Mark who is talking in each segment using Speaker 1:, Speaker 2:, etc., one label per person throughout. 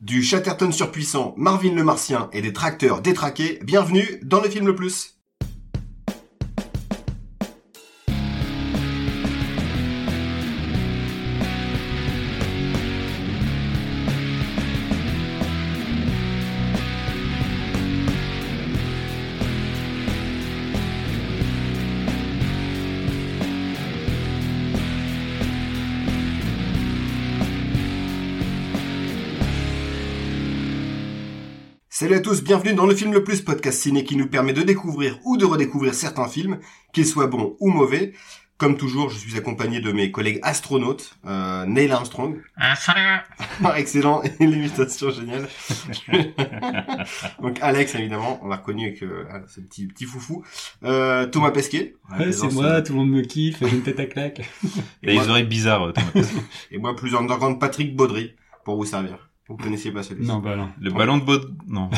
Speaker 1: Du Chatterton surpuissant, Marvin le Martien et des tracteurs détraqués, bienvenue dans le film le plus. Salut à tous, bienvenue dans le film le plus podcast ciné qui nous permet de découvrir ou de redécouvrir certains films, qu'ils soient bons ou mauvais. Comme toujours, je suis accompagné de mes collègues astronautes, euh, Neil Armstrong.
Speaker 2: Ah, salut
Speaker 1: Excellent, et l'imitation géniale. Donc Alex, évidemment, on l'a reconnu avec euh, ah, ce petit, petit foufou. Euh, Thomas Pesquet. euh,
Speaker 3: Ouais, c'est moi, tout le monde me kiffe, j'ai une tête à claque.
Speaker 1: Et
Speaker 4: T'as
Speaker 1: moi,
Speaker 4: les oreilles bizarres, euh, Thomas.
Speaker 1: et moi, plus underground, Patrick Baudry, pour vous servir. Vous connaissiez pas celui-ci.
Speaker 3: Non, bah non.
Speaker 4: Le ballon de Baud... Non.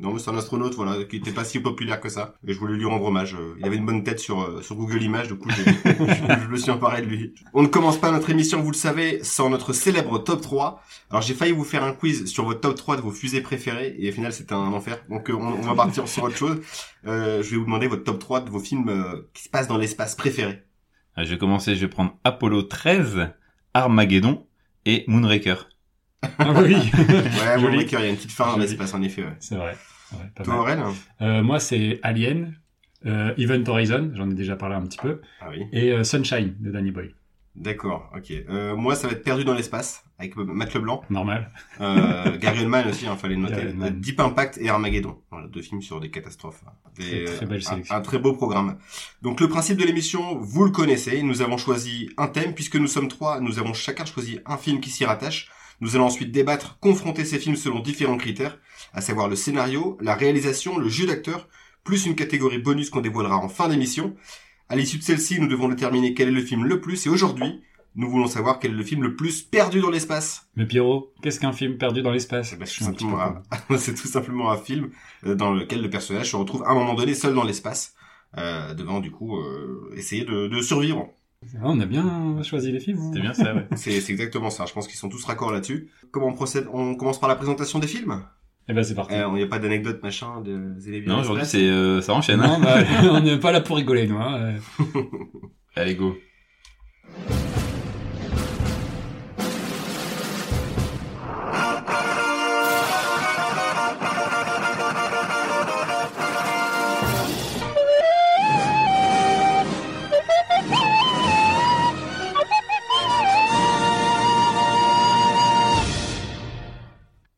Speaker 1: Non, mais c'est un astronaute, voilà, qui n'était pas si populaire que ça. Et je voulais lui rendre hommage. Euh, Il avait une bonne tête sur, euh, sur Google Images, du coup, j'ai- je, je me suis emparé de lui. On ne commence pas notre émission, vous le savez, sans notre célèbre top 3. Alors, j'ai failli vous faire un quiz sur votre top 3 de vos fusées préférées, et au final, c'était un enfer. Donc, euh, on, on va partir sur autre chose. Euh, je vais vous demander votre top 3 de vos films euh, qui se passent dans l'espace préférés.
Speaker 4: Ah, je vais commencer, je vais prendre Apollo 13, Armageddon et Moonraker.
Speaker 3: Ah oui
Speaker 1: Ouais,
Speaker 3: Joli.
Speaker 1: mon il y a une petite fin dans
Speaker 3: Joli.
Speaker 1: l'espace, en effet, ouais.
Speaker 3: C'est vrai. Ouais, pas
Speaker 1: Toi,
Speaker 3: mal.
Speaker 1: Aurel
Speaker 3: Euh, moi, c'est Alien, euh, Event Horizon, j'en ai déjà parlé un petit peu,
Speaker 1: Ah oui.
Speaker 3: et euh, Sunshine de Danny Boy.
Speaker 1: D'accord, ok. Euh, moi, ça va être Perdu dans l'espace, avec euh, Matt Leblanc.
Speaker 3: Normal.
Speaker 1: Euh, Gary Oldman aussi, il fallait le noter.
Speaker 3: Gary Oldman.
Speaker 1: Euh, Deep Impact et Armageddon. Voilà, deux films sur des catastrophes. Des-
Speaker 3: Très, très belle
Speaker 1: un-
Speaker 3: sélection.
Speaker 1: Un, très beau programme. Donc le principe de l'émission, vous le connaissez. Nous avons choisi un thème. Puisque nous sommes trois, nous avons chacun choisi un film qui s'y rattache. Nous allons ensuite débattre, confronter ces films selon différents critères, à savoir le scénario, la réalisation, le jeu d'acteur, plus une catégorie bonus qu'on dévoilera en fin d'émission. À l'issue de celle-ci, nous devons déterminer quel est le film le plus. Et aujourd'hui, nous voulons savoir quel est le film le plus perdu dans l'espace.
Speaker 3: Mais Pierrot, qu'est-ce qu'un film perdu dans l'espace
Speaker 1: Eh ben,
Speaker 3: Je
Speaker 1: c'est
Speaker 3: suis un petit
Speaker 1: simplement
Speaker 3: peu con.
Speaker 1: c'est tout simplement un film euh, dans lequel le personnage se retrouve à un moment donné seul dans l'espace, euh, devant du coup euh, essayer de, de survivre.
Speaker 3: Ah, on a bien choisi les films. hein. vous.
Speaker 4: C'était bien ça, ouais.
Speaker 1: C'est c'est exactement ça. Je pense qu'ils sont tous raccords là-dessus. Comment on procède On commence par la présentation des films.
Speaker 3: Eh ben, c'est parti.
Speaker 1: Euh, Il n'y a pas d'anecdote machin de Zélébi dans
Speaker 4: Non, aujourd'hui,
Speaker 1: l'espace
Speaker 4: c'est, euh, ça enchaîne. hein.
Speaker 3: Non, bah, on n'est pas là pour rigoler, nous. hein. Euh,
Speaker 4: Allez, go.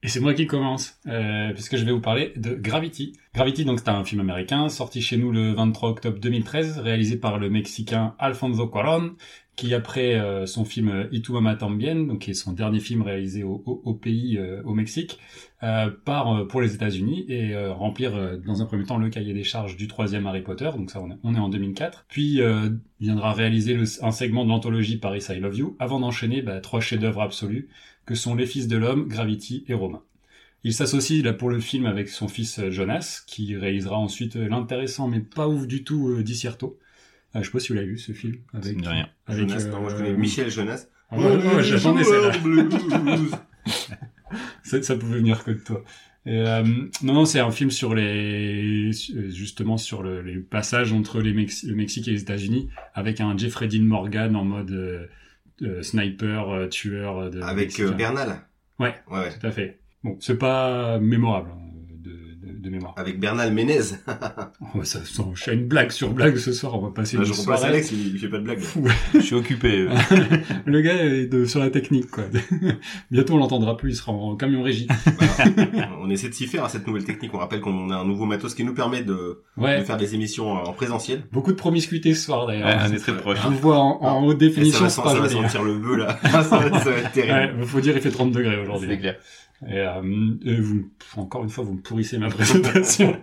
Speaker 3: Et c'est moi qui commence, euh, puisque je vais vous parler de Gravity. Gravity, donc, c'est un film américain, sorti chez nous le 23 octobre 2013, réalisé par le Mexicain Alfonso Cuarón, qui, après euh, son film euh, Y tu mamá también, donc, qui est son dernier film réalisé au, au- au pays, euh, au Mexique, euh, part euh, pour les États-Unis et euh, remplir, euh, dans un premier temps, le cahier des charges du troisième Harry Potter, donc ça, on est, on est en 2004. Puis, euh, viendra réaliser le- un segment de l'anthologie Paris I Love You, avant d'enchaîner bah, trois chefs-d'œuvre absolus, que sont Les Fils de l'Homme, Gravity et Romain. Il s'associe là pour le film avec son fils euh, Jonas, qui réalisera ensuite euh, l'intéressant mais pas ouf du tout euh, Dissierto. Euh, je sais pas si vous l'avez vu ce film.
Speaker 4: Ça
Speaker 3: Avec,
Speaker 4: me dit rien.
Speaker 3: avec,
Speaker 1: Jonas,
Speaker 3: euh,
Speaker 1: non, moi je connais Michel Jonas.
Speaker 3: Ah ouais, ouais, ouais, j'attendais celle-là. euh,
Speaker 1: celle-là.
Speaker 3: ça, ça pouvait venir que de toi. Et, euh, non, non, c'est un film sur les, su- justement sur le, les passages entre les Mex- le Mexique et les États-Unis, avec un Jeffrey Dean Morgan en mode euh, euh, sniper, euh, tueur. De
Speaker 1: Avec euh,
Speaker 3: Mexicain.
Speaker 1: Bernal.
Speaker 3: Ouais.
Speaker 1: Ouais, ouais.
Speaker 3: Tout à fait. Bon, c'est pas mémorable hein, de, de, de mémoire.
Speaker 1: Avec Bernal Ménez.
Speaker 3: Oh, ça s'enchaîne blague sur blague ce soir. On va passer
Speaker 1: Là,
Speaker 3: une
Speaker 1: Bah, je remplace
Speaker 3: soirée.
Speaker 1: Alex, il, il fait pas de blague.
Speaker 3: Fou.
Speaker 4: Je suis occupé. euh.
Speaker 3: le gars est de, sur la technique, quoi. Bientôt, on l'entendra plus. Il sera en camion régie.
Speaker 1: Voilà. on essaie de s'y faire à cette nouvelle technique. On rappelle qu'on a un nouveau matos qui nous permet de, de
Speaker 3: Ouais.
Speaker 1: faire des émissions euh, en présentiel.
Speaker 3: Beaucoup de promiscuité ce soir, d'ailleurs.
Speaker 4: Ouais, on est très proche.
Speaker 3: Je vous vois en, en haute
Speaker 1: Et ça
Speaker 3: définition,
Speaker 1: va,
Speaker 3: c'est
Speaker 1: sen-
Speaker 3: pas
Speaker 1: ça va
Speaker 3: joli.
Speaker 1: sentir le bœuf là. ça, va, ça va être terrible.
Speaker 3: Ouais, faut dire, il fait 30 degrés
Speaker 4: C'est
Speaker 3: aujourd'hui.
Speaker 4: clair.
Speaker 3: Et, euh, et vous, pff, encore une fois, vous me pourrissez ma présentation.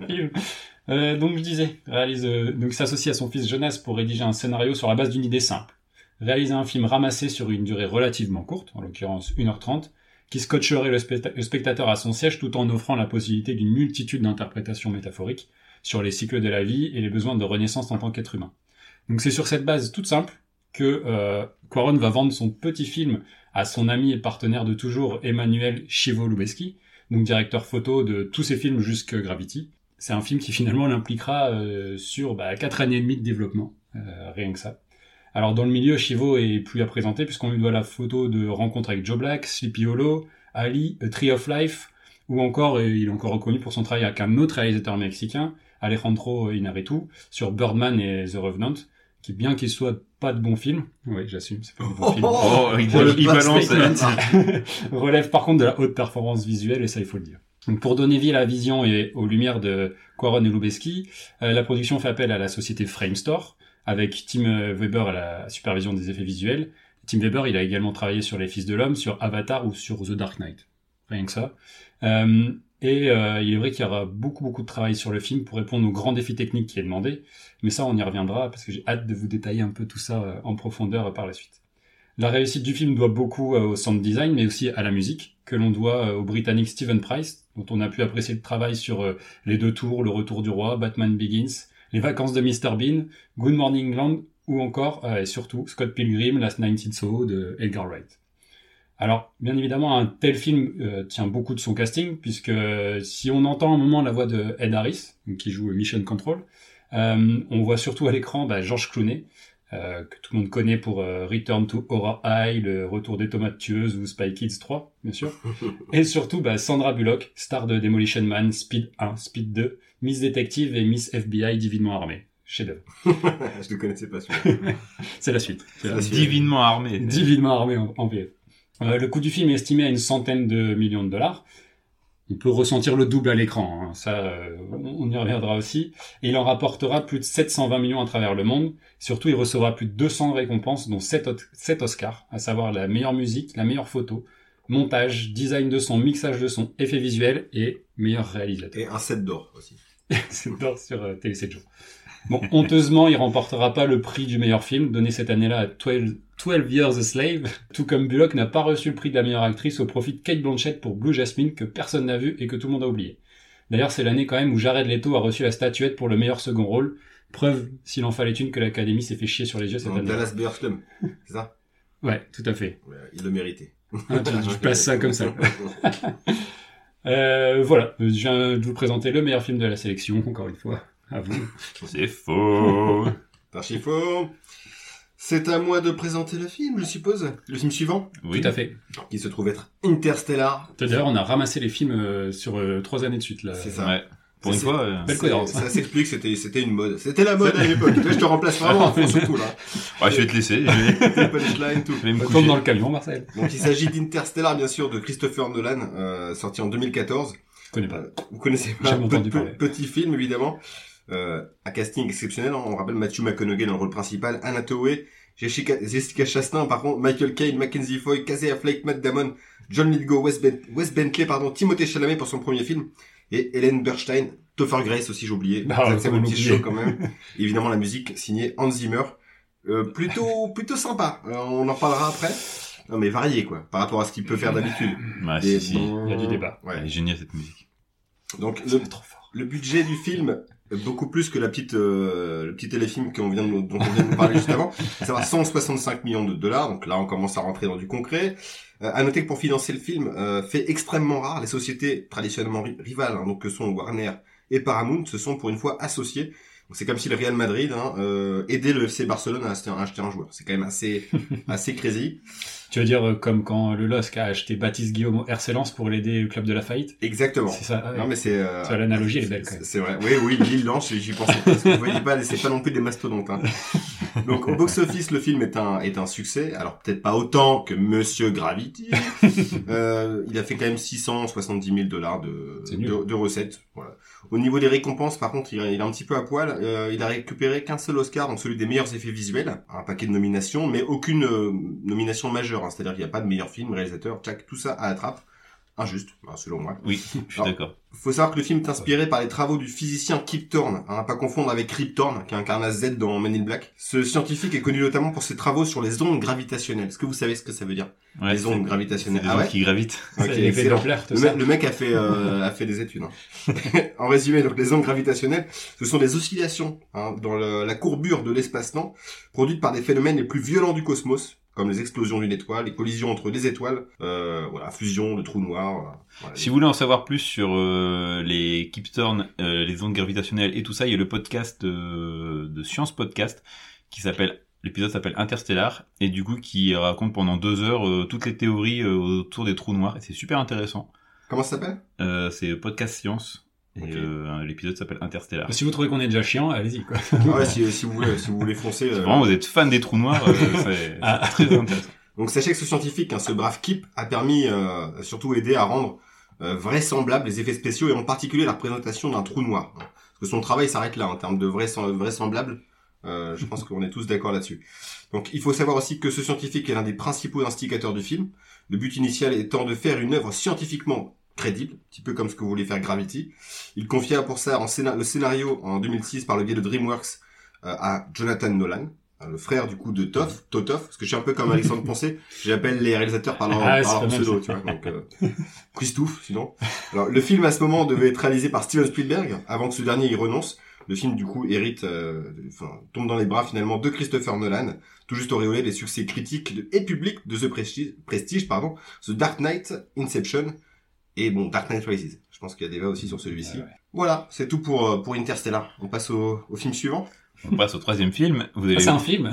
Speaker 3: Euh, donc, je disais, réalise, euh, donc s'associe à son fils Jonas pour rédiger un scénario sur la base d'une idée simple. Réaliser un film ramassé sur une durée relativement courte, en l'occurrence 1h30, qui scotcherait le, specta- le spectateur à son siège tout en offrant la possibilité d'une multitude d'interprétations métaphoriques sur les cycles de la vie et les besoins de renaissance en tant qu'être humain. Donc c'est sur cette base toute simple que euh, Cuaron va vendre son petit film à son ami et partenaire de toujours, Emmanuel Chivo-Lubeski, donc directeur photo de tous ses films jusqu'à Gravity. C'est un film qui finalement l'impliquera euh, sur bah, quatre années et demie de développement, euh, rien que ça. Alors dans le milieu, Chivo est plus à présenter puisqu'on lui doit la photo de rencontre avec Joe Black, Sleepy Hollow, Ali, A Tree of Life, ou encore, et il est encore reconnu pour son travail avec un autre réalisateur mexicain, Alejandro Inarritu, sur Birdman et The Revenant, qui bien qu'il soit pas de bons films, oui j'assume, c'est pas de bons films,
Speaker 4: Oh, il,
Speaker 1: Pour le
Speaker 4: il balance. euh,
Speaker 1: placement.
Speaker 3: relève par contre de la haute performance visuelle et ça il faut le dire. Donc, pour donner vie à la vision et aux lumières de Quaron et Lubeski, euh, la production fait appel à la société Framestore avec Tim euh, Weber à la supervision des effets visuels. Tim Weber, il a également travaillé sur Les Fils de l'Homme, sur Avatar ou sur The Dark Knight. Rien que ça. Euh, et euh, il est vrai qu'il y aura beaucoup beaucoup de travail sur le film pour répondre aux grands défis techniques qui est demandé. Mais ça, on y reviendra parce que j'ai hâte de vous détailler un peu tout ça euh, en profondeur euh, par la suite. La réussite du film doit beaucoup euh, au sound design, mais aussi à la musique, que l'on doit euh, au Britannique Stephen Price, dont on a pu apprécier le travail sur euh, Les Deux Tours, Le Retour du Roi, Batman Begins, Les Vacances de Mr. Bean, Good Morning England, ou encore, euh, et surtout, Scott Pilgrim, Last Night in Soho de Edgar Wright. Alors, bien évidemment, un tel film euh, tient beaucoup de son casting, puisque euh, si on entend un moment la voix de Ed Harris, qui joue euh, Mission Control, euh, on voit surtout à l'écran bah, George Clooney, euh, que tout le monde connaît pour euh, Return to Horror High, Le Retour des Tomates Tueuses ou Spy Kids 3, bien sûr. et surtout bah, Sandra Bullock, star de Demolition Man, Speed 1, Speed 2, Miss Détective et Miss FBI divinement armée. Chef-d'œuvre.
Speaker 1: Je ne connaissais pas celui-là.
Speaker 3: C'est la suite.
Speaker 1: C'est la suite.
Speaker 4: Divinement armé.
Speaker 3: Divinement armé en, en VF. Euh, le coût du film est estimé à une centaine de millions de dollars. On peut ressentir le double à l'écran, hein. ça euh, on on y reviendra aussi. Et il en rapportera plus de 720 millions à travers le monde. Surtout, il recevra plus de 200 récompenses, dont 7, Oscars, à savoir la meilleure musique, la meilleure photo, montage, design de son, mixage de son, effet visuel et meilleur réalisateur.
Speaker 1: Et un set d'or aussi.
Speaker 3: C'est d'or sur euh, Télé 7 jours. Bon, honteusement, il remportera pas le prix du meilleur film, donné cette année-là à 12, 12 Years a Slave, tout comme Bullock n'a pas reçu le prix de la meilleure actrice au profit de Kate Blanchett pour Blue Jasmine, que personne n'a vu et que tout le monde a oublié. D'ailleurs, c'est l'année quand même où Jared Leto a reçu la statuette pour le meilleur second rôle, preuve, s'il en fallait une, que l'Académie s'est fait chier sur les yeux cette
Speaker 1: Dans
Speaker 3: année.
Speaker 1: Dallas Buyers Club, c'est ça
Speaker 3: Ouais, tout à fait.
Speaker 1: Ouais, Il le méritait.
Speaker 3: Hein, tu, tu places ça comme ça. Euh, voilà, je viens de vous présenter le meilleur film de la sélection, encore une fois. À vous.
Speaker 4: C'est faux.
Speaker 1: C'est archi faux. C'est à moi de présenter le film, je suppose. Le film suivant,
Speaker 4: Oui.
Speaker 3: Tout à fait.
Speaker 1: qui se trouve être Interstellar.
Speaker 3: D'ailleurs, on a ramassé les films euh, sur euh, trois années de suite. Là.
Speaker 1: C'est ça.
Speaker 4: Ouais. Pour une
Speaker 1: C'est-
Speaker 4: fois, euh,
Speaker 3: Belle
Speaker 1: C'est-
Speaker 3: cohérence. hein.
Speaker 1: Ça s'explique, c'était, c'était une mode. C'était la mode à l'époque. Là, je te remplace vraiment à fond ce coup, là.
Speaker 4: ouais, Ah, je vais te laisser. Je vais,
Speaker 1: Les punchlines, tout.
Speaker 4: je vais me
Speaker 3: On Bah, tombe
Speaker 4: coucher.
Speaker 3: dans le camion, Marcel.
Speaker 1: Donc, il s'agit d'Interstellar, bien sûr, de Christopher Nolan, euh, sorti en 2014.
Speaker 3: Je connais pas.
Speaker 1: Vous connaissez pas
Speaker 3: Jamais
Speaker 1: Pe-
Speaker 3: entendu
Speaker 1: pe-
Speaker 3: parler.
Speaker 1: Petit film, évidemment. Euh, un casting exceptionnel. hein. On rappelle Matthew McConaughey dans le rôle principal, Anna Thaoué, Jessica, Jessica Chastain, par contre, Michael Caine, Mackenzie Foy, Casey Affleck, Matt Damon, John Lithgow, Wes, Ben- Wes Bentley, pardon, Timothée Chalamet pour son premier film, et Hélène Burstein, Topher Grace aussi, j'ai oublié.
Speaker 3: Ah,
Speaker 1: Ça, c'est
Speaker 3: comment
Speaker 1: mon petit
Speaker 3: l'oublier.
Speaker 1: show quand même. Et évidemment, la musique signée Hans Zimmer. Euh, plutôt, plutôt sympa. Euh, on en parlera après. Non, mais varié, quoi, par rapport à ce qu'il peut faire d'habitude.
Speaker 4: Ouais,
Speaker 1: Des-
Speaker 4: Bah, si, si.
Speaker 3: Ah, Il y a du débat.
Speaker 1: Ouais.
Speaker 4: Elle est géniale cette musique.
Speaker 1: Donc, le,
Speaker 3: trop fort.
Speaker 1: le budget du film, beaucoup plus que la petite, euh, le petit téléfilm qu'on vient de, nous- dont on vient de nous parler juste avant, ça va 165 millions de dollars, donc là on commence à rentrer dans du concret. Euh, à noter que pour financer le film, euh, fait extrêmement rare, les sociétés traditionnellement ri- rivales, hein, donc que sont Warner et Paramount, se sont pour une fois associées. Donc c'est comme si le Real Madrid hein, euh, aidait le FC Barcelone à acheter, un- à acheter un joueur. C'est quand même assez, assez crazy.
Speaker 3: Tu veux dire euh, comme quand le LOSC a acheté Baptiste Guillaume au RC Lens pour l'aider au club de la faillite
Speaker 1: Exactement.
Speaker 3: C'est ça. ouais.
Speaker 1: Non mais c'est. euh,
Speaker 3: Ça, l'analogie, elle est belle, quand même.
Speaker 1: C'est vrai. Oui, oui, Lille Lance, j'y pensais pas. Parce que vous voyez pas, c'est pas non plus des mastodontes. hein. Donc au box-office, le film est un est un succès. Alors peut-être pas autant que Monsieur Gravity. Euh, il a fait quand même 670 000 dollars de,
Speaker 3: C'est nul.
Speaker 1: de de recettes. Voilà. Au niveau des récompenses, par contre, il, il est un petit peu à poil. Euh, il a récupéré qu'un seul Oscar, donc celui des meilleurs effets visuels, un paquet de nominations, mais aucune euh, nomination majeure. hein. C'est-à-dire qu'il n'y a pas de meilleur film, réalisateur, tchac, tout ça à la trappe. Injuste, ben, selon moi.
Speaker 4: Oui, je suis
Speaker 1: Alors,
Speaker 4: d'accord.
Speaker 1: Faut savoir que le film est inspiré par les travaux du physicien Kip Thorne, hein, à ne pas confondre avec Rip Thorne, qui incarna Z dans Men in Black. Ce scientifique est connu notamment pour ses travaux sur les ondes gravitationnelles. Est-ce que vous savez ce que ça veut dire
Speaker 4: Ouais,
Speaker 1: Les ondes
Speaker 4: c'est-
Speaker 1: gravitationnelles.
Speaker 4: c'est des
Speaker 1: Ah
Speaker 4: ondes
Speaker 1: ouais
Speaker 4: qui gravitent.
Speaker 1: Ok,
Speaker 3: C'est l'effet
Speaker 1: excellent.
Speaker 3: Doppler, tout
Speaker 1: Le,
Speaker 3: ça.
Speaker 1: mec- le mec a fait, euh, a fait des études. hein. en résumé, donc les ondes gravitationnelles, ce sont des oscillations hein, dans le- la courbure de l'espace-temps produites par des phénomènes les plus violents du cosmos, comme les explosions d'une étoile, les collisions entre des étoiles, euh, voilà, fusion, le trou noir. voilà.
Speaker 4: Si vous voulez en savoir plus sur euh, les Kip Thorne, euh, les ondes gravitationnelles et tout ça, il y a le podcast euh, de Science Podcast qui s'appelle l'épisode s'appelle Interstellar et du coup qui raconte pendant deux heures euh, toutes les théories euh, autour des trous noirs et c'est super intéressant.
Speaker 1: Comment ça s'appelle
Speaker 4: Euh, c'est podcast science et
Speaker 1: Ok.
Speaker 4: euh, l'épisode s'appelle Interstellar.
Speaker 3: Bah, Si vous trouvez qu'on est déjà chiant, allez-y, quoi.
Speaker 1: Ah ouais, si, si vous voulez, si vous voulez foncer. euh,
Speaker 4: Vraiment, vous êtes fan des trous noirs, euh, c'est
Speaker 3: Ah.
Speaker 4: c'est très intéressant.
Speaker 1: Donc sachez que ce scientifique, hein, ce brave Kip, a permis euh, surtout aidé à rendre euh, vraisemblables les effets spéciaux et en particulier la représentation d'un trou noir. hein. Parce que son travail s'arrête là en termes de vraisem- vraisemblable. Euh, je pense qu'on est tous d'accord là-dessus. Donc il faut savoir aussi que ce scientifique est l'un des principaux instigateurs du film. Le but initial étant de faire une œuvre scientifiquement crédible, un petit peu comme ce que voulait faire Gravity. Il confia pour ça en scénar- le scénario en 2006 par le biais de DreamWorks euh, à Jonathan Nolan, hein, le frère du coup de
Speaker 3: Mhm.
Speaker 1: Toff, Totoff, parce que je suis un peu comme Alexandre Poncet, j'appelle les réalisateurs par leur,
Speaker 3: Ah,
Speaker 1: par
Speaker 3: c'est
Speaker 1: leur
Speaker 3: pas mal,
Speaker 1: pseudo, tu vois. Donc, euh, Christophe, sinon. Alors le film à ce moment devait être réalisé par Steven Spielberg, avant que ce dernier y renonce. Le film du coup hérite, euh, enfin tombe dans les bras finalement de Christopher Nolan, tout juste auréolé des succès critiques de- et publics de The Prestige, Prestige, pardon, The Dark Knight, Inception et bon Dark Knight Rises. Je pense qu'il y a des va aussi sur celui-ci.
Speaker 3: Ah ouais.
Speaker 1: Voilà, c'est tout pour euh, pour Interstellar. On passe au, au film suivant.
Speaker 4: On passe au troisième film. Vous
Speaker 3: Ah,
Speaker 4: allez
Speaker 3: c'est un film.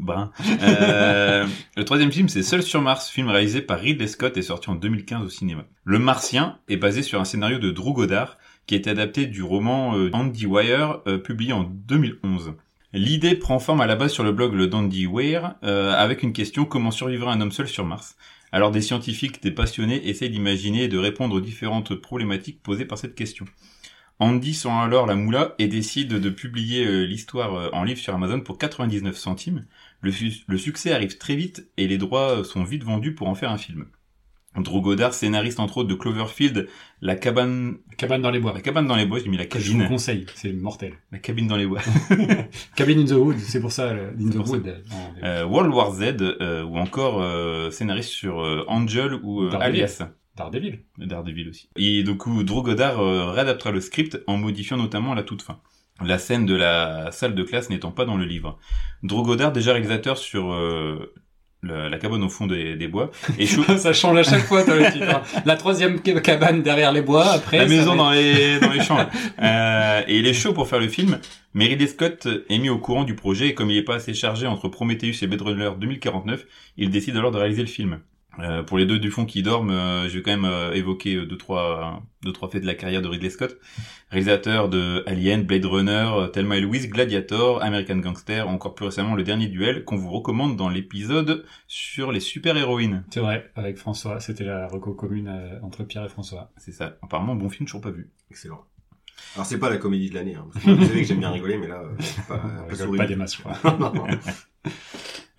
Speaker 4: Brun. ben, Euh, le troisième film, c'est Seul sur Mars, film réalisé par Ridley Scott et sorti en 2015 au cinéma. Le Martien est basé sur un scénario de Drew Goddard qui est adapté du roman euh, Andy Wire euh, publié en 2011. L'idée prend forme à la base sur le blog Le Dandy Wire euh, avec une question comment survivra un homme seul sur Mars Alors des scientifiques, des passionnés essayent d'imaginer et de répondre aux différentes problématiques posées par cette question. Andy sent alors la moula et décide de publier euh, l'histoire euh, en livre sur Amazon pour 99 centimes. Le, fu- le succès arrive très vite et les droits euh, sont vite vendus pour en faire un film. Drew Goddard, scénariste entre autres de Cloverfield, La cabane,
Speaker 3: Cabane dans les bois.
Speaker 4: la cabane dans les bois, j'ai mis la
Speaker 3: Je vous
Speaker 4: cabine,
Speaker 3: conseille, c'est mortel.
Speaker 4: la cabine dans les bois.
Speaker 3: Cabine in the Wood, c'est pour ça, le, in
Speaker 4: C'est
Speaker 3: the
Speaker 4: pour ça.
Speaker 3: Wood. Non, mais-
Speaker 4: Euh, World War Z euh, ou encore euh, scénariste sur euh, Angel ou euh,
Speaker 3: Daredevil.
Speaker 4: Alias.
Speaker 3: Daredevil.
Speaker 4: Daredevil aussi. Et du coup, Drew Goddard euh, réadaptera le script en modifiant notamment la toute fin. La scène de la salle de classe n'étant pas dans le livre. Drew Goddard, déjà réalisateur sur euh, le- la cabane au fond des, des bois, et chou-
Speaker 3: ça change à chaque fois, toi, le titre. hein. La troisième ca- cabane derrière les bois, après.
Speaker 4: la
Speaker 3: ça
Speaker 4: maison
Speaker 3: va
Speaker 4: dans les, dans les champs. là. Euh, et il est chaud pour faire le film, mais Ridley Scott est mis au courant du projet et comme il n'est pas assez chargé entre Prometheus et Blade Runner 2049, il décide alors de réaliser le film. Euh, pour les deux du fond qui dorment, euh, je vais quand même euh, évoquer euh, deux trois deux trois faits de la carrière de Ridley Scott, réalisateur de Alien, Blade Runner, euh, Thelma et Louise, Gladiator, American Gangster, encore plus récemment le dernier duel qu'on vous recommande dans l'épisode sur les super héroïnes.
Speaker 3: être- C'est vrai, avec François. C'était la reco commune euh, entre Pierre et François.
Speaker 4: C'est ça. Apparemment, bon film, toujours pas vu.
Speaker 1: Excellent. Alors c'est pas la comédie de l'année. Hein, parce que vous savez que j'aime bien rigoler, mais là, euh, c'est pas,
Speaker 3: On
Speaker 1: pas
Speaker 3: rigole
Speaker 1: sourire.
Speaker 3: pas des masses, je crois.
Speaker 1: Non, non.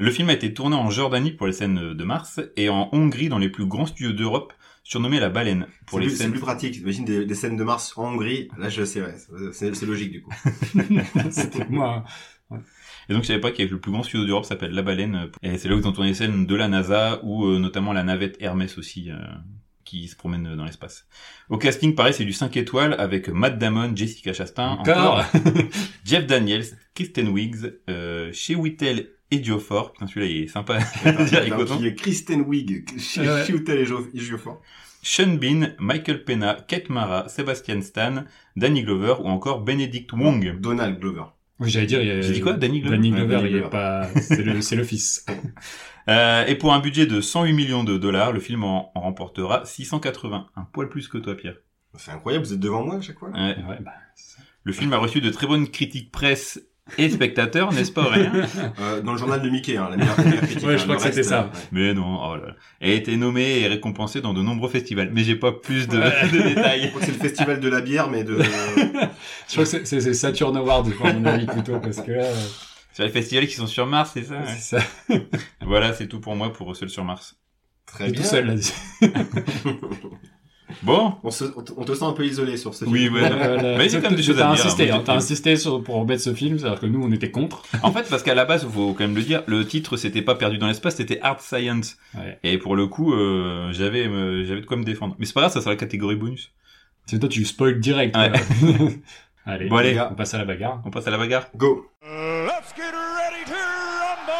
Speaker 4: Le film a été tourné en Jordanie pour les scènes de Mars et en Hongrie dans les plus grands studios d'Europe, surnommés la baleine pour
Speaker 1: C'est
Speaker 4: les
Speaker 1: plus- C'est
Speaker 4: scènes.
Speaker 1: plus pratique. Imagine des, des scènes de Mars en Hongrie. Là, je sais, ouais, c'est- c'est c'est logique du coup.
Speaker 3: C'était moi. hein.
Speaker 4: Et donc je savais pas qu'il y avait le plus grand studio d'Europe s'appelle la baleine euh, et c'est là où ils ont tourné les scènes de la NASA ou euh, notamment la navette Hermès aussi euh, qui se promène euh, dans l'espace. Au casting pareil, c'est du 5 étoiles avec Matt Damon, Jessica Chastain,
Speaker 3: Hein, Encore.
Speaker 4: Jeff Daniels, Kristen Wiggs, euh, Shea Whittle et Joe Ford. Putain, celui-là il est sympa. Direct autant.
Speaker 1: Qui est Kristen Wiig, Ch-
Speaker 3: Ouais.
Speaker 1: Chiwetel Ejiof- Ejiofor.
Speaker 4: Sean Bean, Michael Pena, Kate Mara, Sebastian Stan, Danny Glover ou encore Benedict Wong.
Speaker 1: Donald Glover.
Speaker 3: Oui, j'allais dire, il y a...
Speaker 4: J'ai dit quoi, Danny Glover
Speaker 3: Danny
Speaker 1: Ouais,
Speaker 3: Glover,
Speaker 1: Danny
Speaker 3: il est
Speaker 1: Glover.
Speaker 3: pas, c'est le, c'est le fils.
Speaker 4: Euh, et pour un budget de 108 millions de dollars, le film en, en remportera 680. Un poil plus que toi, Pierre.
Speaker 1: C'est incroyable, vous êtes devant moi à chaque fois.
Speaker 4: Ouais.
Speaker 3: Ouais, bah, c'est-
Speaker 4: Le film a reçu de très bonnes critiques presse et spectateurs, n'est-ce pas, Aurélien
Speaker 1: Euh, dans le journal de Mickey, hein, la meilleure, la meilleure critique.
Speaker 3: Ouais, je
Speaker 1: hein,
Speaker 3: crois
Speaker 1: le
Speaker 3: que c'était
Speaker 1: reste,
Speaker 3: ça.
Speaker 1: euh, ouais.
Speaker 4: Mais non, oh là là. Et a été nommé et récompensé dans de nombreux festivals. Mais j'ai pas plus de,
Speaker 3: Ouais.
Speaker 4: de
Speaker 1: Je
Speaker 4: détails.
Speaker 1: crois que c'est le festival de la bière, mais de.
Speaker 3: Je crois que c'est- c'est c'est Saturn Award, à mon avis, plutôt, parce que là, euh, Ah
Speaker 4: Sur les festivals qui sont sur Mars, c'est ça ouais.
Speaker 3: c'est ça.
Speaker 4: Voilà, c'est tout pour moi pour Seul sur Mars.
Speaker 1: Très
Speaker 3: T'es
Speaker 1: bien.
Speaker 3: tout seul là-dessus.
Speaker 4: Bon,
Speaker 1: On, se- on te- on te sent un peu isolé sur ce film.
Speaker 4: oui, ouais.
Speaker 3: Euh,
Speaker 4: Mais il y a quand même des
Speaker 3: t'as-
Speaker 4: choses à
Speaker 3: t'as
Speaker 4: dire,
Speaker 3: insisté,
Speaker 4: hein,
Speaker 3: hein, t'as
Speaker 4: mais-
Speaker 3: insisté sur- pour remettre ce film, c'est-à-dire que nous, on était contre.
Speaker 4: En fait, parce qu'à la base, faut quand même le dire, le titre c'était pas perdu dans l'espace, c'était Hard Science.
Speaker 3: Ouais.
Speaker 4: Et pour le coup, euh, j'avais, euh, j'avais de quoi me défendre. Mais c'est pas grave, ça sera la catégorie bonus.
Speaker 3: C'est toi, tu spoil direct.
Speaker 4: Ouais.
Speaker 3: voilà. allez,
Speaker 4: Bon, allez.
Speaker 3: on passe à la bagarre.
Speaker 4: On passe à la bagarre.
Speaker 1: Go.
Speaker 2: Let's get ready to rumble!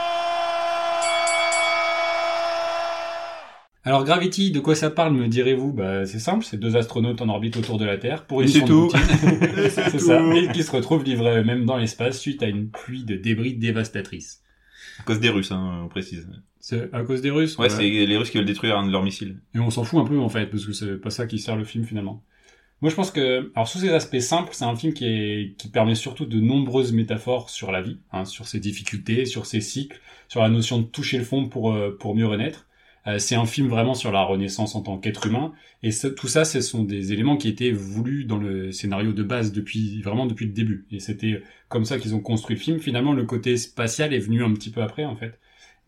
Speaker 3: Alors, Gravity, de quoi ça parle, me direz-vous bah, C'est simple, c'est deux astronautes en orbite autour de la Terre pour
Speaker 4: Et
Speaker 3: une
Speaker 4: c'est
Speaker 3: sonde
Speaker 4: tout.
Speaker 3: routine.
Speaker 1: Et c'est
Speaker 3: c'est
Speaker 1: tout.
Speaker 3: ça, et qui se retrouvent livrés eux-mêmes dans l'espace suite à une pluie de débris dévastatrice.
Speaker 4: À cause des Russes, hein, on précise.
Speaker 3: C'est à cause des Russes
Speaker 4: Ouais,
Speaker 3: voilà.
Speaker 4: c'est les Russes qui veulent détruire un de leurs missiles.
Speaker 3: Et on s'en fout un peu en fait, parce que c'est pas ça qui sert le film finalement. Moi je pense que, alors sous ses aspects simples, c'est un film qui, est, qui permet surtout de nombreuses métaphores sur la vie, hein, sur ses difficultés, sur ses cycles, sur la notion de toucher le fond pour, euh, pour mieux renaître. Euh, c'est un film vraiment sur la renaissance en tant qu'être humain, et ça- tout ça, ce sont des éléments qui étaient voulus dans le scénario de base depuis vraiment depuis le début. Et c'était comme ça qu'ils ont construit le film. Finalement, le côté spatial est venu un petit peu après en fait.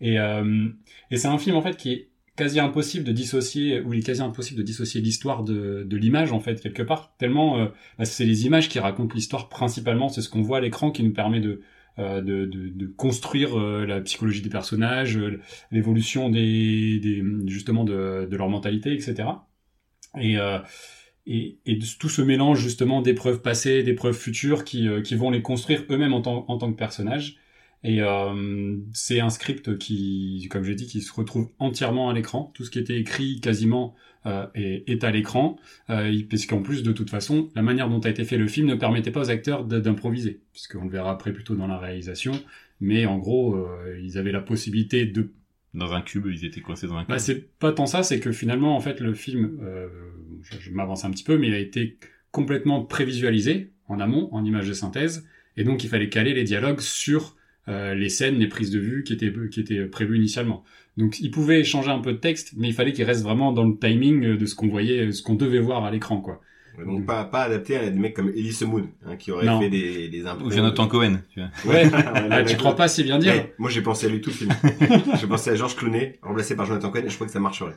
Speaker 3: Et, euh, et c'est un film en fait qui est quasi impossible de dissocier ou il est quasi impossible de dissocier l'histoire de, de l'image en fait quelque part tellement euh, bah, c'est les images qui racontent l'histoire principalement c'est ce qu'on voit à l'écran qui nous permet de euh, de, de, de construire euh, la psychologie des personnages euh, l'évolution des, des justement de, de leur mentalité etc et euh, et, et de- tout ce mélange justement d'épreuves passées, d'épreuves futures qui, euh, qui vont les construire eux-mêmes en tant, en tant que personnages. Et euh, c'est un script qui, comme j'ai dit, qui se retrouve entièrement à l'écran. Tout ce qui était écrit quasiment euh, est, est à l'écran, euh, il- puisqu'en plus, de toute façon, la manière dont a été fait le film ne permettait pas aux acteurs de- d'improviser, puisqu'on le verra après plutôt dans la réalisation. Mais en gros, euh, ils avaient la possibilité de
Speaker 4: Dans un cube, ils étaient coincés dans un cube.
Speaker 3: bah, c'est pas tant ça, c'est que finalement, en fait, le film, euh, je, je m'avance un petit peu, mais il a été complètement prévisualisé en amont, en images de synthèse, et donc il fallait caler les dialogues sur euh, les scènes, les prises de vue qui étaient, qui étaient prévues initialement. Donc il pouvait échanger un peu de texte, mais il fallait qu'il reste vraiment dans le timing euh, de ce qu'on voyait, euh, ce qu'on devait voir à l'écran, quoi.
Speaker 1: Donc pas, pas adapté à des mecs comme Elise Moon, hein, qui aurait
Speaker 3: Non.
Speaker 1: fait des, des impôts.
Speaker 4: Ou
Speaker 3: euh,
Speaker 4: Jonathan Cohen, tu vois.
Speaker 3: Ouais. Ah,
Speaker 1: Là,
Speaker 3: tu crois pas si bien dire
Speaker 1: Moi j'ai pensé à lui tout le film. j'ai pensé à Georges Clooney, remplacé par Jonathan Cohen, et je crois que ça marcherait.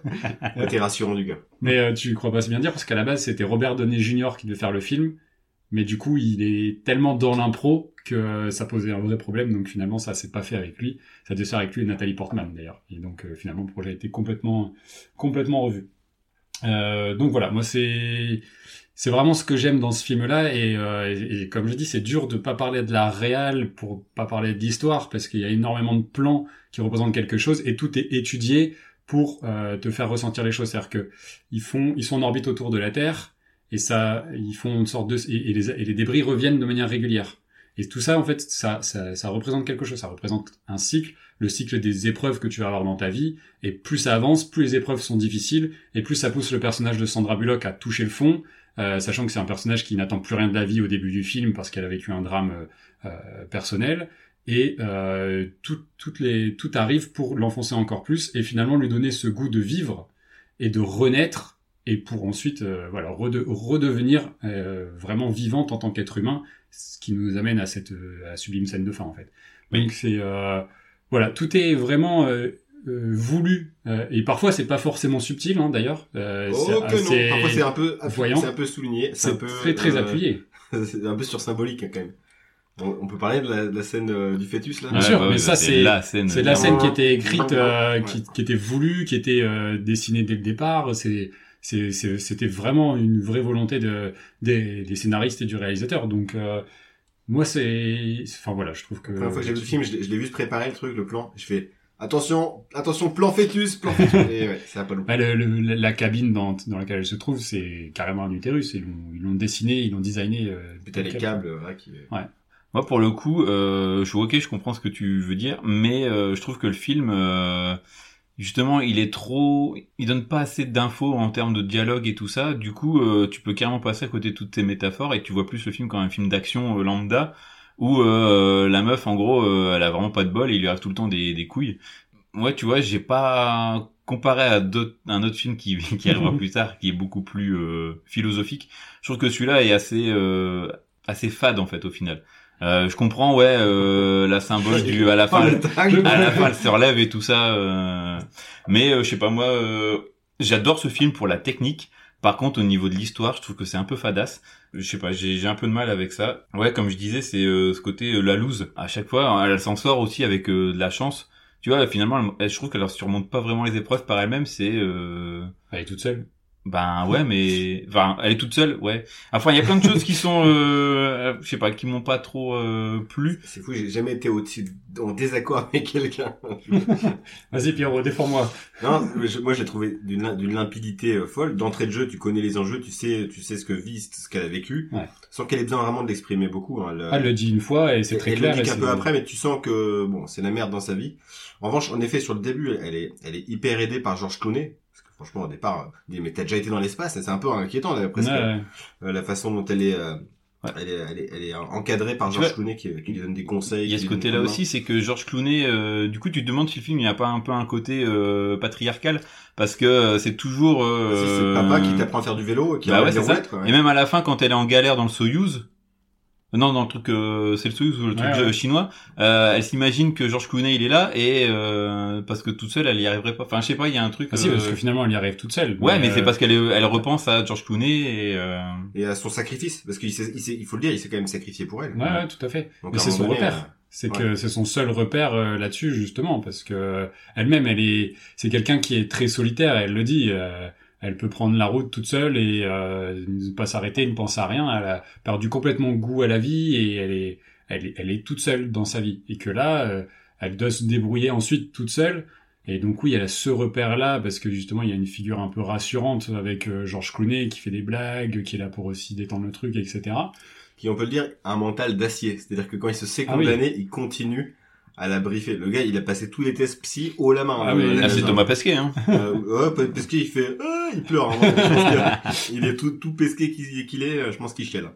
Speaker 1: Là, T'es rassurant du gars.
Speaker 3: Mais euh, tu crois pas si bien dire parce qu'à la base c'était Robert Downey Jr. qui devait faire le film, mais du coup il est tellement dans l'impro que euh, ça posait un vrai problème, donc finalement ça s'est pas fait avec lui. Ça devait se faire avec lui et Nathalie Portman d'ailleurs. Et donc euh, finalement le projet a été complètement complètement revu. Euh, donc voilà, moi c'est c'est vraiment ce que j'aime dans ce film-là et, euh, et- et comme je dis, c'est dur de pas parler de la réal pour pas parler de l'histoire parce qu'il y a énormément de plans qui représentent quelque chose et tout est étudié pour euh, te faire ressentir les choses. C'est-à-dire que ils font, ils sont en orbite autour de la Terre et ça, ils font une sorte de et, et les, et les débris reviennent de manière régulière. Et tout ça, en fait, ça, ça, ça représente quelque chose. Ça représente un cycle, le cycle des épreuves que tu vas avoir dans ta vie. Et plus ça avance, plus les épreuves sont difficiles et plus ça pousse le personnage de Sandra Bullock à toucher le fond. euh, sachant que c'est un personnage qui n'attend plus rien de la vie au début du film parce qu'elle a vécu un drame euh, euh, personnel et euh, tout, toutes les, tout arrive pour l'enfoncer encore plus et finalement lui donner ce goût de vivre et de renaître et pour ensuite euh, voilà rede- redevenir euh, vraiment vivante en tant qu'être humain ce qui nous amène à cette euh, à la sublime scène de fin en fait
Speaker 4: Oui.
Speaker 3: donc c'est euh, voilà tout est vraiment euh, euh, voulu euh, et parfois c'est pas forcément subtil hein, d'ailleurs Euh,
Speaker 1: Oh que non. Parfois c'est un peu,
Speaker 3: voyant.
Speaker 1: c'est un peu souligné, c'est un
Speaker 3: c'est
Speaker 1: peu
Speaker 3: très très
Speaker 1: euh,
Speaker 3: appuyé
Speaker 1: c'est un peu sur symbolique hein, quand même. On, on peut parler de la, de la scène euh, du fœtus là.
Speaker 3: Bien sûr, mais
Speaker 4: ouais,
Speaker 3: ça,
Speaker 4: bah,
Speaker 3: c'est-
Speaker 4: la scène.
Speaker 3: C'est la scène qui était écrite, euh,
Speaker 1: Ouais.
Speaker 3: qui, qui était voulue, qui était euh, dessinée dès le départ. C'est, c'est, c'est- c'était vraiment une vraie volonté de, des, des scénaristes et du réalisateur. Donc, euh, moi, c'est, enfin voilà, je trouve que.
Speaker 1: La première
Speaker 4: Euh,
Speaker 1: fois que j'ai vu le film, je l'ai je l'ai vu se préparer le truc, le plan. Je fais attention, attention, plan fœtus, plan fœtus. Et ouais, ça a pas loupé.
Speaker 3: Bah, le- le- la- la cabine dans, dans laquelle elle se trouve, c'est carrément un utérus. Ils l'ont, ils l'ont dessiné, ils l'ont designé. euh,
Speaker 1: Putain les
Speaker 3: tel quel.
Speaker 1: câbles, voilà, qui.
Speaker 4: Moi, pour le coup, euh, je suis ok, je comprends ce que tu veux dire, mais euh, je trouve que le film, euh, justement, il est trop, il donne pas assez d'infos en termes de dialogue et tout ça. Du coup, euh, tu peux carrément passer à côté de toutes tes métaphores et tu vois plus le film comme un film d'action euh, lambda où euh, la meuf, en gros, euh, elle a vraiment pas de bol, et il lui arrive tout le temps des, des couilles. Moi, tu vois, j'ai pas comparé à d'autres- un autre film qui, qui arrivera plus tard, qui est beaucoup plus euh, philosophique. Je trouve que celui-là est assez euh, assez fade en fait au final. Euh, je comprends, ouais, euh, la symbole du à la fin,
Speaker 1: le tag.
Speaker 4: à la fin, elle se relève et tout ça. euh, Mais euh, je sais pas moi, euh, j'adore ce film pour la technique. Par contre, au niveau de l'histoire, je trouve que c'est un peu fadasse. Je sais pas, j'ai j'ai un peu de mal avec ça. Ouais, comme je disais, c'est euh, ce côté euh, la loose. À chaque fois, hein, elle s'en sort aussi avec euh, de la chance. Tu vois, finalement, elle- elle- je trouve qu'elle ne surmonte pas vraiment les épreuves par elle-même. C'est euh,
Speaker 3: Elle est toute seule.
Speaker 4: ben ouais, mais enfin, elle est toute seule, ouais. Enfin, il y a plein de choses qui sont, euh, je sais pas, qui m'ont pas trop euh, plu.
Speaker 1: C'est fou, j'ai jamais été au-dessus, en désaccord avec quelqu'un.
Speaker 3: Vas-y, Pierrot, défends-moi.
Speaker 1: Non, je- moi je l'ai trouvé d'une lin- d'une limpidité euh, folle. D'entrée de jeu, tu connais les enjeux, tu sais, tu sais ce que vit, ce qu'elle a vécu,
Speaker 3: Ouais.
Speaker 1: sans qu'elle ait besoin vraiment de l'exprimer beaucoup. hein. Elle-
Speaker 4: Ah,
Speaker 3: Elle le dit une fois et c'est très
Speaker 1: elle
Speaker 3: clair.
Speaker 1: le
Speaker 3: et
Speaker 1: dit qu'un
Speaker 3: c'est-
Speaker 1: peu après, mais tu sens que bon, c'est la merde dans sa vie. En revanche, en effet, sur le début, elle est, elle est hyper aidée par Georges Clooney. Parce que franchement, au départ, euh, il dit mais t'as déjà été dans l'espace, et c'est un peu inquiétant là,
Speaker 3: Ouais, Ah,
Speaker 1: presque
Speaker 3: ouais.
Speaker 1: euh, la façon dont elle est, euh,
Speaker 4: Ouais.
Speaker 1: elle est, elle est, elle est encadrée par
Speaker 4: Tu
Speaker 1: Georges
Speaker 4: vois,
Speaker 1: Clooney qui, qui lui donne des conseils.
Speaker 4: Il y a
Speaker 1: qui
Speaker 4: ce
Speaker 1: lui donne
Speaker 4: côté-là
Speaker 1: des
Speaker 4: aussi, c'est que Georges Clooney, euh, du coup, tu te demandes si le film il n'y a pas un peu un côté euh, patriarcal parce que euh, c'est toujours.
Speaker 1: commandes.
Speaker 4: Euh,
Speaker 1: Si C'est le papa qui t'apprend à faire du vélo, et qui
Speaker 4: Bah
Speaker 1: enlève
Speaker 4: ouais,
Speaker 1: des
Speaker 4: c'est ça.
Speaker 1: roulettes, quoi.
Speaker 4: Et même à la fin, quand elle est en galère dans le Soyuz. Non, dans le truc, euh, c'est le Soyuz ou le truc
Speaker 3: Ouais, ouais.
Speaker 4: euh, chinois. euh, elle s'imagine que Georges Clooney il est là et euh, parce que toute seule elle y arriverait pas. Enfin, je sais pas, il y a un truc.
Speaker 3: Ah si, parce
Speaker 4: euh,
Speaker 3: que finalement, elle y arrive toute seule.
Speaker 4: Ouais, mais
Speaker 3: euh,
Speaker 4: c'est parce qu'elle est- elle repense à George Clooney et euh,
Speaker 1: et à son sacrifice parce qu'il s'est, il s'est- il faut le dire il s'est quand même sacrifié pour elle
Speaker 3: Ouais, ouais, tout à fait.
Speaker 1: Donc,
Speaker 3: Mais
Speaker 1: à un
Speaker 3: c'est son
Speaker 1: moment donné, euh,
Speaker 3: repère. C'est
Speaker 1: Ouais.
Speaker 3: que c'est son seul repère euh, là-dessus justement parce que euh, elle-même elle est c'est quelqu'un qui est très solitaire elle le dit euh, elle peut prendre la route toute seule et euh, ne pas s'arrêter ne pense à rien elle a perdu complètement goût à la vie et elle est elle est, elle est toute seule dans sa vie et que là euh, elle doit se débrouiller ensuite toute seule et donc oui elle a ce repère là parce que justement il y a une figure un peu rassurante avec euh, Georges Clooney qui fait des blagues qui est là pour aussi détendre le truc etc
Speaker 1: euh, qui on peut le dire a un mental d'acier c'est-à-dire que quand il se sait
Speaker 3: Ah oui.
Speaker 1: condamné il continue à la briefer le gars il a passé tous les tests psy haut la main
Speaker 3: Ah
Speaker 1: hein,
Speaker 3: oui,
Speaker 1: la
Speaker 4: ah,
Speaker 3: là,
Speaker 4: c'est
Speaker 1: maison.
Speaker 4: Thomas Pesquet. Hein.
Speaker 1: Euh, ouais, parce qu'il fait Ah il pleure hein, parce que il est tout tout pesqué qu'il qu'il est euh, je pense qu'il chiale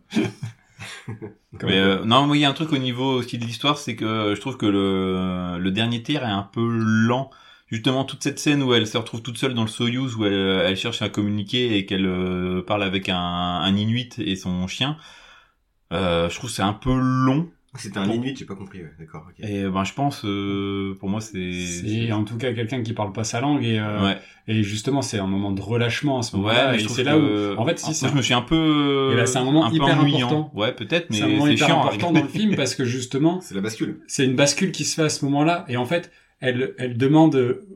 Speaker 3: Comme-
Speaker 4: Mais euh, non, moi, il y a un truc au niveau aussi de l'histoire, c'est que euh, je trouve que le, le dernier tiers est un peu lent. Justement, toute cette scène où elle se retrouve toute seule dans le Soyuz, où elle, euh, elle cherche à communiquer et qu'elle euh, parle avec un, un Inuit et son chien, euh, je trouve que c'est un peu long.
Speaker 1: c'était un inuit j'ai pas compris ouais, d'accord ok.
Speaker 4: Et ben, je pense, euh, pour moi, c'est...
Speaker 3: C'est en tout cas quelqu'un qui parle pas sa langue et, euh,
Speaker 4: Ouais,
Speaker 3: et justement c'est un moment de relâchement à ce
Speaker 4: ouais,
Speaker 3: moment-là
Speaker 4: mais
Speaker 3: et
Speaker 4: je trouve
Speaker 3: c'est là où
Speaker 4: que- Ah,
Speaker 3: en fait, si, c'est
Speaker 4: moi,
Speaker 3: un-
Speaker 4: je me suis un peu...
Speaker 3: Et là, c'est un moment
Speaker 4: peu
Speaker 3: hyper
Speaker 4: ennuyant.
Speaker 3: important.
Speaker 4: Ouais, peut-être, mais
Speaker 3: c'est un moment
Speaker 4: c'est
Speaker 3: hyper
Speaker 4: chiant. hein. à
Speaker 3: important
Speaker 4: regarder.
Speaker 3: dans le film parce que justement
Speaker 1: c'est la bascule
Speaker 3: c'est une bascule qui se fait à ce moment-là et en fait elle elle demande euh,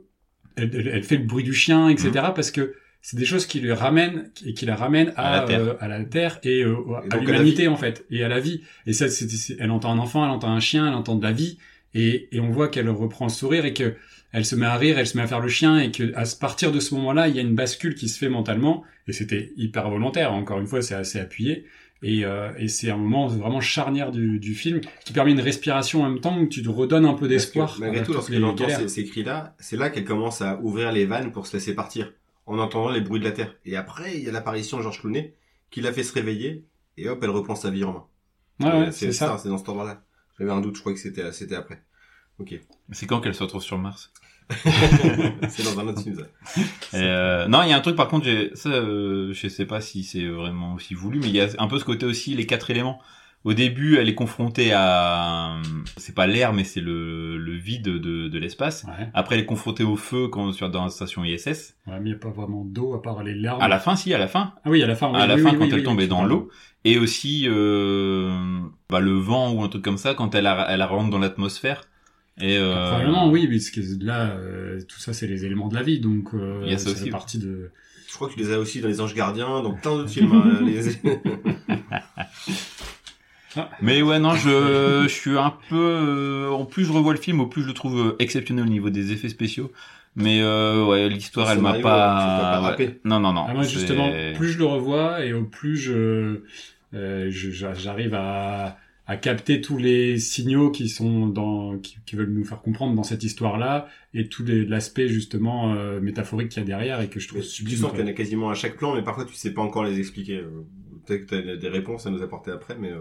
Speaker 3: elle, elle- elle fait le bruit du chien etc parce que c'est des choses qui lui ramènent et qui la ramènent à,
Speaker 4: Mhm. À la Terre.
Speaker 3: euh, à la terre et, euh,
Speaker 1: Et donc
Speaker 3: à
Speaker 1: à la
Speaker 3: l'humanité en fait et à la vie et ça c'est- c'est- elle entend un enfant elle entend un chien elle entend de la vie et, et on voit qu'elle reprend le sourire et que elle se met à rire elle se met à faire le chien et que à ce- partir de ce moment-là il y a une bascule qui se fait mentalement et c'était hyper volontaire encore une fois c'est assez appuyé et, euh, et c'est un moment vraiment charnière du, du film qui permet une respiration en même temps où tu te redonnes un
Speaker 1: Parce
Speaker 3: peu
Speaker 1: que
Speaker 3: d'espoir
Speaker 1: malgré
Speaker 3: avec
Speaker 1: tout
Speaker 3: toutes
Speaker 1: lorsqu'elle
Speaker 3: les
Speaker 1: entend
Speaker 3: galères.
Speaker 1: ces, ces cris là c'est là qu'elle commence à ouvrir les vannes pour se laisser partir en entendant les bruits de la terre et après il y a l'apparition de Georges Clooney qui la fait se réveiller et hop elle reprend sa vie en main
Speaker 3: Ah ouais, ouais,
Speaker 1: Et
Speaker 3: c'est ça.
Speaker 1: Euh, c'est dans cet endroit là j'avais un doute je crois que c'était euh, c'était après
Speaker 4: C'est quand qu'elle se retrouve sur Mars
Speaker 1: c'est dans un autre film ça.
Speaker 4: Et, euh, non, il y a un truc par contre, j'ai- ça, euh, je sais pas si c'est vraiment aussi voulu, mais il y a un peu ce côté aussi les quatre éléments. Au début, elle est confrontée à, euh, c'est pas l'air, mais c'est le, le vide de, de l'espace.
Speaker 3: Ouais,
Speaker 4: Après, elle est confrontée au feu quand sur dans la station ISS.
Speaker 3: ouais, mais il n'y a pas vraiment d'eau à part les larmes.
Speaker 4: À la fin, si, à la fin,
Speaker 3: Ah oui, à la fin. oui,
Speaker 4: à la
Speaker 3: oui,
Speaker 4: fin
Speaker 3: oui,
Speaker 4: quand
Speaker 3: oui,
Speaker 4: elle
Speaker 3: oui,
Speaker 4: tombe
Speaker 3: oui,
Speaker 4: dans l'eau, et aussi euh, bah, le vent ou un truc comme ça quand elle a- elle rentre dans l'atmosphère. Et euh,
Speaker 3: Probablement, oui, puisque là, euh, tout ça, c'est les éléments de la vie, donc euh,
Speaker 4: Il y a ça
Speaker 3: ça
Speaker 4: aussi,
Speaker 3: fait
Speaker 4: oui.
Speaker 3: partie de...
Speaker 1: je crois que tu les as aussi dans les anges gardiens dans plein d'autres films hein, les-
Speaker 4: Mais ouais, non, je, je suis un peu... euh, en plus, je revois le film, au plus je le trouve euh, exceptionnel au niveau des effets spéciaux. Mais euh, ouais, l'histoire,
Speaker 1: Le
Speaker 4: elle m'a
Speaker 1: scénario, tu peux
Speaker 4: pas...
Speaker 1: pas
Speaker 4: ouais.
Speaker 1: râper.
Speaker 4: Non, non, non.
Speaker 3: Ah, moi,
Speaker 4: c'est-
Speaker 3: justement, plus je le revois, et au plus je euh, je- j'a- j'arrive à, à capter tous les signaux qui sont dans... qui, qui veulent nous faire comprendre dans cette histoire-là, et tout les- l'aspect, justement, euh, métaphorique qu'il y a derrière, et que je trouve
Speaker 1: tu
Speaker 3: sublime.
Speaker 1: sens
Speaker 3: quoi.
Speaker 1: qu'il y en a quasiment à chaque plan mais parfois tu sais pas encore les expliquer Euh, peut-être que t'as des réponses à nous apporter après mais euh,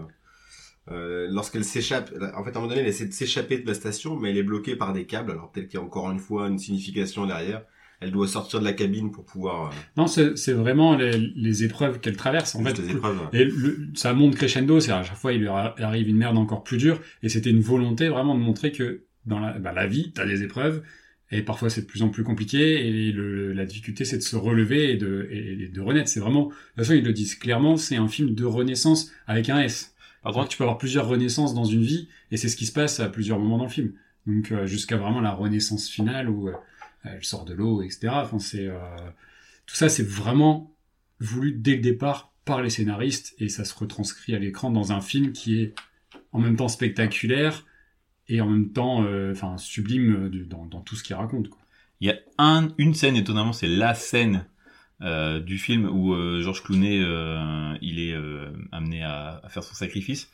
Speaker 1: euh, lorsqu'elle s'échappe en fait à un moment donné elle essaie de s'échapper de la station mais elle est bloquée par des câbles alors peut-être qu'il y a encore une fois une signification derrière elle doit sortir de la cabine pour pouvoir euh,
Speaker 3: Non, c'est c'est vraiment les, les épreuves qu'elle traverse. En
Speaker 1: juste
Speaker 3: fait,
Speaker 1: les épreuves. ouais.
Speaker 3: Et le- ça monte crescendo, c'est à chaque fois il lui arri- arrive une merde encore plus dure, et c'était une volonté vraiment de montrer que dans la, bah, la vie, t'as des épreuves, et parfois c'est de plus en plus compliqué, et le- la difficulté c'est de se relever et de, et de renaître. C'est vraiment, de toute façon ils le disent clairement, c'est un film de renaissance avec un S.
Speaker 4: Par
Speaker 3: Donc
Speaker 4: contre,
Speaker 3: tu peux avoir plusieurs renaissances dans une vie, et c'est ce qui se passe à plusieurs moments dans le film. Donc euh, jusqu'à vraiment la renaissance finale où euh, elle sort de l'eau, etc. Enfin, c'est euh, tout ça, c'est vraiment voulu dès le départ par les scénaristes et ça se retranscrit à l'écran dans un film qui est en même temps spectaculaire et en même temps, euh, enfin, sublime euh, de- dans, dans tout ce qu'il raconte. quoi.
Speaker 4: il y a un, une scène, étonnamment, c'est la scène euh, du film où euh, Georges Clooney, euh, il est euh, amené à, à faire son sacrifice.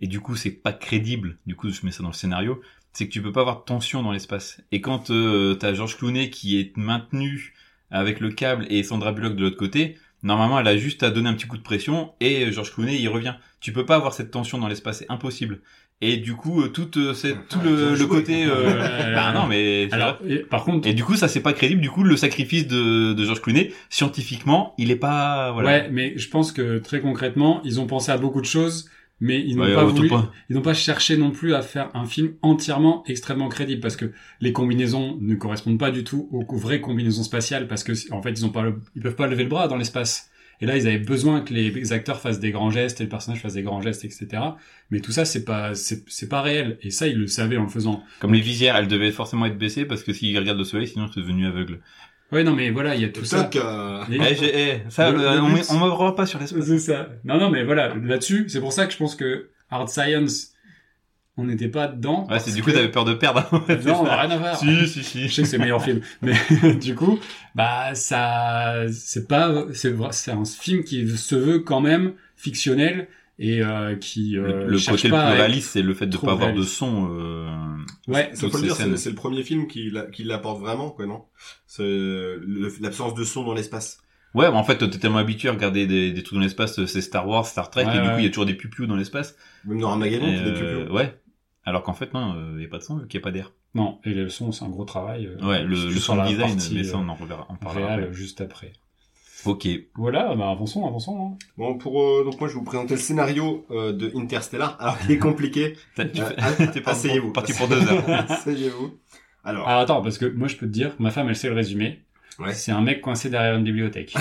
Speaker 4: Et du coup, c'est pas crédible. Du coup, je mets ça dans le scénario. C'est que tu peux pas avoir de tension dans l'espace. Et quand euh, t'as Georges Clooney qui est maintenu avec le câble et Sandra Bullock de l'autre côté, normalement, elle a juste à donner un petit coup de pression et euh, Georges Clooney, il revient. Tu peux pas avoir cette tension dans l'espace. C'est impossible. Et du coup, euh, toute, euh, cette- tout le, le côté... euh,
Speaker 3: Euh,
Speaker 4: bah non, mais... c'est vrai.
Speaker 3: Alors, et- par contre,
Speaker 4: Et du coup, ça c'est pas crédible. Du coup, le sacrifice de, de George Clooney, scientifiquement, il est pas voilà.
Speaker 3: ouais, mais je pense que très concrètement, ils ont pensé à beaucoup de choses, mais ils n'ont
Speaker 4: Ouais,
Speaker 3: pas
Speaker 4: autant
Speaker 3: voulu.
Speaker 4: pas.
Speaker 3: Ils n'ont pas cherché non plus à faire un film entièrement extrêmement crédible parce que les combinaisons ne correspondent pas du tout aux vraies combinaisons spatiales parce que en fait ils ont pas le- ils peuvent pas lever le bras dans l'espace. Et là ils avaient besoin que les acteurs fassent des grands gestes et le personnage fasse des grands gestes etc. Mais tout ça c'est pas c'est c'est pas réel et ça ils le savaient en le faisant.
Speaker 4: Comme les visières, elles devaient forcément être baissées parce que s'il regarde le soleil, sinon c'est devenu aveugle.
Speaker 3: Ouais non mais voilà il y a tout
Speaker 1: Peut-être
Speaker 3: ça.
Speaker 1: que- euh,
Speaker 3: Et-
Speaker 4: Eh, j'ai- eh, ça,
Speaker 3: Le-
Speaker 4: le-
Speaker 3: le
Speaker 4: on,
Speaker 3: but-
Speaker 4: on me revoit pas sur l'espace.
Speaker 3: C'est ça. Non, non, mais voilà, là-dessus, c'est pour ça que je pense que Hard Science, on n'était pas dedans.
Speaker 4: Ouais, c'est
Speaker 3: parce
Speaker 4: du coup
Speaker 3: que-
Speaker 4: t'avais peur de perdre. hein. C'est
Speaker 3: Non,
Speaker 4: ça.
Speaker 3: rien à voir.
Speaker 4: si, si, si.
Speaker 3: Je sais que c'est le meilleur film, mais du coup, bah ça, c'est pas, c'est vrai- c'est un film qui se veut quand même fictionnel et euh, qui euh,
Speaker 4: Le, le
Speaker 3: cherche
Speaker 4: côté le plus
Speaker 3: pas à être-
Speaker 4: réaliste, c'est le fait de
Speaker 3: trop
Speaker 4: pas avoir de
Speaker 3: réaliste.
Speaker 4: son. euh,
Speaker 3: Ouais,
Speaker 1: Ça, faut
Speaker 4: Toutes
Speaker 1: le dire,
Speaker 4: ces
Speaker 1: c'est
Speaker 4: scènes.
Speaker 1: c'est le premier film qui l'a- qui l'apporte vraiment, quoi, non C'est le- l'absence de son dans l'espace.
Speaker 4: Ouais, mais en fait, t'es tellement habitué à regarder des, des trucs dans l'espace, euh, c'est Star Wars, Star Trek,
Speaker 3: Ouais,
Speaker 4: et du coup,
Speaker 3: ouais.
Speaker 4: il y a toujours des pupiou dans l'espace.
Speaker 1: Même dans Armageddon,
Speaker 4: Et,
Speaker 1: il y a des
Speaker 4: euh,
Speaker 1: pupilles.
Speaker 4: ouais. Alors qu'en fait, non, euh, il y a pas de son, vu qu'il y a pas d'air.
Speaker 3: non, et le son, c'est un gros travail. euh,
Speaker 4: Ouais, le,
Speaker 3: sur
Speaker 4: le son
Speaker 3: la
Speaker 4: design,
Speaker 3: partie,
Speaker 4: mais ça,
Speaker 3: euh,
Speaker 4: on en reverra, on parlera.
Speaker 3: réel,
Speaker 4: après.
Speaker 3: juste après.
Speaker 4: Ok,
Speaker 3: Voilà, bah avançons, avançons. hein.
Speaker 1: Bon, pour euh, donc moi, je vais vous présenter le scénario euh, de Interstellar, alors qu'il est compliqué.
Speaker 4: T'as- tu
Speaker 1: Euh,
Speaker 4: fais-
Speaker 1: ah,
Speaker 4: T'es parti
Speaker 1: asseyez-vous.
Speaker 4: pour- parti pour deux heures.
Speaker 1: Asseyez-vous. Alors,
Speaker 3: Ah attends, parce que moi je peux te dire, ma femme, elle sait le résumé.
Speaker 1: Ouais.
Speaker 3: C'est un mec coincé derrière une bibliothèque.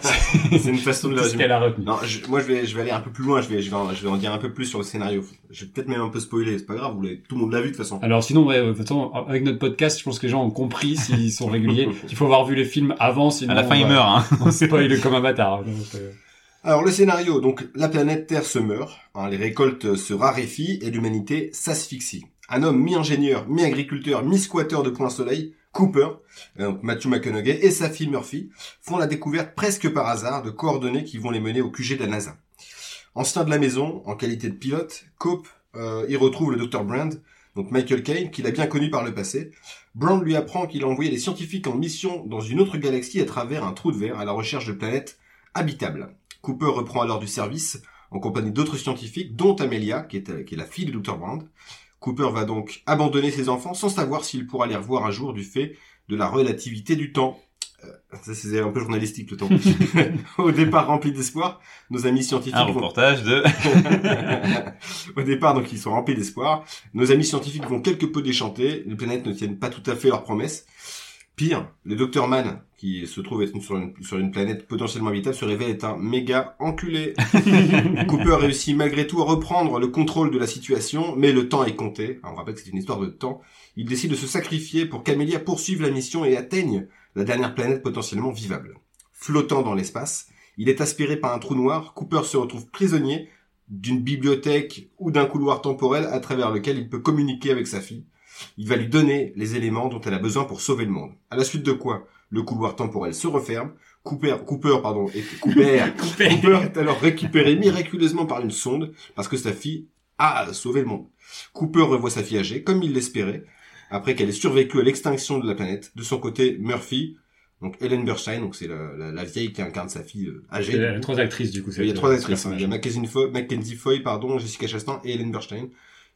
Speaker 1: c'est une façon de le
Speaker 3: Tout ce
Speaker 1: résumer.
Speaker 3: qu'elle a retenu.
Speaker 1: Non, je- moi je vais, je vais aller un peu plus loin, je vais, je, vais en, je vais en dire un peu plus sur le scénario. Je vais peut-être même un peu spoiler, c'est pas grave, vous l'avez- tout le monde l'a vu de toute façon.
Speaker 3: Alors sinon, ouais, ouais, de toute façon, avec notre podcast, je pense que les gens ont compris s'ils sont réguliers qu'il faut avoir vu les films avant, sinon bah,
Speaker 4: À la fin,
Speaker 3: on
Speaker 4: il
Speaker 3: va-
Speaker 4: meurt. Hein.
Speaker 3: On spoil comme un bâtard. Donc, euh,
Speaker 1: Alors le scénario, donc la planète Terre se meurt, hein, les récoltes se raréfient et l'humanité s'asphyxie. Un homme mi-ingénieur, mi-agriculteur, mi-squatteur de Point Soleil, Cooper, euh, donc Matthew McConaughey et sa fille Murphy font la découverte presque par hasard de coordonnées qui vont les mener au QG de la NASA. Ancien de la maison, en qualité de pilote, Cope euh, y retrouve le Dr Brand, donc Michael Caine, qu'il a bien connu par le passé. Brand lui apprend qu'il a envoyé des scientifiques en mission dans une autre galaxie à travers un trou de verre à la recherche de planètes habitables. Cooper reprend alors du service en compagnie d'autres scientifiques, dont Amelia, qui est, euh, qui est la fille du Dr. Brand. Cooper va donc abandonner ses enfants sans savoir s'il pourra les revoir un jour du fait de la relativité du temps. Euh, ça, c'est un peu journalistique le temps. Au départ rempli d'espoir, nos amis scientifiques
Speaker 4: Un
Speaker 1: vont
Speaker 4: reportage de.
Speaker 1: Au départ, donc, ils sont remplis d'espoir. Nos amis scientifiques vont quelque peu déchanter. Les planètes ne tiennent pas tout à fait leurs promesses. Pire, le Dr Man, qui se trouve être sur une, sur une planète potentiellement habitable, se révèle être un méga enculé. Cooper réussit malgré tout à reprendre le contrôle de la situation, mais le temps est compté. On rappelle que c'est une histoire de temps. Il décide de se sacrifier pour qu'Amelia poursuive la mission et atteigne la dernière planète potentiellement vivable. Flottant dans l'espace, il est aspiré par un trou noir. Cooper se retrouve prisonnier d'une bibliothèque ou d'un couloir temporel à travers lequel il peut communiquer avec sa fille. Il va lui donner les éléments dont elle a besoin pour sauver le monde. À la suite de quoi, le couloir temporel se referme. Cooper, Cooper, pardon, et Cooper, Cooper est alors récupéré miraculeusement par une sonde parce que sa fille a sauvé le monde. Cooper revoit sa fille âgée comme il l'espérait après qu'elle ait survécu à l'extinction de la planète. De son côté, Murphy, donc Ellen Burstein, donc c'est la, la- la vieille qui incarne sa fille euh,
Speaker 4: Ah,
Speaker 3: il
Speaker 1: âgée.
Speaker 3: y a trois actrices du coup.
Speaker 1: Il y a
Speaker 3: c'est-
Speaker 1: trois
Speaker 3: c'est
Speaker 1: actrices. hein.
Speaker 3: personnage.
Speaker 1: Il y a Mackenzie Foy, Mackenzie Foy, pardon, Jessica Chastain et Ellen Burstein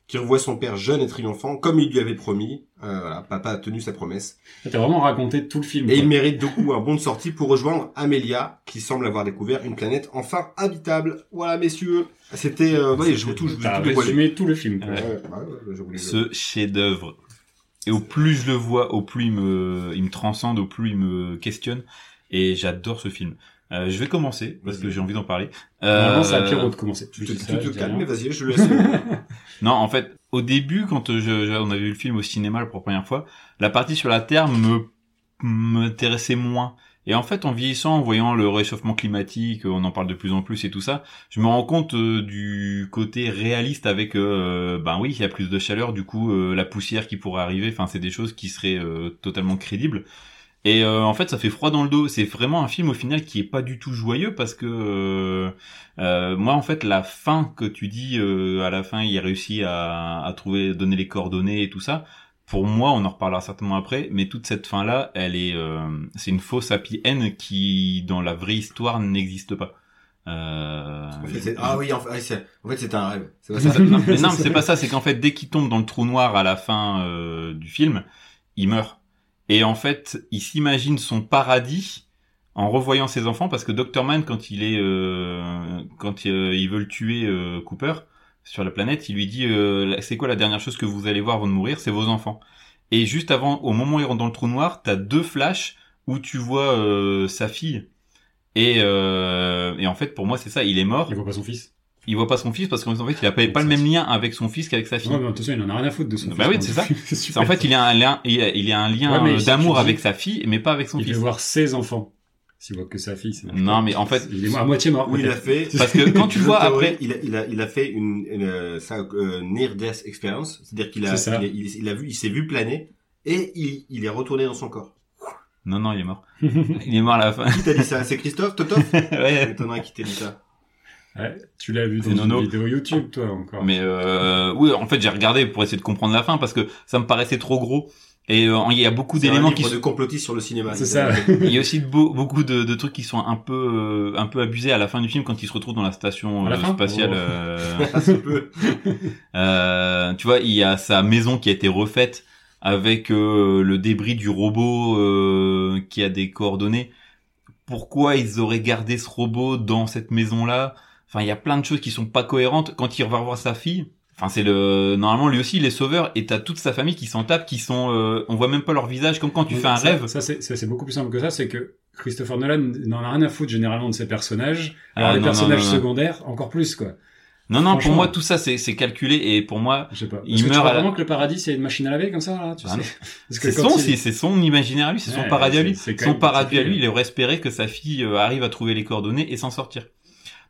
Speaker 1: qui revoit son père jeune et triomphant, comme il lui avait promis. Euh, voilà, papa a tenu sa promesse.
Speaker 3: Ah, T'as vraiment raconté tout le film.
Speaker 1: Et
Speaker 3: quoi.
Speaker 1: il mérite du coup un bon de sortie pour rejoindre Amelia, qui semble avoir découvert une planète enfin habitable. Voilà, messieurs. C'était... Euh, voyez, je vous touche, je vous
Speaker 3: T'as
Speaker 1: tout dévoilé.
Speaker 3: résumé tout le film. quoi.
Speaker 1: Ouais, ouais, ouais, je voulais-
Speaker 4: ce chef-d'œuvre. Et au plus je le vois, au plus il me, il me transcende, au plus il me questionne. Et j'adore ce film. Euh, je vais commencer parce que
Speaker 1: Vas-y.
Speaker 4: j'ai envie d'en parler.
Speaker 3: Normalement,
Speaker 4: Euh,
Speaker 3: c'est à Pierrot de commencer.
Speaker 1: Tu te,
Speaker 3: Je dis
Speaker 1: tu
Speaker 3: ça,
Speaker 1: te
Speaker 3: je dis
Speaker 1: calmes, mais
Speaker 3: rien.
Speaker 1: vas-y, je le laisse.
Speaker 4: Non, en fait, au début, quand euh, je, je- on avait vu le film au cinéma la première fois, la partie sur la Terre me m'intéressait moins. Et en fait, en vieillissant, en voyant le réchauffement climatique, on en parle de plus en plus et tout ça, je me rends compte euh, du côté réaliste avec, euh, ben oui, il y a plus de chaleur, du coup, euh, la poussière qui pourrait arriver, enfin, c'est des choses qui seraient euh, totalement crédibles. Et euh, en fait, ça fait froid dans le dos. C'est vraiment un film au final qui est pas du tout joyeux parce que euh, euh, moi, en fait, la fin que tu dis euh, à la fin, il a réussi à, à trouver, donner les coordonnées et tout ça. Pour moi, on en reparlera certainement après, mais toute cette fin là, elle est, euh, c'est une fausse happy end qui, dans la vraie histoire, n'existe pas. Euh,
Speaker 1: En fait, c'est- ah oui, en fait, ah, c'est en fait, c'était un rêve. C'est pas
Speaker 4: c'est
Speaker 1: ça.
Speaker 4: ça. Non, mais non, mais c'est pas ça. C'est qu'en fait, dès qu'il tombe dans le trou noir à la fin euh, du film, il meurt. Et en fait, il s'imagine son paradis en revoyant ses enfants parce que Dr. Man, quand il est, euh, quand euh, ils veulent tuer euh, Cooper sur la planète, il lui dit, euh, c'est quoi la dernière chose que vous allez voir avant de mourir C'est vos enfants. Et juste avant, au moment où il rentre dans le trou noir, t'as deux flashs où tu vois euh, sa fille. Et, euh, et en fait, pour moi, c'est ça. Il est mort
Speaker 3: Il voit pas son fils.
Speaker 4: il voit pas son fils parce qu'en fait il a pas, pas le même lien avec son fils qu'avec sa fille.
Speaker 3: Non, mais attention, il en a rien à foutre de son
Speaker 4: Bah
Speaker 3: fils.
Speaker 4: oui, c'est ça.
Speaker 3: super,
Speaker 4: en fait il a un lien, il a, il a un lien
Speaker 3: Ouais, mais
Speaker 4: euh,
Speaker 3: si tu
Speaker 4: d'amour
Speaker 3: dis-
Speaker 4: avec sa fille mais pas avec son
Speaker 3: Il
Speaker 4: fils.
Speaker 3: veut voir ses enfants. S'il voit que sa fille, c'est
Speaker 4: Non mais en fait
Speaker 3: Il est à moitié mort.
Speaker 1: Ah, Oui, il a
Speaker 3: peut-être.
Speaker 1: fait.
Speaker 4: parce que quand tu
Speaker 1: Dans
Speaker 4: vois
Speaker 1: la théorie,
Speaker 4: après
Speaker 1: il a, il a, il a fait une, une, euh, ça, euh, near death experience, c'est-à-dire qu'il a,
Speaker 3: C'est ça.
Speaker 1: il, il- il a vu, il s'est vu planer et il, il est retourné dans son corps.
Speaker 4: non non il est mort il est mort à la fin
Speaker 1: Qui t'a dit ça C'est Christophe, Totof
Speaker 4: Ouais.
Speaker 1: T'en as un qui t'a dit ça.
Speaker 3: Ouais, tu l'as vu dans
Speaker 4: C'est
Speaker 3: une
Speaker 4: Nono.
Speaker 3: vidéo YouTube, toi, encore.
Speaker 4: mais euh, oui en fait j'ai regardé pour essayer de comprendre la fin parce que ça me paraissait trop gros et euh, il y a beaucoup
Speaker 1: C'est un
Speaker 4: d'éléments
Speaker 1: livre
Speaker 4: qui
Speaker 1: de complotistes sur le cinéma.
Speaker 3: C'est
Speaker 1: Il
Speaker 3: ça.
Speaker 1: a-
Speaker 4: il y a aussi beau- beaucoup de, de trucs qui sont un peu euh, un peu abusés à la fin du film quand il se retrouve dans la station
Speaker 3: À la
Speaker 4: euh,
Speaker 3: fin
Speaker 4: spatiale
Speaker 3: Oh.
Speaker 4: euh,
Speaker 1: Ah, c'est peu.
Speaker 4: Euh, tu vois, il y a sa maison qui a été refaite avec euh, le débris du robot euh, qui a des coordonnées. Pourquoi ils auraient gardé ce robot dans cette maison-là Enfin, il y a plein de choses qui sont pas cohérentes. Quand il va revoir sa fille, enfin, c'est le normalement lui aussi il est sauveur et t'as toute sa famille qui s'en tape, qui sont, euh, on voit même pas leur visage, comme quand tu
Speaker 3: Donc,
Speaker 4: fais un
Speaker 3: ça-
Speaker 4: rêve.
Speaker 3: Ça, c'est- ça, c'est beaucoup plus simple que ça. C'est que Christopher Nolan n'en a rien à foutre généralement de ses personnages. Alors,
Speaker 4: Ah,
Speaker 3: les
Speaker 4: non, non,
Speaker 3: personnages
Speaker 4: non, non.
Speaker 3: secondaires, encore plus, quoi.
Speaker 4: Non, non, pour
Speaker 3: Franchement.
Speaker 4: moi tout ça c'est c'est calculé et pour moi
Speaker 3: Je sais pas. Parce
Speaker 4: Il
Speaker 3: que tu
Speaker 4: meurt
Speaker 3: crois
Speaker 4: à la-
Speaker 3: vraiment que le paradis, c'est une machine à laver comme ça, là, tu
Speaker 4: Ah
Speaker 3: sais.
Speaker 4: non.
Speaker 3: Parce
Speaker 4: c'est
Speaker 3: quand
Speaker 4: son,
Speaker 3: il-
Speaker 4: c'est c'est son imaginaire à lui, c'est son
Speaker 3: Ouais,
Speaker 4: paradis à
Speaker 3: c'est-
Speaker 4: lui.
Speaker 3: c'est quand
Speaker 4: Son
Speaker 3: même
Speaker 4: paradis à lui,
Speaker 3: particulier.
Speaker 4: il aurait espéré que sa fille euh, arrive à trouver les coordonnées et s'en sortir.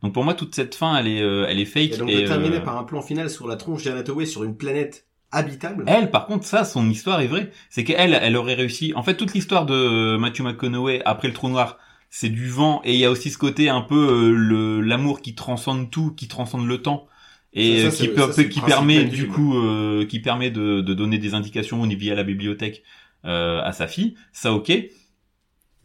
Speaker 4: Donc pour moi, toute cette fin, elle est, euh, elle est fake.
Speaker 1: Et donc
Speaker 4: et,
Speaker 1: de terminer
Speaker 4: euh,
Speaker 1: par un plan final sur la tronche d'Anatoway sur une planète habitable.
Speaker 4: Elle, par contre, ça, son histoire est vraie. C'est qu'elle, elle aurait réussi. En fait, toute l'histoire de euh, Matthew McConaughey après le trou noir, c'est du vent et il y a aussi ce côté un peu euh, le l'amour qui transcende tout, qui transcende le temps
Speaker 1: Ça,
Speaker 4: et
Speaker 1: ça,
Speaker 4: euh, qui,
Speaker 1: c'est-
Speaker 4: peut-
Speaker 1: ça, c'est le
Speaker 4: qui
Speaker 1: principe
Speaker 4: permet
Speaker 1: même du
Speaker 4: du
Speaker 1: film.
Speaker 4: coup, euh, qui permet de, de donner des indications au niveau à la bibliothèque euh, à sa fille. Ça, ok.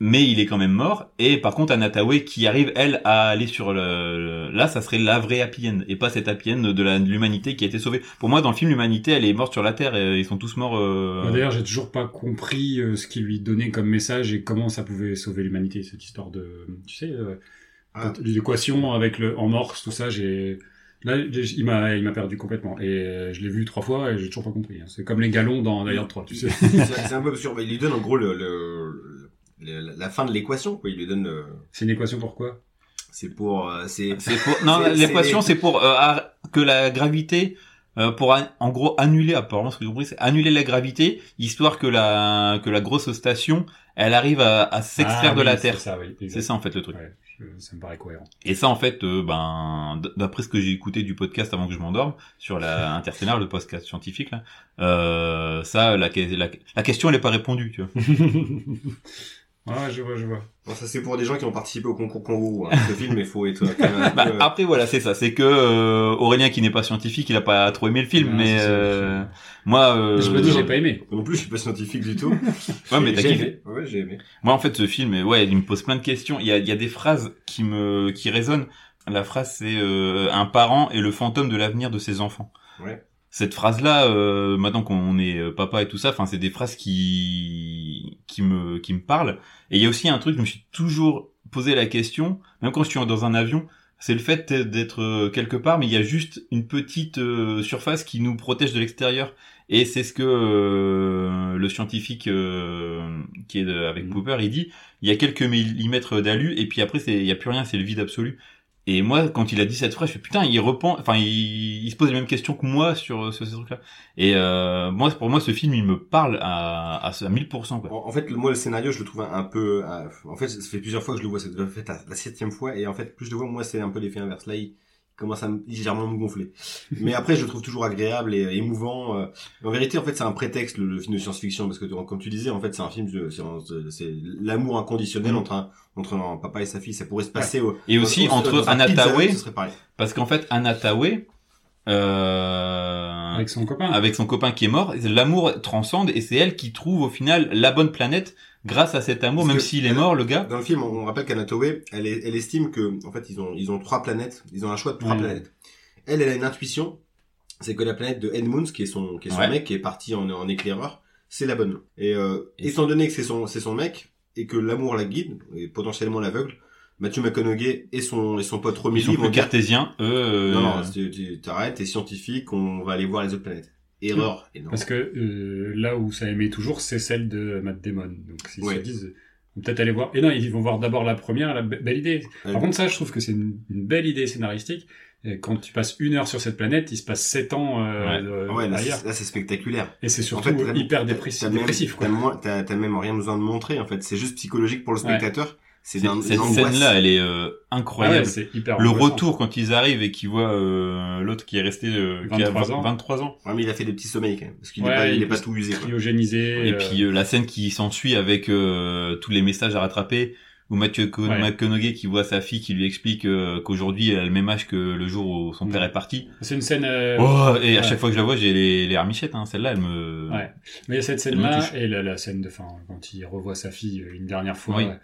Speaker 4: Mais il est quand même mort. Et par contre, Anataway qui arrive, elle, à aller sur le... le- Là, ça serait la vraie happy end. Et pas cette happy end de la- de l'humanité qui a été sauvée. Pour moi, dans le film, l'humanité, elle est morte sur la Terre. Et ils sont tous morts... euh,
Speaker 3: Moi, D'ailleurs, j'ai toujours pas compris euh, ce qu'il lui donnait comme message et comment ça pouvait sauver l'humanité, cette histoire de, tu sais, euh,
Speaker 1: Ah.
Speaker 3: l'équation avec le en morse, tout ça. J'ai là, j'ai- il m'a, il m'a perdu complètement. Et euh, je l'ai vu trois fois et j'ai toujours pas compris. hein. C'est comme les galons dans d'ailleurs 3, tu sais.
Speaker 1: C'est c'est un peu absurde. mais Il lui donne en gros le, le- le- la fin de l'équation. quoi. Il lui donne. le-
Speaker 3: C'est une équation pour quoi
Speaker 1: C'est pour. euh, C'est
Speaker 4: C'est pour... Non,
Speaker 1: C'est-
Speaker 4: l'équation,
Speaker 1: c'est-
Speaker 4: c'est pour euh, ar- que la gravité... euh, pour an- en gros annuler apparemment ce que j'ai compris c'est annuler la gravité histoire que la que la grosse station elle arrive à, à s'extraire
Speaker 3: Ah,
Speaker 4: de
Speaker 3: oui,
Speaker 4: la
Speaker 3: c'est
Speaker 4: terre
Speaker 3: Ça, oui, exact.
Speaker 4: c'est ça en fait le truc
Speaker 3: Ouais, je- ça me paraît cohérent.
Speaker 4: Et ça, en fait, euh, ben, d- d'après ce que j'ai écouté du podcast avant que je m'endorme, sur la Interstellar, le podcast scientifique, là, euh, ça, la, que- la, la question, elle est pas répondue, tu vois. Bah,
Speaker 3: ah, je vois, je vois.
Speaker 1: Bon, ça c'est pour des gens qui ont participé au concours Congo. Hein, ce film, il faut être. quand même un peu,
Speaker 4: Bah,
Speaker 1: euh,
Speaker 4: après, voilà, c'est ça. C'est que euh, Aurélien, qui n'est pas scientifique, il a pas trop aimé le film,
Speaker 3: Non,
Speaker 4: mais
Speaker 3: c'est ça,
Speaker 4: euh, moi, euh,
Speaker 3: je me dis, j'ai pas aimé.
Speaker 1: Non plus, je suis pas scientifique du tout.
Speaker 4: Ouais, mais t'as
Speaker 1: J'ai
Speaker 4: kiffé.
Speaker 1: aimé. Ouais, j'ai aimé.
Speaker 4: Moi, en fait, ce film, ouais, il me pose plein de questions. Il y a, il y a des phrases qui me, qui résonnent. La phrase, c'est euh, un parent est le fantôme de l'avenir de ses enfants.
Speaker 1: Ouais.
Speaker 4: cette phrase-là, euh, maintenant qu'on est papa et tout ça, enfin, c'est des phrases qui qui me qui me parlent. Et il y a aussi un truc, je me suis toujours posé la question, même quand je suis dans un avion, c'est le fait d'être euh, quelque part, mais il y a juste une petite euh, surface qui nous protège de l'extérieur. Et c'est ce que euh, le scientifique euh, qui est de- avec
Speaker 3: Mhm.
Speaker 4: Popper, il dit, il y a quelques millimètres d'alu, et puis après, c'est- il n'y a plus rien, c'est le vide absolu. Et moi, quand il a dit cette phrase, je fais putain, il repense, enfin, il, il se pose les mêmes questions que moi sur, sur ces trucs-là. Et euh, moi, pour moi, ce film, il me parle à, à, ce- à 1000%, quoi.
Speaker 1: En, en fait, le- moi, le scénario, je le trouve un, un peu. euh, en fait, ça fait plusieurs fois que je le vois. Ça doit être la, la septième fois. Et en fait, plus je le vois, moi, c'est un peu l'effet inverse. Là, il commence à me- légèrement me gonfler. Mais après, je le trouve toujours agréable et euh, émouvant. euh. En vérité, en fait, c'est un prétexte le, le film de science-fiction parce que, comme tu disais, en fait, c'est un film. de- c'est- C'est l'amour inconditionnel
Speaker 4: Mhm.
Speaker 1: entre un, entre un papa et sa fille. Ça pourrait se passer. au-
Speaker 4: Et aussi,
Speaker 1: dans- dans-
Speaker 4: entre
Speaker 1: dans un
Speaker 4: Anna
Speaker 1: pizza Hut,
Speaker 4: Thaoué-
Speaker 1: ce serait pareil.
Speaker 4: Parce qu'en fait, Anna Tawai, euh,
Speaker 3: Avec son copain.
Speaker 4: avec son copain qui est mort, l'amour transcende et c'est elle qui trouve au final la bonne planète grâce à cet amour,
Speaker 1: Parce
Speaker 4: même
Speaker 1: que-
Speaker 4: s'il est mort, le gars.
Speaker 1: Dans le film, on rappelle qu'Anna Tawai, elle, est- elle estime que, en fait, ils ont, ils ont trois planètes, ils ont un choix de trois
Speaker 4: Mm.
Speaker 3: Ouais.
Speaker 1: planètes. Elle, elle a une intuition, c'est que la planète de Edmunds, qui est son, qui est son
Speaker 4: Ouais.
Speaker 1: mec, qui est parti en, en éclaireur, c'est la bonne. Et, euh,
Speaker 4: Et-
Speaker 1: étant donné que c'est son, c'est son mec, et que l'amour la guide, et potentiellement l'aveugle, Matthew McConaughey et son, et son pote Romy
Speaker 4: Ils sont
Speaker 1: Lee vont
Speaker 4: plus
Speaker 1: dire,
Speaker 4: cartésiens, eux. euh,
Speaker 1: non, non, tu- tu- t'arrêtes, t'es scientifique, on va aller voir les autres planètes. Erreur, énorme.
Speaker 3: Parce que euh, là où ça aimait toujours, c'est celle de Matt Damon. Donc s'ils
Speaker 1: Ouais.
Speaker 3: se disent, ils vont peut-être aller voir. Et non, ils vont voir d'abord la première, la be- belle idée.
Speaker 1: Ouais.
Speaker 3: Par contre, ça, je trouve que c'est une, une belle idée scénaristique. Et quand tu passes une heure sur cette planète, il se passe sept ans euh,
Speaker 4: Ouais.
Speaker 3: euh,
Speaker 1: Ah ouais, là,
Speaker 3: derrière.
Speaker 1: c'est là, c'est spectaculaire.
Speaker 3: Et c'est surtout
Speaker 1: En fait, t'as-
Speaker 3: hyper
Speaker 1: t'as-
Speaker 3: dépressif.
Speaker 1: t'as même-
Speaker 3: dépressif, quoi.
Speaker 1: T'as moins- t'as- t'as même rien besoin de montrer, en fait. C'est juste psychologique pour le
Speaker 3: Ouais.
Speaker 1: spectateur. C'est
Speaker 4: c'est-
Speaker 1: d'un-
Speaker 4: cette
Speaker 1: une angoisse.
Speaker 4: scène-là, elle est euh,
Speaker 3: Ah ouais,
Speaker 4: incroyable.
Speaker 3: c'est hyper
Speaker 4: le
Speaker 3: angoissant.
Speaker 4: retour quand ils arrivent et qu'ils voient euh, l'autre qui est resté euh, qui a
Speaker 3: 23 ans.
Speaker 4: 23 ans.
Speaker 1: Ouais, mais il a fait des petits sommeils, quand même. Parce qu'il est
Speaker 3: Ouais,
Speaker 1: pas, il
Speaker 3: il
Speaker 1: est pas
Speaker 3: peut-
Speaker 1: tout usé, quoi.
Speaker 3: cryogénisé.
Speaker 4: Et
Speaker 3: euh,
Speaker 4: puis euh, la scène qui s'ensuit avec euh, tous les messages à rattraper, où Mathieu Co-
Speaker 3: Ouais.
Speaker 4: McConaughey qui voit sa fille qui lui explique euh, qu'aujourd'hui elle a le même âge que le jour où son
Speaker 3: Mm.
Speaker 4: père est parti.
Speaker 3: c'est une scène. euh,
Speaker 4: Oh, et à
Speaker 3: ouais.
Speaker 4: chaque fois que je la vois, j'ai les, les armichettes. Hein. Celle-là, elle me.
Speaker 3: Ouais. Mais il y a cette
Speaker 4: me
Speaker 3: scène-là
Speaker 4: touche.
Speaker 3: et la, la scène de fin quand il revoit sa fille euh, une dernière fois.
Speaker 4: Oui.
Speaker 3: ouais.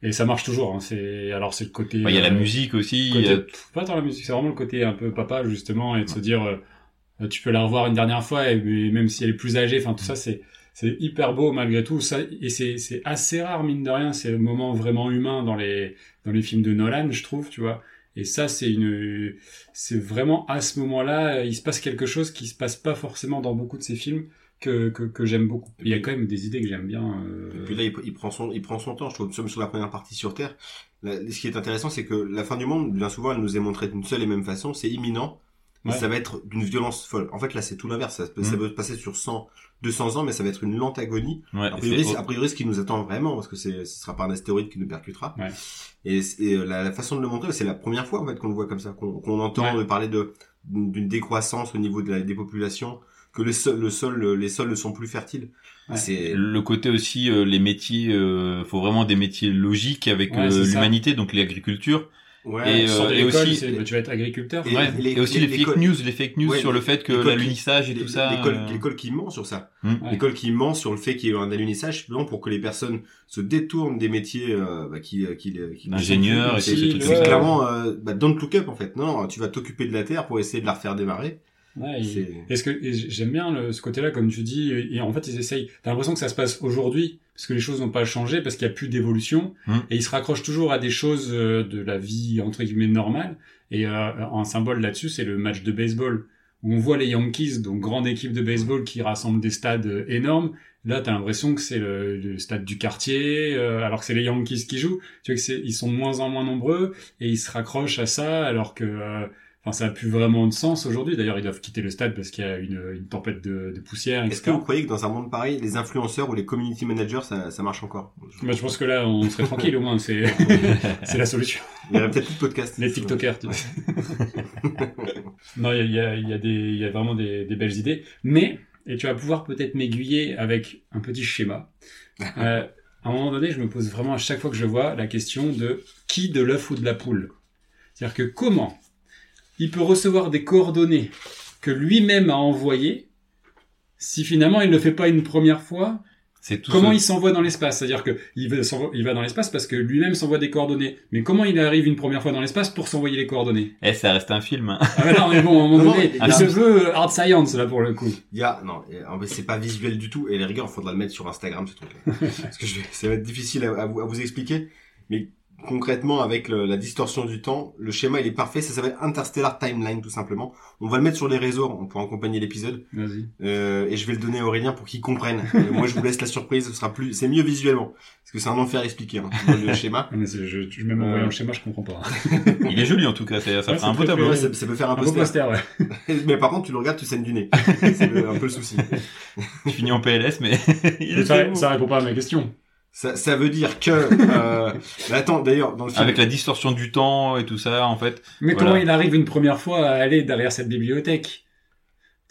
Speaker 3: Et ça marche toujours. hein, C'est alors c'est le côté.
Speaker 4: Enfin, il y a la
Speaker 3: euh,
Speaker 4: musique aussi. il
Speaker 3: côté-
Speaker 4: y a-
Speaker 3: pff, Pas tant la musique, c'est vraiment le côté un peu papa justement et de se dire euh, tu peux la revoir une dernière fois et, et même si elle est plus âgée, enfin tout ça c'est c'est hyper beau malgré tout ça et c'est c'est assez rare mine de rien, c'est le moment vraiment humain dans les dans les films de Nolan, je trouve, tu vois. Et ça c'est une c'est vraiment à ce moment-là, euh, il se passe quelque chose qui se passe pas forcément dans beaucoup de ces films que que, que j'aime beaucoup. Il y a quand même des idées que j'aime bien euh,
Speaker 1: Et puis là, il, il prend son, il prend son temps. Je trouve que nous sommes sur la première partie sur Terre. Là, ce qui est intéressant, c'est que la fin du monde, bien souvent, elle nous est montrée d'une seule et même façon. C'est imminent. Et
Speaker 3: Ouais. Mmh.
Speaker 1: ça va être d'une violence folle. En fait, là, c'est tout l'inverse. Ça, peut- ça
Speaker 4: Mhm.
Speaker 1: peut passer sur 100, 200 ans, mais ça va être une lente agonie.
Speaker 4: ouais,
Speaker 1: A
Speaker 4: et
Speaker 1: priori,
Speaker 4: c'est-
Speaker 1: c'est- a priori, ce qui nous attend vraiment, parce que c'est, ce sera pas un astéroïde qui nous percutera.
Speaker 3: Ouais.
Speaker 1: Et, c'est- et euh, la, la façon de le montrer, c'est la première fois en fait qu'on le voit comme ça, qu'on, qu'on entend
Speaker 3: Ouais.
Speaker 1: de parler de d'une décroissance au niveau de la, des populations, que le sol, le sol, le- les sols ne sont plus fertiles.
Speaker 3: Ouais.
Speaker 1: C'est
Speaker 4: le côté aussi euh, les métiers euh, faut vraiment des métiers logiques avec
Speaker 3: Ouais,
Speaker 4: euh,
Speaker 3: c'est ça.
Speaker 4: l'humanité donc l'agriculture
Speaker 1: ouais,
Speaker 4: et,
Speaker 3: tu sors de
Speaker 4: euh, et
Speaker 3: l'école,
Speaker 4: aussi-
Speaker 3: c'est, bah, tu vas être agriculteur.
Speaker 1: Et
Speaker 4: ouais.
Speaker 1: les-
Speaker 4: et aussi les,
Speaker 1: les-
Speaker 4: fake
Speaker 1: les-
Speaker 4: news les fake news
Speaker 1: Ouais,
Speaker 4: sur le fait que
Speaker 1: les- les-
Speaker 4: l'alunissage et
Speaker 1: les-
Speaker 4: tout ça
Speaker 1: l'école,
Speaker 4: euh,
Speaker 1: l'école qui ment sur ça,
Speaker 4: Mm.
Speaker 3: Ouais.
Speaker 1: l'école qui ment sur le fait qu'il y ait eu un alunissage, non pour que les personnes se détournent des métiers euh, bah, qui, qui, qui
Speaker 4: l'ingénieur et
Speaker 1: C'est
Speaker 4: tout ce
Speaker 3: si,
Speaker 4: truc
Speaker 3: le-
Speaker 1: c'est
Speaker 3: Ouais.
Speaker 1: clairement euh, bah, don't look up en fait. Non, tu vas t'occuper de la terre pour essayer de la refaire démarrer.
Speaker 3: Ouais, il-
Speaker 1: C'est-
Speaker 3: Est-ce que et j'aime bien le- ce côté-là, comme tu dis, et et en fait ils essayent. T'as l'impression que ça se passe aujourd'hui parce que les choses n'ont pas changé, parce qu'il n'y a plus d'évolution,
Speaker 4: Mm.
Speaker 3: et ils se raccrochent toujours à des choses euh, de la vie entre guillemets normale. Et euh, un symbole là-dessus, c'est le match de baseball où on voit les Yankees, donc grande équipe de baseball qui rassemble des stades euh, énormes. Là, t'as l'impression que c'est le, le stade du quartier, euh, alors que c'est les Yankees qui jouent. Tu vois que c'est, ils sont de moins en moins nombreux et ils se raccrochent à ça, alors que, euh, enfin, ça a plus vraiment de sens aujourd'hui. D'ailleurs, ils doivent quitter le stade parce qu'il y a une, une tempête de, de poussière,
Speaker 1: Est-ce que
Speaker 3: etc.
Speaker 1: vous croyez que dans un monde pareil, les influenceurs ou les community managers, ça, ça marche encore
Speaker 3: Bah, je pense que là, on serait tranquille au moins. C'est, c'est la solution.
Speaker 1: Il y aurait peut-être plus de podcast.
Speaker 3: Les TikTokers. tu vois. Non, il y a, il y a- il y a des- il y a vraiment des, des belles idées. Mais, et tu vas pouvoir peut-être m'aiguiller avec un petit schéma. Euh, à un moment donné, je me pose vraiment à chaque fois que je vois la question de qui de l'œuf ou de la poule. C'est-à-dire que comment il peut recevoir des coordonnées que lui-même a envoyées si finalement il ne le fait pas une première fois
Speaker 4: C'est tout
Speaker 3: Comment
Speaker 4: ce-
Speaker 3: il s'envoie dans l'espace C'est-à-dire que il va, s'envo- il va dans l'espace parce que lui-même s'envoie des coordonnées. Mais comment il arrive une première fois dans l'espace pour s'envoyer les coordonnées
Speaker 4: Eh, ça reste un film. hein.
Speaker 3: Ah bah non, mais bon, à un moment
Speaker 1: Non,
Speaker 3: donné,
Speaker 1: mais-
Speaker 3: il se veut euh, hard science là pour le coup.
Speaker 1: Il y a, non, et, en fait, c'est pas visuel du tout. Et les rigueurs, il faudra le mettre sur Instagram, ce truc Parce que je vais, ça va être difficile à, à vous, à vous expliquer. Mais concrètement, avec le- la distorsion du temps, le schéma, il est parfait. Ça s'appelle Interstellar Timeline, tout simplement. On va le mettre sur les réseaux on pourra accompagner l'épisode.
Speaker 3: Vas-y.
Speaker 1: Euh, et je vais le donner à Aurélien pour qu'il comprenne. Et moi, je vous laisse la surprise. Ce sera plus, c'est mieux visuellement. Parce que c'est un enfer à expliquer, hein, le schéma.
Speaker 3: Ah, mais c'est- je, je- même en
Speaker 1: Euh.
Speaker 3: voyant le schéma, je comprends pas.
Speaker 4: Il est joli en tout cas, ça, ça
Speaker 3: Ouais,
Speaker 4: fait un
Speaker 3: c'est
Speaker 4: beau
Speaker 3: très
Speaker 4: tableau.
Speaker 1: Ouais, ça, ça peut faire un
Speaker 3: Un beau
Speaker 1: poster.
Speaker 3: poster, ouais.
Speaker 1: Mais par contre, tu le regardes, tu saignes du nez. C'est le- un peu le souci.
Speaker 4: Je finis en PLS, mais il est très
Speaker 3: Ça,
Speaker 4: beau.
Speaker 3: ça répond pas à ma question.
Speaker 1: Ça, ça veut dire que... Euh... mais Attends, d'ailleurs, dans le film...
Speaker 4: Avec la distorsion du temps et tout ça, en fait.
Speaker 3: Mais
Speaker 4: Voilà.
Speaker 3: comment il arrive une première fois à aller derrière cette bibliothèque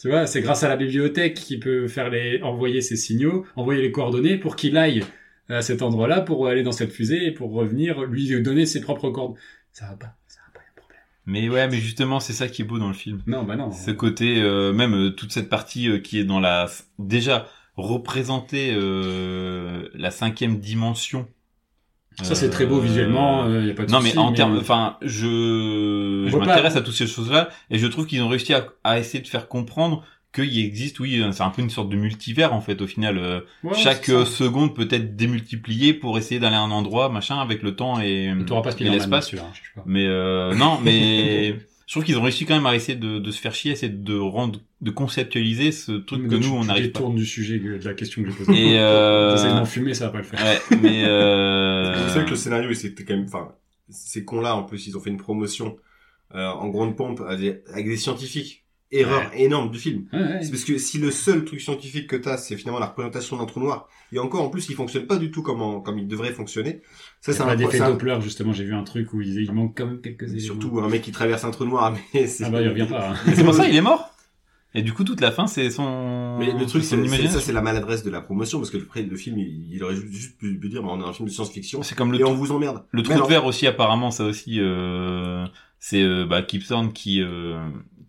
Speaker 3: Tu vois, c'est grâce à la bibliothèque qu'il peut faire les, envoyer ses signaux, envoyer les coordonnées pour qu'il aille à cet endroit-là pour aller dans cette fusée et pour revenir lui donner ses propres coordonnées. Ça va pas, ça va pas, y a un problème.
Speaker 4: Mais ouais, mais justement, c'est ça qui est beau dans le film.
Speaker 3: Non, bah non.
Speaker 4: Ce côté, euh, même euh, toute cette partie euh, qui est dans la déjà représentée euh, la cinquième dimension.
Speaker 3: Ça c'est très beau
Speaker 4: Euh,
Speaker 3: visuellement, il y a pas de
Speaker 4: Non mais
Speaker 3: souci,
Speaker 4: en termes, enfin, je,
Speaker 3: On
Speaker 4: je
Speaker 3: voit pas.
Speaker 4: m'intéresse à toutes ces choses-là et je trouve qu'ils ont réussi à, à essayer de faire comprendre qu'il existe, oui, c'est un peu une sorte de multivers en fait au final. euh,
Speaker 3: Ouais,
Speaker 4: Chaque
Speaker 3: c'est ça.
Speaker 4: euh, seconde peut être démultipliée pour essayer d'aller à un endroit, machin, avec le temps et,
Speaker 3: T'auras pas
Speaker 4: et
Speaker 3: Spider-Man,
Speaker 4: l'espace.
Speaker 3: celui-là, je sais pas.
Speaker 4: Mais euh, non, mais je trouve qu'ils ont réussi quand même à essayer de, de se faire chier, essayer de rendre, de conceptualiser ce truc que
Speaker 3: Donc, tu-
Speaker 4: nous on
Speaker 3: tu
Speaker 4: n'arrive pas.
Speaker 3: détournes du sujet de la question que j'ai posée.
Speaker 4: Et
Speaker 3: T'essaies de
Speaker 4: euh,
Speaker 3: m'enfumer, ça va pas le faire.
Speaker 4: ouais, mais
Speaker 1: C'est vrai
Speaker 4: euh,
Speaker 1: que le scénario, c'était quand même, enfin, ces cons-là, en plus, ils ont fait une promotion euh, en grande pompe avec des, avec des scientifiques. Erreur énorme du film.
Speaker 3: Ouais, ouais.
Speaker 1: C'est parce que si le seul truc scientifique que t'as, c'est finalement la représentation d'un trou noir, et encore en plus, il fonctionne pas du tout comme, en- comme il devrait fonctionner. Ça,
Speaker 3: C'est
Speaker 1: c'est
Speaker 3: pas
Speaker 1: un,
Speaker 3: d'effet
Speaker 1: c'est un-
Speaker 3: Doppler, justement, j'ai vu un truc où il, disait, il manque quand même quelques éléments.
Speaker 1: surtout un mec qui traverse un trou noir, mais c'est.
Speaker 3: Ah bah il revient pas. hein.
Speaker 4: mais c'est pour ça il est mort. Et du coup toute la fin c'est son.
Speaker 1: Mais le truc,
Speaker 4: son
Speaker 1: c'est c'est-
Speaker 4: imagination.
Speaker 1: ça, c'est la maladresse de la promotion, parce que le, pré- le film, il, il aurait juste pu, pu dire, on est un film de science-fiction,
Speaker 4: C'est comme le
Speaker 1: et on vous emmerde.
Speaker 4: Le
Speaker 1: Mais
Speaker 4: trou de
Speaker 1: alors-
Speaker 4: verre aussi, apparemment, ça aussi, euh, c'est euh, bah, Kip Thorne qui, euh,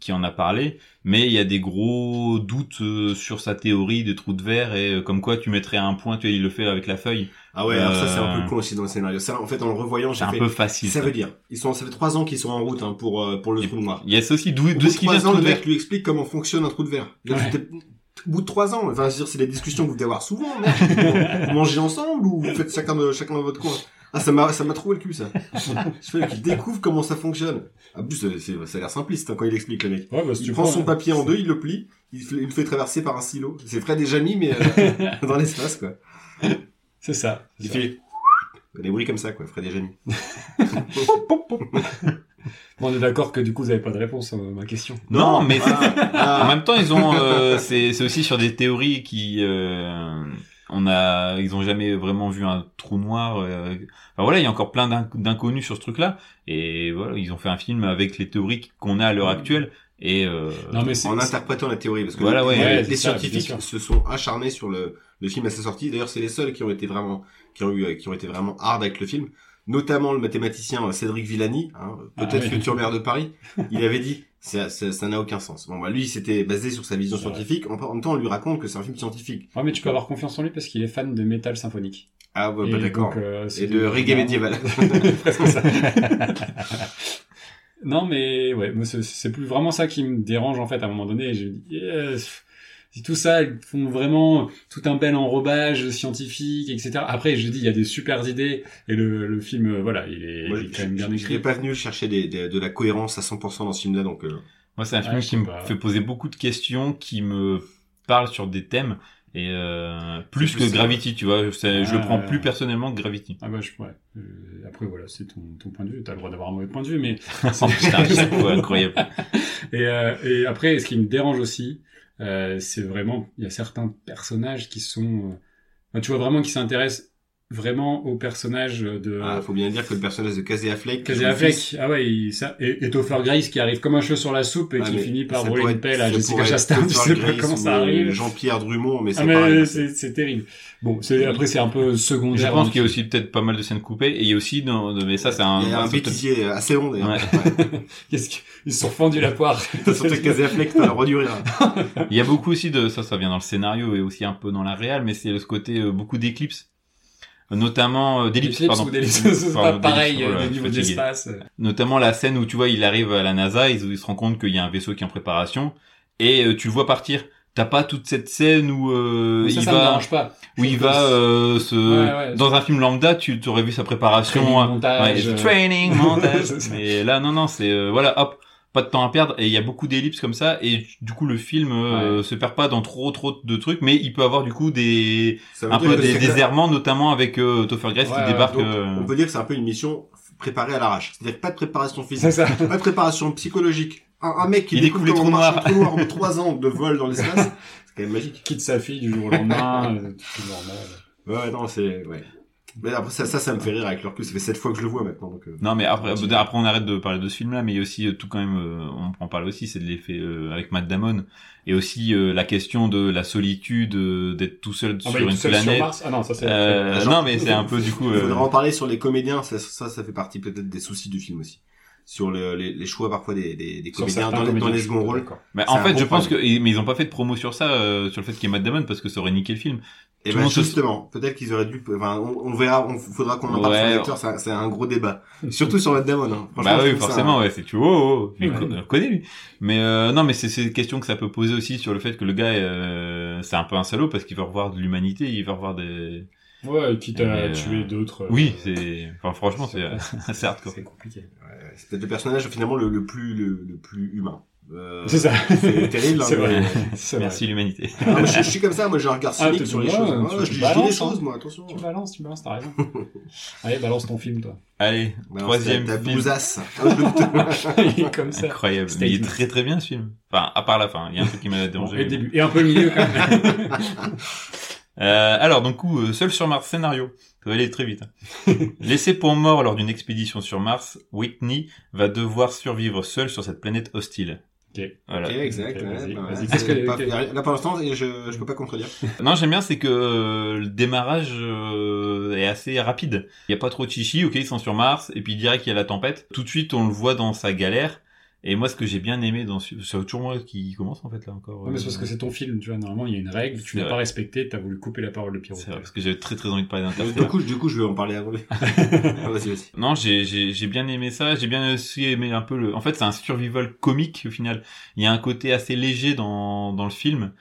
Speaker 4: qui en a parlé. Mais il y a des gros doutes euh, sur sa théorie des trous de verre et euh, comme quoi tu mettrais un point, tu vois, il le fait avec la feuille.
Speaker 1: Ah ouais, alors ça, c'est un
Speaker 4: Euh.
Speaker 1: peu con aussi dans le scénario. Ça, en fait, en le revoyant,
Speaker 4: C'est
Speaker 1: j'ai
Speaker 4: un
Speaker 1: fait,
Speaker 4: peu facile.
Speaker 1: Ça
Speaker 4: ça.
Speaker 1: veut dire, ils sont, ça fait trois ans qu'ils sont en route hein, pour euh, pour le trou noir.
Speaker 4: Il y a ça aussi, d'où
Speaker 1: Au
Speaker 4: d'où
Speaker 1: bout
Speaker 4: est-ce
Speaker 1: de
Speaker 4: qu'il vient ce
Speaker 1: trois ans,
Speaker 4: trou
Speaker 1: le
Speaker 4: de verre
Speaker 1: mec lui explique comment fonctionne un trou de verre. Là,
Speaker 3: Ouais.
Speaker 1: c'était- Au bout de trois ans, enfin, je veux dire, c'est des discussions que vous devez avoir souvent. Merde. Vous- vous mangez ensemble ou vous faites chacun de chacun dans votre coin. Ah, ça m'a ça m'a trouvé le cul ça. je fais qu'il découvre comment ça fonctionne. En plus, euh, c'est- ça a l'air simpliste hein, quand il explique le mec.
Speaker 3: Ouais, bah, si
Speaker 1: Il
Speaker 3: tu
Speaker 1: prend
Speaker 3: prends,
Speaker 1: son
Speaker 3: hein.
Speaker 1: papier en deux, il le plie, il, f- il le fait traverser par un silo. C'est Fred et Jamie, mais euh, dans l'espace quoi.
Speaker 3: C'est ça.
Speaker 1: Il fait des bruits comme ça quoi, Fred et Jamie.
Speaker 3: Bon, on est d'accord que du coup, vous avez pas de réponse à ma question.
Speaker 4: Non, mais
Speaker 1: Ah, ah.
Speaker 4: en même temps, ils ont, euh, c'est c'est aussi sur des théories qui, euh, on a, ils ont jamais vraiment vu un trou noir. euh, enfin, voilà, il y a encore plein d'in- d'inconnus sur ce truc-là. Et voilà, ils ont fait un film avec les théories qu'on a à l'heure actuelle. Et euh,
Speaker 3: Non, mais c'est.
Speaker 1: en interprétant la théorie parce que
Speaker 4: Voilà,
Speaker 1: les-
Speaker 4: ouais.
Speaker 1: les,
Speaker 3: Ouais,
Speaker 1: les
Speaker 3: c'est ça,
Speaker 1: scientifiques
Speaker 3: bien sûr.
Speaker 1: se sont acharnés sur le, le film à sa sortie d'ailleurs c'est les seuls qui ont été vraiment qui ont eu qui ont été vraiment hard avec le film notamment le mathématicien euh, Cédric Villani hein, peut-être
Speaker 3: Ah, oui.
Speaker 1: futur maire de Paris il avait dit ça ça ça n'a aucun sens bon bah lui c'était basé sur sa vision
Speaker 3: C'est vrai.
Speaker 1: scientifique en, en même temps on lui raconte que c'est un film scientifique
Speaker 3: Ouais, Ah, mais tu peux avoir confiance en lui parce qu'il est fan de métal symphonique.
Speaker 1: ah ouais bah,
Speaker 3: Et
Speaker 1: d'accord
Speaker 3: donc, euh, c'est-
Speaker 1: et de reggae médiéval
Speaker 3: Presque ça. non, mais ouais, moi, c'est- c'est plus vraiment ça qui me dérange en fait. À un moment donné, je me dis, yes. si tout ça, ils font vraiment tout un bel enrobage scientifique, etc. Après, je dis, il y a des super idées et le, le film, euh, voilà, il est,
Speaker 1: Moi,
Speaker 3: il
Speaker 1: je
Speaker 3: est quand même bien
Speaker 1: je- je
Speaker 3: écrit.
Speaker 1: n'ai pas venu chercher des, des- de la cohérence à 100% dans ce film là donc euh,
Speaker 4: moi, c'est un film
Speaker 3: Ouais, je
Speaker 4: qui me
Speaker 3: sais pas.
Speaker 4: fait poser beaucoup de questions, qui me parle sur des thèmes et euh, plus
Speaker 1: C'est
Speaker 4: que
Speaker 1: plus ça.
Speaker 4: Gravity, tu vois. c'est- Je
Speaker 3: Ah,
Speaker 4: le prends
Speaker 3: ouais,
Speaker 4: plus
Speaker 3: ouais.
Speaker 4: personnellement que Gravity.
Speaker 3: Ah bah je, ouais. Euh, après voilà, c'est ton, ton point de vue. T'as le droit d'avoir un mauvais point de vue, mais
Speaker 4: C'est un chapeau incroyable.
Speaker 3: et, euh, et après, ce qui me dérange aussi, euh, c'est vraiment il y a certains personnages qui sont, euh, enfin, tu vois vraiment qui s'intéressent vraiment au personnage de
Speaker 1: Ah, faut bien dire que le personnage de Casey Affleck.
Speaker 3: Casey
Speaker 1: son
Speaker 3: Affleck.
Speaker 1: fils,
Speaker 3: Ah ouais, il- ça, et, et Topher Grace qui arrive comme un cheveu sur la soupe et
Speaker 1: ah,
Speaker 3: qui
Speaker 1: mais
Speaker 3: finit par
Speaker 1: ça
Speaker 3: rouler
Speaker 1: pourrait
Speaker 3: une
Speaker 1: être-
Speaker 3: pelle
Speaker 1: ça
Speaker 3: à Jessica
Speaker 1: pourrait être
Speaker 3: Chastain. Je sais
Speaker 1: Topher
Speaker 3: pas
Speaker 1: Grace
Speaker 3: comment ça
Speaker 1: ou, euh,
Speaker 3: arrive.
Speaker 1: Jean-Pierre Drummond, mais c'est
Speaker 3: Ah
Speaker 1: pareil.
Speaker 3: mais c'est c'est terrible. Bon, c'est- après c'est un peu hein.
Speaker 4: Je
Speaker 3: secondaire.
Speaker 4: pense qu'il y a aussi peut-être pas mal de scènes coupées, et il y a aussi dans, mais ça, c'est un,
Speaker 1: Il y a un
Speaker 4: un-
Speaker 1: bêtisier euh, assez long d'ailleurs.
Speaker 4: Ouais.
Speaker 3: Qu'est-ce qu'ils- ils se sont fendus la poire.
Speaker 1: Surtout que Casey Affleck, t'as le roi du rire.
Speaker 4: Il y a beaucoup aussi de ça, ça vient dans le scénario et aussi un peu dans la réal, mais c'est ce côté euh, beaucoup d'éclipses, notamment euh, d'ellipses,
Speaker 3: Ellipse
Speaker 4: pardon.
Speaker 3: ou d'ellipse, c'est
Speaker 4: Pardon,
Speaker 3: pas
Speaker 4: d'ellipses,
Speaker 3: pareil
Speaker 4: voilà,
Speaker 3: euh, au
Speaker 4: je suis
Speaker 3: niveau de
Speaker 4: fatigué.
Speaker 3: l'espace.
Speaker 4: Notamment la scène où tu vois, il arrive à la NASA, il, il se rend compte qu'il y a un vaisseau qui est en préparation et euh, tu le vois partir. T'as pas toute cette scène où
Speaker 3: ça,
Speaker 4: euh, il
Speaker 3: ça me
Speaker 4: va,
Speaker 3: dérange pas.
Speaker 4: où il va euh, se,
Speaker 3: Ouais, ouais.
Speaker 4: dans un film lambda, tu t'aurais vu sa préparation.
Speaker 3: Training,
Speaker 4: hein.
Speaker 3: montage,
Speaker 4: Ouais,
Speaker 3: euh,
Speaker 4: training, montage.
Speaker 3: C'est ça.
Speaker 4: mais là, non, non, c'est euh, voilà, hop, pas de temps à perdre. Et il y a beaucoup d'ellipses comme ça, et du coup, le film euh, se perd pas dans trop, trop de trucs, mais il peut avoir du coup des
Speaker 1: Ça veut
Speaker 4: un
Speaker 1: dire
Speaker 4: peu
Speaker 1: Euh, que
Speaker 4: des,
Speaker 1: c'est-
Speaker 4: des errements, notamment avec euh, Topher Grace
Speaker 3: Ouais,
Speaker 4: qui débarque.
Speaker 1: donc,
Speaker 4: euh,
Speaker 1: On peut dire que c'est un peu une mission préparée à l'arrache. C'est-à-dire que pas de préparation
Speaker 3: C'est
Speaker 1: physique,
Speaker 3: ça.
Speaker 1: pas de préparation psychologique. Un, un mec qui
Speaker 4: Il
Speaker 1: découvre,
Speaker 4: découvre les
Speaker 1: comment
Speaker 4: trous
Speaker 1: marche un trou noir en trois ans de vol dans l'espace, c'est quand même magique.
Speaker 3: Quitte sa fille du jour au lendemain. euh, tout normal.
Speaker 1: Ouais, ouais, non, c'est ouais. Mais après ça, ça, ça me fait rire avec leur cul. Ça fait sept fois que je le vois maintenant. Donc, euh,
Speaker 4: Non mais après
Speaker 1: Continue.
Speaker 4: après on arrête de parler de ce film là mais il y a aussi euh, tout quand même euh, on en parle aussi c'est de l'effet euh, avec Matt Damon et aussi euh, la question de la solitude euh, d'être tout seul
Speaker 3: Ah, bah,
Speaker 4: sur
Speaker 3: il est
Speaker 4: une
Speaker 3: tout seul sur
Speaker 4: planète
Speaker 3: Mars. Ah non, ça c'est.
Speaker 4: Euh,
Speaker 1: Genre-
Speaker 4: non mais c'est un peu du coup
Speaker 1: il
Speaker 4: euh,
Speaker 1: faudra en parler sur les comédiens. Ça, ça, ça fait partie peut-être des soucis du film aussi. Sur le- les, les choix parfois des, des, des
Speaker 3: sur
Speaker 1: comédiens
Speaker 3: certains
Speaker 1: dans, les- dans
Speaker 3: comédiens,
Speaker 1: les
Speaker 3: je suis
Speaker 1: seconds rôles.
Speaker 3: d'accord.
Speaker 4: Mais
Speaker 1: C'est
Speaker 4: en
Speaker 1: un
Speaker 4: fait,
Speaker 1: gros
Speaker 4: je pense que et- mais ils ont pas fait de promo sur ça, euh, sur le fait qu'il y ait Matt Damon, parce que ça aurait niqué le film.
Speaker 1: Et
Speaker 4: Tout
Speaker 1: ben
Speaker 4: le monde se-
Speaker 1: justement, peut-être qu'ils auraient dû. Enfin, on, on verra. On faudra qu'on en parle
Speaker 4: Ouais.
Speaker 1: sur les acteurs. c'est un- C'est un gros débat. Surtout sur Matt Damon. Hein. Franchement,
Speaker 4: Bah
Speaker 1: je
Speaker 4: oui,
Speaker 1: trouve ça-
Speaker 4: forcément, ouais, c'est tu oh, oh, je le
Speaker 3: Ouais.
Speaker 4: con- je le connais lui. Mais euh, non, mais c'est c'est une question que ça peut poser aussi sur le fait que le gars, euh, c'est un peu un salaud parce qu'il veut revoir de l'humanité, il veut revoir des.
Speaker 3: Ouais, quitte à
Speaker 4: Mais, euh,
Speaker 3: tuer d'autres. euh,
Speaker 4: Oui, c'est. Enfin, franchement, c'est c'est hardcore.
Speaker 3: C'est compliqué.
Speaker 1: Ouais, euh, C'est peut-être le personnage finalement le, le plus le, le plus humain. Euh,
Speaker 3: C'est ça.
Speaker 1: c'est terrible, hein,
Speaker 3: C'est vrai.
Speaker 1: mais-
Speaker 3: C'est vrai.
Speaker 4: Merci l'humanité.
Speaker 1: Ah, moi, je, je suis comme ça, moi j'ai un regard
Speaker 3: Ah,
Speaker 1: cynique
Speaker 3: t'es
Speaker 1: sur les
Speaker 3: ouais,
Speaker 1: choses.
Speaker 3: tu
Speaker 1: Ouais, je dis je dis
Speaker 3: balances,
Speaker 1: les
Speaker 3: hein.
Speaker 1: choses, moi, attention.
Speaker 3: Tu balances, tu balances, t'as raison. Allez, balance ton film, toi.
Speaker 4: Allez,
Speaker 1: Balance
Speaker 4: troisième
Speaker 1: Bah, ta, ta
Speaker 4: film.
Speaker 1: blousasse. Ah, je-
Speaker 3: Il est comme ça.
Speaker 4: Incroyable.
Speaker 3: Statement.
Speaker 4: Mais il est très très bien ce film. Enfin, à part la fin, il y a un truc qui m'a
Speaker 3: Bon,
Speaker 4: dérangé.
Speaker 3: et le début. Et un peu le milieu, quand même.
Speaker 4: Euh, alors, donc, coup, euh, seul sur Mars, scénario. Ça va aller très vite. hein. Laissé pour mort lors d'une expédition sur Mars, Whitney va devoir survivre seul sur cette planète hostile.
Speaker 3: Ok.
Speaker 4: Voilà.
Speaker 1: Ok, exact.
Speaker 3: Ok,
Speaker 1: ouais,
Speaker 3: vas-y,
Speaker 1: bah,
Speaker 3: vas-y.
Speaker 1: c'est
Speaker 3: Est-ce que-
Speaker 1: pas-
Speaker 3: ok.
Speaker 1: Là pour l'instant, je, je peux pas contredire.
Speaker 4: Non, j'aime bien, c'est que euh, le démarrage euh, est assez rapide. Il n'y a pas trop de chichi, ok, ils sont sur Mars, et puis direct, il y a la tempête. Tout de suite, on le voit dans sa galère. Et moi, ce que j'ai bien aimé dans ce... C'est toujours moi qui commence, en fait, là, encore. Euh,
Speaker 3: Non, mais c'est parce que c'est ton film, tu vois. Normalement, il y a une règle, tu
Speaker 4: C'est
Speaker 3: l'as
Speaker 4: vrai.
Speaker 3: pas respectée, t'as voulu couper la parole de Pierrot.
Speaker 4: C'est vrai, parce que j'avais très très envie de parler
Speaker 1: Euh, Du
Speaker 4: d'Interstellar.
Speaker 1: coup, je- du coup, je vais en parler avant lui. Ah, vas-y, vas-y.
Speaker 4: Non, j'ai j'ai j'ai bien aimé ça. J'ai bien aussi aimé un peu le. En fait, c'est un survival comique au final. Il y a un côté assez léger dans dans le film.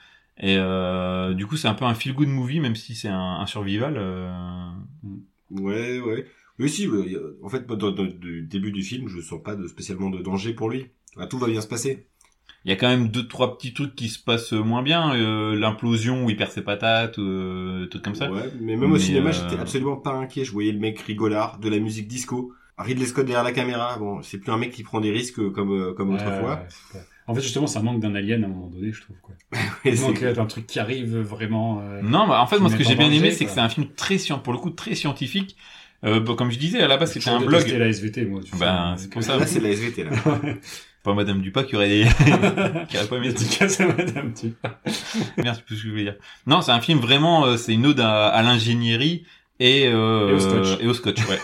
Speaker 4: Et euh, du coup, c'est un peu un feel good movie, même si c'est un, un survival. euh.
Speaker 1: Ouais, ouais. Oui, si, mais, euh, en fait, moi, dans- dans- du début du film, je sens pas de, spécialement de danger pour lui. Ah, tout va bien se passer.
Speaker 4: Il y a quand même deux trois petits trucs qui se passent moins bien. Euh, L'implosion où il perd ses patates, euh, des trucs comme ça.
Speaker 1: Ouais, mais même au
Speaker 4: Mais,
Speaker 1: cinéma,
Speaker 4: euh,
Speaker 1: j'étais absolument pas inquiet. Je voyais le mec rigolard, de la musique disco, Ridley Scott derrière la caméra. Bon, c'est plus un mec qui prend des risques euh, comme euh, comme
Speaker 3: Ouais,
Speaker 1: autrefois.
Speaker 3: ouais, c'est pas- En fait, justement, ça manque d'un alien à un moment donné, je trouve. Quoi.
Speaker 1: Et
Speaker 3: Il
Speaker 1: c'est-
Speaker 3: manque d'un truc qui arrive vraiment. euh,
Speaker 4: Non, bah, en fait,
Speaker 3: Qui
Speaker 4: moi, ce
Speaker 3: met
Speaker 4: que
Speaker 3: en
Speaker 4: j'ai bien
Speaker 3: danger,
Speaker 4: aimé, c'est que
Speaker 3: quoi.
Speaker 4: c'est un film très scient, pour le coup, très scientifique. Euh, bah, comme je disais, à la base,
Speaker 3: j'ai
Speaker 4: c'était un
Speaker 3: toujours détesté
Speaker 4: blog.
Speaker 3: la SVT, moi. tu sais.
Speaker 4: Ben, c'est pour ça.
Speaker 1: Là, c'est de la SVT là.
Speaker 4: Pas Madame Dupas qui aurait,
Speaker 3: euh,
Speaker 4: qui aurait pas aimé ce
Speaker 3: Dédicace à Madame Dupas.
Speaker 4: Merde, c'est plus ce que je voulais dire. Non, c'est un film vraiment, euh, c'est une ode à, à l'ingénierie et, euh,
Speaker 3: Et au scotch.
Speaker 4: et au scotch, ouais.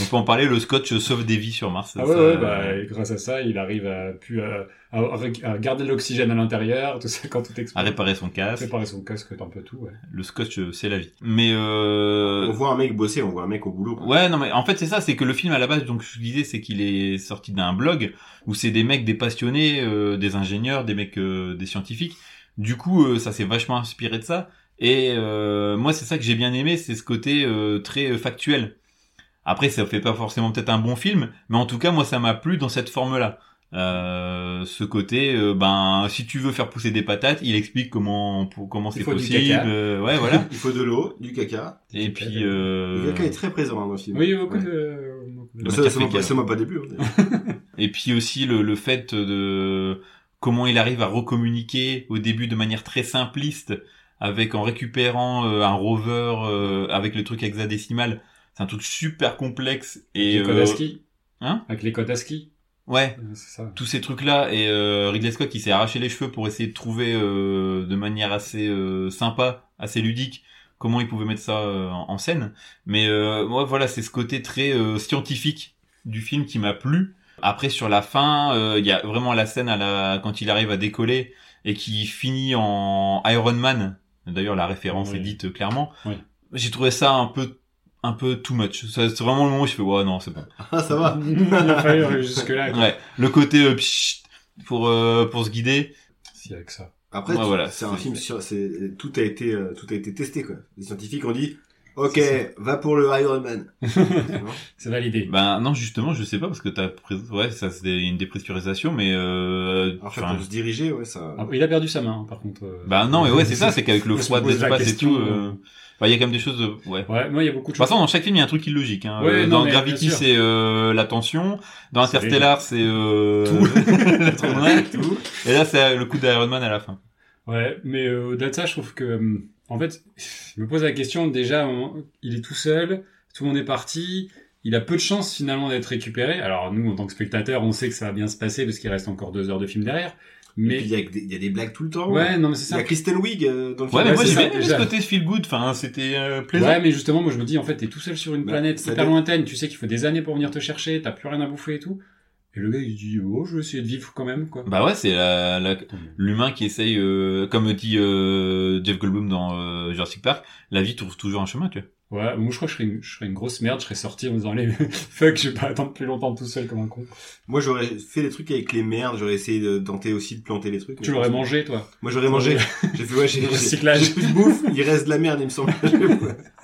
Speaker 4: On peut en parler, le scotch sauve des vies sur Mars.
Speaker 3: Ah ouais,
Speaker 4: ça-
Speaker 3: ouais, bah, et grâce à ça, il arrive à, pu, à, à- à garder l'oxygène à l'intérieur, tout ça, quand tout
Speaker 4: à
Speaker 3: explose.
Speaker 4: réparer son casque,
Speaker 3: Préparer son casque, un peu tout, ouais.
Speaker 4: le scotch euh, c'est la vie. Mais euh...
Speaker 1: On voit un mec bosser, on voit un mec au boulot. quoi.
Speaker 4: ouais non mais en fait c'est ça, c'est que le film à la base donc je disais c'est qu'il est sorti d'un blog où c'est des mecs, des passionnés, euh, des ingénieurs, des mecs, euh, des scientifiques. Du coup euh, ça s'est vachement inspiré de ça et euh, moi c'est ça que j'ai bien aimé, c'est ce côté euh, très euh, factuel. Après, ça fait pas forcément peut-être un bon film, mais en tout cas, moi, ça m'a plu dans cette forme-là. Euh, ce côté, euh, ben, si tu veux faire pousser des patates, il explique comment pour- comment
Speaker 3: Il
Speaker 4: c'est
Speaker 3: faut du
Speaker 4: possible.
Speaker 3: caca.
Speaker 4: euh, ouais, voilà.
Speaker 1: Il faut de l'eau, du caca.
Speaker 4: Et puis,
Speaker 3: caca.
Speaker 1: Le
Speaker 4: euh,
Speaker 1: caca est très présent hein, dans le film.
Speaker 3: Oui, beaucoup
Speaker 1: Ouais.
Speaker 3: de... beaucoup de-
Speaker 4: Le
Speaker 1: Ça,
Speaker 4: macaque
Speaker 1: ça m'a
Speaker 4: fécal.
Speaker 1: pas- ça m'a pas déplu. hein, d'ailleurs.
Speaker 4: et puis aussi le, le fait de comment il arrive à recommuniquer au début de manière très simpliste avec en récupérant euh, un rover euh, avec le truc hexadécimal. C'est un truc super complexe et
Speaker 3: les codes à
Speaker 4: euh,
Speaker 3: ski.
Speaker 4: hein
Speaker 3: Avec les codes à ski.
Speaker 4: ouais,
Speaker 3: Euh, C'est ça.
Speaker 4: tous ces trucs là et euh, Ridley Scott qui s'est arraché les cheveux pour essayer de trouver euh, de manière assez euh, sympa, assez ludique comment il pouvait mettre ça euh, en en scène. Mais euh, moi voilà, c'est ce côté très euh, scientifique du film qui m'a plu. Après sur la fin, euh, il y a vraiment la scène à la quand il arrive à décoller et qui finit en Iron Man. D'ailleurs la référence
Speaker 3: Oui.
Speaker 4: est dite euh, clairement.
Speaker 3: Oui.
Speaker 4: J'ai trouvé ça un peu un peu too much. Ça, C'est vraiment le moment où je fais ouais non, c'est bon.
Speaker 1: Ah, ça va.
Speaker 3: Il a fallu aller jusque-là. quoi.
Speaker 4: Ouais, le côté euh, pchit pour euh, pour se guider.
Speaker 3: Si, avec ça.
Speaker 1: Après,
Speaker 4: Ouais,
Speaker 1: tu-
Speaker 4: voilà,
Speaker 1: c'est un
Speaker 4: c'est-
Speaker 1: film sur, c'est, tout a été, euh, tout a été testé, quoi. Les scientifiques ont dit, ok,
Speaker 3: C'est
Speaker 1: va pour le Iron Man.
Speaker 3: C'est validé.
Speaker 4: Ben non, justement, je sais pas parce que t'as pré- ouais, ça c'était une dépressurisation, mais euh,
Speaker 1: en fait,
Speaker 4: enfin,
Speaker 1: pour se diriger, ouais, ça.
Speaker 3: Ah, Il a perdu sa main, hein, par contre. euh.
Speaker 4: ben non, mais ouais, c'est ça, c'est qu'avec le
Speaker 3: On se
Speaker 4: froid de
Speaker 3: pose la
Speaker 4: l'espace et
Speaker 3: question,
Speaker 4: tout, euh, ben, il y a quand même des choses, de- ouais.
Speaker 3: Ouais, moi, il y a beaucoup
Speaker 4: De
Speaker 3: de
Speaker 4: toute
Speaker 3: choses.
Speaker 4: façon, dans chaque film, il y a un truc illogique. Hein.
Speaker 3: Ouais,
Speaker 4: Euh,
Speaker 3: non,
Speaker 4: dans
Speaker 3: mais
Speaker 4: Gravity,
Speaker 3: bien sûr.
Speaker 4: c'est euh, la tension. Dans
Speaker 3: C'est
Speaker 4: Interstellar, c'est euh,
Speaker 1: Tout.
Speaker 4: la tournade.
Speaker 1: Tout.
Speaker 4: Et là, c'est euh, le coup d'Iron Man à la fin.
Speaker 3: Ouais, mais euh, au-delà de ça, je trouve que, hum, en fait, je me pose la question, déjà, on- il est tout seul, tout le monde est parti, il a peu de chances finalement d'être récupéré. Alors nous, en tant que spectateurs, on sait que ça va bien se passer parce qu'il reste encore deux heures de film derrière.
Speaker 1: Et
Speaker 3: Mais
Speaker 1: puis, il y, a que des- il y a des blagues tout le temps.
Speaker 3: ouais, non, mais
Speaker 1: Il
Speaker 3: c'est
Speaker 1: y
Speaker 3: ça.
Speaker 1: a Kristen Wiig euh, dans le film.
Speaker 4: Ouais, mais
Speaker 3: Ouais,
Speaker 4: moi,
Speaker 3: c'est
Speaker 4: j'ai
Speaker 3: ça,
Speaker 4: bien aimé ce
Speaker 3: déjà.
Speaker 4: côté feel good. Enfin, c'était euh, plaisant.
Speaker 3: Ouais, mais justement, moi je me dis, en fait, t'es tout seul sur une
Speaker 1: Bah,
Speaker 3: planète
Speaker 1: ça
Speaker 3: hyper
Speaker 1: dé-
Speaker 3: lointaine, tu sais qu'il faut des années pour venir te chercher, t'as plus rien à bouffer et tout. Et le gars, il se dit, oh, je vais essayer de vivre quand même, quoi.
Speaker 4: Bah ouais, c'est la, la- l'humain qui essaye, euh, comme dit euh, Jeff Goldblum dans euh, Jurassic Park, la vie trouve toujours un chemin, tu vois.
Speaker 3: Ouais, moi je crois que je serais une, je serais une grosse merde, je serais sorti en me disant, allez, fuck, je vais pas attendre plus longtemps tout seul comme un con.
Speaker 1: Moi, j'aurais fait des trucs avec les merdes, j'aurais essayé de tenter aussi de planter les trucs.
Speaker 3: Tu l'aurais mangé, toi.
Speaker 1: Moi, j'aurais mangé. j'ai fait, ouais, j'ai,
Speaker 3: Le
Speaker 1: j'ai-
Speaker 3: recyclage.
Speaker 1: j'ai fait de bouffe, il reste de la merde, il me semble.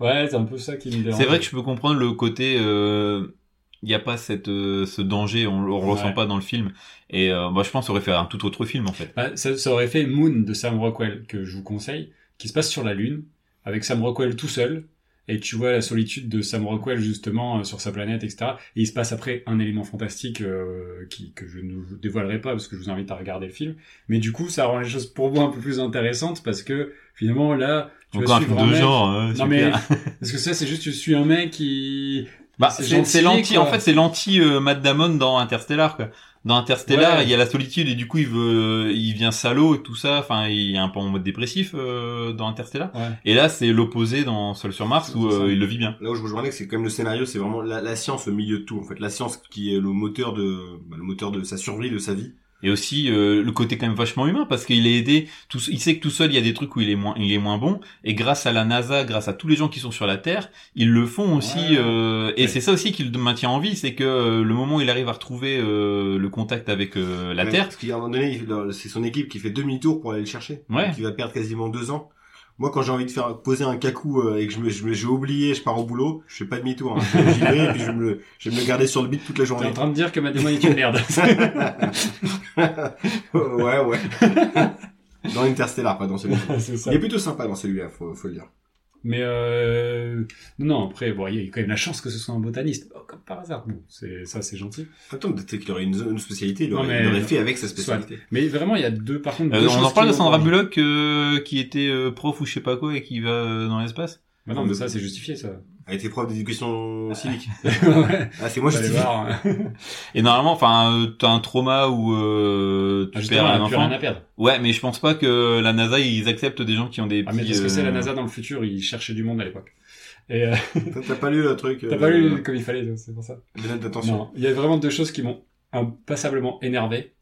Speaker 3: Ouais, c'est un peu ça qui me dérange.
Speaker 4: C'est vrai que je peux comprendre le côté, il n'y a pas cette, euh, ce danger, on le ressent
Speaker 3: Ouais.
Speaker 4: pas dans le film. Et euh, moi, je pense qu'on aurait fait un tout autre film, en fait.
Speaker 3: Bah, ça, ça aurait fait Moon de Sam Rockwell, que je vous conseille, qui se passe sur la Lune, avec Sam Rockwell tout seul, et tu vois la solitude de Sam Rockwell justement euh, sur sa planète, etc. Et il se passe après un élément fantastique euh, qui, que je ne vous dévoilerai pas parce que je vous invite à regarder le film. Mais du coup, ça rend les choses pour moi un peu plus intéressantes parce que finalement là, tu
Speaker 4: Encore
Speaker 3: vas
Speaker 4: un film
Speaker 3: suivre un
Speaker 4: de
Speaker 3: mec.
Speaker 4: genre. euh,
Speaker 3: non
Speaker 4: super.
Speaker 3: mais parce que ça, c'est juste tu suis un mec qui
Speaker 4: Bah,
Speaker 3: c'est
Speaker 4: c'est
Speaker 3: gentil,
Speaker 4: c'est l'anti,
Speaker 3: quoi.
Speaker 4: en fait, c'est l'anti euh, Matt Damon dans Interstellar, quoi. Dans Interstellar,
Speaker 3: Ouais.
Speaker 4: il y a la solitude et du coup, il veut, euh, il vient salaud et tout ça. Enfin, il est un peu en mode dépressif euh, dans Interstellar.
Speaker 3: Ouais.
Speaker 4: Et là, c'est l'opposé dans Seul sur Mars où
Speaker 3: C'est ça.
Speaker 4: euh, il le vit bien.
Speaker 1: Là où je rejoins Alex, c'est quand même le scénario, c'est vraiment la, la science au milieu de tout, en fait. La science qui est le moteur de, bah, le moteur de sa survie, de sa vie.
Speaker 4: Et aussi euh, le côté quand même vachement humain parce qu'il est aidé. Tout, il sait que tout seul il y a des trucs où il est moins, il est moins bon. Et grâce à la NASA, grâce à tous les gens qui sont sur la Terre, ils le font aussi.
Speaker 3: Ouais.
Speaker 4: euh, et
Speaker 3: Ouais.
Speaker 4: c'est ça aussi qui le maintient en vie, c'est que euh, le moment où il arrive à retrouver euh, le contact avec euh, la
Speaker 1: Ouais,
Speaker 4: Terre,
Speaker 1: Parce qu'à un moment donné, il- leur- c'est son équipe qui fait demi-tour pour aller le chercher.
Speaker 4: Ouais.
Speaker 1: Donc, il va perdre quasiment deux ans. Moi, quand j'ai envie de faire poser un cacou euh, et que je me, je me- j'ai oublié, je pars au boulot, je fais pas demi-tour. hein. J'y vais et puis je vais me, le- je vais me le garder sur le beat toute la
Speaker 3: T'es en
Speaker 1: journée.
Speaker 3: train de dire que ma demande est une merde.
Speaker 1: ouais, ouais. dans Interstellar, pas dans celui-là.
Speaker 3: c'est ça.
Speaker 1: Il est plutôt sympa dans celui-là, faut, faut le dire.
Speaker 3: Mais euh... non, non, après, bon, il y a quand même la chance que ce soit un botaniste. Oh, comme par hasard. Bon, c'est ça, c'est gentil.
Speaker 1: Attends, peut-être qu'il aurait une, zone- une spécialité, il
Speaker 3: Non,
Speaker 1: aurait,
Speaker 3: mais-
Speaker 1: il aurait fait avec sa spécialité.
Speaker 3: Mais vraiment, il y a deux, par contre,
Speaker 4: Euh,
Speaker 3: deux
Speaker 4: on
Speaker 3: choses
Speaker 4: en
Speaker 3: qui
Speaker 4: parle de
Speaker 3: m'ont
Speaker 4: Sandra
Speaker 3: pas plu.
Speaker 4: Bullock euh, qui était euh, prof ou je sais pas quoi et qui va euh, dans l'espace.
Speaker 3: Bah non, mais ça, c'est justifié, ça.
Speaker 1: Elle était prof d'éducation civique.
Speaker 3: ouais.
Speaker 1: Ah, c'est moi, je
Speaker 3: Allez
Speaker 1: dis.
Speaker 3: Ah. voir. hein.
Speaker 4: Et normalement, enfin, euh, t'as un trauma où euh,
Speaker 3: Ah,
Speaker 4: tu
Speaker 3: Justement,
Speaker 4: perds
Speaker 3: elle
Speaker 4: un
Speaker 3: n'a plus
Speaker 4: enfant.
Speaker 3: rien à perdre.
Speaker 4: Ouais, mais je pense pas que la NASA ils acceptent des gens qui ont des.
Speaker 3: Ah, mais
Speaker 4: petits,
Speaker 3: parce que c'est la
Speaker 4: euh,
Speaker 3: NASA dans le futur, ils cherchaient du monde à l'époque. Et euh,
Speaker 1: T'as pas lu le truc. euh,
Speaker 3: t'as pas
Speaker 4: euh,
Speaker 3: lu comme il fallait, c'est pour ça.
Speaker 1: Les notes d'attention.
Speaker 3: Non, il y a vraiment deux choses qui m'ont impassablement énervé.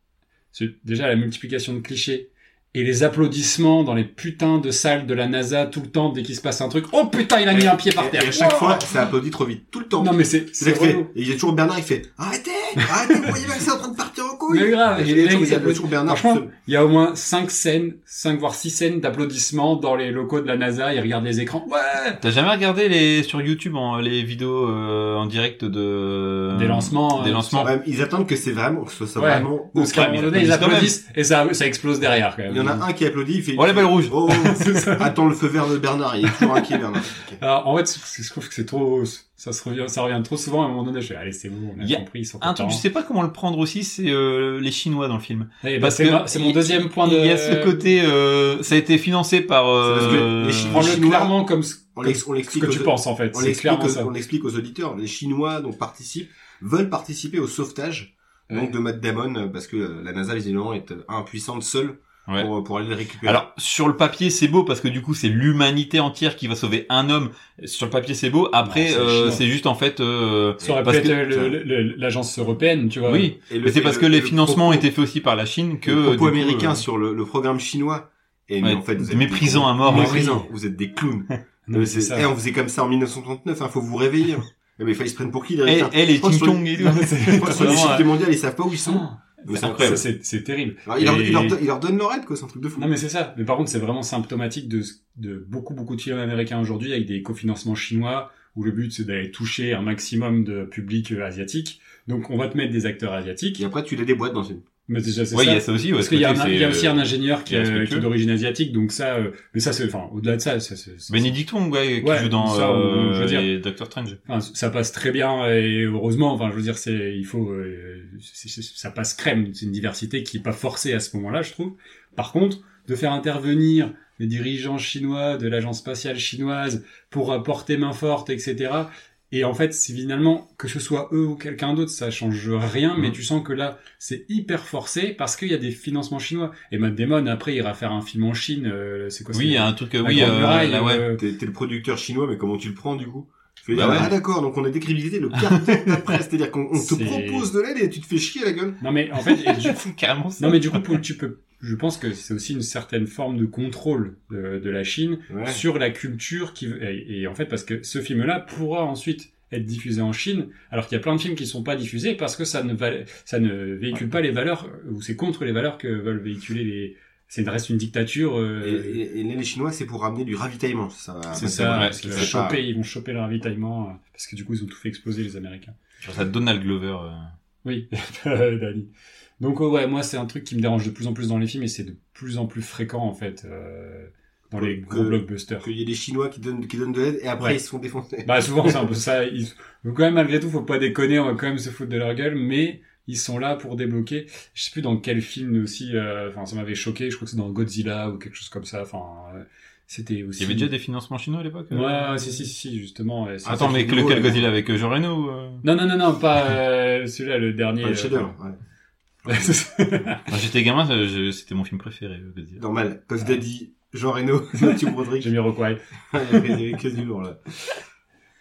Speaker 3: C'est déjà la multiplication de clichés et les applaudissements dans les putains de salles de la NASA tout le temps dès qu'il se passe un truc. Oh putain, il a mis un pied par terre.
Speaker 1: Et à chaque
Speaker 3: Wow.
Speaker 1: fois, ça applaudit trop vite. Tout le temps.
Speaker 3: Non mais c'est
Speaker 1: C'est
Speaker 3: c'est
Speaker 1: là que fait-
Speaker 3: relou.
Speaker 1: Et il y a toujours Bernard, il fait Arrêtez Arrêtez, vous voyez bien que c'est en train de partir en couille
Speaker 3: Mais grave,
Speaker 1: Et
Speaker 3: il y a des
Speaker 1: toujours-
Speaker 3: mecs
Speaker 1: il y a
Speaker 3: qui
Speaker 1: toujours Bernard.
Speaker 3: Franchement,
Speaker 1: tout seul.
Speaker 3: il y a au moins 5 scènes, 5 voire 6 scènes d'applaudissements dans les locaux de la NASA, ils regardent les écrans. Ouais
Speaker 4: T'as jamais regardé les sur YouTube en, les vidéos euh, en direct de
Speaker 3: Des lancements,
Speaker 4: des
Speaker 3: euh,
Speaker 4: lancements.
Speaker 1: Ouais, ils attendent que c'est vraiment, que ce soit
Speaker 3: Ouais.
Speaker 1: vraiment.
Speaker 3: Parce qu'à un moment donné,
Speaker 4: ils
Speaker 3: ils
Speaker 4: applaudissent
Speaker 3: applaudissent et ça, ça explose derrière quand même.
Speaker 1: Il y en a un qui applaudit, il fait.
Speaker 4: Oh, la belle rouge.
Speaker 1: Oh,
Speaker 3: C'est ça.
Speaker 1: Attends le feu vert de Bernard, il est toujours inquiet Bernard.
Speaker 3: Alors, en fait, c'est- je trouve que c'est trop, Ça, se revient, ça revient trop souvent à un moment donné. Je fais, allez, c'est bon, on a
Speaker 4: Il y a
Speaker 3: compris. ils sont
Speaker 4: Un truc,
Speaker 3: contents.
Speaker 4: je sais pas comment le prendre aussi, c'est euh, les Chinois dans le film.
Speaker 3: Eh ben,
Speaker 4: Parce
Speaker 3: c'est
Speaker 4: que
Speaker 3: ma- c'est mon
Speaker 4: il-
Speaker 3: deuxième point de.
Speaker 4: Il y a ce côté, euh, ça a été financé par.
Speaker 1: C'est parce que
Speaker 4: euh,
Speaker 1: les Chinois-
Speaker 3: Prends-le clairement comme ce
Speaker 1: On
Speaker 3: comme
Speaker 1: l'ex- on
Speaker 3: ce
Speaker 1: l'explique
Speaker 3: que tu
Speaker 1: aux-
Speaker 3: penses, en fait.
Speaker 1: On
Speaker 3: C'est
Speaker 1: l'explique,
Speaker 3: clairement
Speaker 1: aux,
Speaker 3: ça.
Speaker 1: on l'explique aux auditeurs. Les Chinois donc participent, veulent participer au sauvetage
Speaker 3: Ouais.
Speaker 1: donc de Matt Damon euh, parce que euh, la NASA visiblement est euh, impuissante seule
Speaker 4: Ouais.
Speaker 1: pour, euh, pour aller le récupérer.
Speaker 4: Alors sur le papier c'est beau parce que du coup c'est l'humanité entière qui va sauver un homme. Sur le papier c'est beau. Après
Speaker 3: Non, c'est
Speaker 4: euh,
Speaker 3: chinois.
Speaker 4: c'est juste en fait. euh,
Speaker 3: Ça aurait pu
Speaker 4: parce
Speaker 3: être
Speaker 4: que-
Speaker 3: le- le- le- l'agence européenne, tu vois.
Speaker 4: oui.
Speaker 1: Et le
Speaker 4: Mais c'est
Speaker 1: fait-
Speaker 4: parce
Speaker 1: le-
Speaker 4: que les
Speaker 1: le
Speaker 4: financements
Speaker 1: propos-
Speaker 4: étaient faits aussi par la Chine que.
Speaker 1: le
Speaker 4: euh, du
Speaker 1: propos
Speaker 4: coup,
Speaker 1: américain
Speaker 4: euh,
Speaker 1: sur le, le programme chinois. Et mais
Speaker 4: ouais,
Speaker 1: en fait, vous êtes
Speaker 4: méprisant à
Speaker 1: des...
Speaker 4: mort.
Speaker 3: Mais
Speaker 4: hein.
Speaker 3: oui.
Speaker 1: méprisant. Vous êtes des clowns.
Speaker 3: Non, mais
Speaker 1: Euh,
Speaker 3: c'est
Speaker 1: c'est-
Speaker 3: ça.
Speaker 1: Eh, on faisait comme ça en 1939. Hein, faut vous réveiller. Eh, mais enfin, ils se prennent pour qui les
Speaker 4: Eh,
Speaker 1: Américains
Speaker 4: eh, les
Speaker 1: pense
Speaker 4: Ting
Speaker 1: sur le-
Speaker 4: Tong et tout.
Speaker 3: Non, mais c'est-
Speaker 1: Ils pensent sur les
Speaker 4: vraiment, euh,
Speaker 1: sites mondiales, ils savent pas où ils sont.
Speaker 3: Ah,
Speaker 1: Mais c'est
Speaker 3: ça,
Speaker 1: incroyable.
Speaker 3: c'est c'est terrible.
Speaker 1: Alors, il, leur,
Speaker 3: Et-
Speaker 1: il leur don- il leur donne leur aide, quoi. C'est un truc de fou.
Speaker 3: Non mais c'est ça. Mais par contre, c'est vraiment symptomatique de, ce- de beaucoup beaucoup de films américains aujourd'hui avec des cofinancements chinois où le but c'est d'aller toucher un maximum de public euh, asiatique. Donc on va te mettre des acteurs asiatiques.
Speaker 1: Et après, tu les déboîtes dans une.
Speaker 3: Mais déjà c'est
Speaker 4: Ouais, il
Speaker 3: ça.
Speaker 4: y a ça aussi. ouais,
Speaker 3: Parce
Speaker 4: ce
Speaker 3: qu'il y, a
Speaker 4: côté,
Speaker 3: un- il y a
Speaker 4: c'est,
Speaker 3: aussi un
Speaker 4: euh,
Speaker 3: ingénieur qui,
Speaker 4: c'est
Speaker 3: euh,
Speaker 4: respectueux.
Speaker 3: qui est d'origine asiatique, donc ça, euh, mais ça c'est, enfin, au-delà de ça, ça, c'est- c'est-
Speaker 4: Benedict Wong, ouais, qui
Speaker 3: Ouais,
Speaker 4: joue dans
Speaker 3: ça,
Speaker 4: euh,
Speaker 3: je veux dire.
Speaker 4: les Doctor Strange.
Speaker 3: enfin, ça passe très bien et heureusement, enfin, je veux dire, c'est, il faut, euh, c'est- c'est- ça passe crème. C'est une diversité qui est pas forcée à ce moment-là, je trouve. Par contre, de faire intervenir les dirigeants chinois de l'agence spatiale chinoise pour apporter main forte, etc. Et en fait, c'est finalement que ce soit eux ou quelqu'un d'autre, ça change rien. Mais
Speaker 4: Mhm.
Speaker 3: tu sens que là, c'est hyper forcé parce qu'il y a des financements chinois. Et Matt Damon après ira faire un film en Chine. euh, c'est quoi
Speaker 4: Oui, il y
Speaker 3: c'est-
Speaker 4: a un truc. euh,
Speaker 3: La
Speaker 4: Oui,
Speaker 3: Grande
Speaker 4: euh,
Speaker 3: Muraille,
Speaker 4: là, ouais.
Speaker 3: euh,
Speaker 1: T'es t'es le producteur chinois, mais comment tu le prends du coup Tu fais,
Speaker 4: Bah ouais.
Speaker 1: Ah d'accord, donc on a décrédibilité le caractère d'après, c'est-à-dire qu'on on te
Speaker 3: C'est-
Speaker 1: propose de l'aide et tu te fais chier à la gueule.
Speaker 3: Non mais en fait, et du-
Speaker 4: Carrément ça.
Speaker 3: Non, mais du coup, pour- tu peux. Je pense que c'est aussi une certaine forme de contrôle de, de la Chine sur la culture qui et, et en fait parce que ce film-là pourra ensuite être diffusé en Chine, alors qu'il y a plein de films qui sont pas diffusés parce que ça ne val- ça ne véhicule pas les valeurs ou c'est contre les valeurs que veulent véhiculer les. C'est reste une dictature. euh,
Speaker 1: Et, et- et les Chinois, c'est pour ramener du ravitaillement. Ça,
Speaker 3: c'est
Speaker 1: bah,
Speaker 3: ça,
Speaker 4: ouais,
Speaker 3: parce qu'ils
Speaker 1: c'est
Speaker 3: vont
Speaker 1: pas-
Speaker 3: choper, ils vont choper le ravitaillement euh, parce que du coup ils ont tout fait exploser les Américains.
Speaker 4: Sur ça, Donald Glover. euh,
Speaker 3: Oui, Dani. Donc euh, ouais, moi c'est un truc qui me dérange de plus en plus dans les films et c'est de plus en plus fréquent en fait euh, dans les
Speaker 1: Que-
Speaker 3: gros blockbusters.
Speaker 1: Qu'il y ait des Chinois qui donnent, qui donnent de l'aide et après
Speaker 3: Ouais.
Speaker 1: ils se font défoncer.
Speaker 3: Bah souvent c'est un peu ça. Ils... Donc quand même malgré tout, faut pas déconner, on va quand même se foutre de leur gueule, mais ils sont là pour débloquer. Je sais plus dans quel film aussi. euh, Enfin, ça m'avait choqué. Je crois que c'est dans Godzilla ou quelque chose comme ça. Enfin, euh, c'était
Speaker 4: Il
Speaker 3: aussi.
Speaker 4: y avait déjà des financements chinois à l'époque.
Speaker 3: Ouais,
Speaker 4: euh
Speaker 3: ouais, si, si, si, justement. ouais, c'est
Speaker 4: Attends,
Speaker 3: ça
Speaker 4: mais
Speaker 3: qui est
Speaker 4: lequel
Speaker 3: drôle.
Speaker 4: Godzilla avec euh, Jean Reno euh
Speaker 3: Non, non, non, non, pas euh, celui-là, le dernier.
Speaker 1: Pas le
Speaker 3: euh,
Speaker 1: chef-d'œuvre, ouais.
Speaker 3: c'est ça.
Speaker 4: Quand j'étais gamin, euh, je- c'était mon film préféré. euh, Godzilla.
Speaker 1: Normal. Puff Daddy, Jean Reno, Mathieu Broderick.
Speaker 3: J'ai mis Rockwell.
Speaker 1: Il y a que du lourd là.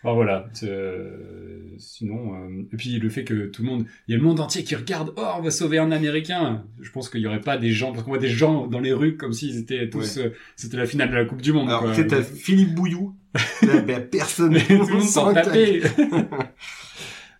Speaker 3: Bon, voilà. c'est, euh, sinon, euh, et puis le fait que tout le monde, il y a le monde entier qui regarde. Oh, on va sauver un Américain. Je pense qu'il y aurait pas des gens, parce qu'on voit des gens dans les rues comme s'ils étaient tous. euh, C'était la finale de la Coupe du Monde.
Speaker 1: Alors,
Speaker 3: quoi.
Speaker 1: peut-être à Philippe Bouillou. Là, ben, personne.
Speaker 3: Mais tout le monde s'en
Speaker 1: tape.
Speaker 3: tapait.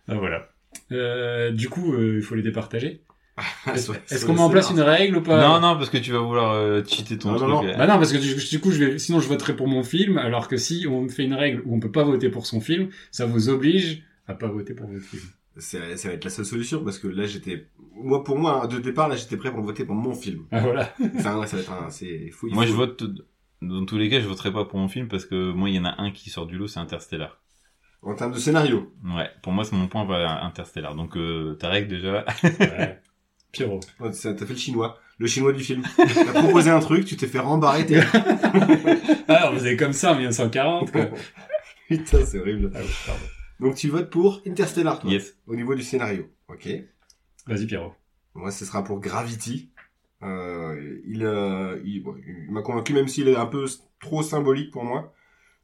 Speaker 3: Ah, voilà. Euh, du coup, euh, il faut les départager.
Speaker 1: Ah,
Speaker 3: Est-ce
Speaker 1: soit-
Speaker 3: est-ce
Speaker 1: soit
Speaker 3: qu'on met en
Speaker 1: c'est
Speaker 3: place
Speaker 1: bien.
Speaker 3: une règle ou pas
Speaker 4: Non, non, parce que tu vas vouloir euh, cheater ton
Speaker 1: Non,
Speaker 4: truc.
Speaker 1: non,
Speaker 4: euh.
Speaker 3: Bah non, parce que du, du coup, je vais, sinon je voterai pour mon film, alors que si on fait une règle où on peut pas voter pour son film, ça vous oblige à pas voter pour votre film.
Speaker 1: C'est- ça va être la seule solution parce que là j'étais moi pour moi hein, de départ là j'étais prêt pour voter pour mon film
Speaker 3: Ah, voilà.
Speaker 1: enfin ouais, ça va être un c'est fou il
Speaker 4: Moi,
Speaker 1: faut-
Speaker 4: je vote. Dans tous les cas, je voterai pas pour mon film parce que moi, il y en a un qui sort du lot, c'est Interstellar.
Speaker 1: en termes de scénario
Speaker 4: Ouais, pour moi, c'est mon point va à Interstellar. Donc, euh, ta règle déjà.
Speaker 3: Ouais. Pierrot.
Speaker 1: Ouais, ça- t'as fait le chinois le chinois du film t'as proposé un truc tu t'es fait rembarrer t'es-
Speaker 3: Ah, on faisait comme ça en 1940, quoi.
Speaker 1: putain c'est horrible
Speaker 3: Ah oui, pardon.
Speaker 1: donc tu votes pour Interstellar toi
Speaker 4: yes.
Speaker 1: au niveau du scénario ok
Speaker 3: Vas-y, Pierrot.
Speaker 1: moi ce sera pour Gravity Euh, il, euh, il, bon, il m'a convaincu même s'il est un peu s- trop symbolique pour moi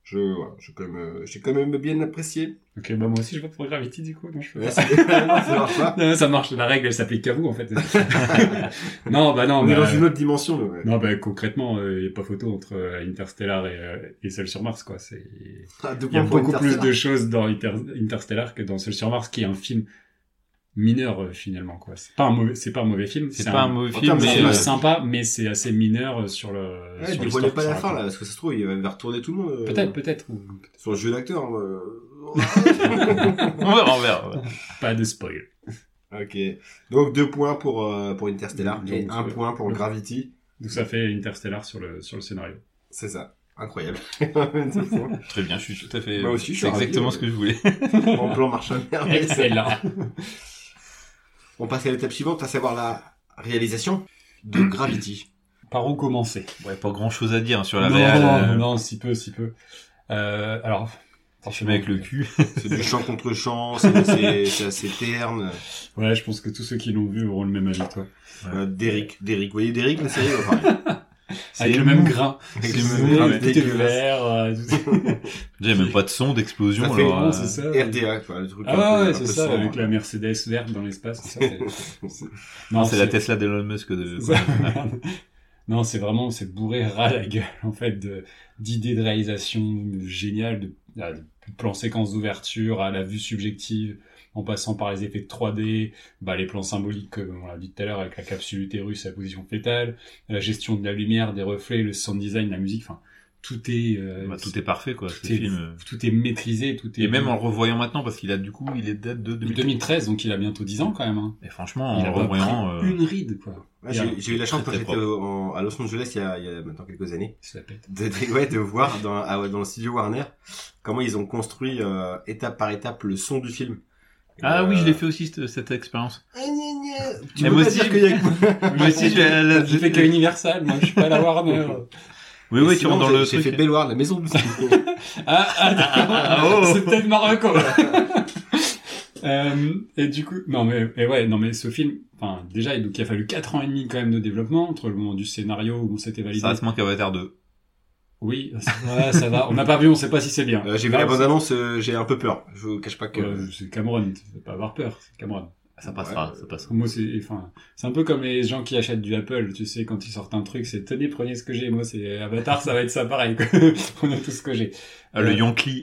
Speaker 1: je voilà, je quand même euh, j'ai quand même bien apprécié
Speaker 3: Ok, bah moi aussi je vote pour Gravity, du coup. Non, je peux
Speaker 1: Ouais,
Speaker 3: pas.
Speaker 1: c'est- ça marche pas
Speaker 3: Non, ça marche, la règle, elle s'applique qu'à vous, en fait. non, bah non,
Speaker 1: on est
Speaker 3: bah,
Speaker 1: dans une autre dimension là, ouais.
Speaker 3: Non, bah concrètement, il n'y a pas photo entre euh, Interstellar et, euh, et Seul sur Mars, quoi. C'est...
Speaker 1: Ah, deux
Speaker 3: Il y a
Speaker 1: points pour
Speaker 3: beaucoup plus
Speaker 1: Interstellar.
Speaker 3: de choses dans Inter- Interstellar que dans Seul sur Mars, qui est un film mineur, euh, finalement, quoi. C'est pas un mauvais, c'est pas un mauvais film.
Speaker 4: C'est pas un mauvais
Speaker 1: en
Speaker 4: film,
Speaker 1: termes de
Speaker 4: mais.
Speaker 3: film
Speaker 4: euh,
Speaker 3: sympa, mais c'est assez mineur euh, sur le.
Speaker 1: Ouais,
Speaker 3: sur
Speaker 1: dévoilez
Speaker 3: l'histoire
Speaker 1: pas
Speaker 3: qui
Speaker 1: la
Speaker 3: se
Speaker 1: fin là,
Speaker 3: raconte.
Speaker 1: parce que ça se trouve, il va retourner tout le monde. euh,
Speaker 3: Peut-être, peut-être. ou-
Speaker 1: Sur le jeu d'acteur. euh.
Speaker 4: euh, on verra, on verra. ouais.
Speaker 3: Pas de spoil.
Speaker 1: ok. Donc deux points pour, euh, pour Interstellar
Speaker 3: Donc,
Speaker 1: et un
Speaker 3: euh,
Speaker 1: point pour
Speaker 3: le-
Speaker 1: Gravity.
Speaker 3: Donc ça fait Interstellar sur le, sur le scénario.
Speaker 1: C'est ça. Incroyable.
Speaker 4: Très bien, je suis tout à fait.
Speaker 1: Moi aussi, je suis
Speaker 4: C'est
Speaker 1: ravi,
Speaker 4: exactement
Speaker 1: euh.
Speaker 4: ce que je voulais.
Speaker 1: Mon plan marche à merveille.
Speaker 3: Excellent.
Speaker 1: On passe à l'étape suivante, à savoir la réalisation de Gravity.
Speaker 3: Par où commencer
Speaker 4: Ouais, pas grand chose à dire hein, sur la
Speaker 3: non,
Speaker 4: réal, euh,
Speaker 3: non, si peu, si peu. Euh, alors,
Speaker 4: Je mets avec le cul.
Speaker 1: C'est du chant contre chant, c'est- c'est c'est assez terne.
Speaker 3: Ouais, je pense que tous ceux qui l'ont vu auront le même avis, toi.
Speaker 1: Euh, Derrick, Derrick, vous voyez Derrick la série Enfin, avec
Speaker 3: Avec
Speaker 4: C'est
Speaker 3: le même
Speaker 4: mou.
Speaker 3: grain.
Speaker 1: les
Speaker 4: C'est
Speaker 1: mêmes
Speaker 4: mou,
Speaker 1: grains
Speaker 4: mais
Speaker 3: tout est
Speaker 1: dégueulasses.
Speaker 3: vert. euh, tout est-
Speaker 4: Déjà, il n'y a même pas de son d'explosion.
Speaker 1: Ça fait
Speaker 4: alors,
Speaker 1: bon,
Speaker 4: euh,
Speaker 3: c'est ça.
Speaker 1: RDA, quoi, le truc.
Speaker 3: Ah
Speaker 1: un peu-
Speaker 3: ouais,
Speaker 1: un
Speaker 3: c'est
Speaker 1: peu
Speaker 3: ça,
Speaker 1: sombre.
Speaker 3: avec la Mercedes verte dans l'espace. tout ça, c'est- c'est-
Speaker 4: Non, c'est la Tesla d'Elon Musk de.
Speaker 3: C'est ça. non, c'est vraiment, c'est bourré ras la gueule, en fait, de- d'idées de réalisation géniales, de, ah, de plans séquences d'ouverture à la vue subjective, en passant par les effets de 3D, bah, les plans symboliques, comme on l'a dit tout à l'heure, avec la capsule utérus, la position fétale, la gestion de la lumière, des reflets, le sound design, la musique, enfin, tout est, euh,
Speaker 4: Bah, tout est parfait, quoi,
Speaker 3: tout
Speaker 4: ce
Speaker 3: est-
Speaker 4: film. euh,
Speaker 3: tout est maîtrisé, tout est.
Speaker 4: Et même en le revoyant maintenant, parce qu'il a du coup, il est date de 2000.
Speaker 3: 2013, donc il a bientôt 10 ans quand même. hein.
Speaker 4: Et franchement, en
Speaker 3: il a
Speaker 4: le
Speaker 3: pas
Speaker 4: revoyant,
Speaker 3: pris
Speaker 4: Ah, euh,
Speaker 3: une ride, quoi.
Speaker 1: Ouais, j'ai- J'ai eu la chance quand
Speaker 4: Très, très
Speaker 1: j'étais au- en- à Los Angeles il y, a, il y a maintenant quelques années
Speaker 3: Ça pète.
Speaker 1: de, de- ouais, de voir dans, ah ouais, dans le studio Warner comment ils ont construit euh, étape par étape le son du film.
Speaker 4: Ah
Speaker 1: Euh,
Speaker 4: oui, je l'ai fait aussi, cette, cette expérience.
Speaker 1: Ah, gna, gna. Tu
Speaker 4: Eh,
Speaker 1: peux
Speaker 4: moi
Speaker 1: pas
Speaker 4: aussi,
Speaker 1: dire
Speaker 4: je-
Speaker 1: qu'il y a que moi.
Speaker 3: Moi aussi, je
Speaker 4: la- la-
Speaker 3: j'ai fait qu'à Universal, moi, je suis pas à la Warner.
Speaker 4: Oui, oui, tu
Speaker 1: Sinon,
Speaker 4: rentres dans
Speaker 1: j'ai-
Speaker 4: le
Speaker 1: J'ai
Speaker 4: truc.
Speaker 1: fait Belloir, la maison du cinéma.
Speaker 3: Ah, ah, d'accord.
Speaker 4: Ah, oh.
Speaker 3: c'est peut-être Marocco. Euh, et du coup, non mais, et ouais, non mais ce film, enfin déjà, donc, il a fallu 4 ans et demi quand même de développement entre le moment du scénario où on s'était validé.
Speaker 4: Ah, Ça reste moins qu'Avatar 2.
Speaker 3: Oui, ça va, ça va. On n'a pas vu, on sait pas si c'est bien.
Speaker 1: Euh, J'ai vu
Speaker 3: Là,
Speaker 1: la bande-annonce, euh, j'ai un peu peur. Je vous cache pas que...
Speaker 3: euh, c'est Cameron, tu peux pas avoir peur, c'est Cameron.
Speaker 4: Ah, Ça passera, ça passera.
Speaker 3: Moi, c'est, enfin, c'est un peu comme les gens qui achètent du Apple, tu sais, quand ils sortent un truc, c'est tenez, prenez ce que j'ai. Moi, c'est Avatar, ça va être ça pareil. quoi. on a tout ce que j'ai. Euh,
Speaker 4: Ah, le Yonkli.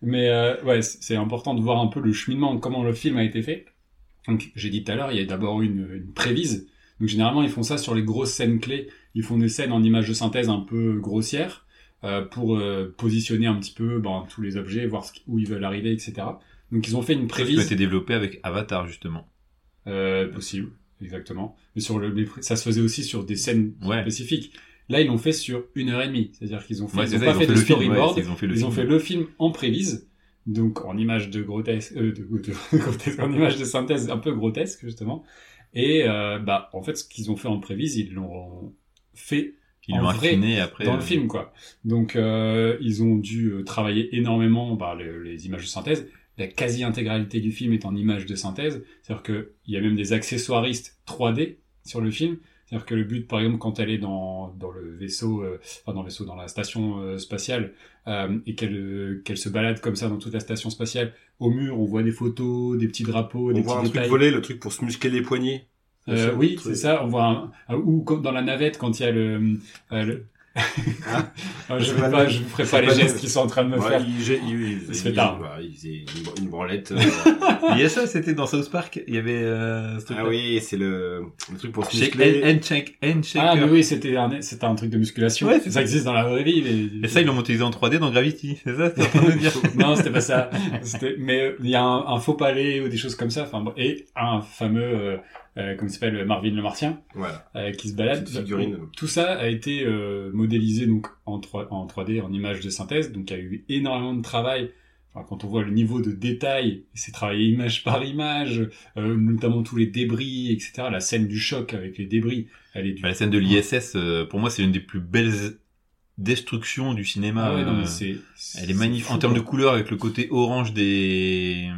Speaker 3: Mais euh, ouais, c- c'est important de voir un peu le cheminement, comment le film a été fait. Donc, j'ai dit tout à l'heure, il y a d'abord une, une prévise. Donc, généralement, ils font ça sur les grosses scènes clés. Ils font des scènes en images de synthèse un peu grossières euh, pour euh, positionner un petit peu ben, tous les objets, voir ce qui- où ils veulent arriver, etc. Donc, ils ont fait une
Speaker 4: Qui a
Speaker 3: prévise
Speaker 4: été développé avec Avatar, justement.
Speaker 3: euh, possible, exactement. Mais sur le, mais ça se faisait aussi sur des scènes
Speaker 4: Ouais.
Speaker 3: spécifiques. Là, ils l'ont fait sur une heure et demie. C'est-à-dire qu'ils ont fait,
Speaker 4: Ouais,
Speaker 3: ils
Speaker 4: c'est
Speaker 3: ont
Speaker 4: ça,
Speaker 3: pas fait, de
Speaker 4: le film, ouais,
Speaker 3: storyboard.
Speaker 4: ils ont fait le
Speaker 3: Ils ont
Speaker 4: film.
Speaker 3: fait le film en prévise, donc en image de grotesque, euh, de, de- grotesque, en image de synthèse un peu grotesque justement. Et euh, bah en fait, ce qu'ils ont fait en prévise, ils l'ont fait
Speaker 4: Ils
Speaker 3: en
Speaker 4: l'ont
Speaker 3: vrai,
Speaker 4: affiné après.
Speaker 3: dans le
Speaker 4: euh,
Speaker 3: film quoi. Donc euh, ils ont dû euh, travailler énormément bah, le- les images de synthèse. La quasi-intégralité du film est en images de synthèse, c'est-à-dire que il y a même des accessoiristes 3D sur le film. C'est-à-dire que le but, par exemple, quand elle est dans, dans le vaisseau, euh, enfin dans le vaisseau, dans la station euh, spatiale, euh, et qu'elle euh, qu'elle se balade comme ça dans toute la station spatiale, au mur, on voit des photos, des petits drapeaux,
Speaker 1: On
Speaker 3: des
Speaker 1: voit un
Speaker 3: petits
Speaker 1: truc
Speaker 3: détails.
Speaker 1: voler, le truc pour se muscler les poignets.
Speaker 3: Euh,
Speaker 1: C'est ça, le
Speaker 3: oui,
Speaker 1: truc.
Speaker 3: c'est ça. On voit un- ah, ou quand- dans la navette quand il y a le. euh, le-
Speaker 4: Hein
Speaker 1: Ah.
Speaker 3: Ah, je
Speaker 1: C'est
Speaker 3: ne
Speaker 1: pas
Speaker 3: pas,
Speaker 1: le-
Speaker 3: je ferai
Speaker 1: c'est
Speaker 3: pas les
Speaker 1: pas le-
Speaker 3: gestes qu'ils sont en train de me
Speaker 1: Ouais,
Speaker 3: faire.
Speaker 1: il, j'ai- il- il-
Speaker 3: Il se fait
Speaker 1: il-
Speaker 3: tard.
Speaker 1: ouais, il faisait une, une branlette. euh,
Speaker 4: Il y a ça, c'était dans South Park. Il y avait euh, ce truc
Speaker 1: ah oui, c'est le, le truc pour se muscler.
Speaker 4: Handshake. Handshake.
Speaker 3: Ah, mais oui, c'était un, c'était un truc de musculation.
Speaker 4: Ouais, c'est
Speaker 3: ça
Speaker 4: ça.
Speaker 3: existe dans la vraie vie. Mais...
Speaker 4: Et ça, ils l'ont monté en 3D dans Gravity. C'est ça, c'est en train de dire.
Speaker 3: non, c'était pas ça. C'était- Mais euh, il y a un, un faux palais ou des choses comme ça. Enfin, bon, et un fameux, euh, euh, comment il s'appelle, Marvin le Martien,
Speaker 1: Voilà,
Speaker 3: euh, qui se balade.
Speaker 1: petite figurine.
Speaker 3: Tout ça a été euh, modélisé donc en, 3, en 3D, en images de synthèse. Donc il y a eu énormément de travail. Enfin, quand on voit le niveau de détail, c'est travaillé image par image, euh, notamment tous les débris, etc. La scène du choc avec les débris, elle est du.
Speaker 4: Bah, la scène de l'ISS, euh, pour moi, c'est une des plus belles destructions du cinéma.
Speaker 3: Ah ouais, non, mais
Speaker 4: euh,
Speaker 3: c'est-
Speaker 4: Elle
Speaker 3: c'est
Speaker 4: est magnifique
Speaker 3: fou,
Speaker 4: en termes de
Speaker 3: quoi.
Speaker 4: couleur avec le côté orange des,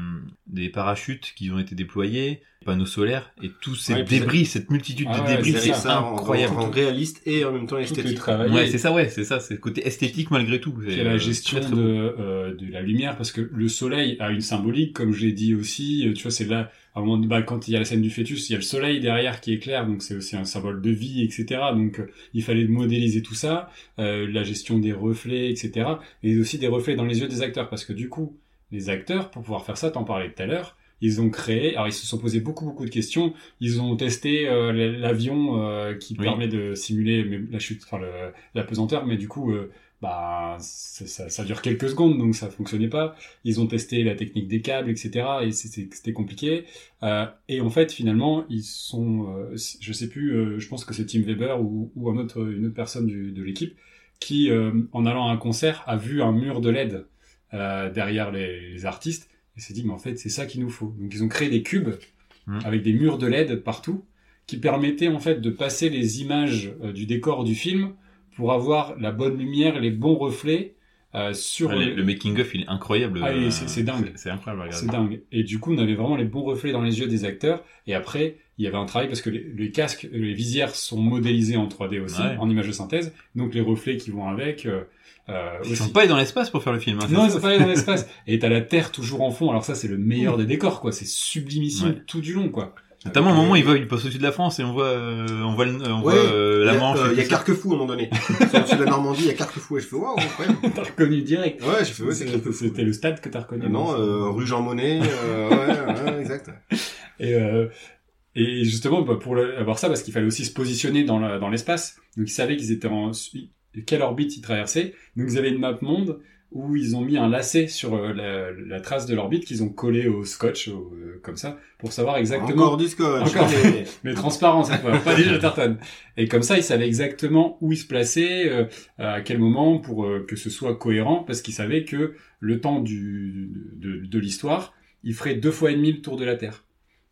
Speaker 4: des parachutes qui ont été déployés, les panneaux solaires et tous ces
Speaker 3: Ouais, et puis
Speaker 4: débris, cette multitude
Speaker 3: Ah
Speaker 4: de
Speaker 3: ouais,
Speaker 4: débris,
Speaker 1: Ils
Speaker 4: c'est
Speaker 1: arrivent ça en-
Speaker 4: incroyable.
Speaker 1: en réaliste et en même temps
Speaker 3: Tout est
Speaker 1: esthétique.
Speaker 3: travaillé.
Speaker 4: Ouais, c'est ça, ouais, c'est ça, c'est le côté esthétique malgré tout.
Speaker 3: Puis il y
Speaker 4: C'est,
Speaker 3: a la
Speaker 4: euh,
Speaker 3: gestion
Speaker 4: très, très
Speaker 3: de,
Speaker 4: beau.
Speaker 3: euh, de la lumière, parce que le soleil a une symbolique, comme je l'ai dit aussi. euh, Tu vois, c'est là, à un moment, bah, quand il y a la scène du fœtus, il y a le soleil derrière qui éclaire, donc c'est aussi un symbole de vie, etc. Donc euh, il fallait modéliser tout ça, euh, la gestion des reflets, etc. Et aussi des reflets dans les yeux des acteurs, parce que du coup, les acteurs, pour pouvoir faire ça, t'en parlais tout à l'heure, ils ont créé, alors ils se sont posé beaucoup beaucoup de questions, ils ont testé euh, l'avion euh, qui
Speaker 4: Oui.
Speaker 3: permet de simuler mais, la chute, enfin le- la pesanteur, mais du coup euh, bah, c'est- ça, ça dure quelques secondes, donc ça fonctionnait pas. Ils ont testé la technique des câbles, etc. Et c'était c'était compliqué. Euh, et en fait, finalement, ils sont, euh, je sais plus, euh, je pense que c'est Tim Weber ou, ou un autre, une autre personne du- de l'équipe qui, euh, en allant à un concert, a vu un mur de LED euh, derrière les, les artistes et s'est dit, mais en fait, c'est ça qu'il nous faut. Donc, ils ont créé des cubes
Speaker 4: Mhm.
Speaker 3: avec des murs de LED partout qui permettaient en fait de passer les images euh, du décor du film pour avoir la bonne lumière, les bons reflets euh, sur
Speaker 4: Le, le making-of, il est incroyable.
Speaker 3: Ah, il-
Speaker 4: Euh,
Speaker 3: c'est- c'est dingue.
Speaker 4: C'est, c'est incroyable, à regarder.
Speaker 3: C'est dingue. Et du coup, on avait vraiment les bons reflets dans les yeux des acteurs. Et après, il y avait un travail parce que les, les casques, les visières sont modélisées en 3D aussi,
Speaker 4: Ouais.
Speaker 3: en image de synthèse. Donc les reflets qui vont avec. Euh, euh,
Speaker 4: Ils sont
Speaker 3: aussi.
Speaker 4: pas allés dans l'espace pour faire le film. hein,
Speaker 3: Non,
Speaker 4: c'est
Speaker 3: ils sont pas allés dans l'espace. Et t'as la Terre toujours en fond. Alors ça, c'est le meilleur des décors, quoi. C'est sublimissime
Speaker 4: Ouais.
Speaker 3: tout du long, quoi.
Speaker 4: Notamment au
Speaker 1: Avec,
Speaker 4: moment où
Speaker 1: euh,
Speaker 4: il, va, il passe au-dessus de la France et on voit, euh, on voit, le- on voit
Speaker 1: Ouais,
Speaker 4: euh, la
Speaker 1: Il y a-
Speaker 4: Manche.
Speaker 1: euh,
Speaker 4: et
Speaker 1: Il y a
Speaker 4: tout ça.
Speaker 1: Carquefou à un moment donné. Sur sur la Normandie, il y a Carquefou et je fais waouh, incroyable.
Speaker 3: T'as reconnu direct.
Speaker 1: Ouais, j'ai fait ouais, c'est
Speaker 3: C'était
Speaker 1: Carquefou.
Speaker 3: c'était le stade que t'as reconnu.
Speaker 1: Non, euh, rue Jean Monnet, euh, ouais, ouais, exact.
Speaker 3: Et, euh, et justement, bah, pour le- avoir ça, parce qu'il fallait aussi se positionner dans la- dans l'espace, donc ils savaient qu'ils étaient en quelle orbite ils traversaient. Donc ils avaient une map monde où ils ont mis un lacet sur euh, la, la trace de l'orbite qu'ils ont collé au scotch, au- euh, comme ça, pour savoir exactement.
Speaker 1: Encore du scotch.
Speaker 3: Encore.
Speaker 1: allez.
Speaker 3: Mais transparent cette fois, pas déjà tartane. Et comme ça, ils savaient exactement où ils se plaçaient, euh, à quel moment, pour euh, que ce soit cohérent, parce qu'ils savaient que le temps du, de, de l'histoire, il ferait deux fois et demi le tour de la Terre.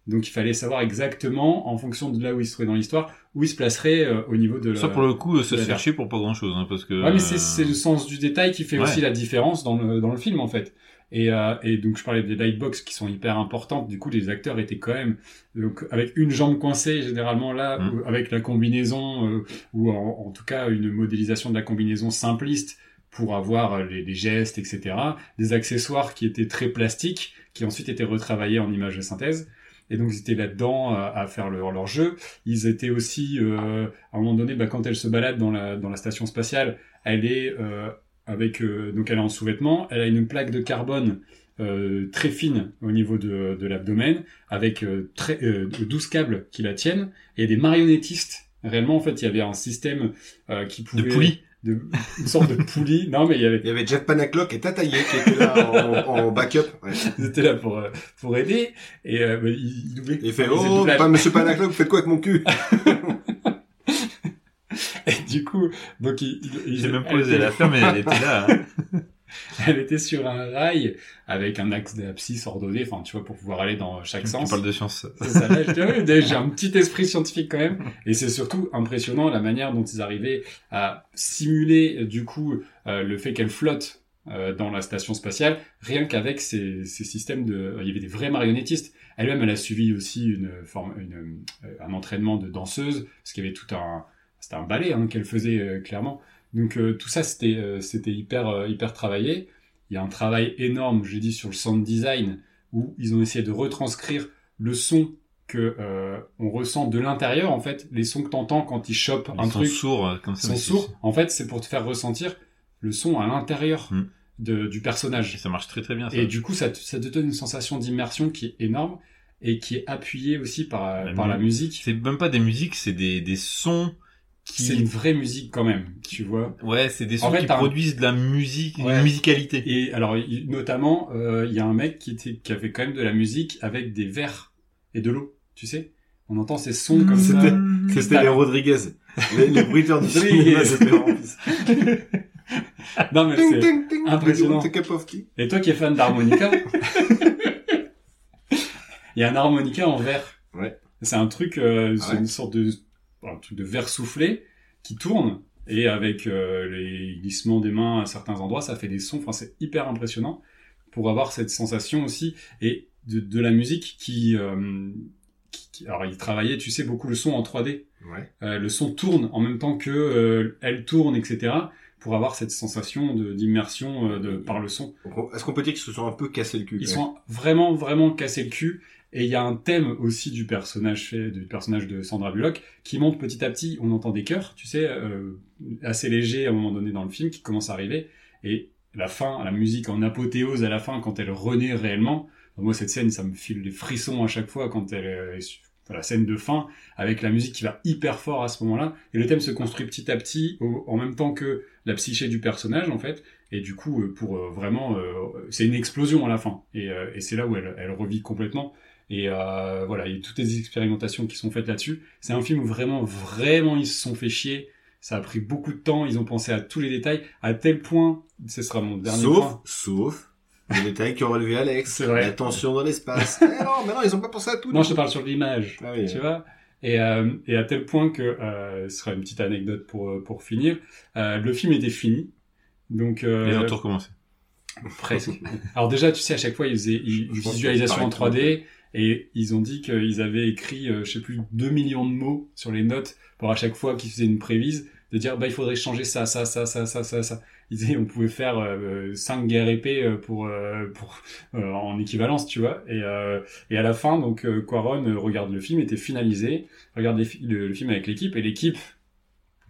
Speaker 3: Donc il fallait savoir exactement, en fonction de là où ils se trouvaient dans l'histoire, où ils se placeraient euh, au niveau de la...
Speaker 4: Ça, pour le coup, euh, se
Speaker 3: la-
Speaker 4: faire chier pour pas grand-chose. hein, parce que,
Speaker 3: Ouais, mais
Speaker 4: euh,
Speaker 3: c'est, c'est le sens du détail qui fait
Speaker 4: Ouais.
Speaker 3: aussi la différence dans le, dans le film, en fait. Et, euh, et donc, je parlais des lightbox qui sont hyper importantes. Du coup, les acteurs étaient quand même donc, avec une jambe coincée, généralement là,
Speaker 4: Mm.
Speaker 3: ou avec la combinaison, euh, ou en, en tout cas une modélisation de la combinaison simpliste pour avoir euh, les, les gestes, etc. Des accessoires qui étaient très plastiques, qui ensuite étaient retravaillés en images de synthèse. Et donc, ils étaient là-dedans euh, à, à faire leur, leur jeu. Ils étaient aussi, euh, à un moment donné, bah, quand elle se balade dans la, dans la station spatiale, elle est euh, avec euh, donc elle est en sous-vêtements, elle a une plaque de carbone euh, très fine au niveau de, de l'abdomen, avec euh, très, euh, 12 câbles qui la tiennent et des marionnettistes. Réellement, en fait, il y avait un système euh, qui
Speaker 4: De
Speaker 3: pouvait
Speaker 4: poulie.
Speaker 3: de- une sorte de poulie. Non, mais il y avait
Speaker 1: Il y avait Jeff Panaclock et Tataillé qui étaient là en, en backup. Ouais.
Speaker 3: ils étaient là pour euh, pour aider et euh, bah, ils ils doublaient-
Speaker 1: Il fait
Speaker 3: ils
Speaker 1: oh,
Speaker 3: doublaient-
Speaker 1: pas Monsieur Panaclock, vous faites quoi avec mon cul
Speaker 3: et du coup donc ils, ils-
Speaker 4: J'ai même
Speaker 3: elle
Speaker 4: posé
Speaker 3: était-
Speaker 4: la ferme, mais elle était là. hein.
Speaker 3: elle était sur un rail avec un axe d'abscisse ordonné enfin tu vois pour pouvoir aller dans chaque
Speaker 4: Tu
Speaker 3: sens
Speaker 4: parles de science.
Speaker 3: C'est ça, là, je dis, ah oui, j'ai un petit esprit scientifique quand même. Et c'est surtout impressionnant la manière dont ils arrivaient à simuler, euh, du coup, euh, le fait qu'elle flotte euh, dans la station spatiale, rien qu'avec ces, ces systèmes de... euh, Il y avait des vrais marionnettistes. Elle-même, elle a suivi aussi une forme, une, euh, un entraînement de danseuse, parce qu'il y avait tout un... C'était un ballet hein, qu'elle faisait, euh, clairement. Donc euh, tout ça, c'était euh, c'était hyper, euh, hyper travaillé. Il y a un travail énorme, j'ai dit, sur le sound design, où ils ont essayé de retranscrire le son que euh, on ressent de l'intérieur en fait les sons que t'entends quand ils chopent
Speaker 4: Ils
Speaker 3: un
Speaker 4: sont
Speaker 3: truc
Speaker 4: sourds, euh, comme ça.
Speaker 3: sont
Speaker 4: mais c'est-
Speaker 3: sourds en fait c'est pour te faire ressentir le son à l'intérieur
Speaker 4: Mm.
Speaker 3: de- du personnage
Speaker 4: Ça marche très très bien, ça.
Speaker 3: et du coup, ça te, ça te donne une sensation d'immersion qui est énorme et qui est appuyée aussi par, euh,
Speaker 4: La
Speaker 3: par la musique.
Speaker 4: C'est même pas des musiques, c'est des, des sons
Speaker 3: C'est une
Speaker 4: qui...
Speaker 3: vraie musique quand même, tu vois.
Speaker 4: Ouais, c'est des
Speaker 3: En
Speaker 4: sons
Speaker 3: fait,
Speaker 4: qui
Speaker 3: t'as un-
Speaker 4: produisent de la musique,
Speaker 3: Ouais.
Speaker 4: une musicalité.
Speaker 3: Et alors, il- notamment, euh, il y a un mec qui, était, qui avait quand même de la musique avec des verres et de l'eau, tu sais. On entend ces sons comme ça.
Speaker 1: C'était- C'était les Rodriguez, les, les bruiteurs du cinéma, c'était vraiment pisse.
Speaker 3: Non, mais
Speaker 1: Ting,
Speaker 3: c'est...
Speaker 1: ting, ting,
Speaker 3: impressionnant.
Speaker 1: do you want a cup of tea
Speaker 3: Et toi qui es fan d'harmonica, il y a un harmonica en verre.
Speaker 1: Ouais.
Speaker 3: C'est un truc, euh, c'est
Speaker 1: Ah ouais.
Speaker 3: une sorte de un truc de verre soufflé qui tourne et avec euh, les glissements des mains à certains endroits, ça fait des sons. Enfin, c'est hyper impressionnant pour avoir cette sensation aussi et de, de la musique qui, euh, qui, qui- alors il travaillait, tu sais, beaucoup le son en 3D.
Speaker 1: Ouais.
Speaker 3: Euh, le son tourne en même temps que euh, elle tourne, etc. Pour avoir cette sensation de- d'immersion euh, de, par le son.
Speaker 1: Est-ce qu'on peut dire qu'ils se sont un peu cassés le cul
Speaker 3: Ils
Speaker 1: ouais.
Speaker 3: sont vraiment, vraiment cassés le cul. Et il y a un thème aussi du personnage, fait- du personnage de Sandra Bullock qui monte petit à petit. On entend des chœurs, tu sais, euh, assez légers à un moment donné dans le film qui commencent à arriver. Et la fin, la musique en apothéose à la fin quand elle renaît réellement. Moi, cette scène, ça me file des frissons à chaque fois quand elle est dans la scène de fin, avec la musique qui va hyper fort à ce moment-là. Et le thème se construit petit à petit, au- en même temps que la psyché du personnage, en fait. Et du coup, euh, pour euh, vraiment, euh, c'est une explosion à la fin. Et, euh, et c'est là où elle, elle revit complètement. Et euh, voilà, il y a toutes les expérimentations qui sont faites là-dessus. C'est un film où vraiment, vraiment, ils se sont fait chier. Ça a pris beaucoup de temps. Ils ont pensé à tous les détails, à tel point, ce sera mon dernier
Speaker 1: sauf,
Speaker 3: point.
Speaker 1: sauf les détails qui ont relevé Alex.
Speaker 3: C'est vrai.
Speaker 1: La tension dans l'espace. Eh non, mais non, ils ont pas pensé à tout.
Speaker 3: Non, je te parle sur l'image.
Speaker 1: Ah oui.
Speaker 3: tu vois et, euh, et à tel point que, euh, ce sera une petite anecdote pour, euh, pour finir, euh, le film était fini. Donc, euh,
Speaker 4: Et on a tout recommencé.
Speaker 3: presque. Alors déjà, tu sais, à chaque fois, ils faisaient
Speaker 1: Je-
Speaker 3: une
Speaker 1: je pense
Speaker 3: visualisation en
Speaker 1: qu'il paraît
Speaker 3: 3D et ils ont dit qu'ils avaient écrit, euh, je sais plus, 2 millions de mots sur les notes pour à chaque fois qu'ils faisaient une prévise, de dire, bah, il faudrait changer ça, ça, ça, ça, ça, ça, ça. Ils disaient, on pouvait faire 5 guerres épées euh, pour, euh, pour, euh, en équivalence, tu vois. Et, euh, et à la fin, donc, euh, Quaron euh, regarde le film, était finalisé, regarde les fi- le, le film avec l'équipe et l'équipe,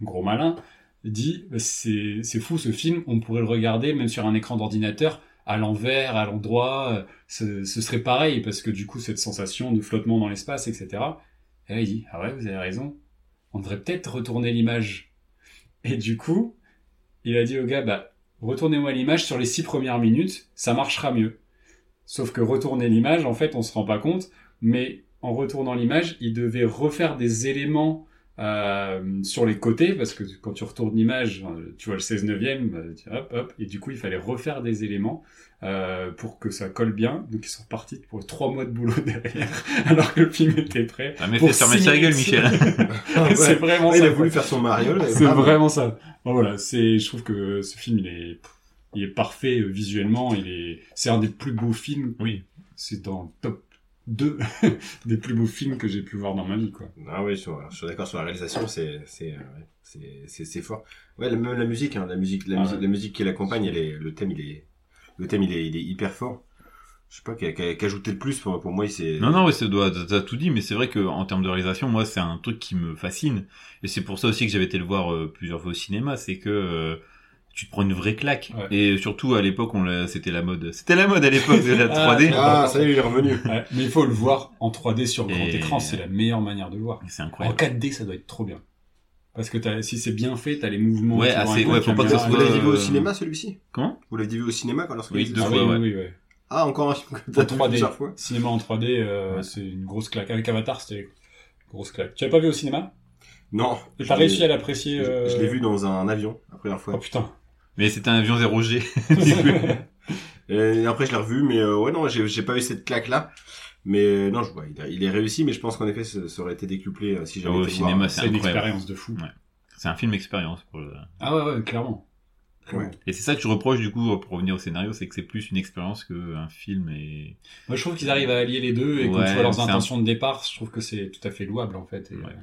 Speaker 3: gros malin, dit, bah, c'est c'est fou ce film, on pourrait le regarder même sur un écran d'ordinateur à l'envers, à l'endroit, euh, ce, ce serait pareil, parce que du coup, cette sensation de flottement dans l'espace, etc. Et là, il dit, ah ouais, vous avez raison, on devrait peut-être retourner l'image. Et du coup, il a dit au gars, bah, retournez-moi l'image sur les six premières minutes, ça marchera mieux. Sauf que retourner l'image, en fait, on se rend pas compte, mais en retournant l'image, il devait refaire des éléments euh, sur les côtés, parce que quand tu retournes l'image, euh, tu vois le 16 neuvième, bah, tu- hop, hop, et du coup, il fallait refaire des éléments euh, pour que ça colle bien. Donc ils sont repartis pour trois mois de boulot derrière, alors que le film était prêt.
Speaker 4: Ah, mais
Speaker 3: Pour
Speaker 4: fais fermer sa
Speaker 3: six
Speaker 4: gueule,
Speaker 3: minutes.
Speaker 4: Michel.
Speaker 1: Ouais.
Speaker 3: Ah, c'est vraiment
Speaker 1: Ouais,
Speaker 3: ça.
Speaker 1: il a
Speaker 3: quoi.
Speaker 1: voulu faire son mariole.
Speaker 3: C'est vraiment ça. Bon, voilà, c'est, je trouve que ce film, il est, il est parfait euh, visuellement. Il est, c'est un des plus beaux films.
Speaker 4: Oui.
Speaker 3: C'est dans le top 2 des plus beaux films que j'ai pu voir dans ma vie, quoi.
Speaker 1: Ah oui, sur- je suis d'accord sur la réalisation, c'est c'est euh, ouais, c'est- c'est c'est fort. Ouais, la- même la musique, hein, la musique, la
Speaker 3: Ah
Speaker 1: musique,
Speaker 3: ouais.
Speaker 1: la musique qui l'accompagne, elle est, le thème, il est, le thème, il est, il est hyper fort. Je sais pas qu'a- qu'a- qu'ajouter de plus pour, pour moi, c'est.
Speaker 4: Non, non, ouais, ça doit, t'as tout dit, mais c'est vrai que en termes de réalisation, moi, c'est un truc qui me fascine, et c'est pour ça aussi que j'avais été le voir euh, plusieurs fois au cinéma, c'est que euh, tu te prends une vraie claque,
Speaker 3: Ouais.
Speaker 4: et surtout à l'époque, on l'a, c'était la mode, c'était la mode à l'époque de la 3D.
Speaker 1: Ah, ça y est, il est revenu.
Speaker 3: Ouais, mais il faut le voir en 3D sur grand
Speaker 4: Et-
Speaker 3: écran. C'est la meilleure manière de le voir.
Speaker 4: Mais C'est
Speaker 3: En
Speaker 4: incroyable.
Speaker 3: 4D, ça doit être trop bien. Parce que t'as- si c'est bien fait, t'as les mouvements. tu
Speaker 4: Ouais,
Speaker 3: vois
Speaker 4: assez-
Speaker 3: un peu
Speaker 4: ouais,
Speaker 3: la
Speaker 4: faut pas que ça
Speaker 3: caméra,
Speaker 4: se
Speaker 1: Vous
Speaker 4: voit,
Speaker 1: l'avez vu au
Speaker 4: Euh,
Speaker 1: cinéma, celui-ci
Speaker 4: Comment
Speaker 1: Vous l'avez vu au cinéma quand lorsque
Speaker 4: Oui,
Speaker 1: vous-
Speaker 4: deux
Speaker 3: Ah
Speaker 1: Ah
Speaker 4: fois,
Speaker 3: oui,
Speaker 4: ouais.
Speaker 3: oui, oui, ouais.
Speaker 1: Ah, encore un film que
Speaker 3: En
Speaker 1: t'as vu
Speaker 3: 3D.
Speaker 1: plusieurs fois.
Speaker 3: Cinéma en 3D, euh,
Speaker 4: Ouais.
Speaker 3: c'est une grosse claque. Avec Avatar, c'était une grosse claque. Tu l'as pas vu au cinéma
Speaker 1: Non.
Speaker 3: Et t'as
Speaker 1: Je
Speaker 3: réussi
Speaker 1: l'ai-
Speaker 3: à l'apprécier euh,
Speaker 1: Je je l'ai vu dans un avion la première
Speaker 3: Oh
Speaker 1: fois.
Speaker 3: putain.
Speaker 4: Mais c'était un avion 0G. Oh.
Speaker 1: Et après, je l'ai revu, mais euh, ouais, non, j'ai j'ai pas eu cette claque-là. Mais euh, non, je vois, il, a- il est réussi, mais je pense qu'en effet, ça, ça aurait été décuplé euh, si j'avais
Speaker 4: au
Speaker 1: été le voir.
Speaker 4: cinéma, c'est
Speaker 3: c'est une
Speaker 4: incroyable.
Speaker 3: expérience de fou.
Speaker 4: Ouais. C'est un film expérience. pour le-
Speaker 3: Ah ouais, ouais, clairement.
Speaker 1: Ouais.
Speaker 4: Et c'est ça que je reproche du coup pour revenir au scénario, c'est que c'est plus une expérience qu'un film. Et
Speaker 3: Moi, je trouve qu'ils arrivent à allier les deux et quand
Speaker 4: Ouais,
Speaker 3: tu vois leurs
Speaker 4: c'est un-
Speaker 3: intentions de départ, je trouve que c'est tout à fait louable en fait. Et,
Speaker 4: Ouais.
Speaker 3: euh,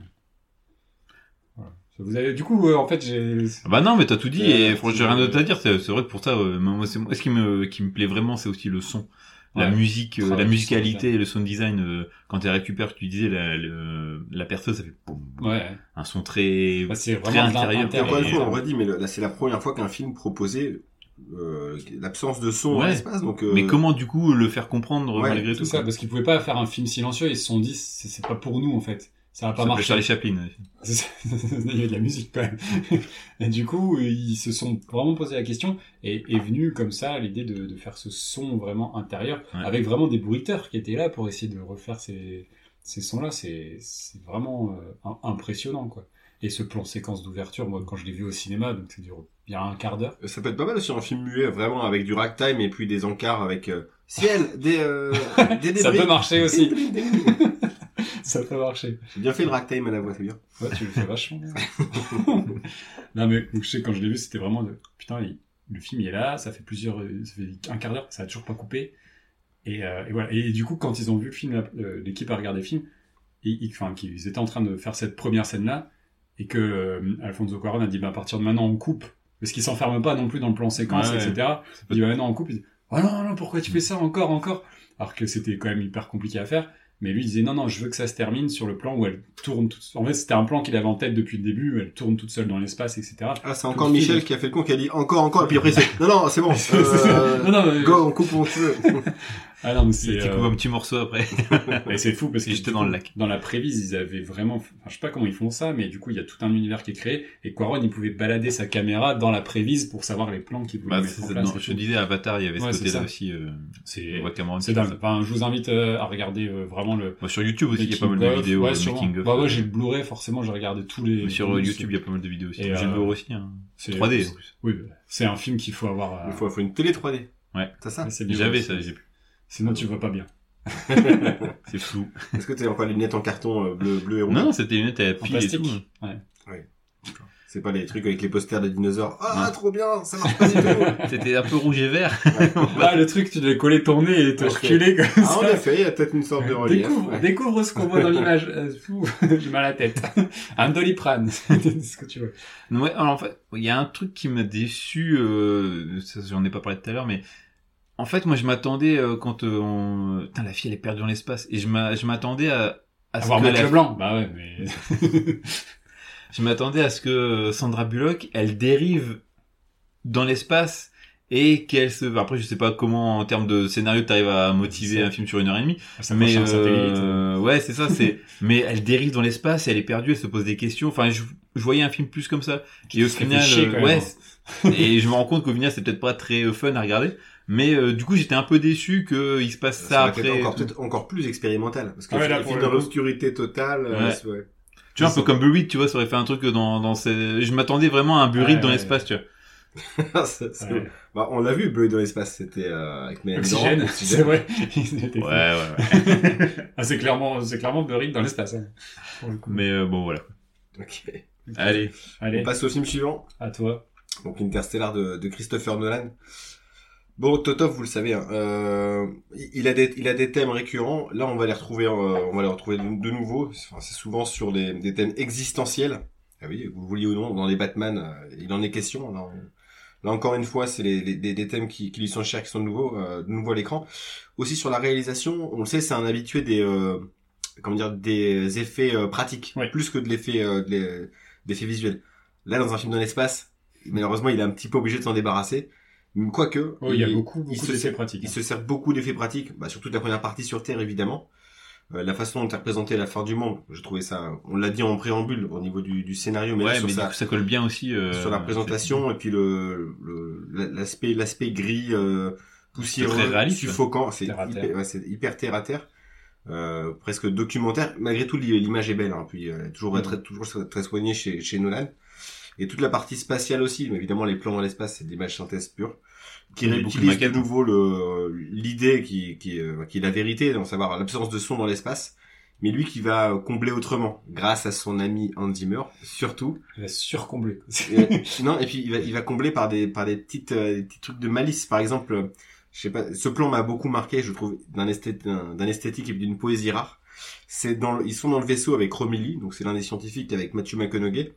Speaker 3: voilà. Vous avez... Du coup, euh, en fait, j'ai.
Speaker 4: Ah Bah non, mais t'as tout dit
Speaker 1: Euh,
Speaker 4: et franchement, j'ai rien d'autre à dire. C'est c'est vrai que pour ça, euh, moi, c'est- moi, ce qui me, qui me plaît vraiment, c'est aussi le son, la
Speaker 3: Ouais.
Speaker 4: musique, euh,
Speaker 3: Ah,
Speaker 4: la
Speaker 3: le
Speaker 4: musicalité
Speaker 3: sound
Speaker 4: et le sound design. euh, quand tu récupères, tu disais la, le- la perceuse, ça fait boum, boum.
Speaker 3: Ouais.
Speaker 4: un son très.
Speaker 3: Bah, c'est
Speaker 4: Très
Speaker 3: vraiment de
Speaker 4: intérieur.
Speaker 1: Et encore une
Speaker 4: Et-
Speaker 1: fois, on redit, mais le- là, c'est la première fois qu'un film proposait euh, l'absence de son dans
Speaker 4: Ouais.
Speaker 1: l'espace. Donc, euh,
Speaker 4: Mais comment du coup le faire comprendre
Speaker 1: Ouais,
Speaker 4: malgré
Speaker 3: Tout
Speaker 4: tout
Speaker 3: ça,
Speaker 4: quoi.
Speaker 3: parce qu'ils pouvaient pas faire un film silencieux, ils se sont dit, c'est c'est pas pour nous en fait. Ça va
Speaker 4: Ça
Speaker 3: pas
Speaker 4: s'appelait
Speaker 3: marcher.
Speaker 4: Charlie Chaplin.
Speaker 3: C'est ça. Il y a de la musique quand même. Et du coup, ils se sont vraiment posé la question et est venue comme ça l'idée de, de faire ce son vraiment intérieur
Speaker 4: Ouais.
Speaker 3: avec vraiment des bruiteurs qui étaient là pour essayer de refaire ces, ces sons-là. C'est c'est vraiment euh, im- impressionnant quoi. Et ce plan séquence d'ouverture, moi quand je l'ai vu au cinéma, donc c'est dur. Il y a un quart d'heure.
Speaker 1: Euh, ça peut être pas mal aussi un film muet, vraiment, avec du ragtime et puis des encarts avec euh, ciel, des, euh, des débris.
Speaker 3: Ça peut marcher aussi. ça peut marcher.
Speaker 1: J'ai bien fait le ragtime à la voix, c'est bien.
Speaker 3: Ouais, tu le fais vachement bien. non, mais donc, je sais, quand je l'ai vu, c'était vraiment de putain, il- le film il est là, ça fait plusieurs, euh, ça fait un quart d'heure, ça a toujours pas coupé. Et, euh, et voilà. Et du coup, quand ils ont vu le film, la- euh, l'équipe a regardé le film, et, ils- enfin, qu'ils étaient en train de faire cette première scène là, et que euh, Alfonso Cuaron a dit, bah, à partir de maintenant, on coupe. Parce qu'il s'enferme pas non plus dans le plan séquence,
Speaker 4: Ouais.
Speaker 3: etc. Il dit, bah, maintenant, on coupe. Il dit, oh non, non, pourquoi tu fais ça encore, encore? Alors que c'était quand même hyper compliqué à faire. Mais lui il disait non, non, je veux que ça se termine sur le plan où elle tourne. Toute... En fait, c'était un plan qu'il avait en tête depuis le début. où Elle tourne toute seule dans l'espace, etc.
Speaker 1: Ah, c'est encore
Speaker 3: Le film.
Speaker 1: Michel qui a fait le con, qui a dit encore, encore, et puis après, c'est non, non, c'est bon.
Speaker 3: C'est ça.
Speaker 1: Euh,
Speaker 3: Non, non, mais-
Speaker 1: Go, on coupe, on se.
Speaker 3: Ah non, mais
Speaker 4: Il
Speaker 3: c'est.
Speaker 4: te
Speaker 3: euh,
Speaker 4: coupe un petit morceau après.
Speaker 3: Mais c'est fou parce que
Speaker 4: Et j'étais
Speaker 3: du
Speaker 4: dans
Speaker 3: coup,
Speaker 4: le lac.
Speaker 3: Dans la prévise, ils avaient vraiment. Enfin, je sais pas comment ils font ça, mais du coup, il y a tout un univers qui est créé et Quaron, il pouvait balader sa caméra dans la prévise pour savoir les plans qu'il voulait
Speaker 4: Bah,
Speaker 3: mettre
Speaker 4: c'est-
Speaker 3: en
Speaker 4: c'est-
Speaker 3: place.
Speaker 4: non,
Speaker 3: et
Speaker 4: je te
Speaker 3: tout.
Speaker 4: disais, Avatar, il y avait
Speaker 3: Ouais,
Speaker 4: ce
Speaker 3: c'est
Speaker 4: côté-là
Speaker 3: ça.
Speaker 4: aussi. euh,
Speaker 3: C'est
Speaker 4: on voit Cameron
Speaker 3: c'est
Speaker 4: qui fait
Speaker 3: dingue.
Speaker 4: ça.
Speaker 3: Enfin, je vous invite euh, à regarder euh, vraiment le.
Speaker 4: Bon, sur YouTube aussi, il y a pas mal
Speaker 3: making
Speaker 4: de
Speaker 3: of.
Speaker 4: vidéos
Speaker 3: Ouais,
Speaker 4: euh,
Speaker 3: sûrement.
Speaker 4: making of.
Speaker 3: Bah ouais,
Speaker 4: euh,
Speaker 3: j'ai le Blu-ray forcément. J'ai regardé tous les.
Speaker 4: mais sur
Speaker 3: tous
Speaker 4: euh,
Speaker 3: les-
Speaker 4: YouTube, il y a pas mal de vidéos aussi.
Speaker 3: Et,
Speaker 4: J'ai
Speaker 3: euh,
Speaker 4: le voir aussi. hein.
Speaker 3: c'est-
Speaker 4: 3D. en plus.
Speaker 3: Oui, bah, c'est un film qu'il faut avoir. euh,
Speaker 1: Il faut, faut une télé 3D.
Speaker 4: Ouais.
Speaker 1: C'est ça
Speaker 3: ouais, c'est bien.
Speaker 4: J'avais ça, j'ai plus.
Speaker 3: Sinon, tu vois pas bien.
Speaker 4: C'est flou.
Speaker 1: Est-ce que t'as encore les lunettes en carton euh, bleu, bleu et rouge
Speaker 4: Non, non, c'était des lunettes à
Speaker 3: En
Speaker 4: pile et
Speaker 3: plastique.
Speaker 4: tout. hein.
Speaker 3: Ouais.
Speaker 1: C'est pas les trucs avec les posters de dinosaures. Ah,
Speaker 4: Non.
Speaker 1: trop bien, ça marche pas du tout.
Speaker 4: hein. C'était un peu rouge et vert.
Speaker 3: Ah, le truc, tu devais coller ton nez et te
Speaker 1: Ouais, je fais-
Speaker 3: reculer comme
Speaker 1: Ah, en
Speaker 3: ça.
Speaker 1: effet, il y a peut-être une sorte de relief.
Speaker 3: Découvre,
Speaker 1: Ouais.
Speaker 3: découvre ce qu'on voit dans l'image. Euh, fou, J'ai mal à la tête. Un doliprane. C'est ce que tu veux.
Speaker 4: Ouais, alors, en fait, il y a un truc qui m'a déçu, euh, ça, j'en ai pas parlé tout à l'heure, mais en fait, moi, je m'attendais euh, quand euh, on... Putain, la fille, elle est perdue dans l'espace. Et je m'a- je m'attendais à... à
Speaker 3: Avoir
Speaker 4: que
Speaker 3: mal
Speaker 4: la-
Speaker 3: le blanc. Bah ouais, mais.
Speaker 4: Je m'attendais à ce que euh, Sandra Bullock, elle dérive dans l'espace et qu'elle se... Après, je sais pas comment, en termes de scénario, t'arrives à motiver un film sur une heure et demie.
Speaker 3: Ça
Speaker 4: mais
Speaker 3: marche un satellite.
Speaker 4: euh, ouais c'est ça c'est mais elle dérive dans l'espace et elle est perdue elle se pose des questions enfin je, je voyais un film plus comme ça et au
Speaker 3: te fais
Speaker 4: final
Speaker 3: chier,
Speaker 4: euh,
Speaker 3: quand même,
Speaker 4: ouais
Speaker 3: hein.
Speaker 4: c'est- et je me rends compte qu'au final c'est peut-être pas très euh, fun à regarder mais euh, du coup j'étais un peu déçu que il se passe ça,
Speaker 1: Ça aurait été
Speaker 4: après
Speaker 1: encore, peut-être encore plus expérimental. Parce que
Speaker 3: Ah ouais,
Speaker 1: c'est
Speaker 3: là,
Speaker 1: un
Speaker 3: pour
Speaker 1: film
Speaker 3: le
Speaker 1: dans
Speaker 3: coup.
Speaker 1: l'obscurité totale. euh,
Speaker 4: Ouais.
Speaker 1: c'est- ouais.
Speaker 4: tu vois un peu comme Buried tu vois ça aurait fait un truc dans dans ces... je m'attendais vraiment à un Buried
Speaker 3: Ouais,
Speaker 4: dans
Speaker 3: ouais,
Speaker 4: l'espace tu vois
Speaker 1: C'est- c'est-
Speaker 3: Ouais.
Speaker 1: Bah, on l'a vu, Bleu dans l'espace, c'était euh, avec Mélanie Laurent,
Speaker 3: Oxygène,
Speaker 1: Oxygène.
Speaker 3: c'est vrai. Ils étaient fous.
Speaker 4: ouais, ouais.
Speaker 3: Ah, c'est clairement, c'est clairement Buried dans l'espace. hein, pour le coup.
Speaker 4: mais euh, bon voilà
Speaker 1: Ok.
Speaker 4: allez
Speaker 1: On
Speaker 3: Allez,
Speaker 1: passe au film suivant,
Speaker 3: à toi.
Speaker 1: donc Interstellar de, de Christopher Nolan. Bon, Totov, vous le savez, hein, euh, il a des il a des thèmes récurrents. Là, on va les retrouver, euh, on va les retrouver de, de nouveau. Enfin, c'est souvent sur des, des thèmes existentiels. Ah oui, vous vouliez ou non, dans les Batman, euh, il en est question. Là, on- là, encore une fois, c'est les, les- des, des thèmes qui, qui lui sont chers, qui sont de nouveau, euh, de nouveau à l'écran. Aussi sur la réalisation, on le sait, c'est un habitué des euh, comment dire des effets euh, pratiques,
Speaker 3: Ouais.
Speaker 1: plus que de l'effet euh, de l'e- d'effets visuels. Là, dans un film dans l'espace, malheureusement, il est un petit peu obligé de s'en débarrasser. Quoique,
Speaker 3: Oh, il y a beaucoup, beaucoup
Speaker 1: se
Speaker 3: d'essais
Speaker 1: sait-
Speaker 3: pratiques. hein.
Speaker 1: il se sert beaucoup d'effets pratiques, bah, surtout de la première partie sur Terre, évidemment. Euh, la façon dont est représentée la fin du monde, je trouvais ça, on l'a dit en préambule au niveau du, du scénario, mais, là,
Speaker 4: ouais
Speaker 1: sur,
Speaker 4: mais
Speaker 1: sa-
Speaker 4: du coup ça colle bien aussi euh,
Speaker 1: sur la présentation, et puis le, le- la- l'aspect, l'aspect gris, euh,
Speaker 4: très
Speaker 1: poussiéreux,
Speaker 4: réaliste.
Speaker 1: suffocant, c'est
Speaker 3: Terre à
Speaker 1: hyper,
Speaker 3: terre.
Speaker 1: ouais, c'est hyper terre à terre, euh, presque documentaire. Malgré tout, l'i- l'image est belle, hein, puis euh, toujours
Speaker 4: Mm.
Speaker 3: Mhm.
Speaker 1: très, toujours très soignée chez, chez Nolan. Et toute la partie spatiale aussi, mais évidemment les plans dans l'espace, c'est de l'image synthèse pure, qui
Speaker 4: Il y a beaucoup de
Speaker 1: réutilise de
Speaker 4: maquettes. hein.
Speaker 1: nouveau le l'idée qui qui, euh, qui est la vérité, d'en savoir l'absence de son dans l'espace, mais lui qui va combler autrement, grâce à son ami Hans Zimmer, surtout.
Speaker 3: Il va surcombler.
Speaker 1: Et- non, et puis il va, il va combler par des, par des petites, euh, des petits trucs de malice. Par exemple, euh, je sais pas, ce plan m'a beaucoup marqué, je trouve, d'un esthé- d'un- d'un esthétique et d'une poésie rare. C'est dans, le- ils sont dans le vaisseau avec Romilly, donc c'est l'un des scientifiques avec Matthew McConaughey.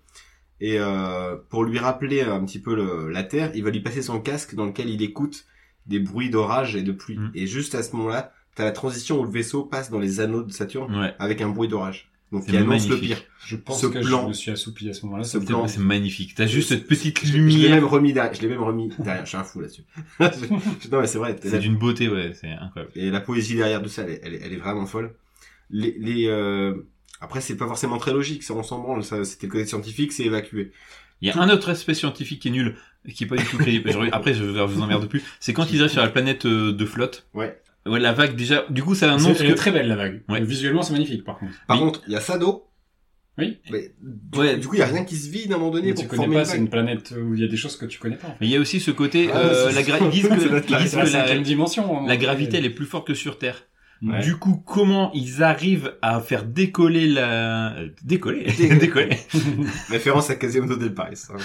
Speaker 1: Et euh, pour lui rappeler un petit peu le- la Terre, il va lui passer son casque dans lequel il écoute des bruits d'orage et de pluie.
Speaker 4: Mhm.
Speaker 1: Et juste à ce moment-là, t'as la transition où le vaisseau passe dans les anneaux de Saturne
Speaker 4: ouais
Speaker 1: avec un bruit d'orage. Donc
Speaker 4: Mm. C'est
Speaker 1: il annonce le
Speaker 4: magnifique.
Speaker 1: pire.
Speaker 3: Je pense
Speaker 1: Ce
Speaker 3: que
Speaker 1: plan-
Speaker 3: je me suis assoupi à ce moment-là.
Speaker 1: Ce
Speaker 3: Ça me-
Speaker 1: plan-
Speaker 4: c'est magnifique t'as juste cette petite
Speaker 1: Je l'ai
Speaker 4: lumière
Speaker 1: même remis derrière. Je l'ai même remis derrière. Je suis un fou là-dessus. non mais c'est vrai.
Speaker 4: c'est d'une beauté ouais c'est incroyable
Speaker 1: Et la poésie derrière de ça, elle, est- elle est- elle est vraiment folle. Les, les euh, après c'est pas forcément très logique, ça on s'en branle. Ça c'était le côté scientifique, c'est évacué.
Speaker 4: Il y a un autre aspect scientifique qui est nul, qui est pas du tout créé. Je- Après, je je vous emmerde plus. C'est quand ils arrivent sur la planète euh, de flotte.
Speaker 1: Ouais.
Speaker 4: Ouais, la vague déjà. Du coup, ça annonce
Speaker 3: C'est euh, elle est
Speaker 4: que.
Speaker 3: très belle la vague.
Speaker 4: Ouais.
Speaker 3: Visuellement, c'est magnifique par contre.
Speaker 1: Par
Speaker 4: Oui.
Speaker 1: contre, il y a Sado.
Speaker 3: Oui.
Speaker 1: Mais
Speaker 4: Ouais.
Speaker 1: du coup, il y a rien qui se vide à un moment donné
Speaker 3: Mais
Speaker 1: pour
Speaker 3: tu connais
Speaker 1: former
Speaker 3: pas,
Speaker 1: une
Speaker 3: c'est
Speaker 1: vague.
Speaker 3: une planète où il y a des choses que tu connais pas. en fait.
Speaker 4: Mais il y a aussi ce côté.
Speaker 1: Ah,
Speaker 4: euh,
Speaker 1: c'est-
Speaker 4: la gra- ils disent que,
Speaker 1: c'est la-
Speaker 4: ils disent
Speaker 3: C'est la
Speaker 4: que la,
Speaker 3: cinquième dimension. hein.
Speaker 4: la gravité, elle est plus forte que sur Terre.
Speaker 3: Ouais.
Speaker 4: Du coup, comment ils arrivent à faire décoller la. euh, Décoller
Speaker 1: Décoller.
Speaker 4: Décoller.
Speaker 1: Référence à Quasimodo del Paris. hein.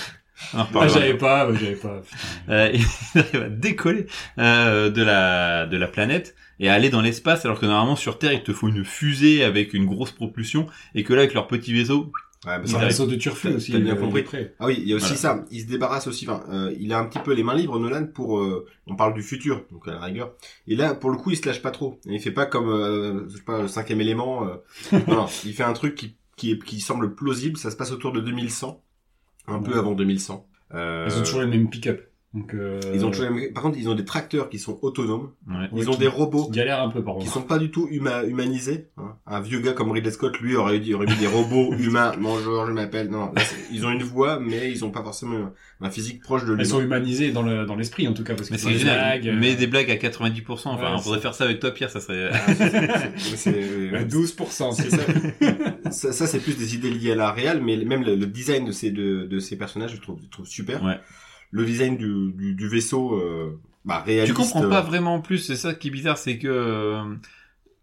Speaker 4: On en
Speaker 3: Ah,
Speaker 4: reparlera.
Speaker 1: euh,
Speaker 3: j'avais pas, ouais, j'avais pas. putain.
Speaker 4: Euh, ils arrivent à décoller euh, de la de la planète et à aller dans l'espace alors que normalement sur Terre il te faut une fusée avec une grosse propulsion et que là avec leur petit vaisseau
Speaker 1: Ouais, bah,
Speaker 3: Il
Speaker 1: ça
Speaker 3: a
Speaker 1: reste-
Speaker 3: un saut de turfu
Speaker 1: T'as-
Speaker 3: aussi.
Speaker 1: t'as bien
Speaker 3: euh,
Speaker 1: compris.
Speaker 3: près.
Speaker 1: Ah oui, il y a aussi
Speaker 4: Voilà.
Speaker 1: ça. Il se débarrasse aussi. Enfin, euh, il a un petit peu les mains libres, Nolan, pour. euh, on parle du futur, donc à la rigueur. Et là, pour le coup, il se lâche pas trop. Il fait pas comme, euh, je sais pas, le cinquième élément. euh, non, non, il fait un truc qui, qui, est- qui semble plausible. Ça se passe autour de 2100, un peu
Speaker 3: Ouais.
Speaker 1: avant 2100. Euh,
Speaker 3: Ils ont toujours le même pick-up. Donc, euh,
Speaker 1: Ils ont toujours la même- Par contre, ils ont des tracteurs qui sont autonomes.
Speaker 4: Ouais.
Speaker 3: Ouais,
Speaker 1: ils ont
Speaker 3: qui-
Speaker 1: des robots
Speaker 3: Galère un peu par
Speaker 1: qui
Speaker 3: contre.
Speaker 1: sont pas du tout huma- humanisés. hein. Un vieux gars comme Ridley Scott, lui, aurait, dit, aurait mis des robots humains. Bonjour, je m'appelle. Non, là, c'est- ils ont une voix, mais ils ont pas forcément un physique proche de lui.
Speaker 3: Elles sont humanisées dans le dans l'esprit en tout cas parce que
Speaker 4: Mais
Speaker 3: c'est
Speaker 4: c'est
Speaker 3: des
Speaker 4: génial.
Speaker 3: blagues. euh,
Speaker 4: Mais des blagues à 90%. Enfin,
Speaker 3: Ouais,
Speaker 4: on
Speaker 3: c'est-
Speaker 4: pourrait faire ça avec toi, Pierre, ça serait.
Speaker 1: Ah,
Speaker 3: euh, à 12%.
Speaker 1: C'est ça. ça, ça, c'est plus des idées liées à la réelle, mais même le, le design de ces de, de ces personnages, je le trouve, je le trouve super.
Speaker 4: Ouais.
Speaker 1: Le design du, du, du vaisseau, euh, bah, réaliste.
Speaker 4: tu comprends
Speaker 1: euh,
Speaker 4: pas vraiment en plus. C'est ça qui est bizarre, c'est que euh,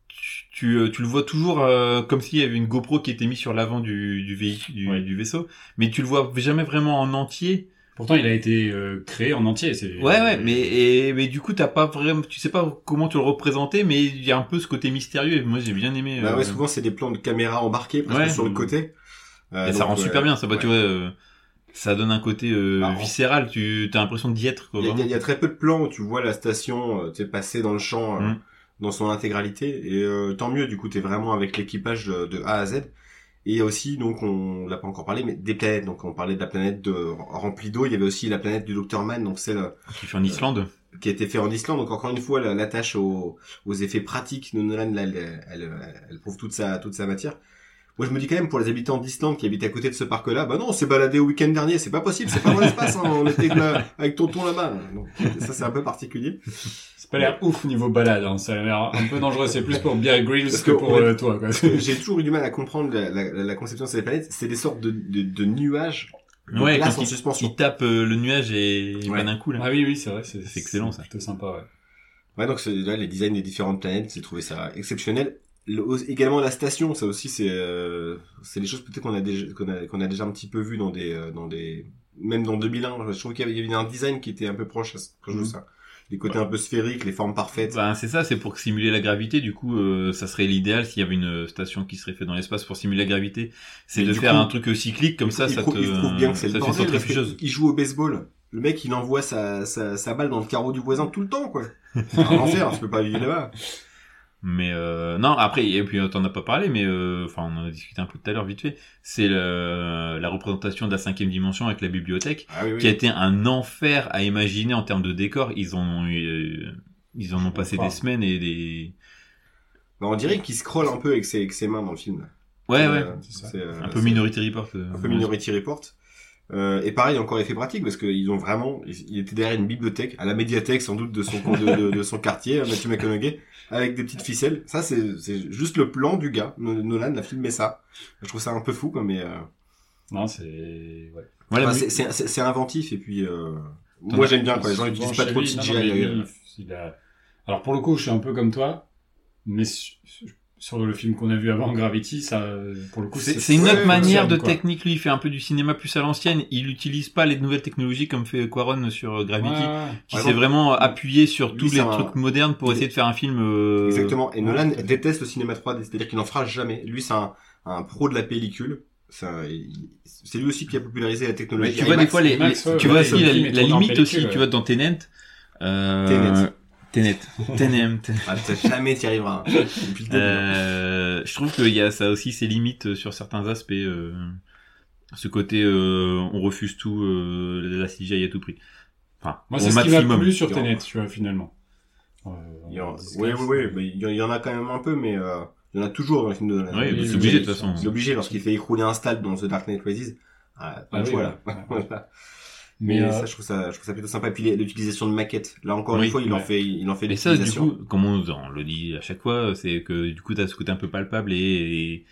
Speaker 4: tu, tu, euh, tu le vois toujours euh, comme s'il y avait une GoPro qui était mise sur l'avant du du, véhicule, du,
Speaker 3: Ouais.
Speaker 4: du vaisseau, mais tu le vois jamais vraiment en entier.
Speaker 3: Pourtant, il a été euh, créé en entier. c'est-
Speaker 4: Ouais, ouais, mais et, mais du coup t'as pas vraiment, tu sais pas comment tu le représenter, mais il y a un peu ce côté mystérieux. Et moi j'ai bien aimé.
Speaker 1: Bah
Speaker 4: euh,
Speaker 1: ouais, souvent c'est des plans de caméra embarqués, presque
Speaker 4: Ouais.
Speaker 1: sur le côté. Euh,
Speaker 4: et ça
Speaker 1: donc,
Speaker 4: rend
Speaker 1: ouais.
Speaker 4: super bien. Ça, bah, tu vois, euh, ça donne un côté euh,
Speaker 1: Marrant.
Speaker 4: viscéral. Tu as l'impression d'y être. Quoi,
Speaker 1: Il y, a- il y a-
Speaker 4: vraiment.
Speaker 1: il y a très peu de plans où tu vois la station, euh, tu sais, passer dans le champ euh,
Speaker 4: Mm.
Speaker 1: dans son intégralité. Et euh, tant mieux, du coup, t'es vraiment avec l'équipage de, de A à Z. Et il y a aussi, donc, on l'a pas encore parlé, mais des planètes. Donc, on parlait de la planète de, remplie d'eau. Il y avait aussi la planète du Dr. Man, donc celle
Speaker 4: Qui fait en Islande.
Speaker 1: qui a été fait en Islande. Donc encore une fois, la- l'attache aux, aux effets pratiques de Nolan, là, elle, elle- elle prouve toute sa, toute sa matière. Moi, je me dis quand même, pour les habitants d'Islande qui habitent à côté de ce parc-là, bah non, on s'est baladé au week-end dernier, c'est pas possible, c'est pas dans l'espace, hein, on était là- avec tonton là-bas. Donc, ça, c'est un peu particulier.
Speaker 3: C'est pas l'air ouf niveau balade. hein. Ça a l'air un peu dangereux. C'est plus pour Bear Grylls
Speaker 1: Parce
Speaker 3: que
Speaker 1: que
Speaker 3: pour
Speaker 1: on est-
Speaker 3: euh, toi. Quoi.
Speaker 1: J'ai toujours eu du mal à comprendre la, la- la conception de ces planètes. C'est des sortes de, de, de nuages. Donc
Speaker 4: Ouais,
Speaker 1: là,
Speaker 4: quand
Speaker 1: c'est en
Speaker 4: il-
Speaker 1: suspension.
Speaker 4: Il tape euh, le nuage et il
Speaker 1: Ouais.
Speaker 4: va d'un coup là.
Speaker 3: Ah oui, oui, c'est vrai. C'est
Speaker 4: C'est excellent, ça.
Speaker 3: Plutôt sympa. Ouais.
Speaker 1: Ouais, donc c'est- là, les designs des différentes planètes, j'ai trouvé ça exceptionnel. Le- au- également la station, ça aussi, c'est euh, c'est des choses peut-être qu'on a déjà qu'on a, qu'on a déjà un petit peu vu dans des euh, dans des même dans 2001. Je trouve qu'il y avait- il y avait un design qui était un peu proche à ce proche de
Speaker 3: Mhm.
Speaker 1: ça. Les côtés un peu sphériques, les formes parfaites.
Speaker 4: Ben, c'est ça, c'est pour simuler la gravité. Du coup, euh, ça serait l'idéal s'il y avait une euh, station qui serait faite dans l'espace pour simuler la gravité. C'est
Speaker 1: Mais
Speaker 4: de
Speaker 1: du
Speaker 4: faire
Speaker 1: coup,
Speaker 4: un truc euh, cyclique comme ça,
Speaker 1: il,
Speaker 4: ça
Speaker 1: prou-
Speaker 4: te
Speaker 1: il prouve bien que c'est
Speaker 4: ça
Speaker 1: le
Speaker 4: te fait
Speaker 1: bordel. parce que
Speaker 4: centrifugeuse.
Speaker 1: il joue au baseball. Le mec, il envoie sa, sa, sa balle dans le carreau du voisin tout le temps, quoi. C'est un enfer, tu peux pas vivre là-bas.
Speaker 4: Mais euh, non, après et puis euh, t'en as pas parlé, mais euh, enfin on en a discuté un peu tout à l'heure vite fait. C'est le- la représentation de la cinquième dimension avec la bibliothèque.
Speaker 1: Ah oui, oui.
Speaker 4: qui a été un enfer à imaginer en termes de décor. Ils en ont eu, euh, ils en ont passé
Speaker 3: comprends.
Speaker 4: des semaines et des.
Speaker 1: Bah, on dirait qu'il scrolle un peu avec ses, avec ses mains dans le film.
Speaker 4: Ouais,
Speaker 1: C'est,
Speaker 4: ouais.
Speaker 1: euh,
Speaker 3: c'est ça.
Speaker 1: c'est, euh,
Speaker 4: Un peu
Speaker 1: c'est-
Speaker 4: Minority Report. euh,
Speaker 1: un peu Minority Report. Euh, et pareil, encore effet pratique, parce qu'ils ont vraiment, il était derrière une bibliothèque, à la médiathèque sans doute de son, de, de- de son quartier, euh, Matthew McConaughey, avec des petites ficelles. Ça, c'est c'est juste le plan du gars. No- Nolan a filmé ça. Je trouve ça un peu fou, quoi, mais euh,
Speaker 3: Non, c'est. Ouais.
Speaker 4: Voilà,
Speaker 1: enfin,
Speaker 4: mais-
Speaker 1: c'est- c'est c'est- c'est inventif, et puis euh,
Speaker 4: T'en
Speaker 1: moi
Speaker 4: as-
Speaker 1: j'aime bien, quoi. Les gens
Speaker 3: Souvent
Speaker 1: n'utilisent pas
Speaker 3: chez
Speaker 1: trop de
Speaker 3: lui, non,
Speaker 1: CGI.
Speaker 3: non, mais lui,
Speaker 1: euh,
Speaker 3: il a- Alors pour le coup, je suis un peu comme toi, mais su- sur le film qu'on a vu avant, Gravity, ça, euh, pour le coup,
Speaker 4: C'est
Speaker 3: ça-
Speaker 4: c'est une
Speaker 1: ouais,
Speaker 4: autre
Speaker 1: ouais,
Speaker 4: manière de
Speaker 3: quoi.
Speaker 4: technique. Lui, il fait un peu du cinéma plus à l'ancienne. Il n'utilise pas les nouvelles technologies comme fait Quaron sur euh,
Speaker 3: Ouais,
Speaker 4: Gravity,
Speaker 3: ouais.
Speaker 4: qui
Speaker 1: Par
Speaker 4: s'est
Speaker 1: exemple,
Speaker 4: vraiment appuyé sur
Speaker 1: lui,
Speaker 4: tous
Speaker 1: c'est
Speaker 4: les
Speaker 1: un-
Speaker 4: trucs modernes pour essayer de faire un film. euh,
Speaker 1: Exactement. Et
Speaker 3: ouais,
Speaker 1: Nolan
Speaker 3: tout à fait.
Speaker 1: déteste le cinéma 3D, c'est-à-dire qu'il n'en fera jamais. Lui, c'est un, un pro de la pellicule. C'est un- il- c'est lui aussi qui a popularisé la
Speaker 4: Mais
Speaker 1: technologie.
Speaker 4: tu vois
Speaker 1: IMAX.
Speaker 4: des fois les,
Speaker 3: Max,
Speaker 4: les-
Speaker 3: ouais,
Speaker 4: tu
Speaker 3: ouais,
Speaker 4: vois
Speaker 3: les
Speaker 4: aussi la,
Speaker 3: films et
Speaker 4: la
Speaker 3: tout dans
Speaker 4: limite
Speaker 3: Pellicule,
Speaker 4: aussi.
Speaker 3: ouais.
Speaker 4: Tu vois dans Tenet. Euh,
Speaker 1: Tenet.
Speaker 4: Tenet. Tenet.
Speaker 1: Ah, putain, jamais t'y arriveras. hein. Depuis le début.
Speaker 4: Euh, je trouve qu'il y a ça aussi ses limites sur certains aspects. euh, ce côté, euh, on refuse tout, euh, la CGI à tout prix. Enfin,
Speaker 3: Moi,
Speaker 4: au
Speaker 3: c'est ce qui m'a
Speaker 4: maximum.
Speaker 3: plu sur
Speaker 1: Il y en-
Speaker 3: Tenet, tu vois, finalement. Euh,
Speaker 1: Il y en-
Speaker 3: on discute.
Speaker 1: Oui, oui, oui. mais bah, Il y en- il y en a quand même un peu, mais euh, il y en a toujours dans les films de Nolan.
Speaker 4: Oui, bah,
Speaker 3: Oui,
Speaker 4: c'est
Speaker 3: oui,
Speaker 4: obligé
Speaker 3: oui,
Speaker 4: de toute façon.
Speaker 1: C'est obligé lorsqu'il fait écrouler un stade dans The Dark Knight Rises. Ah,
Speaker 3: Ah oui,
Speaker 1: voilà.
Speaker 3: ouais, ouais.
Speaker 1: Voilà.
Speaker 3: Mais,
Speaker 1: Mais
Speaker 3: euh,
Speaker 1: ça, je trouve ça, je trouve ça plutôt sympa. Et puis les- l'utilisation de maquettes. Là encore
Speaker 4: Oui,
Speaker 1: une fois, il en
Speaker 3: ouais.
Speaker 1: fait, il en fait
Speaker 4: Et ça, du
Speaker 1: l'utilisation.
Speaker 4: coup, comme on, on le dit à chaque fois, c'est que du coup, t'as ce côté un peu palpable et, et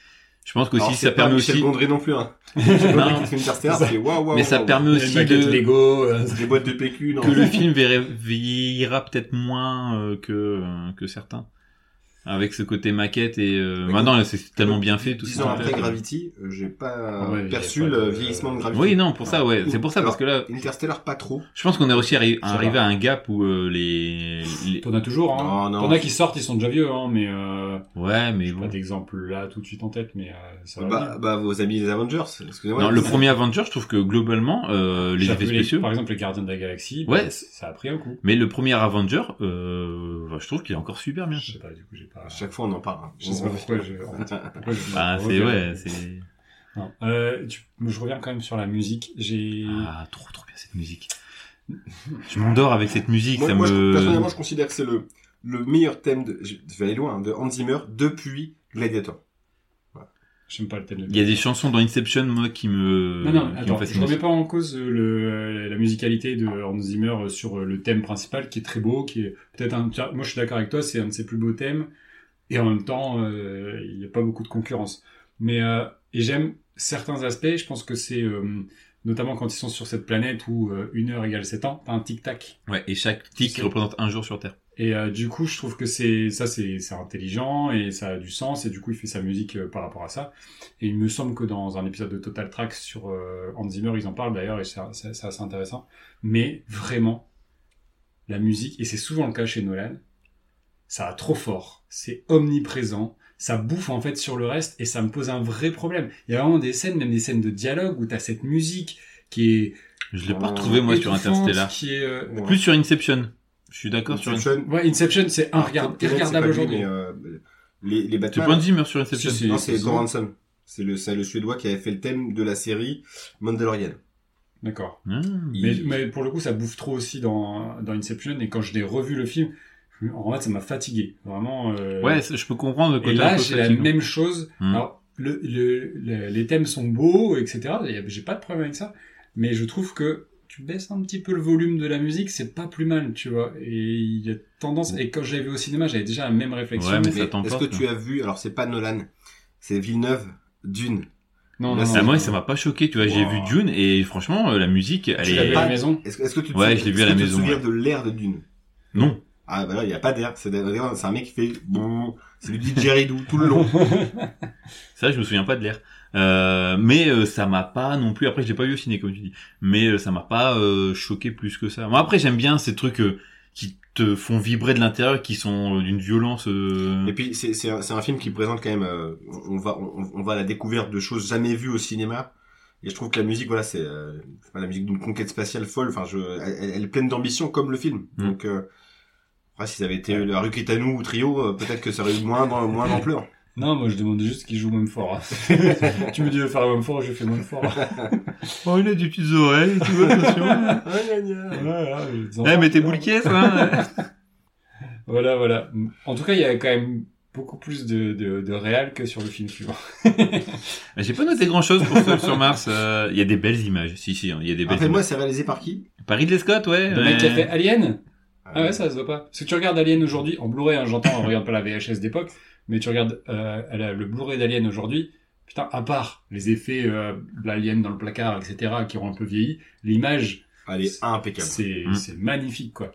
Speaker 4: je pense qu'aussi
Speaker 1: Alors, c'est
Speaker 4: ça
Speaker 1: pas
Speaker 4: permet
Speaker 1: Michel
Speaker 4: aussi.
Speaker 1: Gondry non plus. Hein.
Speaker 4: Non,
Speaker 1: Interstellar, c'est waouh, waouh.
Speaker 4: mais ça
Speaker 1: waouh.
Speaker 4: permet
Speaker 3: il y a une
Speaker 4: aussi
Speaker 3: maquette
Speaker 4: de,
Speaker 3: Lego. euh,
Speaker 1: Des boîtes de PQ, non.
Speaker 4: que le film verra- vieillira peut-être moins euh, que euh, que certains. Avec ce côté maquette et euh,
Speaker 1: Écoute,
Speaker 4: maintenant c'est tellement bien fait tout
Speaker 1: Dix
Speaker 4: ça.
Speaker 1: ans après
Speaker 3: Ouais.
Speaker 1: Gravity, euh, j'ai pas
Speaker 3: Ah ouais,
Speaker 1: perçu
Speaker 3: y a pas
Speaker 1: le
Speaker 3: de-
Speaker 1: vieillissement de Gravity.
Speaker 4: Oui non pour ça ouais c'est pour ça parce que là
Speaker 1: Interstellar, pas trop.
Speaker 4: Je pense qu'on est aussi arri-
Speaker 3: Ça
Speaker 4: arrivé
Speaker 3: va.
Speaker 4: à un gap où euh, les, les-
Speaker 3: T'en as toujours, hein.
Speaker 1: Oh, Non, non.
Speaker 3: T'en as qui sortent, ils sont déjà vieux, hein, mais euh,
Speaker 4: Ouais, mais
Speaker 3: pas
Speaker 4: bon.
Speaker 3: d'exemple là tout de suite en tête, mais euh, ça va.
Speaker 1: Bah,
Speaker 3: venir.
Speaker 1: bah, vos amis les Avengers, excusez-moi.
Speaker 4: Non, le
Speaker 1: Ils-
Speaker 4: premier Avenger, je trouve que globalement, euh, les
Speaker 3: J'ai
Speaker 4: effets
Speaker 3: vu les-
Speaker 4: spéciaux...
Speaker 3: Par exemple, les Gardiens de la Galaxie,
Speaker 4: Ouais.
Speaker 3: bah, ça a pris un coup.
Speaker 4: Mais le premier Avenger, euh, bah, je trouve qu'il est encore super bien.
Speaker 3: Je sais pas, du coup, j'ai pas.
Speaker 1: À chaque fois, on en parle. hein.
Speaker 3: Je sais pas pourquoi je. en fait, pourquoi je-
Speaker 4: Ah, Oh. c'est...
Speaker 3: Ok.
Speaker 4: Ouais, c'est...
Speaker 3: Non. Euh, tu- Je reviens quand même sur la musique. J'ai.
Speaker 4: Ah, trop, trop bien cette musique. Je m'endors avec cette musique,
Speaker 1: Moi,
Speaker 4: ça
Speaker 1: moi, je-
Speaker 4: me...
Speaker 1: personnellement, je considère que c'est le, le meilleur thème de, je je vais aller loin, hein, de Hans Zimmer depuis Gladiator.
Speaker 3: J'aime pas le thème de
Speaker 4: Il y a des chansons dans Inception, moi, qui me...
Speaker 3: Non, non,
Speaker 4: qui
Speaker 3: attends,
Speaker 4: me
Speaker 3: je
Speaker 4: fascinent.
Speaker 3: remets pas en cause euh, le, euh, la musicalité de Hans Zimmer euh, sur euh, le thème principal qui est très beau, qui est peut-être un. tiens, Moi, je suis d'accord avec toi, c'est un de ses plus beaux thèmes, et en même temps, euh, il n'y a pas beaucoup de concurrence. Mais euh, et j'aime certains aspects. Je pense que c'est euh, notamment quand ils sont sur cette planète où euh, une heure égale sept ans, t'as un tic tac
Speaker 4: Ouais, et chaque tic
Speaker 3: C'est-
Speaker 4: représente un jour sur Terre.
Speaker 3: et euh, du coup, je trouve que c'est ça, c'est c'est intelligent et ça a du sens. Et du coup, il fait sa musique euh, par rapport à ça. Et il me semble que dans un épisode de Total Track sur euh, Hans Zimmer, ils en parlent d'ailleurs et c'est c'est- c'est assez intéressant. Mais vraiment, la musique, et c'est souvent le cas chez Nolan, ça a trop fort. C'est omniprésent. Ça bouffe en fait sur le reste et ça me pose un vrai problème. Il y a vraiment des scènes, même des scènes de dialogue où t'as cette musique qui est
Speaker 4: Je l'ai pas
Speaker 1: Euh,
Speaker 4: retrouvé, moi, sur
Speaker 3: étouffante,
Speaker 4: Interstellar.
Speaker 3: qui est euh,
Speaker 1: Ouais.
Speaker 4: Plus sur Inception. Je suis d'accord sur Ah, Inception.
Speaker 1: Inception.
Speaker 3: ouais Inception, c'est un
Speaker 1: Tenet,
Speaker 3: regard,
Speaker 1: c'est pas
Speaker 3: regardable
Speaker 1: lui,
Speaker 3: aujourd'hui.
Speaker 1: mais, euh, les, les
Speaker 4: C'est
Speaker 1: Batman.
Speaker 4: pas Zimmer sur Inception.
Speaker 3: Si, si,
Speaker 1: Non, c'est
Speaker 3: c'est-
Speaker 1: Goranson. C'est le, c'est le Suédois qui avait fait le thème de la série Mandalorian.
Speaker 3: D'accord.
Speaker 4: Ah.
Speaker 3: Mais,
Speaker 1: Il-
Speaker 3: mais pour le coup, ça bouffe trop aussi dans, dans Inception. Et quand je l'ai revu le film, je- en fait, ça m'a fatigué. Vraiment. euh,
Speaker 4: Ouais, c'est- je peux comprendre le
Speaker 3: et
Speaker 4: côté un
Speaker 3: là,
Speaker 4: peu
Speaker 3: j'ai la
Speaker 4: fatigant.
Speaker 3: même chose.
Speaker 4: Hmm.
Speaker 3: Alors, le, le- le- les thèmes sont beaux, etc. Et J'ai pas de problème avec ça. Mais je trouve que tu baisses un petit peu le volume de la musique, c'est pas plus mal, tu vois. Et il y a tendance. Et quand je l'ai vu au cinéma, j'avais déjà la même réflexion.
Speaker 4: Ouais, mais
Speaker 1: Mais
Speaker 4: ça t'emporte,
Speaker 1: Est-ce que
Speaker 4: quoi.
Speaker 1: tu as vu, alors c'est pas Nolan, c'est Villeneuve, Dune.
Speaker 3: Non,
Speaker 1: Là,
Speaker 3: non,
Speaker 4: Ah,
Speaker 3: non,
Speaker 4: moi,
Speaker 3: non.
Speaker 4: ça m'a pas choqué, tu vois. J'ai
Speaker 3: Wow.
Speaker 4: vu Dune et franchement, euh, la musique, elle
Speaker 3: Tu l'as vu
Speaker 4: est.
Speaker 3: à la maison.
Speaker 1: Est-ce que- est-ce que tu te,
Speaker 4: Ouais,
Speaker 1: souviens-
Speaker 4: je l'ai vu
Speaker 1: est-ce
Speaker 4: à la
Speaker 1: que tu
Speaker 4: maison,
Speaker 1: te souviens
Speaker 4: ouais.
Speaker 1: de l'air de Dune
Speaker 4: Non.
Speaker 1: Ah bah là, il n'y a pas d'air. C'est d'ailleurs, c'est un mec qui fait bouh, c'est du didgeridoo tout le long.
Speaker 4: Ça, je me souviens pas de l'air. Euh, mais euh, ça m'a pas non plus. Après, je l'ai pas vu au ciné, comme tu dis. Mais euh, ça m'a pas euh, choqué plus que ça. Moi, après, j'aime bien ces trucs euh, qui te font vibrer de l'intérieur, qui sont euh, d'une violence. euh,
Speaker 1: Et puis c'est c'est un, c'est un film qui présente quand même euh, on on va on, on va à la découverte de choses jamais vues au cinéma et je trouve que la musique voilà c'est euh, je sais pas, la musique d'une conquête spatiale folle enfin je elle, elle- elle est pleine d'ambition comme le film
Speaker 4: Mm.
Speaker 1: donc euh, après si ça avait été euh, la rue Kitano ou Trio euh, peut-être que ça aurait eu moins d'am- moins d'ampleur
Speaker 3: Non, moi, je demandais juste qu'il joue même fort. tu me dis de faire même fort, je fais même fort.
Speaker 4: Oh, il a des petites oreilles, tu vois, attention.
Speaker 1: Oh,
Speaker 4: Eh, mais t'es boule
Speaker 3: bouliqué
Speaker 4: caisse, hein.
Speaker 3: Voilà, voilà. En tout cas, il y a quand même beaucoup plus de, de, de réal que sur le film suivant.
Speaker 4: J'ai pas noté grand chose pour Seul sur Mars. euh, Il y a des belles images. Si, si, hein, il y a des belles
Speaker 1: après moi
Speaker 4: images.
Speaker 1: ben, c'est réalisé par qui
Speaker 4: Paris Paris de Scott, ouais.
Speaker 3: Le
Speaker 4: ouais.
Speaker 3: mec qui a fait Alien Ah ouais, ça se voit pas. Parce que tu regardes Alien aujourd'hui, en Blu-ray, hein, j'entends, on regarde pas la VHS d'époque, mais tu regardes euh, la- le Blu-ray d'Alien aujourd'hui, putain, à part les effets euh, de l'Alien dans le placard, etc., qui ont un peu vieilli, l'image,
Speaker 1: elle est impeccable
Speaker 3: c'est
Speaker 4: Mm.
Speaker 3: c'est magnifique, quoi.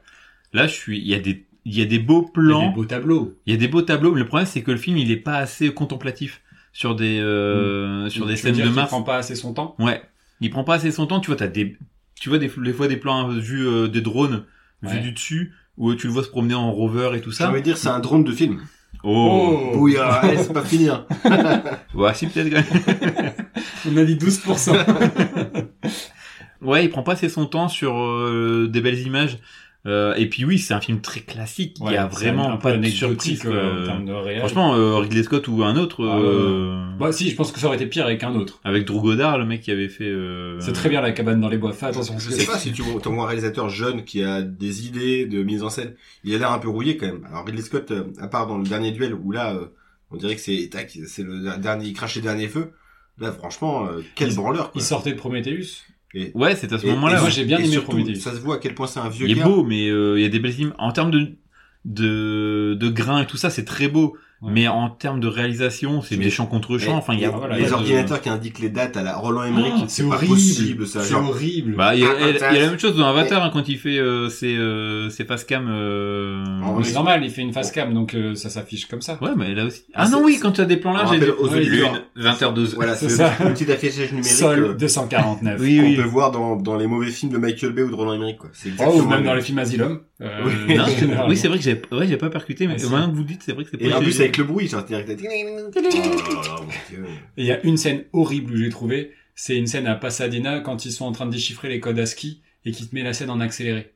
Speaker 4: Là, je suis. Il y a des, il y a des beaux
Speaker 3: Il y a
Speaker 4: plans.
Speaker 3: des beaux tableaux.
Speaker 4: Il y a des beaux tableaux, mais le problème c'est que le film il est pas assez contemplatif sur des euh, sur des
Speaker 3: Hmm. Tu veux
Speaker 4: scènes
Speaker 3: dire
Speaker 4: de
Speaker 3: qu'il
Speaker 4: Mars.
Speaker 3: prend pas assez son temps.
Speaker 4: Ouais, il prend pas assez son temps. Tu vois, t'as des tu vois des, des fois des plans hein, vus euh, des drones vus
Speaker 3: Ouais. Ah
Speaker 4: du dessus où tu le vois se promener en rover et tout
Speaker 1: ça
Speaker 4: ça.
Speaker 1: veut dire c'est un drone de film
Speaker 4: Oh,
Speaker 1: bouillard allez, c'est pas fini hein.
Speaker 3: Oh.
Speaker 4: ouais, si peut-être. quand même.
Speaker 3: On a dit 12%.
Speaker 4: ouais, il prend pas assez son temps sur euh, des belles images. Euh, et puis oui, c'est un film très classique. il y a
Speaker 3: Ouais, c'est un
Speaker 4: vraiment
Speaker 3: peu
Speaker 4: pas de
Speaker 3: anecdotique,
Speaker 4: surprise. quoi.
Speaker 3: euh, en termes de réel.
Speaker 4: Franchement, euh, Ridley Scott ou un autre.
Speaker 3: Ah, ouais, ouais.
Speaker 4: euh,
Speaker 3: Bah si, je pense que ça aurait été pire avec un autre.
Speaker 4: Avec Drew Goddard, le mec qui avait fait. euh,
Speaker 3: C'est très bien la cabane dans les bois. Fais attention.
Speaker 1: je
Speaker 3: parce
Speaker 1: sais
Speaker 3: que-
Speaker 1: pas si tu vois un réalisateur jeune qui a des idées de mise en scène. Il a l'air un peu rouillé quand même. Alors Ridley Scott, euh, à part dans le dernier duel où là, euh, on dirait que c'est tac, c'est le dernier, il crache les derniers feux. Là, franchement, euh, quel
Speaker 3: Il-
Speaker 1: branleur. Quoi.
Speaker 3: Il sortait de Prometheus.
Speaker 4: Ouais, c'est à ce
Speaker 1: Et-
Speaker 4: moment-là.
Speaker 1: et-
Speaker 4: ouais.
Speaker 3: moi, j'ai bien
Speaker 1: et
Speaker 3: aimé
Speaker 1: surtout,
Speaker 3: Prometheus.
Speaker 1: Ça se voit à quel point c'est un vieux
Speaker 4: Il est
Speaker 1: gars.
Speaker 4: beau, mais euh, il y a des belles images. En termes de, de, de grains et tout ça, c'est très beau.
Speaker 3: Ouais.
Speaker 4: Mais en termes de réalisation, c'est
Speaker 1: Mais-
Speaker 4: des champs contre champs.
Speaker 1: mais-
Speaker 4: Enfin, il y a,
Speaker 1: les,
Speaker 3: voilà,
Speaker 4: il y a de-
Speaker 1: ordinateurs qui indiquent les dates à la Roland Emmerich,
Speaker 3: Ah,
Speaker 1: c'est pas possible ça.
Speaker 3: C'est
Speaker 1: genre.
Speaker 3: horrible.
Speaker 4: Bah, il y a,
Speaker 1: Ah,
Speaker 4: il y a- il y a la même chose dans Avatar
Speaker 1: mais-
Speaker 4: hein, quand il fait euh, ses, euh, ses face cam. euh,
Speaker 1: En-
Speaker 3: Mais c'est normal, il fait une face cam, donc euh, ça s'affiche comme ça.
Speaker 4: Ouais, mais là aussi.
Speaker 1: Ah,
Speaker 4: Ah non,
Speaker 1: c'est-
Speaker 4: oui, quand tu as des plans là,
Speaker 1: On
Speaker 4: j'ai
Speaker 1: rappelle
Speaker 4: des
Speaker 1: aux
Speaker 4: Ouais,
Speaker 1: auditeurs.
Speaker 4: lune, 20h12.
Speaker 1: Voilà,
Speaker 3: C'est
Speaker 1: c'est
Speaker 3: ça.
Speaker 1: le petit affichage numérique
Speaker 3: Sol
Speaker 1: euh,
Speaker 3: 249.
Speaker 4: Oui,
Speaker 1: qu'on
Speaker 4: oui.
Speaker 1: peut voir dans, dans les mauvais films de Michael Bay ou de Roland Emmerich. Quoi. C'est
Speaker 3: Oh, ou
Speaker 1: exactement
Speaker 3: même
Speaker 1: le
Speaker 3: dans
Speaker 1: même.
Speaker 3: les films Asylum. Euh,
Speaker 1: Oui.
Speaker 4: Non,
Speaker 3: généralement.
Speaker 4: oui, c'est vrai que j'ai ouais, j'ai pas percuté, mais
Speaker 3: Ah, si.
Speaker 4: maintenant que vous le dites, c'est vrai que c'est
Speaker 1: Et
Speaker 4: pas
Speaker 1: en
Speaker 4: j'ai-
Speaker 1: plus avec le bruit, genre direct. Oh là là, mon Dieu.
Speaker 3: Et il y a une scène horrible où j'ai trouvé. C'est une scène à Pasadena quand ils sont en train de déchiffrer les codes ASCII et qui te met la scène en accéléré.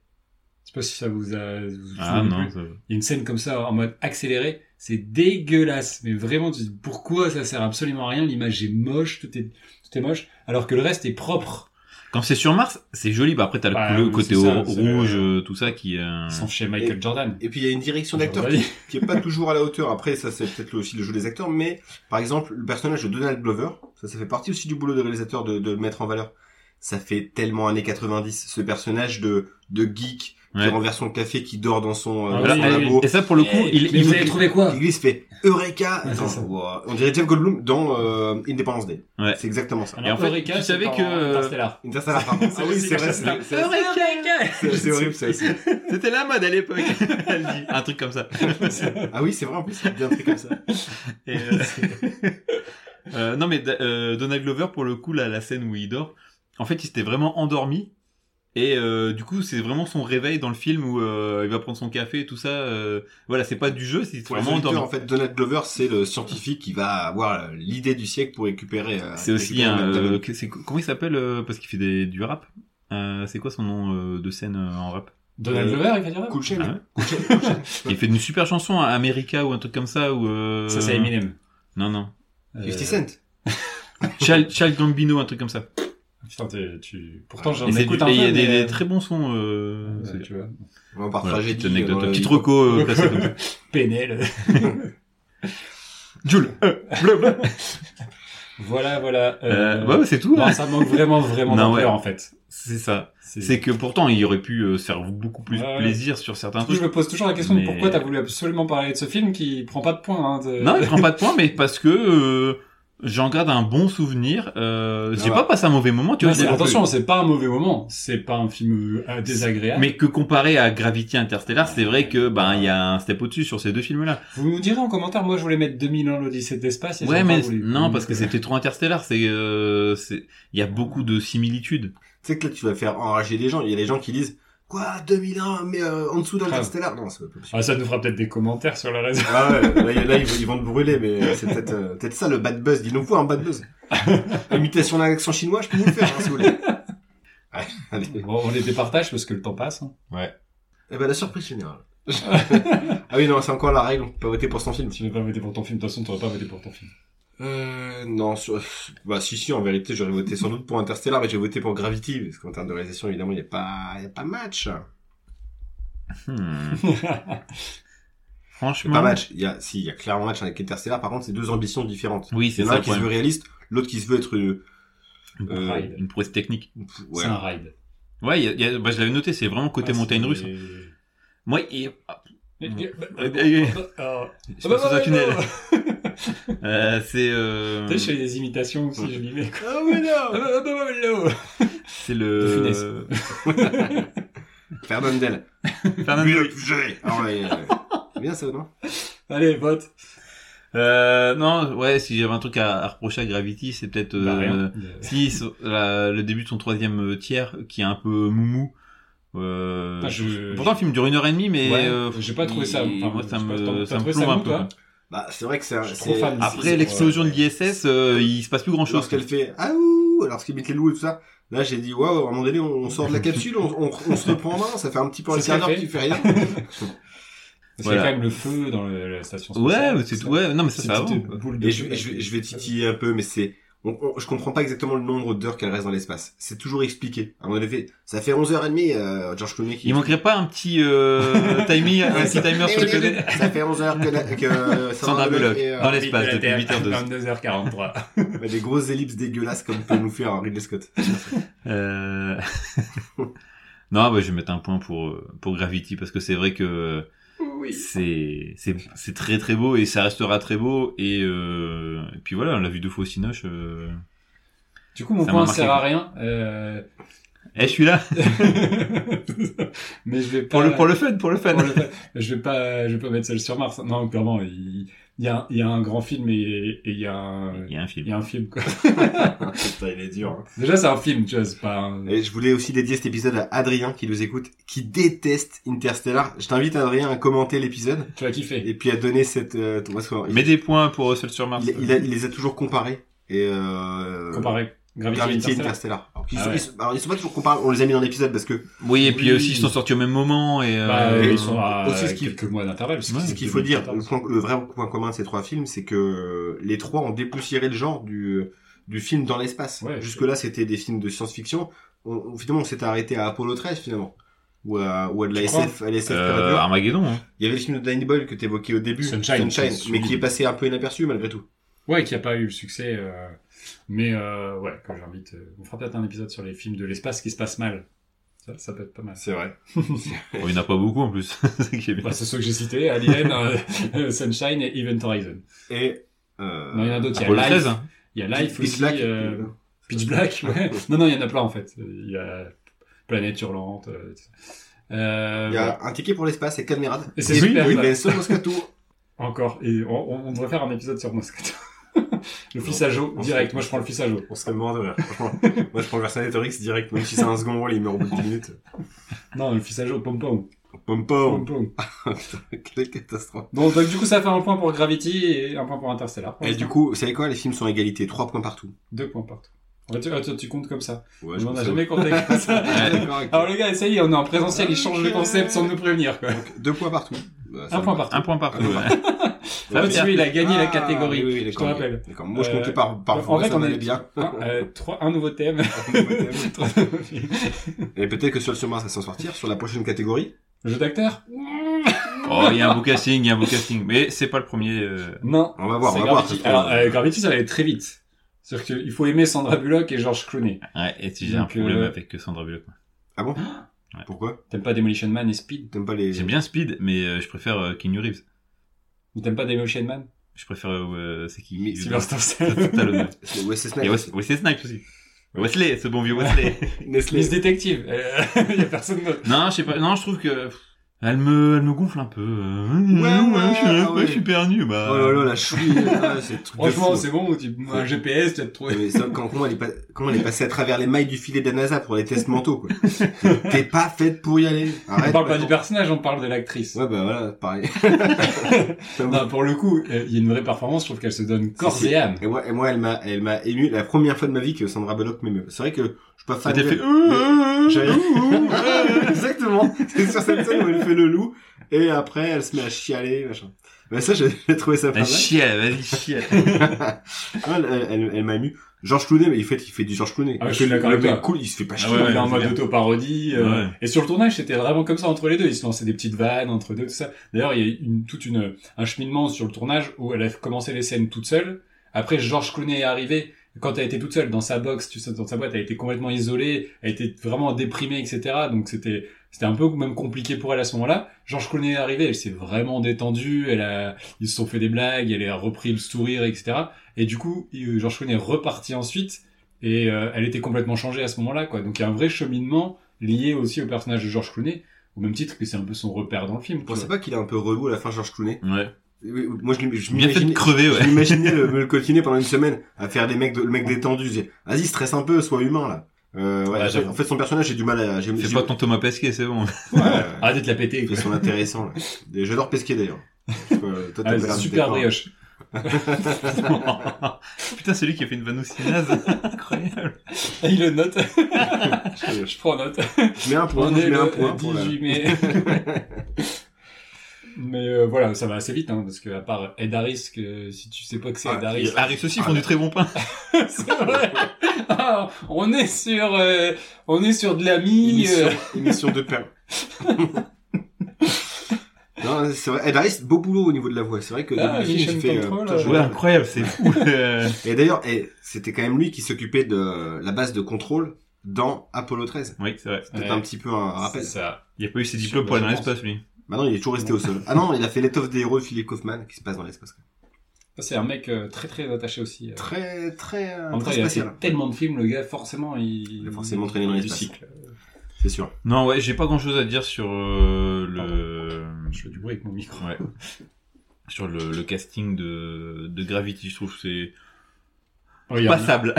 Speaker 3: Je sais pas si ça vous a. vous vous
Speaker 4: Ah
Speaker 3: souvenez
Speaker 4: non.
Speaker 3: plus.
Speaker 4: ça-
Speaker 3: Il y a une scène comme ça en mode accéléré, c'est dégueulasse. Mais vraiment, tu te dis pourquoi ça sert absolument à rien L'image est moche, tout est, tout est moche, alors que le reste est propre.
Speaker 4: Quand c'est sur Mars, c'est joli. Bah après, t'as le
Speaker 3: Ah,
Speaker 4: couleur-
Speaker 3: oui,
Speaker 4: côté
Speaker 3: c'est ça,
Speaker 4: or-
Speaker 3: c'est-
Speaker 4: rouge, euh, tout ça qui. euh,
Speaker 3: Sauf chez Michael Jordan.
Speaker 1: Et puis il y a une direction d'acteur
Speaker 3: Jordan.
Speaker 1: qui est pas toujours à la hauteur. Après, ça c'est peut-être aussi le jeu des acteurs, mais par exemple, le personnage de Donald Glover, ça, ça fait partie aussi du boulot de réalisateur de, de le mettre en valeur. Ça fait tellement années 90, ce personnage de, de geek
Speaker 4: Ouais.
Speaker 1: qui renverse son café, qui dort dans son, euh,
Speaker 3: Ah
Speaker 1: dans
Speaker 3: oui,
Speaker 1: son
Speaker 3: oui,
Speaker 1: labo.
Speaker 4: Et ça, pour le coup,
Speaker 3: Eh,
Speaker 4: il,
Speaker 3: mais
Speaker 4: il-
Speaker 3: vous avez trouvé quoi
Speaker 1: L'église fait Eureka
Speaker 3: Ouais, c'est
Speaker 1: Attends,
Speaker 3: ça.
Speaker 1: wow. On dirait Jeff Goldblum dans euh, Independence Day.
Speaker 4: Ouais.
Speaker 1: C'est exactement ça.
Speaker 4: Et en fait, tu savais que- euh,
Speaker 3: Interstellar.
Speaker 1: Interstellar, pardon. Ah oui, c'est vrai. c'est- c'est- C'est c'est horrible, ça aussi.
Speaker 4: C'était la mode à l'époque. Elle dit un truc comme ça.
Speaker 1: Ah oui, c'est vrai, en plus, c'est bien un truc comme ça.
Speaker 4: Et, euh, euh, non mais euh, Donald Glover pour le coup là, la scène où il dort, en fait il s'était vraiment endormi et euh, du coup c'est vraiment son réveil dans le film où euh, il va prendre son café et tout ça. euh, voilà c'est pas du jeu, c'est
Speaker 1: Pour les
Speaker 4: vraiment
Speaker 1: auditeurs,
Speaker 4: endormi.
Speaker 1: en fait, Donald Glover, c'est le scientifique qui va avoir euh, l'idée du siècle pour récupérer. euh,
Speaker 4: C'est aussi
Speaker 1: récupérer
Speaker 4: un
Speaker 1: le
Speaker 4: euh,
Speaker 1: Mactagon.
Speaker 4: que- c'est- comment il s'appelle euh, parce qu'il fait des, du rap. Euh, c'est quoi son nom euh, de scène euh, en rap
Speaker 3: Donald
Speaker 1: Euh,
Speaker 3: Glover, il va dire
Speaker 1: Cool chain.
Speaker 4: Ah ouais
Speaker 1: Cool chain, cool chain.
Speaker 4: Il fait une super chanson à America ou un truc comme ça ou euh,
Speaker 3: Ça, c'est Eminem.
Speaker 4: Non non. Euh,
Speaker 1: 50 Cent.
Speaker 4: Child, Child Gambino un truc comme ça.
Speaker 3: Putain, t'es- tu... Pourtant, j'en
Speaker 4: Et c'est du-
Speaker 3: écoute un
Speaker 4: et il y a
Speaker 3: peu,
Speaker 4: des,
Speaker 3: mais-
Speaker 4: des très bons sons. Euh,
Speaker 3: Ouais,
Speaker 4: c'est-
Speaker 3: tu vois.
Speaker 1: On va
Speaker 4: Voilà,
Speaker 1: partager
Speaker 4: petite
Speaker 1: dit,
Speaker 4: anecdote,
Speaker 1: dans le-
Speaker 4: petite reco euh, classée comme ça.
Speaker 3: Pénel.
Speaker 4: Jules.
Speaker 3: Voilà, voilà.
Speaker 4: Euh, ouais, ouais, c'est tout.
Speaker 3: Non,
Speaker 4: hein.
Speaker 3: ça manque vraiment, vraiment
Speaker 4: Non,
Speaker 3: d'ampleur,
Speaker 4: ouais.
Speaker 3: en fait.
Speaker 4: C'est ça. C'est que pourtant, il aurait pu euh, se faire beaucoup plus
Speaker 3: Ouais.
Speaker 4: plaisir sur certains
Speaker 3: Du coup, je
Speaker 4: trucs.
Speaker 3: me pose toujours la question de
Speaker 4: Mais-
Speaker 3: pourquoi t'as voulu absolument parler de ce film qui prend pas de points. Hein, de-
Speaker 4: Non, il prend pas de points, mais parce que euh, j'en garde un bon souvenir. Euh,
Speaker 1: Ah
Speaker 4: J'ai
Speaker 1: bah.
Speaker 4: pas passé un mauvais moment, tu
Speaker 3: Ouais,
Speaker 4: vois.
Speaker 3: c'est-
Speaker 4: j'ai-
Speaker 3: attention, c'est pas un mauvais moment. C'est pas un film euh, désagréable.
Speaker 4: Mais que comparé à Gravity Interstellar, c'est vrai que ben il y a un step au-dessus sur ces deux films-là.
Speaker 3: Vous nous direz en commentaire, moi je voulais mettre 2001 l'Odyssée de l'espace. et
Speaker 4: Ouais,
Speaker 3: j'ai
Speaker 4: mais
Speaker 3: pas voulu.
Speaker 4: non
Speaker 3: Donc,
Speaker 4: parce que
Speaker 3: euh,
Speaker 4: c'était trop Interstellar. C'est euh, c'est il y a beaucoup de similitudes.
Speaker 1: Tu sais que là, tu vas faire enrager les gens. Il y a des gens qui disent Quoi, 2001, mais euh, en dessous d'Interstellar Non, c'est pas possible.
Speaker 3: Ah, ça nous fera peut-être des commentaires sur la raison.
Speaker 1: Ah ouais, là, y- là, ils, ils vont te brûler, mais euh, c'est peut-être euh, peut-être ça le bad buzz. Dis-nous quoi un bad buzz Imitation d'un accent chinois, je peux vous le faire hein, si vous voulez. Ouais, allez.
Speaker 3: Bon, on les départage parce que le temps passe. hein.
Speaker 1: Eh ben la surprise générale. ah oui non c'est encore la règle, on peut pas voter pour son film.
Speaker 3: Tu veux pas voter pour ton film, de toute façon, t'aurais pas voté pour ton film.
Speaker 1: Euh non sur... bah si si en vérité j'aurais voté sans doute pour Interstellar mais j'ai voté pour Gravity parce qu'en termes de réalisation évidemment il n'y a pas il y a pas match.
Speaker 4: Hmm.
Speaker 1: Il y a pas
Speaker 4: Franchement.
Speaker 1: match. Il y a si il y a clairement match avec Interstellar par contre c'est deux ambitions différentes.
Speaker 4: Oui,
Speaker 1: Il
Speaker 4: c'est
Speaker 1: y en a
Speaker 4: ça.
Speaker 1: un
Speaker 4: le
Speaker 1: qui se
Speaker 4: problème.
Speaker 1: veut réaliste, l'autre qui se veut être euh,
Speaker 3: Un ride.
Speaker 4: Une prouesse technique.
Speaker 1: ouais.
Speaker 3: C'est un ride.
Speaker 4: Ouais, il y a- il y a- bah, je l'avais noté, c'est vraiment côté
Speaker 3: Ah,
Speaker 4: montagne
Speaker 3: c'est-
Speaker 4: russe. Moi, il... ah,
Speaker 3: Et-
Speaker 4: Mm.
Speaker 3: et- bah,
Speaker 4: Euh,
Speaker 3: bah,
Speaker 4: euh,
Speaker 3: bah, bah,
Speaker 4: je suis
Speaker 3: bah,
Speaker 4: pas sous un
Speaker 3: bah,
Speaker 4: tunnel.
Speaker 3: bah.
Speaker 4: Euh, c'est euh,
Speaker 3: Tu sais, je fais des imitations aussi, je m'y mets. quoi.
Speaker 1: Ah oui
Speaker 4: Mm.
Speaker 3: Ah,
Speaker 1: non.
Speaker 3: bah, bah, bah, bah, bah.
Speaker 4: c'est
Speaker 3: De
Speaker 4: le
Speaker 3: Funès.
Speaker 1: Fernandel.
Speaker 4: Fernando.
Speaker 1: Oui, le sujet. Ah ouais. ouais, ouais. C'est bien ça non
Speaker 3: bah. Allez, vote.
Speaker 4: Euh, non, ouais, si j'avais un truc à, à reprocher à Gravity, c'est peut-être euh,
Speaker 3: Bah, rien.
Speaker 4: si so- la- le début de son troisième euh, tiers qui est un peu moumou. Euh,
Speaker 3: Ah, je-
Speaker 4: Pourtant, le film dure une heure et demie, mais
Speaker 3: Ouais,
Speaker 4: euh,
Speaker 3: j'ai pas trouvé ça-
Speaker 4: il-
Speaker 3: enfin,
Speaker 4: moi, ça
Speaker 3: je sais pas,
Speaker 4: me
Speaker 3: t'as- t'as
Speaker 4: ça me
Speaker 3: trouvé ça
Speaker 4: plombe un
Speaker 3: mou,
Speaker 4: peu.
Speaker 3: toi
Speaker 4: quoi.
Speaker 1: Bah c'est vrai que c'est un-
Speaker 3: Je suis trop
Speaker 1: c'est-
Speaker 3: fan.
Speaker 4: Après
Speaker 3: C'est-
Speaker 4: l'explosion
Speaker 3: ouais.
Speaker 4: de l'ISS, euh, il se passe plus grand chose.
Speaker 1: Lorsqu'elle fait ah ouh, lorsqu'il met les loups et tout ça, là j'ai dit waouh, à un moment donné on, on sort de la capsule, on, on, on se reprend en main, ça fait un petit peu un
Speaker 3: C'est ce
Speaker 1: quart d'heure
Speaker 3: qu'elle
Speaker 1: que tu
Speaker 3: fait.
Speaker 1: fais rien.
Speaker 3: Parce qu'il y a
Speaker 4: Voilà.
Speaker 3: quand même le feu dans le- la station
Speaker 4: Ouais,
Speaker 3: spatiale,
Speaker 4: mais c'est
Speaker 3: ça.
Speaker 4: tout. Ouais, non, mais ça,
Speaker 3: C'est
Speaker 4: ça
Speaker 3: une
Speaker 4: avant.
Speaker 3: petite boule de
Speaker 1: Et je,
Speaker 3: feu.
Speaker 1: vais- je, vais- je vais titiller un peu, mais c'est on, on- je comprends pas exactement le nombre d'heures qu'elle reste dans l'espace. C'est toujours expliqué. À un moment donné, ça fait 11h30, euh, George Clooney qui...
Speaker 4: Il manquerait pas un petit euh, timer, un petit timer sur le
Speaker 1: Eh oui,
Speaker 4: côté.
Speaker 1: Ça fait 11h que, la- que
Speaker 4: Sandra Bullock,
Speaker 1: et, euh,
Speaker 4: dans l'espace depuis 8h12.
Speaker 3: 22h43.
Speaker 1: bah, des grosses ellipses dégueulasses comme peut nous faire Ridley Scott.
Speaker 4: Euh... non, bah, je vais mettre un point pour euh, pour Gravity parce que c'est vrai que c'est c'est c'est très très beau et ça restera très beau et, euh, et puis voilà, on l'a vu deux fois au Cinoche. Euh...
Speaker 3: Du coup, mon
Speaker 4: Ça m'a
Speaker 3: point
Speaker 4: marqué.
Speaker 3: sert à rien. euh,
Speaker 4: Eh, je suis là
Speaker 3: mais je vais pas.
Speaker 4: pour le pour le fun, Euh, pour le fun.
Speaker 3: pour le fait, Je vais pas, je vais pas mettre celle sur Mars. Non, clairement, il il y a, il y a un grand film et et il y a un,
Speaker 4: Il y a un
Speaker 3: il
Speaker 4: film.
Speaker 3: y a un film. Quoi.
Speaker 1: Putain, il est dur. hein.
Speaker 3: Déjà, c'est un film, tu vois, c'est pas. un-
Speaker 1: Et je voulais aussi dédier cet épisode à Adrien qui nous écoute, qui déteste Interstellar. Je t'invite Adrien à commenter l'épisode
Speaker 3: Tu vas kiffer.
Speaker 1: et puis à donner cette. euh, ton- parce que
Speaker 4: Mets des points pour euh, Seul sur Mars.
Speaker 1: il, il a- il les a toujours comparés et. Euh,
Speaker 3: Comparé. Gravity,
Speaker 1: Gravity et Interstellar.
Speaker 3: Interstellar.
Speaker 1: Alors, qu'ils
Speaker 3: Ah
Speaker 1: sont-
Speaker 3: ouais.
Speaker 1: ils, sont, alors, ils sont pas toujours comparés. On les a mis dans l'épisode parce que
Speaker 4: Oui, et puis
Speaker 3: Oui.
Speaker 4: aussi ils sont sortis au même moment et.
Speaker 3: Bah,
Speaker 4: euh,
Speaker 1: et
Speaker 3: ils sont à
Speaker 1: aussi ce qui-
Speaker 3: quelques mois d'intervalle. parce que
Speaker 4: Ouais,
Speaker 3: Ah, c'est
Speaker 1: ce qu'il faut dire, le,
Speaker 3: 2014.
Speaker 1: point- le vrai point commun de ces trois films, c'est que les trois ont dépoussiéré le genre du du film dans l'espace.
Speaker 3: Ouais.
Speaker 1: Jusque là, c'était des films de science-fiction. on, on- finalement, on s'était arrêté à Apollo 13, finalement. Ou à, ou à de la
Speaker 3: Tu crois
Speaker 1: SF, à la SF pure et
Speaker 4: Euh,
Speaker 1: dure.
Speaker 4: Armageddon, hein.
Speaker 1: Il y avait le film de Danny Boyle que t'évoquais au début,
Speaker 3: Sunshine,
Speaker 1: Sunshine
Speaker 3: qui est
Speaker 1: mais qui est
Speaker 3: solide.
Speaker 1: passé un peu inaperçu malgré tout.
Speaker 3: Ouais, qui a pas eu le succès. euh, mais euh, ouais, que j'invite. euh, on fera peut-être un épisode sur les films de l'espace qui se passent mal. Ça, ça peut être pas mal.
Speaker 1: C'est vrai.
Speaker 4: Bon, Oh, il n'y en a pas beaucoup en plus. C'est ça qui est bien.
Speaker 3: Bah, c'est ceux que j'ai cités, Alien, euh, euh, Sunshine et Event Horizon.
Speaker 1: Et euh,
Speaker 3: Non, il y en a d'autres. Il y
Speaker 4: Apollo
Speaker 3: a
Speaker 4: 13,
Speaker 3: Life,
Speaker 4: hein.
Speaker 3: il y a Life
Speaker 1: Pitch
Speaker 3: aussi,
Speaker 1: Black,
Speaker 3: euh,
Speaker 1: euh,
Speaker 3: Pitch Black. ouais. non, non, il y en a plein en fait. Il y a Planète Hurlante. euh, tout ça. Euh,
Speaker 1: Il y
Speaker 3: voilà.
Speaker 1: a un ticket pour l'espace et Cadmérade.
Speaker 3: Et c'est super,
Speaker 1: Oui,
Speaker 3: ça.
Speaker 1: mais ce Moscato.
Speaker 3: Encore. Et on, on- on devrait faire un épisode sur Moscato. le
Speaker 1: Non,
Speaker 3: fils à Joe,
Speaker 1: on
Speaker 3: direct.
Speaker 1: sait.
Speaker 3: Moi, je prends le fils à Joe.
Speaker 1: On serait mort de rire, franchement. Moi, je prends le Versailles direct, même si c'est un second rôle, il meurt au bout de 10 minutes.
Speaker 3: Non, le fils à Joe, pom-pom.
Speaker 1: Pom pom.
Speaker 3: Pom-pom.
Speaker 1: Quelle catastrophe.
Speaker 3: Bon, donc du coup, ça fait un point pour Gravity et un point pour Interstellar.
Speaker 1: Et du coup, vous savez quoi, les films sont à égalité, 3 points partout.
Speaker 3: Deux points partout. En fait, tu, ah, toi, tu comptes comme ça.
Speaker 1: Ouais,
Speaker 3: on
Speaker 1: pense
Speaker 3: n'a
Speaker 1: que-
Speaker 3: jamais compté comme ça.
Speaker 1: Ouais, d'accord, ok.
Speaker 3: Alors le gars, ça y est, on est en présentiel, il change le concept sans nous prévenir. Quoi.
Speaker 1: Donc, deux points partout. Bah, ça
Speaker 3: Un
Speaker 1: me
Speaker 3: point
Speaker 1: va.
Speaker 3: partout.
Speaker 4: Un point partout.
Speaker 1: Un
Speaker 4: ouais.
Speaker 1: point
Speaker 3: En fait, celui, il a gagné la
Speaker 1: Ah,
Speaker 3: catégorie.
Speaker 1: oui, oui,
Speaker 3: je te
Speaker 1: d'accord, ok.
Speaker 3: rappelle.
Speaker 1: D'accord. Moi, je
Speaker 3: Euh,
Speaker 1: comptais par, par
Speaker 3: en
Speaker 1: vous,
Speaker 3: fait,
Speaker 1: ça
Speaker 3: on
Speaker 1: m'allait
Speaker 3: est-
Speaker 1: bien.
Speaker 3: Un, euh, trois- un nouveau thème. Trois nouveaux films.
Speaker 1: Et peut-être que sur le sur Mars, ça va s'en sortir. Sur la prochaine catégorie,
Speaker 3: Jeu d'acteur
Speaker 4: Oh, il y a un beau casting, il y a un beau casting. Mais c'est pas le premier. euh,
Speaker 3: Non.
Speaker 1: on va voir,
Speaker 3: C'est
Speaker 1: on va voir.
Speaker 3: Gravity.
Speaker 1: ça se trouve.
Speaker 3: Alors euh, Gravity, ça va aller très vite. C'est-à-dire qu'il faut aimer Sandra Bullock et George Clooney.
Speaker 4: Ouais, et tu j'ai un
Speaker 3: Donc, euh,
Speaker 4: problème avec Sandra Bullock.
Speaker 1: Ah bon
Speaker 4: Ouais.
Speaker 1: Pourquoi
Speaker 3: T'aimes pas Demolition Man et Speed
Speaker 1: T'aimes pas les.
Speaker 4: J'aime bien Speed, mais euh, je préfère euh, Keanu Reeves.
Speaker 3: Ou t'aimes pas Demolition Man
Speaker 4: Je préfère. euh, c'est
Speaker 1: Mais
Speaker 4: qui
Speaker 3: Sylvester Stallone.
Speaker 4: Stallone.
Speaker 1: C'est Wesley
Speaker 4: Et
Speaker 1: Snipes.
Speaker 4: Wes- Wesley Snipes aussi. Wesley, ce bon vieux Wesley.
Speaker 1: Nestlé.
Speaker 3: Miss Détective. Euh, Il y a personne d'autre.
Speaker 4: non, je sais pas. Non, je trouve que. pff, Elle me, elle me gonfle un peu. euh,
Speaker 1: ouais,
Speaker 4: je, suis,
Speaker 1: ah ouais.
Speaker 4: je suis perdu. Bah.
Speaker 1: Oh là là, la chouille. ah, c'est un truc de fou.
Speaker 3: Franchement, c'est bon, tu, un GPS, tu as trouvé.
Speaker 1: Mais ça, quand- comment, elle est pas- comment elle est passée à travers les mailles du filet de la NASA pour les tests mentaux, quoi. T'es pas faite pour y aller. Arrête.
Speaker 3: on parle pas du
Speaker 1: maintenant.
Speaker 3: personnage, on parle de l'actrice.
Speaker 1: Ouais, bah voilà, pareil.
Speaker 3: Non, pour le coup, euh, il y a une vraie performance, je trouve qu'elle se donne corps
Speaker 1: Si, si.
Speaker 3: et âme.
Speaker 1: Et moi, et moi, elle m'a, elle m'a ému la première fois de ma vie que Sandra Bullock m'émeut. C'est vrai que je suis pas fan
Speaker 4: T'as
Speaker 1: d'elle.
Speaker 4: fait. euh,
Speaker 3: euh,
Speaker 1: J'avais- Exactement. C'est sur cette scène où elle fait le loup et après elle se met à chialer, machin. Mais ça, j'ai j'ai trouvé ça pas
Speaker 4: Elle
Speaker 1: mal.
Speaker 4: chiale, vas-y, chiale.
Speaker 1: Ah, elle, elle, elle, elle m'a ému. Georges Clooney, mais il fait, il fait du Georges Clooney.
Speaker 3: Ah, je suis d'accord avec
Speaker 1: Le mec
Speaker 3: toi.
Speaker 1: Cool, il se fait pas chier.
Speaker 4: Ah ouais,
Speaker 3: il est en
Speaker 4: c'est
Speaker 3: mode
Speaker 4: bien.
Speaker 3: auto-parodie. euh,
Speaker 4: Ouais.
Speaker 3: Et sur le tournage, c'était vraiment comme ça entre les deux. Ils se lançaient des petites vannes entre deux, tout ça. D'ailleurs, il y a eu une, toute une, euh, un cheminement sur le tournage où elle a commencé les scènes toute seule. Après, Georges Clooney est arrivé. Quand elle était toute seule dans sa box, tu sais, dans sa boîte, elle était complètement isolée. Elle était vraiment déprimée, etc. Donc c'était, c'était un peu même compliqué pour elle à ce moment-là. Georges Clooney est arrivé. Elle s'est vraiment détendue. Elle a, ils se sont fait des blagues. Elle a repris le sourire, etc. Et du coup, il- Georges Clooney est reparti ensuite. Et euh, elle était complètement changée à ce moment-là, quoi. Donc il y a un vrai cheminement lié aussi au personnage de George Clooney, au même titre que c'est un peu son repère dans le film.
Speaker 1: Je
Speaker 3: quoi.
Speaker 1: pensais pas qu'il est un peu relou à la fin, Georges Clooney.
Speaker 4: Ouais.
Speaker 1: Oui, Moi, je l'im- je
Speaker 4: Bien fait de
Speaker 1: m'imaginais.
Speaker 4: crever,
Speaker 1: Je
Speaker 4: ouais.
Speaker 1: m'imaginais le- me le coltiner pendant une semaine à faire des mecs, de- le mec détendu. Je disais, Vas-y, stresse un peu, sois humain là. Euh, ouais,
Speaker 4: Ah,
Speaker 1: en, fait,
Speaker 4: j'avoue.
Speaker 1: en fait, son personnage, j'ai du mal à. j'ai-
Speaker 4: C'est
Speaker 1: j'ai-
Speaker 4: pas ton Thomas Pesquet, c'est bon.
Speaker 1: Ouais,
Speaker 3: Arrêtez de la péter.
Speaker 1: Ils
Speaker 3: quoi.
Speaker 1: sont intéressants. Là. Et J'adore Pesquet d'ailleurs. Euh, toi, t'as
Speaker 3: Ah,
Speaker 1: pas l'air de
Speaker 3: super
Speaker 1: d'accord.
Speaker 3: brioche.
Speaker 4: Putain, celui qui a fait une vanne aussi naze. Incroyable.
Speaker 3: Et Il le note.
Speaker 1: Je
Speaker 3: Je prends note.
Speaker 1: je mets un point.
Speaker 3: On
Speaker 1: Je
Speaker 3: est
Speaker 1: mets
Speaker 3: le
Speaker 1: un point. pour la-
Speaker 3: 18 mai. Mais euh, voilà, ça va assez vite, hein, parce que à part Ed Harris, que si tu sais pas que c'est Ed
Speaker 1: Ah,
Speaker 3: Harris,
Speaker 4: Harris aussi, ils font du très bon pain.
Speaker 3: c'est vrai. Ah, on est sur, euh, on est sur de l'ami.
Speaker 1: Émission,
Speaker 3: euh,
Speaker 1: émission de pain. non, c'est vrai. Ed Harris, beau boulot au niveau de la voix. C'est vrai que
Speaker 3: Ah,
Speaker 1: Dominique,
Speaker 3: Mission
Speaker 1: fait, euh,
Speaker 3: Control,
Speaker 1: putain, je-
Speaker 4: Ouais, incroyable, c'est fou. Euh,
Speaker 1: Et d'ailleurs, eh, c'était quand même lui qui s'occupait de la base de contrôle dans Apollo 13.
Speaker 4: Oui, c'est vrai.
Speaker 1: C'est Peut-être
Speaker 3: Ouais.
Speaker 1: un petit peu un rappel.
Speaker 3: c'est ça.
Speaker 4: Il a pas eu ses diplômes pour aller dans l'espace, lui.
Speaker 1: Maintenant, il est toujours resté au sol. Ah non, il a fait l'étoffe des héros de Philippe Kaufman qui se passe dans l'espace.
Speaker 3: Ça, C'est un mec euh, très très attaché aussi. euh,
Speaker 1: Très, très, euh,
Speaker 3: En même temps,
Speaker 1: très
Speaker 3: il a fait
Speaker 1: spatial.
Speaker 3: tellement de films, le gars, forcément, il,
Speaker 1: Il a forcément traîné dans
Speaker 3: il
Speaker 1: l'espace.
Speaker 3: cycle.
Speaker 1: C'est sûr.
Speaker 4: Non, ouais, j'ai pas grand chose à dire sur euh, le.
Speaker 3: Je fais du bruit avec mon micro.
Speaker 4: Ouais. Sur le, le casting de, de Gravity, je trouve que c'est passable.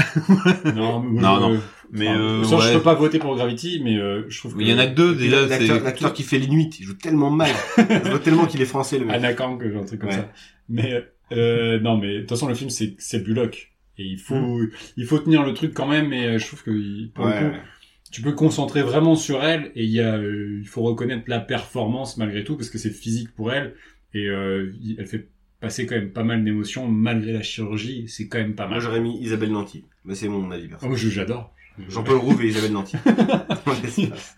Speaker 3: Non, mais-
Speaker 4: Non, non.
Speaker 3: euh,
Speaker 4: Mais
Speaker 3: enfin,
Speaker 4: euh,
Speaker 3: ça, je peux
Speaker 4: ouais.
Speaker 3: pas voter pour Gravity, mais euh, je trouve que.
Speaker 4: Il y en a que deux
Speaker 1: Et puis,
Speaker 4: déjà.
Speaker 1: L'acteur
Speaker 4: c'est-
Speaker 1: l'acteur qui fait l'Inuit, il joue tellement mal. Je vois tellement qu'il est français, le mec.
Speaker 3: Anakin, que j'ai un truc comme
Speaker 1: Ouais.
Speaker 3: ça. Mais euh, non, mais de toute façon, le film, c'est c'est Bullock. Et il faut, il faut tenir le truc quand même, et euh, je trouve que il- pour le
Speaker 1: Ouais,
Speaker 3: coup,
Speaker 1: ouais.
Speaker 3: tu peux concentrer vraiment sur elle et il y a euh, il faut reconnaître la performance malgré tout parce que c'est physique pour elle et euh, il- elle fait passer quand même pas mal d'émotions malgré la chirurgie c'est quand même pas
Speaker 1: Moi,
Speaker 3: mal
Speaker 1: j'aurais mis Isabelle Nanty. Mais Bah, c'est mon avis, perso.
Speaker 3: oh, je- j'adore
Speaker 1: Jean-Paul Rouve et Isabelle Nanty. Dans l'espace.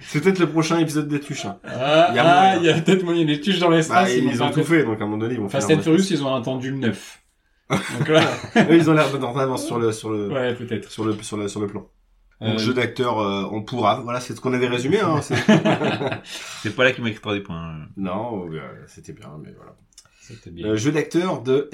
Speaker 1: c'est peut-être le prochain épisode des Tuches. hein.
Speaker 3: Ah,
Speaker 1: Il y a moyen.
Speaker 3: ah, il y a peut-être moyen des tuches dans
Speaker 1: Bah,
Speaker 3: l'espace.
Speaker 1: ils,
Speaker 3: m'ont
Speaker 1: ont
Speaker 3: pas
Speaker 1: tout fait, donc à un moment donné, ils vont
Speaker 3: Fast
Speaker 1: faire.
Speaker 3: and Furious, ils ont attendu le 9. Donc là,
Speaker 1: Eux, ils ont l'air d'être en avance sur le, sur le,
Speaker 3: ouais, peut-être.
Speaker 1: sur le, sur le, sur le plan.
Speaker 3: Euh,
Speaker 1: Donc, jeu d'acteur euh, en pourra. Voilà, c'est ce qu'on avait résumé. Hein, c'est-
Speaker 4: C'est pas là qui m'a extra des points. hein.
Speaker 1: non, euh, c'était bien, mais voilà.
Speaker 3: c'était bien.
Speaker 1: Euh, jeu d'acteur de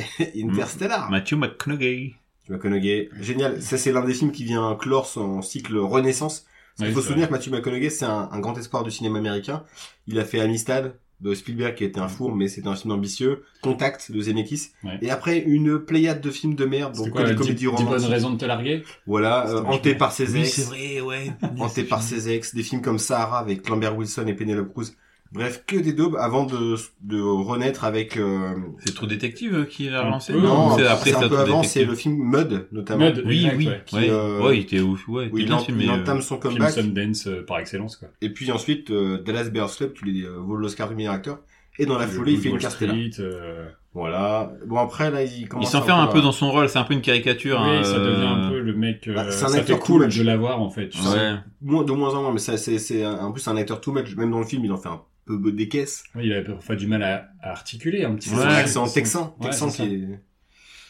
Speaker 1: Interstellar.
Speaker 4: Matthew McConaughey.
Speaker 1: Tu McConaughey, génial. Ça, c'est l'un des films qui vient clore son cycle Renaissance. Il
Speaker 3: Ouais,
Speaker 1: faut
Speaker 3: c'est
Speaker 1: se souvenir que Matthew McConaughey, c'est un, un grand espoir du cinéma américain. Il a fait Amistad de Spielberg, qui était un four, mais c'était un film ambitieux. Contact de Zemeckis.
Speaker 3: Ouais.
Speaker 1: Et après, une pléiade de films de merde,
Speaker 3: C'était
Speaker 1: donc
Speaker 3: quoi
Speaker 1: que des
Speaker 3: la
Speaker 1: comédies
Speaker 3: bonnes
Speaker 1: romantiques.
Speaker 3: raisons de te larguer
Speaker 1: Voilà, euh,
Speaker 3: C'était
Speaker 1: hanté par ses
Speaker 4: Oui,
Speaker 1: ex.
Speaker 4: c'est vrai, ouais.
Speaker 1: hanté par ses ex, des films comme Sahara avec Lambert Wilson et Penelope Cruz. Bref, que des daubes avant de, de renaître avec... euh,
Speaker 4: C'est True Détective euh, qui l'a
Speaker 3: Oui.
Speaker 4: relancé
Speaker 3: Oui,
Speaker 1: Non,
Speaker 4: c'est
Speaker 1: c'est
Speaker 4: après
Speaker 1: un
Speaker 4: ça,
Speaker 1: peu
Speaker 4: True
Speaker 1: avant, c'est
Speaker 4: Detective.
Speaker 1: le film Mud, notamment.
Speaker 3: Mud,
Speaker 4: Oui,
Speaker 3: Exact,
Speaker 4: oui.
Speaker 3: ouais,
Speaker 1: qui,
Speaker 4: Ouais,
Speaker 1: euh,
Speaker 4: ouais, il était ouf. Ouais, il
Speaker 1: Où
Speaker 4: était
Speaker 1: il,
Speaker 4: bien
Speaker 1: en-
Speaker 4: filmé.
Speaker 1: il
Speaker 4: euh,
Speaker 1: entame son
Speaker 3: Film
Speaker 1: comeback.
Speaker 3: Sundance euh, par excellence, quoi.
Speaker 1: Et puis ensuite, euh, Dallas Bears Club, qui lui euh, vole l'Oscar du meilleur acteur. Et dans la
Speaker 3: Le
Speaker 1: foulée, il fait une
Speaker 3: Euh, Wall
Speaker 1: Castella.
Speaker 3: Street, euh,
Speaker 1: Voilà. Bon, après, là, il
Speaker 4: Il
Speaker 1: commence
Speaker 4: s'enferme un peu
Speaker 1: à-
Speaker 4: dans son rôle, c'est un peu une caricature. hein,
Speaker 3: Oui, ça devient
Speaker 4: euh,
Speaker 3: un peu le mec. euh,
Speaker 1: bah, c'est un
Speaker 3: ça
Speaker 1: acteur
Speaker 3: fait
Speaker 1: too
Speaker 3: cool
Speaker 1: much.
Speaker 3: de l'avoir, en fait. tu sais.
Speaker 4: Ouais.
Speaker 1: Moins- de moins en moins, mais ça, c'est, c'est un- en plus un acteur too much. Même dans le film, il en fait un peu des caisses.
Speaker 3: Oui, il a parfois du mal à, à articuler un petit
Speaker 1: C'est
Speaker 3: peu.
Speaker 1: son
Speaker 4: Ouais,
Speaker 1: accent texan.
Speaker 3: Ouais,
Speaker 1: texan
Speaker 3: c'est
Speaker 1: qui est...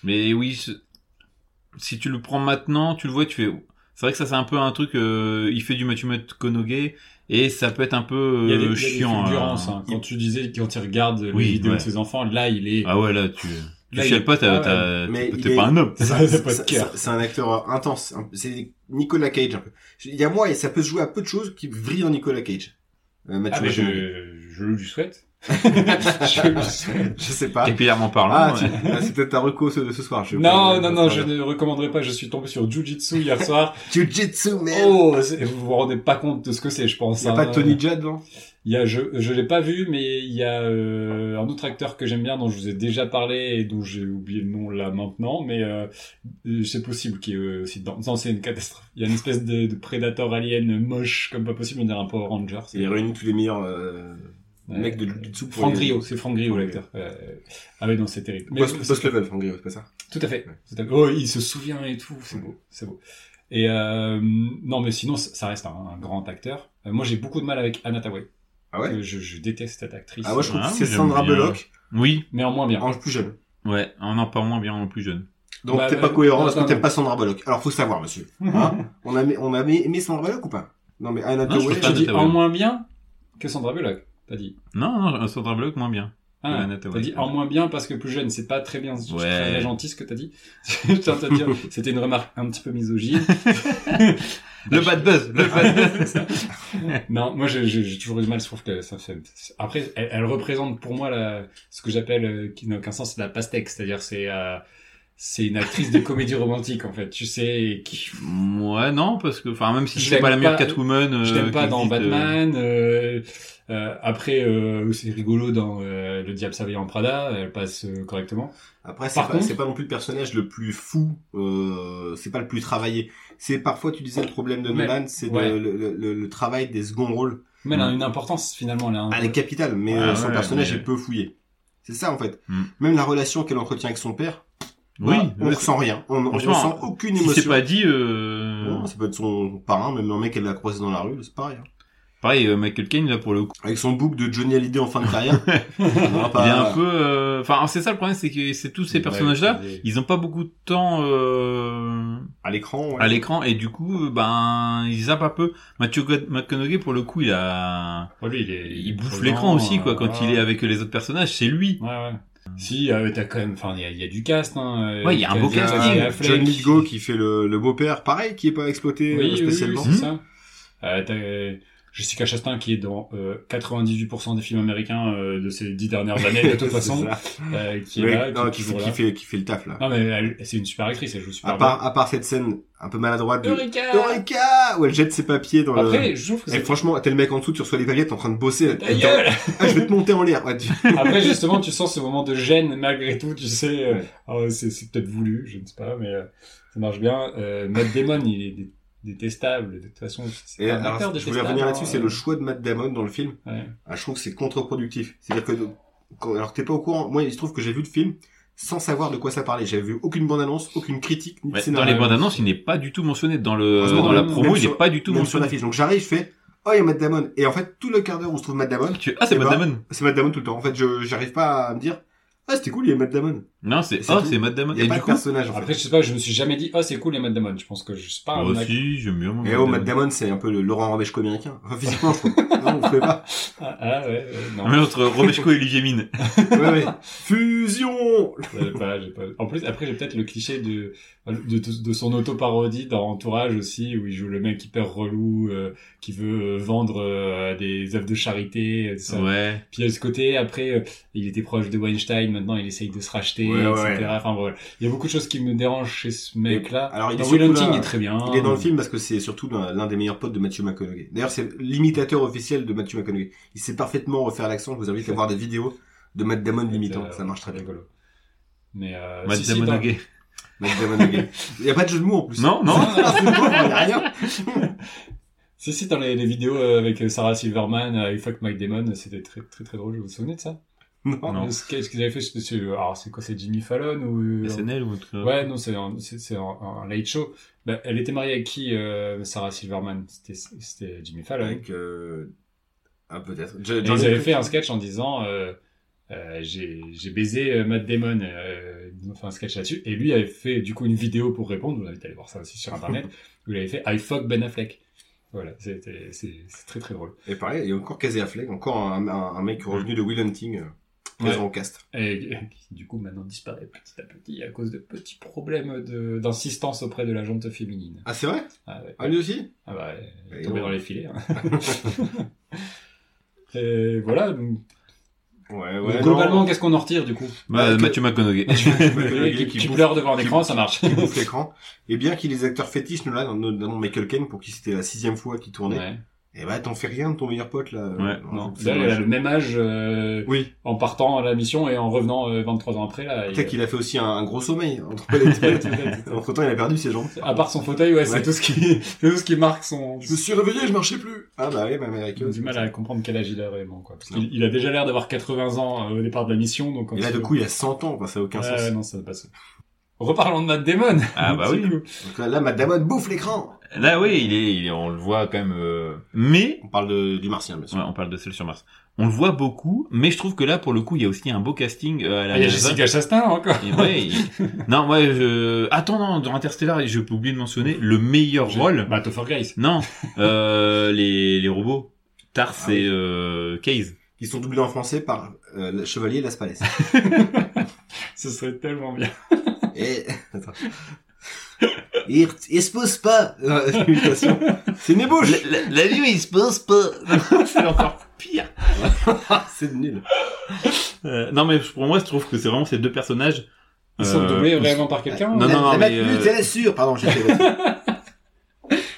Speaker 4: Mais oui, ce- si tu le prends maintenant, tu le vois, tu fais. C'est vrai que ça, c'est un peu un truc. euh, il fait du Matthew McConaughey et ça peut être un peu euh,
Speaker 3: Il y a des, il y a des
Speaker 4: chiant.
Speaker 3: fulgurances,
Speaker 4: euh.
Speaker 3: hein. Quand tu disais, quand il regarde les
Speaker 4: Oui,
Speaker 3: vidéos
Speaker 4: ouais.
Speaker 3: de ses enfants, là, il est.
Speaker 4: Ah ouais, là, tu, tu
Speaker 3: Là, il-
Speaker 4: chiales pas, t'as-
Speaker 3: ah ouais.
Speaker 4: t'as-
Speaker 1: Mais
Speaker 4: t'es
Speaker 1: il
Speaker 4: t'es
Speaker 1: est-
Speaker 4: pas un homme.
Speaker 1: C'est
Speaker 3: Ça, ça pas de
Speaker 1: c'est-
Speaker 3: cœur.
Speaker 1: c'est un acteur euh, intense. Un- C'est Nicolas Cage. un peu. Il y a moi, et ça peut se jouer à peu de choses qui vrillent en Nicolas Cage. Euh, Mathieu
Speaker 3: Ah, mais
Speaker 1: McConaughey.
Speaker 3: je, je le lui souhaite. je le souhaite.
Speaker 1: je sais pas.
Speaker 4: Capillairement parlant.
Speaker 1: Ah,
Speaker 4: ouais.
Speaker 1: tu- ah, c'est peut-être ta reco ce, de ce soir. je-
Speaker 3: Non,
Speaker 1: je-
Speaker 3: non, non, je ne recommanderais pas. Je suis tombé sur Jujitsu hier soir.
Speaker 1: Jiu-Jitsu, man.
Speaker 3: Oh, c'est- vous vous rendez pas compte de ce que c'est, je pense.
Speaker 1: Il y a
Speaker 3: hein.
Speaker 1: pas Tony Jaa dedans
Speaker 3: Il y a, je, je l'ai pas vu, mais il y a euh, un autre acteur que j'aime bien, dont je vous ai déjà parlé et dont j'ai oublié le nom là maintenant, mais euh, euh, c'est possible qu'il y ait euh, aussi dedans. Non, c'est une catastrophe. Il y a une espèce de, de prédateur alien moche comme pas possible, on dirait un Power Ranger. c'est-
Speaker 1: Il réunit tous les meilleurs euh,
Speaker 3: Ouais.
Speaker 1: mecs de Jiu-Jitsu. pour
Speaker 3: Franck
Speaker 1: les-
Speaker 3: Griot, c'est Franck Griot
Speaker 1: Franck
Speaker 3: l'acteur. Euh, Ah ouais, non, c'est terrible. Mais
Speaker 1: Boss,
Speaker 3: c'est-
Speaker 1: boss level, Franck Griot, c'est pas ça
Speaker 3: Tout à fait.
Speaker 1: Ouais.
Speaker 3: tout à fait. Oh, il se souvient et tout, c'est
Speaker 1: Ouais.
Speaker 3: beau, c'est beau. Et euh, non, mais sinon, ça ça reste un, un grand acteur. Euh, moi, j'ai beaucoup de mal avec Anna Tawai.
Speaker 1: Ah ouais
Speaker 3: je, je déteste cette actrice.
Speaker 1: Ah, moi je trouve
Speaker 4: Ah,
Speaker 1: que
Speaker 4: mais
Speaker 1: c'est
Speaker 4: j'aime
Speaker 1: Sandra
Speaker 4: bien.
Speaker 1: Bullock
Speaker 4: Oui,
Speaker 3: Mais en moins bien.
Speaker 1: en plus jeune.
Speaker 4: ouais, Oh, on en parle moins bien en plus jeune.
Speaker 1: Donc
Speaker 3: Bah,
Speaker 1: t'es
Speaker 3: bah,
Speaker 1: pas cohérent
Speaker 3: non,
Speaker 1: parce que
Speaker 3: non,
Speaker 1: t'aimes
Speaker 3: non.
Speaker 1: pas Sandra Bullock. Alors faut savoir, monsieur. Hein on a, aimé- on a aimé aimé Sandra Bullock ou pas Non, mais Anna
Speaker 4: Non, je
Speaker 1: Tawai,
Speaker 4: trouve
Speaker 3: Tu
Speaker 4: Anna
Speaker 3: dis
Speaker 4: Tawai.
Speaker 3: en moins bien que Sandra Bullock, t'as dit.
Speaker 4: Non, non, Sandra Bullock moins bien. Ouais,
Speaker 3: Ah,
Speaker 4: Anna
Speaker 3: t'as
Speaker 4: Tawai.
Speaker 3: dit en moins bien parce que plus jeune, c'est pas très bien, c'est
Speaker 4: Ouais.
Speaker 3: très gentil ce que t'as dit. Je tiens à te dire, c'était une remarque un petit peu misogyne.
Speaker 4: Le bad buzz, le bad buzz.
Speaker 3: non, moi j'ai j'ai- j'ai toujours eu du mal, je trouve que ça fait... Après, elle, elle représente pour moi la, ce que j'appelle, euh, qui n'a aucun sens, la pastèque, c'est-à-dire c'est euh, c'est une actrice de comédie romantique en fait, tu sais, qui...
Speaker 4: Ouais, non, parce que, enfin, même si
Speaker 3: Je
Speaker 4: c'est pas la
Speaker 3: l'aime
Speaker 4: meilleure
Speaker 3: pas-
Speaker 4: Catwoman.
Speaker 3: Je
Speaker 4: euh,
Speaker 3: t'aime pas
Speaker 4: qui
Speaker 3: dans
Speaker 4: existe, euh,
Speaker 3: Batman. euh, euh, après, euh, c'est rigolo dans euh, Le Diable s'habille en Prada. Elle passe euh, correctement.
Speaker 1: Après, c'est
Speaker 3: Par
Speaker 1: pas,
Speaker 3: contre-
Speaker 1: c'est pas non plus le personnage le plus fou, euh, c'est pas le plus travaillé. C'est parfois, tu disais, le problème de
Speaker 3: Mais-
Speaker 1: Nolan, c'est de-
Speaker 3: ouais.
Speaker 1: le, le- le- le travail des seconds rôles.
Speaker 3: Mais elle a
Speaker 4: Mm.
Speaker 3: une importance finalement. Elle a un-
Speaker 1: Elle est capitale, mais
Speaker 4: Ah
Speaker 1: euh, son
Speaker 4: ouais,
Speaker 1: personnage
Speaker 4: mais-
Speaker 1: est peu fouillé. C'est ça, en fait.
Speaker 4: Hmm.
Speaker 1: Même la relation qu'elle entretient avec son père, bah,
Speaker 4: Oui,
Speaker 1: Ah, on
Speaker 4: ouais,
Speaker 1: ressent rien. On on
Speaker 4: Franchement, hein,
Speaker 1: ressent aucune
Speaker 4: si c'est
Speaker 1: émotion.
Speaker 4: pas dit, euh,
Speaker 1: Ouais, ça peut être son parrain, même un mec qu'elle a croisé dans la rue, c'est pareil. hein.
Speaker 4: pareil, euh, Michael Caine, là, pour le coup,
Speaker 1: Avec son bouc de Johnny Hallyday en fin de carrière. Non, pas-
Speaker 4: il est un peu, euh, enfin, c'est ça le problème, c'est que c'est tous ces
Speaker 3: Ouais,
Speaker 4: personnages-là,
Speaker 3: c'est-
Speaker 4: ils ont pas beaucoup de temps, euh,
Speaker 1: à l'écran. ouais.
Speaker 4: à l'écran, et du coup, euh, ben, ils zappent un peu. Matthew God- McConaughey, pour le coup, il a,
Speaker 3: Ouais, lui, il, est-
Speaker 4: il bouffe
Speaker 3: trop
Speaker 4: l'écran
Speaker 3: lent,
Speaker 4: aussi, quoi,
Speaker 3: euh,
Speaker 4: quand
Speaker 3: ouais.
Speaker 4: il est avec les autres personnages, c'est lui.
Speaker 3: Ouais, ouais. Si, euh, t'as quand même. Enfin, il y a- il y, a du cast. Hein,
Speaker 4: Ouais, il y a un beau
Speaker 1: Il y a
Speaker 4: casting.
Speaker 3: Casey Affleck.
Speaker 1: John Lithgow qui fait le, le beau-père, pareil, qui est pas exploité
Speaker 3: Oui,
Speaker 1: euh,
Speaker 3: oui,
Speaker 1: spécialement.
Speaker 3: oui,
Speaker 4: Hmm
Speaker 3: c'est ça. Euh, t'as, euh, Jessica Chastain qui est dans euh, 98% des films américains euh, de ces dix dernières années de toute
Speaker 1: C'est
Speaker 3: façon,
Speaker 1: ça.
Speaker 3: euh, qui est
Speaker 1: Mais-
Speaker 3: là, qui
Speaker 1: non,
Speaker 3: est
Speaker 1: qui,
Speaker 3: toujours
Speaker 1: qui
Speaker 3: là.
Speaker 1: fait, qui fait le taf là.
Speaker 3: Non mais elle- c'est une super actrice, elle joue super
Speaker 1: à part, à part cette scène un peu maladroite
Speaker 3: bien.
Speaker 1: de
Speaker 3: Eureka
Speaker 1: Eureka où elle jette ses papiers dans
Speaker 3: Après, je trouve que
Speaker 1: le. Et
Speaker 3: c'est...
Speaker 1: Eh, franchement, t'es le mec en dessous, tu reçois les papiers, t'es en train de bosser.
Speaker 3: Ta
Speaker 1: elle- elle-
Speaker 3: gueule
Speaker 1: Ah, je vais te monter en l'air. Ouais, tu-
Speaker 3: Après, justement, tu sens ce moment de gêne malgré tout, tu sais. euh,
Speaker 1: Ouais.
Speaker 3: oh, c'est, c'est peut-être voulu, je ne sais pas, mais euh, ça marche bien. Euh, Matt Damon, il est dé- détestable. De toute façon, c'est
Speaker 1: Et
Speaker 3: un
Speaker 1: alors,
Speaker 3: acteur
Speaker 1: je voulais revenir là-dessus, c'est le
Speaker 3: Euh,
Speaker 1: choix de Matt Damon dans le film.
Speaker 3: Ouais.
Speaker 1: Ah, je trouve que c'est contre-productif. C'est-à-dire que, quand- alors que t'es pas au courant, moi il se trouve que j'ai vu le film, sans savoir de quoi ça parlait. J'avais vu aucune bande-annonce, aucune critique, ni de
Speaker 4: Ouais, dans
Speaker 1: scénario.
Speaker 4: les bandes annonces, il n'est pas du tout mentionné. Dans, le,
Speaker 1: Heureusement,
Speaker 4: dans la
Speaker 1: même-
Speaker 4: promo,
Speaker 1: même
Speaker 4: il n'est
Speaker 1: sur-
Speaker 4: pas du tout
Speaker 1: Même sur
Speaker 4: mentionné.
Speaker 1: l'affiche. Donc j'arrive, je fais Oh, il y a Matt Damon. Et en fait, tout le quart d'heure où se trouve Matt Damon,
Speaker 4: Tu- Ah, c'est
Speaker 1: Eh
Speaker 4: Matt
Speaker 1: ben.
Speaker 4: Damon.
Speaker 1: c'est Matt Damon tout le temps. En fait, je j'arrive pas à me dire Ah, c'était cool, il y a Matt Damon.
Speaker 4: Non, c'est
Speaker 1: C'est
Speaker 4: Ah,
Speaker 1: tout.
Speaker 4: c'est Matt Damon.
Speaker 1: Il y a
Speaker 4: Et
Speaker 1: pas
Speaker 4: du
Speaker 1: de
Speaker 4: coup,
Speaker 1: personnage en
Speaker 3: Après,
Speaker 1: fait.
Speaker 3: je sais pas, je me suis jamais dit, oh, c'est cool les Matt Damon. Je pense que je sais pas.
Speaker 4: moi
Speaker 3: on a-
Speaker 4: aussi, j'aime bien. moi,
Speaker 1: Et oh, Matt
Speaker 4: Damon.
Speaker 1: Damon, c'est un peu le Laurent Robeshko américain. Enfin, physiquement, je trouve. Non, vous ne pas.
Speaker 3: Ah, ah, ouais, ouais, non.
Speaker 4: Mais entre Romeshko et Olivier Mine.
Speaker 1: Ouais, ouais. Fusion
Speaker 3: J'avais pas- j'ai pas- En plus, après, j'ai peut-être le cliché de, de, de, de son autoparodie dans Entourage aussi, où il joue le mec hyper relou, euh, qui veut euh, vendre euh, des œuvres de charité, euh, tout ça.
Speaker 4: Ouais.
Speaker 3: Puis il y a ce côté, après, euh, il était proche de Weinstein, maintenant il essaye de se racheter,
Speaker 1: Ouais, ouais,
Speaker 3: etc.
Speaker 1: ouais.
Speaker 3: Enfin voilà. Il y a beaucoup de choses qui me dérangent chez ce mec-là.
Speaker 1: Alors, il
Speaker 3: Dans
Speaker 1: est
Speaker 3: Will
Speaker 1: surtout
Speaker 3: Hunting,
Speaker 1: là-
Speaker 3: il est très bien. euh,
Speaker 1: Il est dans le film parce que c'est surtout l'un l'un des meilleurs potes de Matthew McConaughey. D'ailleurs, c'est l'imitateur officiel de Matthew McConaughey. Il sait parfaitement refaire l'accent. Je vous invite à voir des vidéos de Matt Damon l'imitant.
Speaker 3: Euh,
Speaker 1: hein, Ça marche très bien.
Speaker 3: rigolo. Mais euh,
Speaker 4: Matt
Speaker 3: si, si,
Speaker 4: Damon
Speaker 3: dans-
Speaker 4: Gay.
Speaker 1: Matt Damon again. Il n'y a pas de jeu de mots en plus.
Speaker 4: Non, non.
Speaker 1: Il y a pas de jeu de mots, il y a rien.
Speaker 3: Si, si, dans les, les vidéos euh, avec euh, Sarah Silverman, euh, I Fuck Mike Damon, c'était très, très, très drôle. Vous vous souvenez de ça
Speaker 1: Non.
Speaker 4: Non.
Speaker 3: Ce qu'est- ce qu'ils avaient fait, c'était- c'est alors, c'est quoi C'est Jimmy Fallon ou euh,
Speaker 1: hein.
Speaker 4: SNL ou autre.
Speaker 3: Ouais, non, c'est un, c'est- c'est un, un late show. Bah, elle était mariée avec qui, euh, Sarah Silverman C'était- C'était Jimmy Fallon.
Speaker 1: Avec, euh, ah, peut-être.
Speaker 3: Et ils avaient fait un sketch en disant euh, euh, j'ai j'ai baisé euh, Matt Damon. euh, ils ont fait un sketch là-dessus. Et lui avait fait du coup une vidéo pour répondre. Vous invite à aller voir ça aussi sur internet. où il avait fait I fuck Ben Affleck. Voilà, c'était- c'est c'est très très drôle.
Speaker 1: Et pareil, il y a encore Casey Affleck, encore un, un- un mec revenu de Will Hunting, euh, présent au cast.
Speaker 3: Et, et qui, du coup maintenant disparaît petit à petit à cause de petits problèmes de- d'insistance auprès de la jante féminine.
Speaker 1: Ah, c'est vrai
Speaker 3: Ah, ouais.
Speaker 1: Ah, lui aussi
Speaker 3: Ah bah, euh, il est
Speaker 1: Et
Speaker 3: tombé
Speaker 1: on-
Speaker 3: dans les filets. hein. Et voilà, donc,
Speaker 1: Ouais, ouais.
Speaker 3: globalement,
Speaker 1: non.
Speaker 3: qu'est-ce qu'on en retire du coup
Speaker 4: Bah,
Speaker 1: Avec-
Speaker 4: Mathieu McConaughey.
Speaker 1: Le
Speaker 3: qui,
Speaker 1: gars qui
Speaker 3: qui
Speaker 1: bouffe-
Speaker 3: pleure devant
Speaker 1: qui
Speaker 3: l'écran,
Speaker 1: bouffe-
Speaker 3: ça marche.
Speaker 1: qui bouffe l'écran. Et bien qu'il y ait les acteurs fétiches, nous là, dans notre- dans Michael Caine, pour qui c'était la sixième fois qu'il tournait,
Speaker 3: Ouais.
Speaker 1: et bah t'en fais rien de ton meilleur pote là.
Speaker 4: Ouais,
Speaker 1: Euh,
Speaker 3: Non,
Speaker 1: c'est
Speaker 3: là, elle
Speaker 1: dommage.
Speaker 3: a le même âge euh,
Speaker 1: Oui,
Speaker 3: en partant à la mission et en revenant euh, 23 ans après. Là,
Speaker 1: peut-être
Speaker 3: il-
Speaker 1: qu'il a fait aussi un, un gros sommeil. Entre, les toilettes. entre temps, il a perdu ses jambes.
Speaker 3: euh, À part son fauteuil, ouais, c'est
Speaker 1: Ouais.
Speaker 3: tout ce qui, c'est tout ce qui marque son.
Speaker 1: Je me suis réveillé, je marchais plus. Ah bah oui, ma mère est
Speaker 3: J'ai
Speaker 1: curieuse.
Speaker 3: du mal à comprendre quel âge il a réellement, quoi. Parce
Speaker 1: Non.
Speaker 3: qu'il il a déjà l'air d'avoir 80 ans euh, au départ de la mission, donc. quand
Speaker 1: Et là,
Speaker 3: il-
Speaker 1: du coup, il a 100 ans, enfin, ça n'a aucun
Speaker 3: Ouais,
Speaker 1: sens.
Speaker 3: ouais, non, ça passe. Reparlons de Matt Damon.
Speaker 4: Ah, bah
Speaker 3: Du
Speaker 4: oui.
Speaker 3: coup.
Speaker 1: Donc là, là, Madame Odd bouffe l'écran.
Speaker 4: Là, oui, il est, il est- on le voit quand même. euh, Mais,
Speaker 1: On parle de- du martien, bien sûr.
Speaker 4: ouais, on parle de celle sur Mars. On le voit beaucoup, mais je trouve que là, pour le coup, il y a aussi un beau casting euh, à la
Speaker 3: Ah, il y a
Speaker 4: NASA.
Speaker 3: Jessica Chastain encore.
Speaker 4: Et Eh ouais, il- non, ouais, je... attends, non, dans Interstellar, je peux oublier de mentionner le meilleur rôle.
Speaker 3: Bah, Topher Grace.
Speaker 4: Non, euh, les, les robots. Tars
Speaker 1: Ah
Speaker 4: et
Speaker 1: oui.
Speaker 4: euh, Case.
Speaker 1: Ils sont doublés en français par euh, le Chevalier Las Palais.
Speaker 3: Ce serait tellement bien.
Speaker 1: Et... Attends. Il, il se pose pas. Euh, imitation. C'est une ébauche.
Speaker 4: la, vue, il se pose pas. c'est encore pire.
Speaker 1: Ah, C'est nul.
Speaker 4: Euh, non, mais pour moi, je trouve que c'est vraiment ces deux personnages.
Speaker 3: Ils sont
Speaker 4: euh,
Speaker 3: doublés vraiment par quelqu'un. hein.
Speaker 4: Non,
Speaker 1: la,
Speaker 4: non, non,
Speaker 1: la
Speaker 4: mais,
Speaker 1: mate
Speaker 4: euh,
Speaker 1: mute, elle est sûre. Pardon, j'ai fait.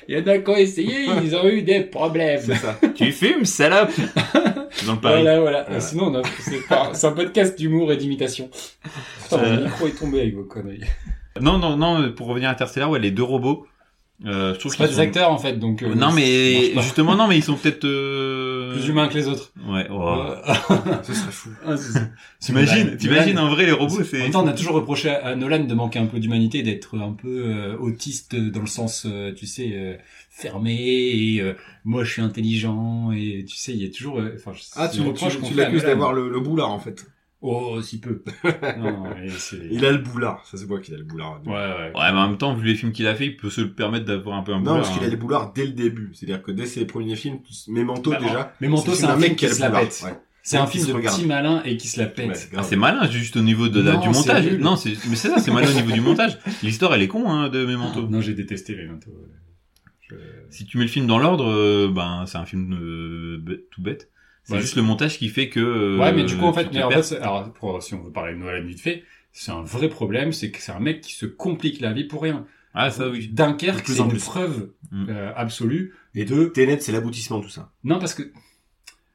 Speaker 3: Il y en a qui ont essayé, ils ont eu des problèmes.
Speaker 1: C'est ça.
Speaker 4: Tu fumes, salope Dans le Paris.
Speaker 3: Voilà, voilà.
Speaker 1: Voilà.
Speaker 3: Sinon, on a- c'est pas- c'est un podcast d'humour et d'imitation. Putain,
Speaker 4: Euh.
Speaker 3: mon micro est tombé avec vos conneries.
Speaker 4: Non, non, non, pour revenir à Interstellar, ouais, les deux robots. Euh, je trouve
Speaker 3: C'est pas
Speaker 4: qu'ils
Speaker 3: des
Speaker 4: sont-
Speaker 3: acteurs, en fait, donc... euh,
Speaker 4: Non, mais
Speaker 3: marche pas.
Speaker 4: justement, non, mais ils sont peut-être. euh,
Speaker 3: Plus humains que les autres.
Speaker 4: Ouais, oh.
Speaker 1: Ce serait fou.
Speaker 3: Ah, c'est- c'est-
Speaker 4: T'imagines,
Speaker 3: Nolan-
Speaker 4: t'imagines hein,
Speaker 3: Nolan-
Speaker 4: en vrai les robots,
Speaker 3: En
Speaker 4: c'est.
Speaker 3: même temps, on a toujours reproché à à Nolan de manquer un peu d'humanité, d'être un peu euh, autiste dans le sens, euh, tu sais, euh, fermé et euh, moi je suis intelligent et tu sais, il y a toujours. euh, Enfin, je-
Speaker 1: Ah, tu,
Speaker 3: c'est le
Speaker 1: tu,
Speaker 3: reproche qu'on
Speaker 1: tu
Speaker 3: fait à
Speaker 1: l'accuses
Speaker 3: Nolan.
Speaker 1: d'avoir le, le boulard en fait.
Speaker 3: Oh, si peu. non, et c'est-
Speaker 1: Il a le boulard. Ça se voit qu'il a le boulard.
Speaker 3: Ouais, ouais.
Speaker 4: Ouais, mais en même temps, vu les films qu'il a fait, il peut se le permettre d'avoir un peu un
Speaker 1: Non,
Speaker 4: boulard,
Speaker 1: parce qu'il
Speaker 4: hein.
Speaker 1: a les boulards dès le début. C'est-à-dire que dès ses premiers films, Memento
Speaker 3: Bah,
Speaker 1: déjà.
Speaker 3: Mais Manto, c'est un, film qui
Speaker 1: a le
Speaker 3: se la
Speaker 1: boulard.
Speaker 3: pète.
Speaker 1: Ouais.
Speaker 3: C'est
Speaker 1: Ouais,
Speaker 3: un
Speaker 1: qui
Speaker 3: film
Speaker 1: se
Speaker 3: de
Speaker 1: regarde.
Speaker 3: petit malin et qui se la pète.
Speaker 1: Ouais, c'est
Speaker 4: Ah,
Speaker 1: grave.
Speaker 4: c'est malin, juste au niveau de la-
Speaker 3: Non,
Speaker 4: du
Speaker 3: c'est
Speaker 4: montage.
Speaker 3: nul.
Speaker 4: Non, c'est, mais c'est ça, c'est malin au niveau du montage. L'histoire, elle est con, hein, de Memento.
Speaker 3: Non, j'ai détesté les manteaux. Je-
Speaker 4: Si tu mets le film dans l'ordre, euh, ben, c'est un film euh, bête- tout bête. C'est
Speaker 3: Ouais.
Speaker 4: juste le montage qui fait que. euh,
Speaker 3: Ouais, mais du coup, en fait,
Speaker 4: tu te
Speaker 3: mais en
Speaker 4: perds.
Speaker 3: fait, c'est- alors, pour- si on veut parler de Noël vite fait, c'est un vrai problème, c'est que c'est un mec qui se complique la vie pour rien.
Speaker 4: Ah, ça oui.
Speaker 3: Dunkerque,
Speaker 1: De plus
Speaker 3: c'est
Speaker 1: en
Speaker 3: une
Speaker 1: plus.
Speaker 3: preuve
Speaker 4: Mm.
Speaker 3: euh, absolue.
Speaker 1: Et
Speaker 3: deux-
Speaker 1: deux, Tenet, c'est l'aboutissement de tout ça.
Speaker 3: Non, parce que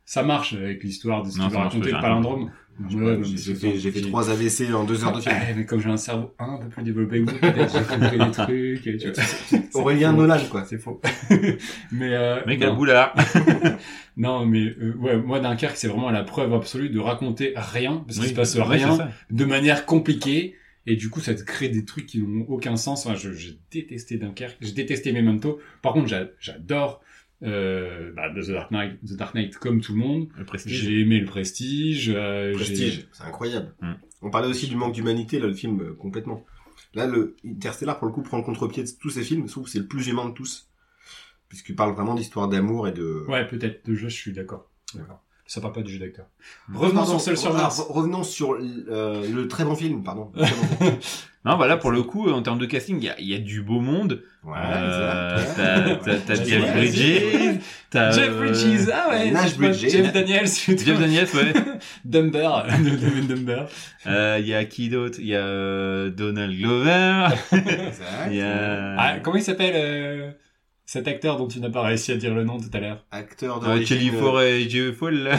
Speaker 3: ça marche avec l'histoire de ce
Speaker 4: Non,
Speaker 3: qu'il
Speaker 4: ça
Speaker 3: va
Speaker 4: marche
Speaker 3: raconter,
Speaker 4: pas,
Speaker 3: le palindrome.
Speaker 1: Je sais
Speaker 3: Ouais,
Speaker 1: pas,
Speaker 3: ouais, mais
Speaker 1: J'ai
Speaker 3: c'est
Speaker 1: fait-
Speaker 3: ça.
Speaker 1: j'ai fait trois AVC en deux heures de film.
Speaker 3: Eh, mais comme j'ai un cerveau un peu plus développé que vous, peut-être j'ai compris des trucs. et Tu vois.
Speaker 1: Aurélien
Speaker 3: faux.
Speaker 1: Nolan, quoi.
Speaker 3: C'est faux. mais euh,
Speaker 4: Mec,
Speaker 3: non.
Speaker 4: à boulard.
Speaker 3: Non, mais euh, ouais, moi Dunkerque, c'est vraiment la preuve absolue de raconter rien, parce qu'il se passe
Speaker 4: Oui,
Speaker 3: rien,
Speaker 4: c'est ça.
Speaker 3: de manière compliquée, et du coup, ça te crée des trucs qui n'ont aucun sens. Enfin, je- j'ai détesté Dunkerque, j'ai détesté Memento. Par contre, j'a- j'adore euh, bah, The, Dark Knight, The Dark Knight comme tout le monde.
Speaker 4: Le prestige.
Speaker 3: J'ai aimé le Prestige. euh, j'ai-
Speaker 1: Prestige, c'est incroyable.
Speaker 4: Hmm.
Speaker 1: On parlait aussi du manque d'humanité, là, le film, euh, complètement. Là, le Interstellar, pour le coup, prend le contre-pied de tous ces films, sauf que c'est le plus humain de tous. Puisqu'il parle vraiment d'histoire d'amour et de...
Speaker 3: Ouais, peut-être, de jeu, je suis d'accord. D'accord. Ça parle pas du jeu d'acteur. Revenons sur Seul sur
Speaker 1: re-
Speaker 3: Mars.
Speaker 1: re- Revenons sur euh, le très bon film, pardon. Très bon film.
Speaker 4: Non, voilà, pour le coup, en termes de casting, il y a- il y, a du beau monde.
Speaker 1: Ouais,
Speaker 4: Euh,
Speaker 1: exact.
Speaker 4: t'as- t'as- T'as
Speaker 1: Ouais.
Speaker 4: Jeff Bridges. t'as,
Speaker 3: Jeff
Speaker 4: euh,
Speaker 3: Bridges, ah ouais,
Speaker 1: Nash
Speaker 3: c'est pas-
Speaker 1: Bridges.
Speaker 3: Jeff Daniels,
Speaker 4: Jeff Daniels, ouais.
Speaker 3: Dumber, Devin Dumber.
Speaker 4: Euh, Il y a qui d'autre Il y a euh, Donald Glover.
Speaker 1: Exact.
Speaker 4: Il y a.
Speaker 3: Ah, comment il s'appelle euh, cet acteur dont tu n'as pas réussi à dire le nom tout à l'heure
Speaker 1: Acteur
Speaker 4: Euh,
Speaker 1: d'origine...
Speaker 4: Kelly
Speaker 1: euh,
Speaker 4: Ford et Jay Foll, là.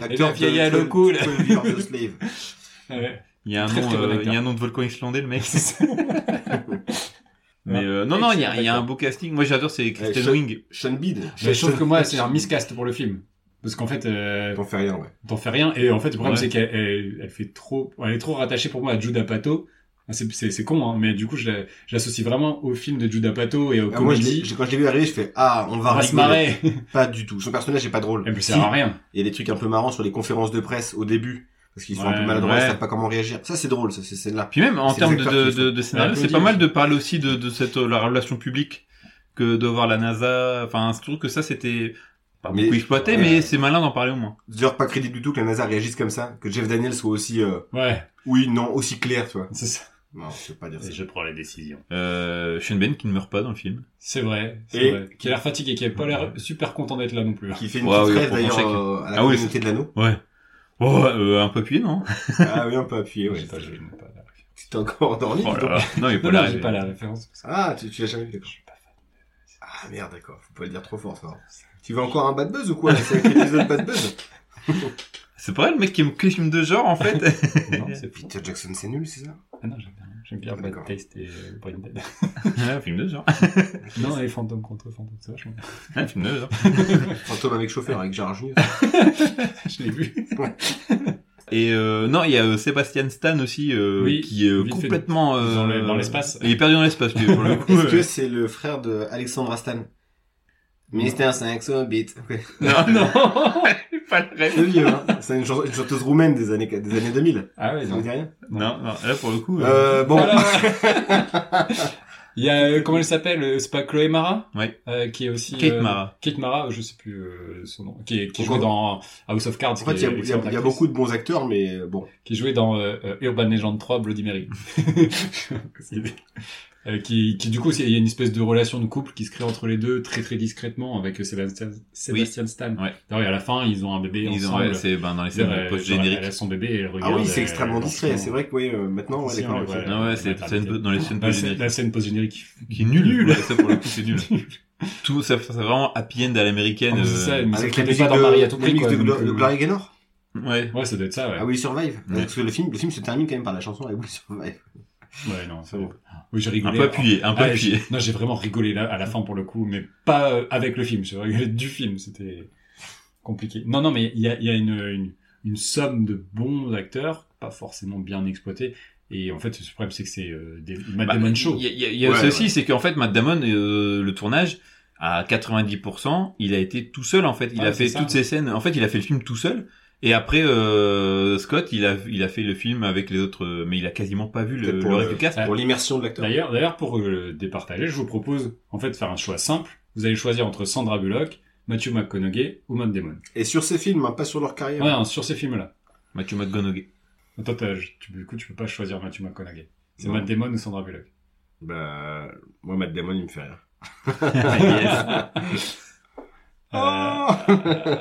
Speaker 1: L'acteur
Speaker 3: Eh bien, il y a
Speaker 1: de-
Speaker 3: le coup, là.
Speaker 1: 12 Years a Slave.
Speaker 3: Ouais.
Speaker 4: Il y a un
Speaker 3: Très,
Speaker 4: nom,
Speaker 3: très bon
Speaker 4: euh,
Speaker 3: acteur.
Speaker 4: il y a un nom de volcan islandais, le mec. Mais
Speaker 3: Ouais.
Speaker 4: euh, non, non, il y a, il y a
Speaker 3: Excellent
Speaker 4: un beau casting. Moi, j'adore, c'est Kristen
Speaker 1: je-
Speaker 4: Wiig.
Speaker 1: Sean Bean.
Speaker 3: Mais je trouve que moi, c'est un miscast pour le film. Parce qu'en fait, euh,
Speaker 1: T'en fais rien, ouais.
Speaker 3: t'en fais rien. Et en fait, le problème,
Speaker 4: Ouais.
Speaker 3: c'est qu'elle elle, elle fait trop, elle est trop rattachée pour moi à Judah Pato. C'est c'est con, hein, mais du coup, je la- je l'associe vraiment au film de Judah Pato et au
Speaker 1: Ah, moi, je
Speaker 3: comédie.
Speaker 1: l'ai- quand je l'ai vu arriver, je fais Ah, on
Speaker 3: on
Speaker 1: va
Speaker 3: va se
Speaker 1: rigoler.
Speaker 3: marrer.
Speaker 1: Pas du tout. Son personnage est pas drôle.
Speaker 3: Elle me
Speaker 1: Si,
Speaker 3: Eh, sert à rien.
Speaker 1: Il y a des trucs un peu marrants sur les conférences de presse au début. Parce qu'ils sont un
Speaker 3: Ouais,
Speaker 1: peu maladroits,
Speaker 4: ouais.
Speaker 1: ils savent pas comment réagir. Ça, c'est drôle, ça, c'est celle-là.
Speaker 4: Puis même en
Speaker 1: C'est les
Speaker 4: termes de,
Speaker 1: acteurs
Speaker 4: de,
Speaker 1: qui le
Speaker 4: de- de scénario,
Speaker 3: Ouais,
Speaker 4: c'est
Speaker 3: Cody,
Speaker 4: pas mal
Speaker 3: oui.
Speaker 4: de parler aussi de, de cette euh, la relation publique que de voir la NASA. Enfin, je trouve que ça c'était pas
Speaker 1: Mais-
Speaker 4: beaucoup exploité,
Speaker 1: ouais.
Speaker 4: mais c'est malin d'en parler au moins.
Speaker 1: D'ailleurs, pas crédit du tout que la NASA réagisse comme ça, que Jeff Daniels soit aussi, euh,
Speaker 3: Ouais,
Speaker 1: oui, non, aussi clair, tu vois.
Speaker 3: c'est ça.
Speaker 1: Non, je peux pas dire ça.
Speaker 3: Je prends les décisions.
Speaker 4: Euh, Sean Ben qui ne meurt pas dans le film.
Speaker 3: C'est vrai,
Speaker 1: Et-
Speaker 3: c'est vrai. Qui a l'air fatigué, qui a pas l'air super content d'être là non plus. hein.
Speaker 1: Qui fait une
Speaker 4: Ouais,
Speaker 1: petite
Speaker 4: oui,
Speaker 1: trêve,
Speaker 4: pour
Speaker 1: d'ailleurs,
Speaker 4: pencher que-
Speaker 1: euh, à la
Speaker 4: Ah oui,
Speaker 1: communauté de l'anneau.
Speaker 4: Ouais. Oh, euh, un peu appuyé non
Speaker 1: Ah oui, un peu appuyé, ouais.
Speaker 3: J'ai pas- j'ai pas la référence.
Speaker 1: Tu t'es encore endormi.
Speaker 4: Oh
Speaker 1: dis
Speaker 4: là
Speaker 1: donc.
Speaker 4: là. Non, mais
Speaker 3: Non,
Speaker 4: pas
Speaker 3: non,
Speaker 4: la
Speaker 3: j'ai pas la référence. parce que-
Speaker 1: Ah, tu, tu l'as jamais vu, d'accord. Ah merde, d'accord. Faut pas le dire trop fort, ça. Tu veux encore un bad buzz ou quoi? là C'est un épisode bad buzz.
Speaker 4: C'est pas vrai, le mec qui aime que les films de genre en fait.
Speaker 3: Non, c'est fou.
Speaker 1: Peter Jackson, c'est nul, c'est ça?
Speaker 3: Ah non, j'aime bien. J'aime bien
Speaker 1: Ah,
Speaker 3: Bad
Speaker 1: d'accord.
Speaker 3: Taste et euh, Brain Dead.
Speaker 4: un film de genre.
Speaker 3: non, et Fantôme contre Fantôme, c'est vachement bien.
Speaker 4: Un film de genre.
Speaker 1: Fantôme avec chauffeur, avec Gérard Junior.
Speaker 3: Je l'ai vu.
Speaker 4: Et euh, non, il y a euh, Sébastien Stan aussi euh,
Speaker 3: Oui,
Speaker 4: qui est euh,
Speaker 3: vite fait.
Speaker 4: complètement euh,
Speaker 3: Dans le- dans l'espace.
Speaker 4: Il est perdu dans l'espace lui, pour le coup.
Speaker 1: Est-ce que
Speaker 4: euh.
Speaker 1: c'est le frère de Alexandre Astan Ministère 5 so beat. Ouais.
Speaker 4: Non, non, pas le rêve.
Speaker 1: C'est vieux, hein. C'est une, chanson- une chanteuse roumaine des années, des années 2000.
Speaker 3: Ah ouais,
Speaker 1: Ça vous dit rien
Speaker 4: Non, non, là pour le coup. euh,
Speaker 1: Euh, bon.
Speaker 3: Voilà. Il y a, euh, comment elle s'appelle euh, C'est pas Chloé Mara
Speaker 4: Ouais.
Speaker 3: Euh, qui est aussi...
Speaker 4: Kate
Speaker 3: euh,
Speaker 4: Mara.
Speaker 3: Kate Mara, je sais plus euh, son nom. Qui, est- qui
Speaker 1: Encore-
Speaker 3: jouait dans euh, House of Cards.
Speaker 1: En fait, il
Speaker 3: qui
Speaker 1: y a,
Speaker 3: est
Speaker 1: il y a-
Speaker 3: excellente
Speaker 1: il y a
Speaker 3: actrice,
Speaker 1: beaucoup de bons acteurs, mais euh, bon.
Speaker 3: Qui jouait dans euh, euh, Urban Legend 3, Bloody Mary. Euh, qui, qui, du coup, c'est- il y a une espèce de relation de couple qui se crée entre les deux très très discrètement avec euh, Sébastien, Sébastien Stan.
Speaker 4: Ouais.
Speaker 3: D'ailleurs, et à la fin, ils ont un bébé
Speaker 4: Ils ont,
Speaker 3: ensemble.
Speaker 4: ouais, c'est ben, dans les
Speaker 3: C'est-à-dire,
Speaker 4: scènes
Speaker 3: elle-
Speaker 4: post-génériques.
Speaker 3: Elle a son bébé et elle regarde.
Speaker 1: Ah oui, c'est
Speaker 3: euh,
Speaker 1: extrêmement
Speaker 3: dans
Speaker 1: discret.
Speaker 3: son-
Speaker 1: C'est vrai que, oui, euh, maintenant, ouais,
Speaker 3: Si,
Speaker 1: les
Speaker 3: on
Speaker 1: parents,
Speaker 3: le
Speaker 1: ok.
Speaker 3: voit,
Speaker 4: Non, Ah ouais,
Speaker 3: la
Speaker 4: c'est
Speaker 3: maternité.
Speaker 4: scène- dans les
Speaker 3: La
Speaker 4: scènes
Speaker 3: scène-
Speaker 4: post-génériques.
Speaker 3: La scène post-générique.
Speaker 4: Qui est nul.
Speaker 3: Nul.
Speaker 4: Ouais, ça, pour le coup, c'est nul. Tout, ça, ça, c'est vraiment happy end à
Speaker 3: Ah,
Speaker 4: l'américaine.
Speaker 3: mais
Speaker 4: euh,
Speaker 3: C'est ça, mais
Speaker 1: Avec
Speaker 3: c'est
Speaker 1: la
Speaker 3: peut-être
Speaker 1: musique
Speaker 3: pas dans
Speaker 1: de,
Speaker 3: Marie à tout
Speaker 1: la
Speaker 3: prix,
Speaker 1: musique
Speaker 3: quoi.
Speaker 1: de,
Speaker 3: donc,
Speaker 1: Glo- de
Speaker 3: euh,
Speaker 1: Gloria Gaynor.
Speaker 4: Ouais.
Speaker 3: Ouais, ça doit être ça, ouais.
Speaker 1: Ah oui, Survive.
Speaker 4: Ouais.
Speaker 1: Parce que le film, le film se termine quand même par la chanson I Will Survive. Ah.
Speaker 3: Ouais, non, c'est bon. Ah, Oui, j'ai rigolé.
Speaker 4: Un peu appuyé, un peu
Speaker 3: Ah,
Speaker 4: appuyé.
Speaker 3: j'ai- Non, j'ai vraiment rigolé là, à la fin pour le coup, mais pas euh, avec le film. J'ai rigolé du film, c'était compliqué. Non, non, mais il y a, il y a une, une, une somme de bons acteurs, pas forcément bien exploités. Et en fait, le problème, c'est que c'est euh, des Matt
Speaker 4: Bah,
Speaker 3: Damon Show.
Speaker 4: Il y a, il y a- il y a
Speaker 1: Ouais,
Speaker 4: ceci,
Speaker 1: ouais.
Speaker 4: c'est qu'en fait, Matt Damon, euh, le tournage, à 90%, il a été tout seul, en fait. Il
Speaker 3: Ouais,
Speaker 4: a fait
Speaker 3: c'est ça.
Speaker 4: toutes ses scènes. En fait, il a fait le film tout seul. Et après, euh, Scott, il a, il a fait le film avec les autres, euh, mais il a quasiment pas vu le,
Speaker 1: Peut-être pour
Speaker 4: le
Speaker 1: le-
Speaker 4: reste du cast.
Speaker 3: Ah.
Speaker 1: Pour l'immersion de l'acteur.
Speaker 3: D'ailleurs, d'ailleurs, pour euh, départager, je vous propose en fait de faire un choix simple. Vous allez choisir entre Sandra Bullock, Matthew McConaughey ou Matt Damon.
Speaker 1: Et sur ces films, hein, pas sur leur carrière.
Speaker 3: Ouais, non, sur ces films-là.
Speaker 4: Matthew McConaughey.
Speaker 3: Toi, t'as- tu, du coup, tu peux pas choisir Matthew McConaughey. C'est
Speaker 1: Non.
Speaker 3: Matt Damon ou Sandra Bullock.
Speaker 1: Bah, moi, Matt Damon, il me fait rire.
Speaker 3: Ah, Euh,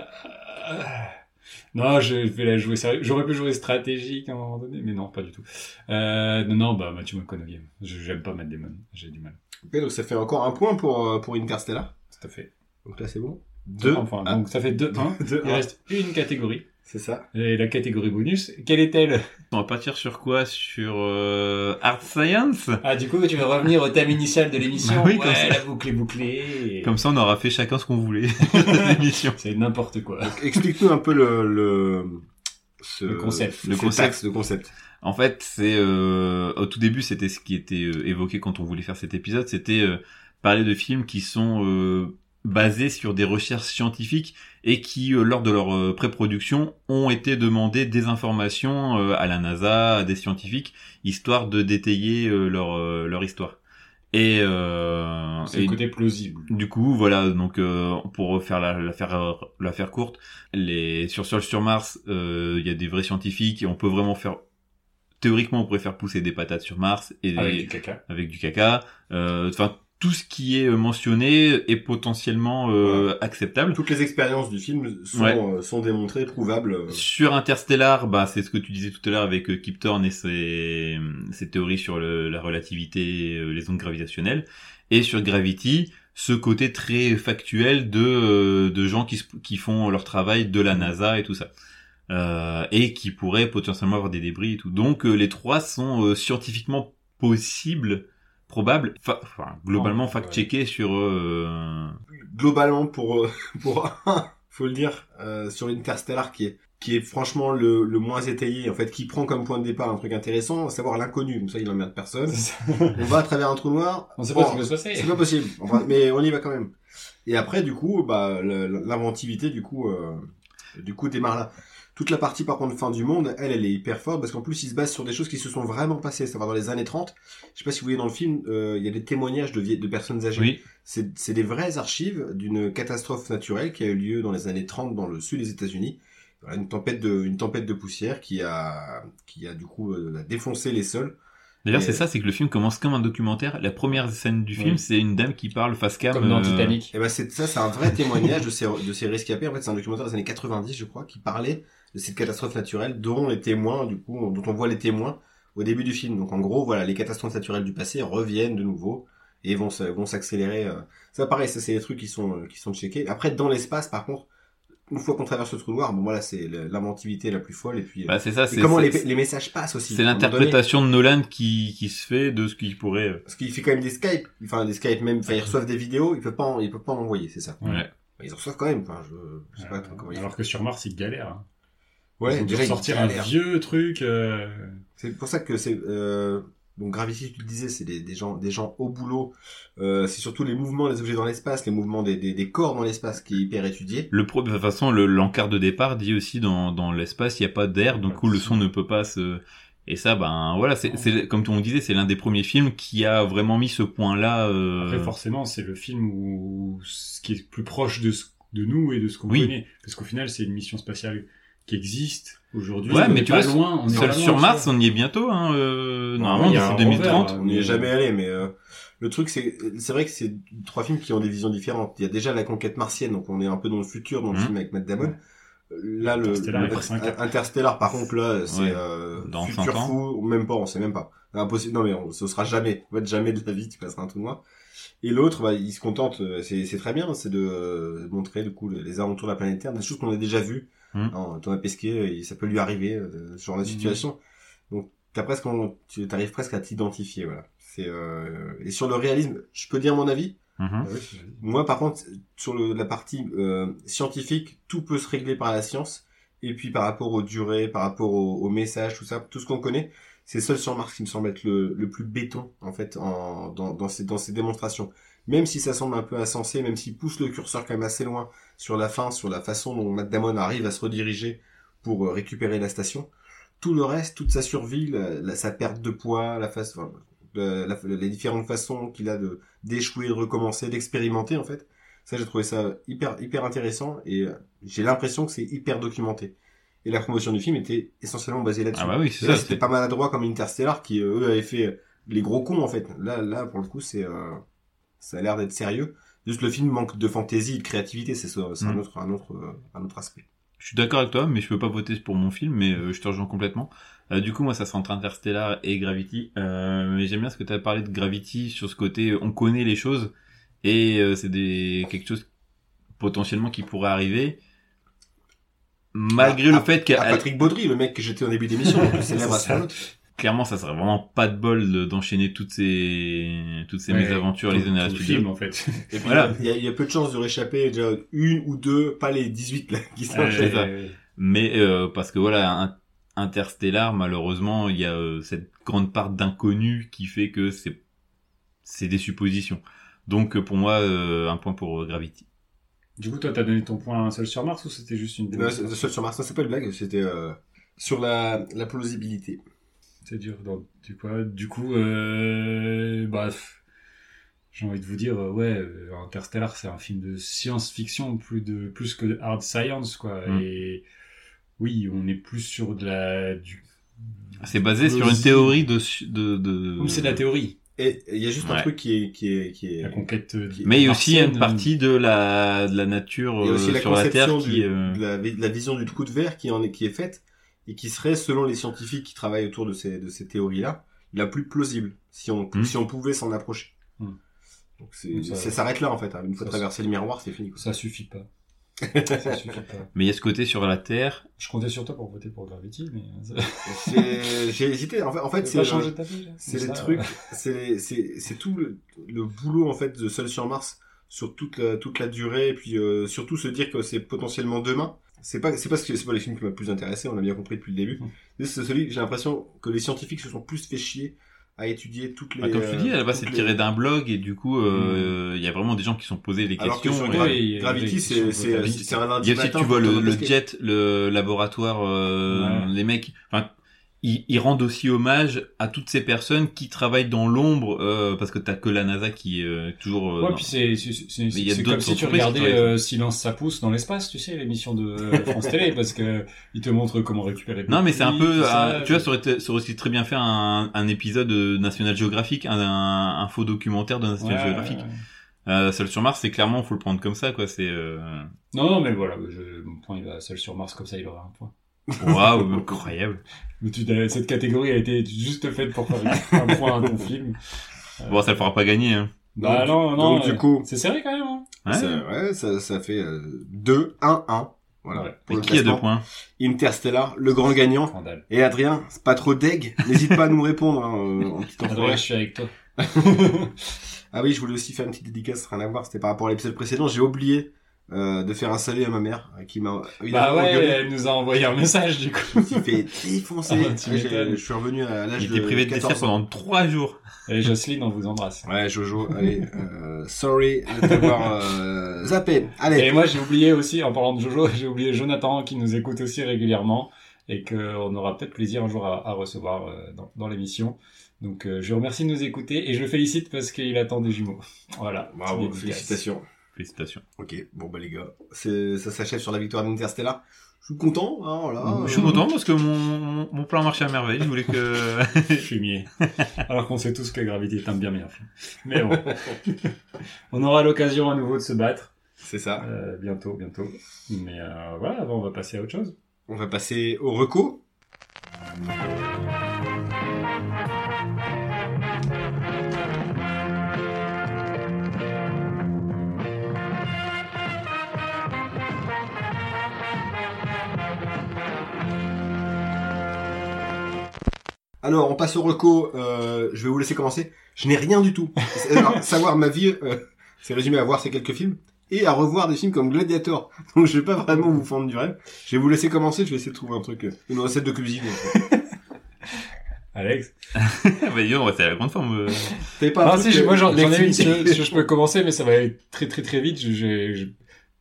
Speaker 3: Non, je vais la jouer sérieux. J'aurais pu jouer stratégique à un moment donné, mais non, pas du tout. Euh, non, non, bah, Mathieu McConaughey. Je- J'aime pas Matt Damon. J'ai du mal.
Speaker 1: Ok, donc ça fait encore un point pour, euh, pour Interstellar.
Speaker 3: Tout à fait.
Speaker 1: Donc là, c'est bon. Deux.
Speaker 3: Enfin,
Speaker 1: Ah.
Speaker 3: donc ça fait 2-1.
Speaker 1: Deux,
Speaker 3: Il
Speaker 1: un.
Speaker 3: reste une catégorie.
Speaker 1: C'est ça.
Speaker 3: Et la catégorie bonus, quelle est-elle
Speaker 4: On va partir sur quoi Sur euh, Art Science
Speaker 3: Ah, du coup, tu vas revenir au thème initial de l'émission.
Speaker 1: Ah
Speaker 4: Bah oui,
Speaker 3: ouais,
Speaker 4: comme ça.
Speaker 3: la boucle est bouclée.
Speaker 4: Comme ça, on aura fait chacun ce qu'on voulait dans l'émission.
Speaker 3: C'est n'importe quoi.
Speaker 1: Donc, Explique-nous un peu le, le, ce-
Speaker 3: Le concept.
Speaker 1: Le
Speaker 4: Ce
Speaker 1: concept.
Speaker 4: taxe
Speaker 1: Le concept.
Speaker 4: En fait, c'est euh, au tout début, c'était ce qui était euh, évoqué quand on voulait faire cet épisode, c'était euh, parler de films qui sont euh, basés sur des recherches scientifiques et qui, euh, lors de leur euh, pré-production, ont été demandés des informations euh, à la NASA, à des scientifiques, histoire de détailler euh, leur euh, leur histoire. Et, euh,
Speaker 3: C'est
Speaker 4: et-
Speaker 3: le côté plausible.
Speaker 4: du coup, voilà, donc euh, pour faire la, la, faire, euh, la faire courte, les sur Sol sur Mars, euh, il y a des vrais scientifiques et on peut vraiment faire théoriquement on pourrait faire pousser des patates sur Mars et
Speaker 1: Ah
Speaker 4: des-
Speaker 3: Avec du caca.
Speaker 4: avec du caca, Euh, enfin tout ce qui est euh, mentionné est potentiellement euh, acceptable.
Speaker 1: Toutes les expériences du film sont,
Speaker 4: Ouais.
Speaker 1: euh, sont démontrées, prouvables. euh,
Speaker 4: Sur Interstellar, bah c'est ce que tu disais tout à l'heure avec euh, Kip Thorne et ses, ses théories sur le- la relativité, euh, les ondes gravitationnelles, et sur Gravity, ce côté très factuel de euh, de gens qui se- qui font leur travail de la NASA et tout ça, Euh, et qui pourraient potentiellement avoir des débris et tout. Donc euh, les trois sont euh, scientifiquement possibles, probables, fa- enfin, globalement
Speaker 3: Ouais.
Speaker 4: fact-checkés sur euh,
Speaker 1: globalement pour euh, pour un, faut le dire euh, sur Interstellar qui est qui est franchement le, le moins étayé en fait qui prend comme point de départ un truc intéressant à savoir l'inconnu comme ça il emmerde personne on va à travers un trou noir
Speaker 3: On sait pas
Speaker 1: Oh,
Speaker 3: ce que ça c'est.
Speaker 1: c'est pas possible enfin, mais on y va quand même et après du coup bah le- l'inventivité du coup euh, du coup démarre là toute la partie par contre fin du monde elle elle est hyper forte parce qu'en plus il se base sur des choses qui se sont vraiment passées ça va dans les années 30 je sais pas si vous voyez dans le film euh, il y a des témoignages de, vie- de personnes âgées
Speaker 4: oui
Speaker 1: c'est c'est des vraies archives d'une catastrophe naturelle qui a eu lieu dans les années 30 dans le sud des États-Unis. Voilà, une tempête de une tempête de poussière qui a qui a du coup euh, défoncé les sols.
Speaker 4: D'ailleurs,
Speaker 1: Et,
Speaker 4: c'est
Speaker 1: euh,
Speaker 4: ça, c'est que le film commence comme un documentaire. La première scène du film,
Speaker 3: Oui.
Speaker 4: c'est une dame qui parle face cam.
Speaker 3: Comme dans
Speaker 4: euh,
Speaker 3: Titanic.
Speaker 1: Et ben c'est ça c'est un vrai témoignage de ces de ces rescapés. En fait, c'est un documentaire des années 90, je crois, qui parlait de cette catastrophe naturelle dont les témoins du coup dont on voit les témoins au début du film. Donc en gros, voilà, les catastrophes naturelles du passé reviennent de nouveau et vont se- vont s'accélérer. euh. Ça pareil, ça c'est les trucs qui sont euh, qui sont checkés. Après dans l'espace par contre, une fois qu'on traverse le trou noir, bon voilà, c'est le- l'inventivité la plus folle et puis euh,
Speaker 4: bah, c'est ça,
Speaker 1: et
Speaker 4: c'est
Speaker 1: comment les,
Speaker 4: c'est-
Speaker 1: les messages passent aussi.
Speaker 4: c'est
Speaker 1: à un moment donné.
Speaker 4: l'interprétation de Nolan qui, qui se fait de ce qu'il pourrait. euh,
Speaker 1: Parce qu'il fait quand même des Skype, enfin des Skype même, enfin ils reçoivent des vidéos, ils peuvent pas en, ils peuvent pas en envoyer, c'est ça.
Speaker 3: Ouais.
Speaker 4: ouais.
Speaker 1: Ils en reçoivent quand même, enfin je, je sais pas trop comment ils font.
Speaker 3: Euh, Alors que sur Mars, ils galèrent. hein.
Speaker 1: Ouais,
Speaker 3: ils ont dû
Speaker 1: déjà, ils
Speaker 3: sortir un
Speaker 1: galèrent.
Speaker 3: vieux truc. euh,
Speaker 1: C'est pour ça que c'est euh, donc Gravity, tu le disais, c'est des, des gens, des gens au boulot. Euh, c'est surtout les mouvements des objets dans l'espace, les mouvements des, des, des corps dans l'espace qui est hyper étudié.
Speaker 4: Le pro... De toute façon, le- l'encart de départ dit aussi dans, dans l'espace, il n'y a pas d'air, donc où le son ne peut pas se. Et ça, ben voilà, c'est c'est- comme on disait, c'est l'un des premiers films qui a vraiment mis ce point-là. euh,
Speaker 3: Après, forcément, c'est le film où ce qui est plus proche de, ce- de nous et de ce qu'on
Speaker 4: Oui.
Speaker 3: connaît. Parce qu'au final, c'est une mission spatiale qui existe aujourd'hui.
Speaker 4: Ouais,
Speaker 3: On
Speaker 4: mais
Speaker 3: est
Speaker 4: tu
Speaker 3: pas
Speaker 4: vois,
Speaker 3: loin. On est
Speaker 4: Seul
Speaker 3: pas loin,
Speaker 4: sur
Speaker 3: tu
Speaker 4: Mars,
Speaker 3: vois.
Speaker 4: on y est bientôt. Hein, euh,
Speaker 3: Ouais,
Speaker 4: Normalement,
Speaker 3: il y a
Speaker 4: d'ici
Speaker 3: un
Speaker 4: 2030.
Speaker 3: rover,
Speaker 1: On n'y
Speaker 3: Mais-
Speaker 1: est jamais allé, mais euh, le truc c'est, c'est vrai que c'est trois films qui ont des visions différentes. Il y a déjà la conquête martienne, donc on est un peu dans le futur dans le
Speaker 4: Mhm.
Speaker 1: film avec Matt Damon. Euh, Là, le
Speaker 3: Interstellar
Speaker 1: le-
Speaker 3: est presque un cap.
Speaker 1: Interstellar, par contre, là, c'est
Speaker 4: Ouais.
Speaker 1: euh,
Speaker 4: Dans
Speaker 1: futur
Speaker 4: 100 ans.
Speaker 1: fou, ou même pas, on sait même pas. Impossible, non mais on, ce sera jamais, en fait, jamais de la vie, tu passeras un tout noir. Et l'autre, bah, il se contente, euh, c'est c'est très bien, c'est de euh, montrer du coup le- les alentours de la planète Terre, des choses qu'on a déjà vues.
Speaker 4: Mhm.
Speaker 1: Hein, Thomas Pesquet, euh, il- ça peut lui arriver, euh, ce genre de
Speaker 3: Mhm.
Speaker 1: situation. Donc t'as presque, en- tu arrives presque à t'identifier, voilà. C'est euh, et sur le réalisme, je peux dire mon avis.
Speaker 3: hein.
Speaker 4: Mhm.
Speaker 1: Moi, par contre, sur le- la partie euh, scientifique, tout peut se régler par la science. Et puis par rapport aux durées, par rapport aux, aux messages, tout ça, tout ce qu'on connaît, c'est seul sur Mars qui me semble être le, le plus béton, en fait, en, dans, dans, ces, dans ces démonstrations. Même si ça semble un peu insensé, même s'il pousse le curseur quand même assez loin sur la fin, sur la façon dont Matt Damon arrive à se rediriger pour euh, récupérer la station, tout le reste, toute sa survie, la- la- sa perte de poids, la face, enfin, le- la- les différentes façons qu'il a de, d'échouer, de recommencer, d'expérimenter en fait. Ça, j'ai trouvé ça hyper hyper intéressant et euh, j'ai l'impression que c'est hyper documenté. Et la promotion du film était essentiellement basée là-dessus.
Speaker 4: Ah bah oui,
Speaker 1: Et
Speaker 4: c'est
Speaker 1: là,
Speaker 4: ça.
Speaker 1: c'était
Speaker 4: c'est-
Speaker 1: pas maladroit comme Interstellar qui euh, eux avaient fait les gros cons en fait. Là, là pour le coup, c'est euh, ça a l'air d'être sérieux. Juste le film manque de fantaisie, et de créativité, c'est ça, c'est un
Speaker 4: Mhm.
Speaker 1: autre un autre euh, un autre aspect.
Speaker 4: Je suis d'accord avec toi, mais je peux pas voter pour mon film, mais euh, je te rejoins complètement. Euh, du coup, moi, ça sera entre Interstellar et Gravity. Euh, mais j'aime bien ce que tu as parlé de Gravity sur ce côté, euh, on connaît les choses et euh, c'est des quelque chose potentiellement qui pourrait arriver. malgré
Speaker 1: Ah,
Speaker 4: le fait
Speaker 1: à
Speaker 4: qu'elle
Speaker 1: Patrick Baudry, le mec que j'étais au début d'émission, le plus célèbre
Speaker 3: C'est ça.
Speaker 1: astronaute.
Speaker 4: clairement ça serait vraiment pas de bol de- d'enchaîner toutes ces toutes ces
Speaker 3: Ouais,
Speaker 4: mésaventures les
Speaker 3: tout-
Speaker 4: années à
Speaker 3: tout
Speaker 4: la
Speaker 3: le
Speaker 4: suite.
Speaker 3: film, en fait.
Speaker 1: Et puis,
Speaker 4: Voilà.
Speaker 1: il y, a- il y a peu de chances de réchapper déjà une ou deux, pas les 18 là, qui sont
Speaker 4: c'est ça.
Speaker 3: Euh,
Speaker 4: Mais euh, parce que voilà, un- Interstellar, malheureusement, il y a euh, cette grande part d'inconnu qui fait que c'est c'est des suppositions. Donc euh, pour moi, euh, un point pour euh, Gravity.
Speaker 3: Du coup, toi, t'as donné ton point à un seul sur Mars ou c'était juste une
Speaker 1: Non,
Speaker 3: démo
Speaker 1: c'est- c'est- sur Mars, non, c'est pas une blague, c'était euh, sur la, la plausibilité.
Speaker 3: C'est dur. donc, du coup, euh, du coup euh, bah, pff, j'ai envie de vous dire, euh, ouais, euh, Interstellar, c'est un film de science-fiction plus, de, plus que de hard science, quoi.
Speaker 4: Mm.
Speaker 3: Et oui, on est plus sur de la. Du...
Speaker 4: C'est basé sur une
Speaker 3: Plausible.
Speaker 4: théorie de su- de, de...
Speaker 3: Comme c'est de la théorie,
Speaker 1: Et et il y a juste un
Speaker 4: Ouais.
Speaker 1: truc qui est qui est qui est
Speaker 3: la conquête. euh,
Speaker 1: Qui-
Speaker 4: Mais il y a aussi
Speaker 3: martienne,
Speaker 4: une partie de la de la nature
Speaker 1: Il y a
Speaker 4: euh,
Speaker 1: aussi la
Speaker 4: sur la terre
Speaker 1: conception du-
Speaker 4: qui euh,
Speaker 1: de la, vi- de la vision du trou de verre qui en est qui est faite et qui serait selon les scientifiques qui travaillent autour de ces de ces théories là la plus plausible si on
Speaker 4: Mhm.
Speaker 1: si on pouvait s'en approcher.
Speaker 3: Mhm.
Speaker 1: Donc c'est
Speaker 3: Ça-
Speaker 1: ça s'arrête là en fait. hein. Une fois
Speaker 3: ça-
Speaker 1: traversé le miroir, c'est fini. quoi.
Speaker 3: Ça suffit pas. ça suffit pas.
Speaker 4: Mais il y a ce côté sur la terre.
Speaker 3: Je comptais sur toi pour voter pour Gravity, mais. Ça
Speaker 1: C'est- J'ai hésité. En fait, en fait,
Speaker 3: ça
Speaker 1: c'est
Speaker 3: a
Speaker 1: le-
Speaker 3: changé ta vie, là.
Speaker 1: C'est
Speaker 3: Ça,
Speaker 1: les trucs, c'est c'est c'est tout le, le boulot en fait de Seul sur Mars sur toute la toute la durée et puis euh, surtout se dire que c'est potentiellement demain. C'est pas c'est pas ce que c'est pas les films qui m'a le plus intéressé, on l'a bien compris depuis le début.
Speaker 3: Mm.
Speaker 1: Mais C'est celui que j'ai l'impression que les scientifiques se sont plus fait chier à étudier toutes les
Speaker 4: Bah, comme
Speaker 1: euh,
Speaker 4: tu dis, à la base,
Speaker 1: toutes
Speaker 4: c'est
Speaker 1: les- Hmm.
Speaker 4: tiré d'un blog et du coup, euh, il y a vraiment des gens qui se sont posés les
Speaker 1: alors que
Speaker 4: questions.
Speaker 1: sur
Speaker 4: et-
Speaker 1: Gra-
Speaker 3: Oui, il y a- il y a-
Speaker 1: Gravity c'est c'est
Speaker 3: Gravity,
Speaker 1: c'est un lundi
Speaker 4: Il y a aussi,
Speaker 1: matin,
Speaker 4: tu vois,
Speaker 1: faut
Speaker 4: le,
Speaker 1: t'en
Speaker 4: le
Speaker 1: démasquer.
Speaker 4: jet, le laboratoire, euh,
Speaker 3: Ouais.
Speaker 4: les mecs, enfin, ils, ils rendent aussi hommage à toutes ces personnes qui travaillent dans l'ombre, euh, parce que t'as que la NASA qui est euh, toujours... euh,
Speaker 3: Ouais,
Speaker 4: dans-
Speaker 3: puis c'est c'est- c'est-
Speaker 4: il y a
Speaker 3: c'est comme
Speaker 4: d'autres
Speaker 3: si tu
Speaker 4: entreprises qui
Speaker 3: regardais
Speaker 4: travaillent.
Speaker 3: euh, Silence ça pousse dans l'espace, tu sais, l'émission de euh, France Télé, parce que euh, ils te montrent comment récupérer. des
Speaker 4: Non, mais c'est un
Speaker 3: billes,
Speaker 4: peu...
Speaker 3: tout ça,
Speaker 4: euh, tu vois, ça aurait, été- ça aurait aussi très bien fait un, un épisode de National Geographic, un, un, un faux documentaire de
Speaker 3: Ouais,
Speaker 4: National Geographic.
Speaker 3: ouais, ouais.
Speaker 4: Euh, Seul sur Mars, c'est clairement, faut le prendre comme ça, quoi. C'est... Euh...
Speaker 3: Non, non, mais voilà, je, mon point, il va seul sur Mars, comme ça, il aura un point.
Speaker 4: Waouh, incroyable.
Speaker 3: Mais tu- cette catégorie a été juste faite pour faire un point à ton film.
Speaker 4: Bon, ça le fera pas gagner, hein.
Speaker 3: Bah
Speaker 1: Donc,
Speaker 3: non, non.
Speaker 1: donc, du
Speaker 3: euh,
Speaker 1: coup-
Speaker 3: c'est serré quand même. Hein
Speaker 4: Ouais.
Speaker 1: Ça, ouais, ça ça fait euh, 2 1 1. Voilà.
Speaker 3: Ouais.
Speaker 1: pour
Speaker 4: Et
Speaker 1: le
Speaker 4: qui a deux
Speaker 1: classement.
Speaker 4: points
Speaker 1: Interstellar, le grand gagnant.
Speaker 3: Scandale.
Speaker 1: Et Eh, Adrien, c'est pas trop deg, n'hésite pas à nous répondre hein, euh, en petit
Speaker 3: Adrien,
Speaker 1: enfoiré.
Speaker 3: je suis avec toi.
Speaker 1: Ah oui, je voulais aussi faire une petite dédicace, rien à voir, c'était par rapport à l'épisode précédent, j'ai oublié euh, de faire un salut à ma mère, euh, qui m'a
Speaker 3: bah
Speaker 1: évidemment
Speaker 3: ouais,
Speaker 1: engueulé,
Speaker 3: elle nous a envoyé un message, du coup.
Speaker 1: qui fait défoncer.
Speaker 3: Ah, tu
Speaker 1: Ouais, j'ai-
Speaker 3: m'étonnes.
Speaker 1: je suis revenu à l'âge
Speaker 4: Il
Speaker 1: de
Speaker 4: était privé de dessert
Speaker 1: 14 ans.
Speaker 4: pendant trois jours.
Speaker 3: Et Jocelyne, on vous embrasse.
Speaker 1: Ouais, Jojo, allez, euh, sorry de t'avoir euh, zappé. Allez,
Speaker 3: Et moi, j'ai oublié aussi, en parlant de Jojo, j'ai oublié Jonathan qui nous écoute aussi régulièrement et qu'on aura peut-être plaisir un jour à, à recevoir euh, dans, dans l'émission. Donc, euh, je vous remercie de nous écouter et je le félicite parce qu'il attend des jumeaux. Voilà.
Speaker 1: bravo,
Speaker 3: Dédicace.
Speaker 1: félicitations.
Speaker 4: Félicitations.
Speaker 1: Ok, bon bah les gars, c'est- ça s'achève sur la victoire d'Interstellar. Je suis content, hein, voilà.
Speaker 3: Euh,
Speaker 4: je suis content parce que mon, mon- mon plan marchait à merveille. Je voulais que.
Speaker 3: Fumier. Alors qu'on sait tous que Gravity est un bien meilleur film. Mais bon. on aura l'occasion à nouveau de se battre.
Speaker 1: C'est ça.
Speaker 3: euh, bientôt, bientôt. Mais euh, voilà, avant, on va passer à autre chose.
Speaker 1: On va passer au reco. Alors, on passe au reco. euh, je vais vous laisser commencer. Je n'ai rien du tout. Alors, savoir ma vie, euh, c'est résumé à voir ces quelques films et à revoir des films comme Gladiator. Donc, je vais pas vraiment vous fendre du rêve. Je vais vous laisser commencer. Je vais essayer de trouver un truc, euh, une recette de cuisine.
Speaker 3: Alex
Speaker 4: Ah bah, dis donc, ouais, c'est la grande forme. euh.
Speaker 1: T'avais pas un
Speaker 3: Ah,
Speaker 1: truc,
Speaker 3: si, j'ai-
Speaker 1: euh,
Speaker 3: moi j'en j'en ai une, si,
Speaker 1: d'activité
Speaker 3: si je peux commencer, mais ça va aller très très très vite. Je- J'ai j'ai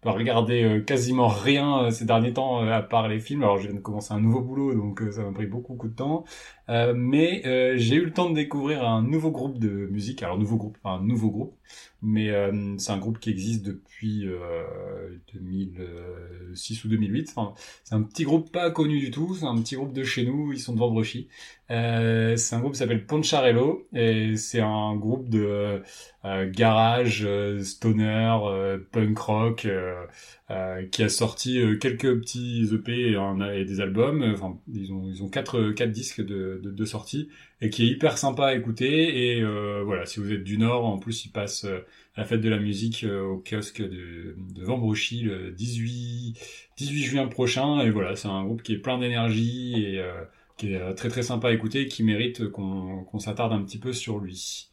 Speaker 3: pas regardé euh, quasiment rien euh, ces derniers temps euh, à part les films. Alors je viens de commencer un nouveau boulot, donc euh, ça m'a pris beaucoup, beaucoup de temps. Euh, mais euh, j'ai eu le temps de découvrir un nouveau groupe de musique. Alors nouveau groupe, enfin un nouveau groupe, mais euh, c'est un groupe qui existe depuis euh, 2006 ou 2008. Enfin, c'est un petit groupe pas connu du tout. C'est un petit groupe de chez nous. Ils sont de Vendrechy. Euh, c'est un groupe qui s'appelle Poncharello et c'est un groupe de euh, euh, garage, euh, stoner, euh, punk rock euh, euh, E qui a sorti euh, quelques petits EP et, un- et des albums. Enfin, ils ont ils ont quatre quatre disques de, de, de, de sortie et qui est hyper sympa à écouter. Et euh, voilà, si vous êtes du Nord, en plus, il passe euh, la fête de la musique euh, au kiosque de, de Vambrochy le 18, 18 juin prochain. Et voilà, c'est un groupe qui est plein d'énergie et euh, qui est euh, très très sympa à écouter et qui mérite qu'on qu'on s'attarde un petit peu sur lui.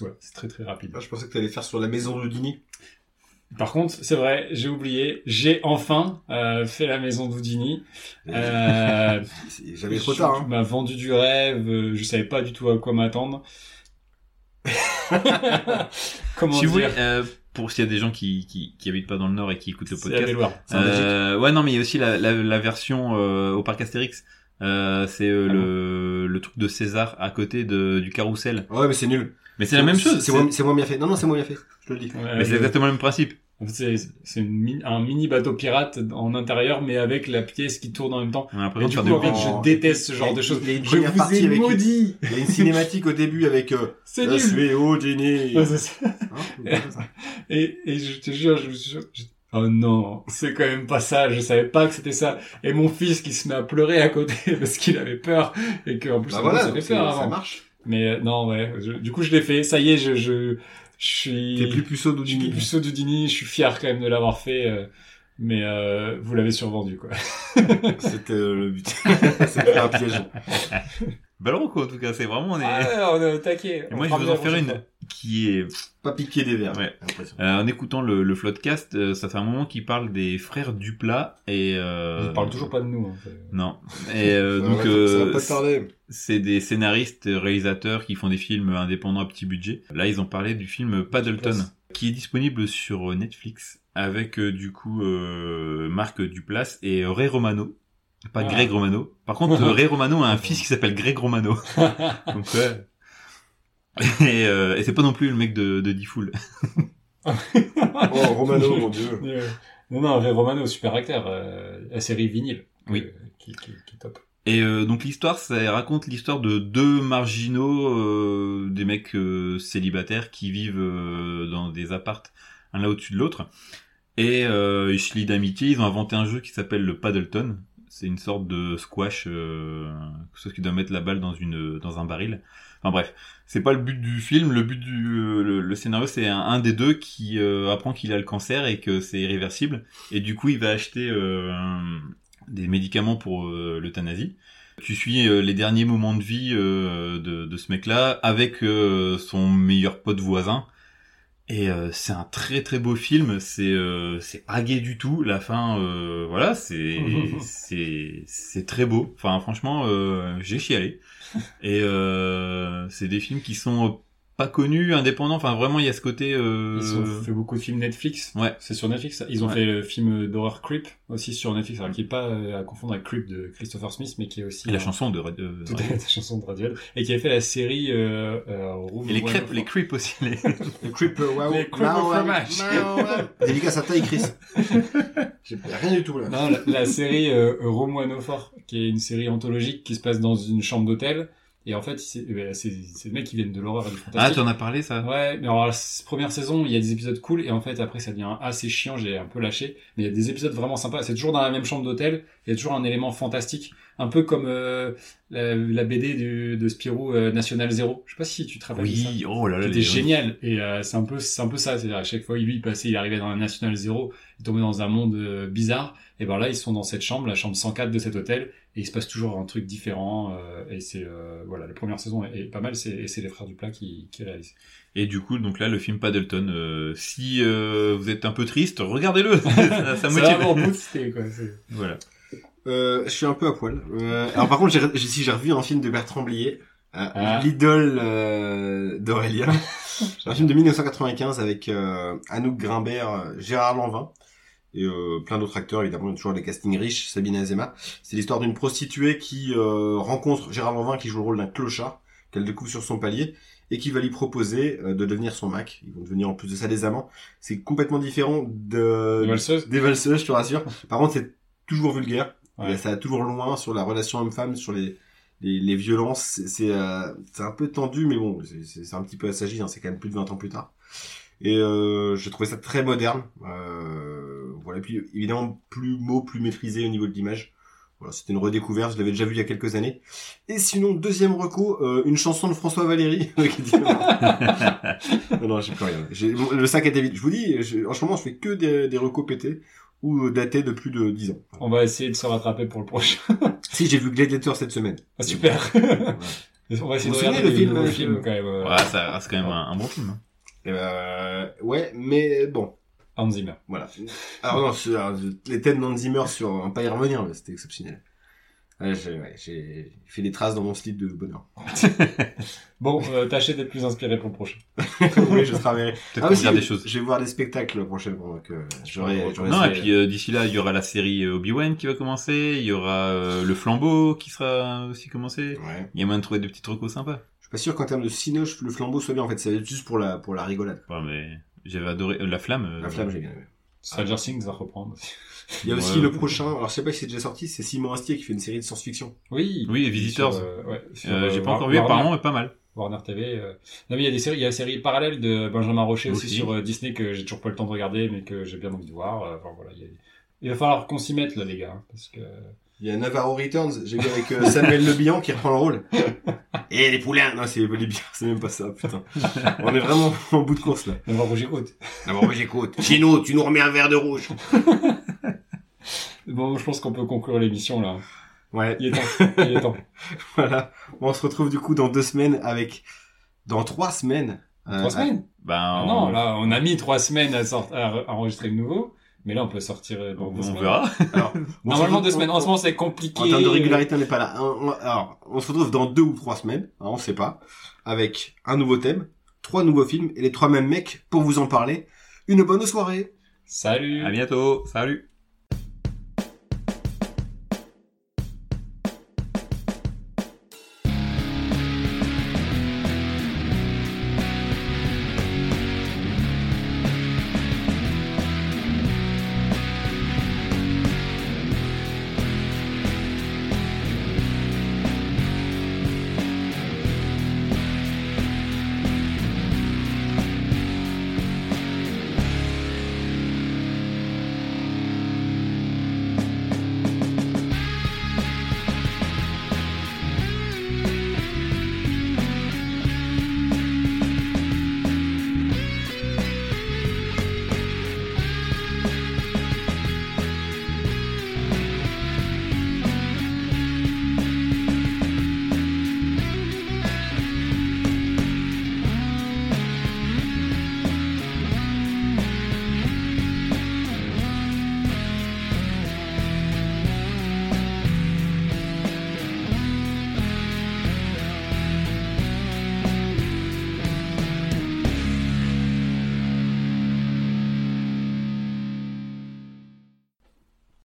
Speaker 3: Voilà, c'est très très rapide.
Speaker 1: Ah, je pensais que t'allais faire sur la maison de Houdini.
Speaker 3: Par contre, c'est vrai, j'ai oublié, j'ai enfin euh, fait la maison d'Houdini. Euh,
Speaker 1: C'est jamais trop tard.
Speaker 3: Tu
Speaker 1: Hein.
Speaker 3: m'as vendu du rêve, euh, je savais pas du tout à quoi m'attendre. Comment
Speaker 4: si vous voulez,
Speaker 3: dire
Speaker 4: euh, pour s'il y a des gens qui, qui, qui habitent pas dans le Nord et qui écoutent le
Speaker 3: C'est la
Speaker 4: podcast.
Speaker 3: Belloire.
Speaker 1: C'est en Belgique.
Speaker 4: euh, ouais, non, mais il y a aussi la, la, la version euh, au parc Astérix. Euh, c'est euh,
Speaker 3: Ah
Speaker 4: le, le truc de César à côté de, du carrousel.
Speaker 1: hein. Ouais, mais c'est nul.
Speaker 4: Mais c'est la même chose.
Speaker 1: C'est moins, c'est moins bien fait. Non, non, c'est moins bien fait. Je te le dis.
Speaker 3: Ouais,
Speaker 4: Mais c'est
Speaker 3: euh,
Speaker 4: exactement le même principe.
Speaker 3: en fait, c'est c'est une mini- un mini bateau pirate en intérieur, mais avec la pièce qui tourne en même temps.
Speaker 4: On a
Speaker 3: Et
Speaker 4: l'impression
Speaker 3: du
Speaker 4: de
Speaker 3: coup, en
Speaker 4: faire des-
Speaker 3: fait,
Speaker 1: grands-
Speaker 3: je déteste ce genre
Speaker 1: les-
Speaker 3: de choses.
Speaker 1: les
Speaker 3: Je
Speaker 1: premières
Speaker 3: vous
Speaker 1: parties
Speaker 3: ai
Speaker 1: avec-
Speaker 3: maudit
Speaker 1: Il y a une cinématique au début avec euh,
Speaker 3: C'est
Speaker 1: Je
Speaker 3: nul
Speaker 1: suis Houdini.
Speaker 3: Ouais, c'est ça.
Speaker 1: Hein
Speaker 3: Et, et je te jure, je me suis je- Oh non, c'est quand même pas ça, je savais pas que c'était ça. Et mon fils qui se met à pleurer à côté parce qu'il avait peur et qu'en plus
Speaker 1: Bah
Speaker 3: en
Speaker 1: voilà,
Speaker 3: plus, ça
Speaker 1: donc
Speaker 3: fait peur
Speaker 1: c'est- ça
Speaker 3: avant.
Speaker 1: marche.
Speaker 3: Mais euh, non, ouais, je- du coup je l'ai fait, ça y est, je, je, je suis...
Speaker 1: T'es plus puceau
Speaker 3: je suis plus
Speaker 1: d'Houdini.
Speaker 3: puceau d'Houdini, je suis fier quand même de l'avoir fait, euh, mais euh, vous l'avez survendu quoi.
Speaker 1: C'était euh, le but. C'était un piège.
Speaker 4: Balroco, en tout cas, c'est vraiment on est
Speaker 3: Ah, on est au taquet.
Speaker 4: Ah, Et moi, je vais vous en faire une qui est
Speaker 1: Pas piqué des verres.
Speaker 4: Ouais.
Speaker 1: j'ai l'impression.
Speaker 4: euh, en écoutant le, le Floodcast, euh, ça fait un moment qu'il parle des frères Duplat et euh...
Speaker 3: On parle toujours pas de nous. hein, c'est-
Speaker 4: Non. Et euh,
Speaker 1: Ça
Speaker 4: donc
Speaker 1: va- ça va
Speaker 4: euh,
Speaker 1: pas tarder.
Speaker 4: c'est des scénaristes, euh, réalisateurs qui font des films indépendants à petit budget. Là, ils ont parlé du film Paddleton,
Speaker 3: Place.
Speaker 4: qui est disponible sur euh, Netflix avec euh, du coup euh, Marc Duplass et euh, Ray Romano. Pas
Speaker 3: Ah.
Speaker 4: Greg Romano. Par contre, euh, Ray Romano a un fils qui s'appelle Greg Romano. Donc, ouais. Et, euh, et c'est pas non plus le mec de, de Diffoul.
Speaker 1: Oh, Romano, mon dieu.
Speaker 3: Mais, euh, non, non, Ray Romano, super acteur, euh, la série vinyle.
Speaker 4: Oui.
Speaker 3: euh, qui, qui, qui est top.
Speaker 4: Et euh, donc l'histoire, ça raconte l'histoire de deux marginaux, euh, des mecs euh, célibataires qui vivent euh, dans des appartes, un là au-dessus de l'autre. Et euh, ils se lient d'amitié, ils ont inventé un jeu qui s'appelle le Paddleton. C'est une sorte de squash, euh, sauf qu'ils doivent mettre la balle dans, une, dans un baril. Enfin bref, c'est pas le but du film, le but du euh, le, le scénario c'est un, un des deux qui euh, apprend qu'il a le cancer et que c'est irréversible. Et du coup il va acheter euh, un- des médicaments pour euh, l'euthanasie. Tu suis euh, les derniers moments de vie euh, de, de ce mec-là avec euh, son meilleur pote voisin. Et euh, c'est un très très beau film. C'est euh, c'est pas gay du tout. La fin, euh, voilà, c'est c'est c'est très beau. Enfin, franchement, euh, j'ai chialé. Et euh, c'est des films qui sont euh, pas connus, indépendants. Enfin, vraiment, il y a ce côté. euh,
Speaker 3: Ils ont fait beaucoup de films Netflix.
Speaker 4: Ouais.
Speaker 3: C'est sur Netflix. ça. Ils ont
Speaker 4: Ouais.
Speaker 3: fait le film d'horreur Creep aussi sur Netflix, alors qui est pas euh, à confondre avec Creep de Christopher Smith, mais qui est aussi
Speaker 4: et la
Speaker 3: un-
Speaker 4: chanson de. euh, de-
Speaker 3: Tout à fait, la chanson de Radiohead et qui avait fait la série euh, euh, Room
Speaker 4: et les
Speaker 3: One
Speaker 4: crêpes,
Speaker 3: of-
Speaker 4: les crêpes aussi. les-
Speaker 1: Le Creeper, waouh.
Speaker 3: Les Creeper
Speaker 1: Waouh,
Speaker 3: fromage.
Speaker 1: waouh, waouh. Dédicace à taille, Chris. J'ai rien du tout, là.
Speaker 3: Non, la, la série euh, Room 104, qui est une série anthologique qui se passe dans une chambre d'hôtel. Et en fait, c'est eh ben, c'est- c'est des mecs qui viennent de l'horreur et du
Speaker 4: Ah,
Speaker 3: fantastique.
Speaker 4: tu en as parlé ça.
Speaker 3: Ouais, mais alors la s- première saison, il y a des épisodes cool et en fait après ça devient assez chiant, j'ai un peu lâché, mais il y a des épisodes vraiment sympas. C'est toujours dans la même chambre d'hôtel, il y a toujours un élément fantastique, un peu comme euh, la, la BD du- de Spirou euh, National Zero. Je sais pas si tu te rappelles de ça.
Speaker 4: Oui, oh là là,
Speaker 3: C'était génial et euh, c'est un peu c'est un peu ça, c'est-à-dire à chaque fois lui il passait, il arrivait dans la National Zero, il tombait dans un monde euh, bizarre et ben là ils sont dans cette chambre, la chambre 104 de cet hôtel et il se passe toujours un truc différent euh, et c'est euh, voilà, la première saison est, est pas mal, c'est et c'est les frères du plat qui qui réalisent.
Speaker 4: Et du coup, donc là, le film Paddleton, euh, si euh, vous êtes un peu triste, regardez-le. ça, ça motive.
Speaker 3: vraiment boosté, quoi. c'est-
Speaker 4: voilà.
Speaker 1: Euh, je suis un peu à poil. Euh, alors par contre, j'ai, j'ai- si j'ai revu un film de Bertrand Blier, euh,
Speaker 3: Ah.
Speaker 1: l'idole euh, d'Aurélien. c'est un film de 1995 avec euh, Anouk Grimbert, euh, Gérard Lanvin et euh, plein d'autres acteurs. Évidemment, il y a toujours des castings riches. Sabine Azema. C'est l'histoire d'une prostituée qui euh, rencontre Gérard Lanvin qui joue le rôle d'un clochard qu'elle découvre sur son palier et qui va lui proposer euh, de devenir son mac. Ils vont devenir en plus de ça des amants. C'est complètement différent de
Speaker 3: Des valseuses
Speaker 1: des valseuses, je te rassure. Par contre, c'est toujours vulgaire.
Speaker 3: Ouais.
Speaker 1: Et Ça va toujours loin sur la relation homme-femme, sur les, les, les violences. C'est- C'est euh, c'est un peu tendu, mais bon, c'est- c'est c'est un petit peu assagi. Hein. C'est quand même plus de 20 ans plus tard. Et euh, j'ai trouvé ça très moderne. Euh, voilà, puis évidemment, plus mots, plus maîtrisé au niveau de l'image. Voilà, c'était une redécouverte, je l'avais déjà vu il y a quelques années. Et sinon, deuxième reco, euh, une chanson de François Valéry. qui dit- non, non, j'ai plus rien. J'ai- mon- Le sac est vide. Je vous dis, je- en ce moment, je fais que des, des recos pétés ou euh, datés de plus de 10 ans.
Speaker 3: On va essayer de se rattraper pour le prochain.
Speaker 1: Si, j'ai vu Gladiator cette semaine.
Speaker 3: Ah, super.
Speaker 1: Voilà.
Speaker 3: On va essayer
Speaker 1: Vous vous
Speaker 3: de
Speaker 1: souvenez le
Speaker 3: regarder les
Speaker 1: film
Speaker 3: nouveaux
Speaker 1: avec,
Speaker 3: films,
Speaker 1: euh,
Speaker 3: quand même. euh,
Speaker 4: Ouais, ça reste quand même un, un bon film. hein.
Speaker 1: Et euh, ouais, mais bon,
Speaker 3: Hans Zimmer.
Speaker 1: voilà. Alors non, c'est- alors, les têtes d'Andy Zimmer sur on va pas y revenir, mais c'était exceptionnel. Ouais, j'ai ouais, j'ai fait des traces dans mon slip de bonheur.
Speaker 3: Bon, euh, tâchez d'être plus inspiré pour le prochain.
Speaker 1: oui, je travaillerai.
Speaker 4: Peut-être
Speaker 1: Ah,
Speaker 4: qu'on
Speaker 1: aussi,
Speaker 4: regarde des choses.
Speaker 1: Je vais voir des spectacles prochainement, donc euh, j'aurai. j'aurai-
Speaker 4: Non,
Speaker 3: c'est-
Speaker 4: et puis euh, d'ici là, il y aura la série euh, Obi-Wan qui va commencer, il y aura euh, le flambeau qui sera aussi commencé.
Speaker 1: Ouais.
Speaker 4: Il y a moyen de trouver des petits trucs sympas.
Speaker 1: Je suis pas sûr qu'en termes de cinoche, le flambeau soit bien. En fait, c'est juste pour la pour la rigolade.
Speaker 4: Ouais, mais j'avais adoré euh, la flamme. euh,
Speaker 1: La flamme, j'ai bien aimé.
Speaker 3: Stranger Things à reprendre aussi.
Speaker 1: Il y a aussi
Speaker 4: Ouais.
Speaker 1: le prochain. Alors, je sais pas si c'est déjà sorti. C'est Simon Astier qui fait une série de science-fiction.
Speaker 3: Oui.
Speaker 4: Oui, et Visitors.
Speaker 3: Sur, euh, ouais, sur,
Speaker 4: euh,
Speaker 3: euh,
Speaker 4: J'ai pas
Speaker 1: Ah,
Speaker 3: War-
Speaker 4: encore vu,
Speaker 1: bah,
Speaker 3: Warner-
Speaker 4: apparemment, mais pas mal.
Speaker 3: Warner TV. euh. Non, mais il y a des séries, il y a la série parallèle de Benjamin Rocher aussi,
Speaker 4: Aussi.
Speaker 3: sur euh, Disney que j'ai toujours pas le temps de regarder, mais que j'ai bien envie de voir. Euh, enfin, voilà, il, y a- il va falloir qu'on s'y mette là, les gars, hein, parce que
Speaker 1: Il y a Navarro Returns. J'ai vu avec euh, Samuel Le Bihan qui reprend le rôle. Et les poulains. Non, c'est les poulains. C'est même pas ça, putain. On est vraiment en bout de course là.
Speaker 3: Navarro Rocher haute.
Speaker 1: D'abord, Ah moi, j'écoute. Chino, tu nous remets un verre de rouge.
Speaker 3: Bon, je pense qu'on peut conclure l'émission là.
Speaker 1: Ouais.
Speaker 3: Il est temps. il est temps.
Speaker 1: Voilà. Bon, on se retrouve du coup dans deux semaines avec. Dans trois semaines. euh,
Speaker 3: Trois semaines.
Speaker 4: Ben,
Speaker 3: Ah non, là, on a mis trois semaines à, sort- à re- à enregistrer le nouveau, mais là, on peut sortir. euh,
Speaker 4: on,
Speaker 3: dans deux
Speaker 4: on
Speaker 3: semaines.
Speaker 4: verra.
Speaker 3: Normalement, deux
Speaker 1: deux
Speaker 3: semaines. En ce moment, c'est compliqué.
Speaker 1: En termes de régularité, on n'est pas là. On- on- alors, on se retrouve dans deux ou trois semaines, hein, on sait pas, avec un nouveau thème, trois nouveaux films et les trois mêmes mecs pour vous en parler. Une bonne soirée
Speaker 3: Salut.
Speaker 4: À bientôt. Salut.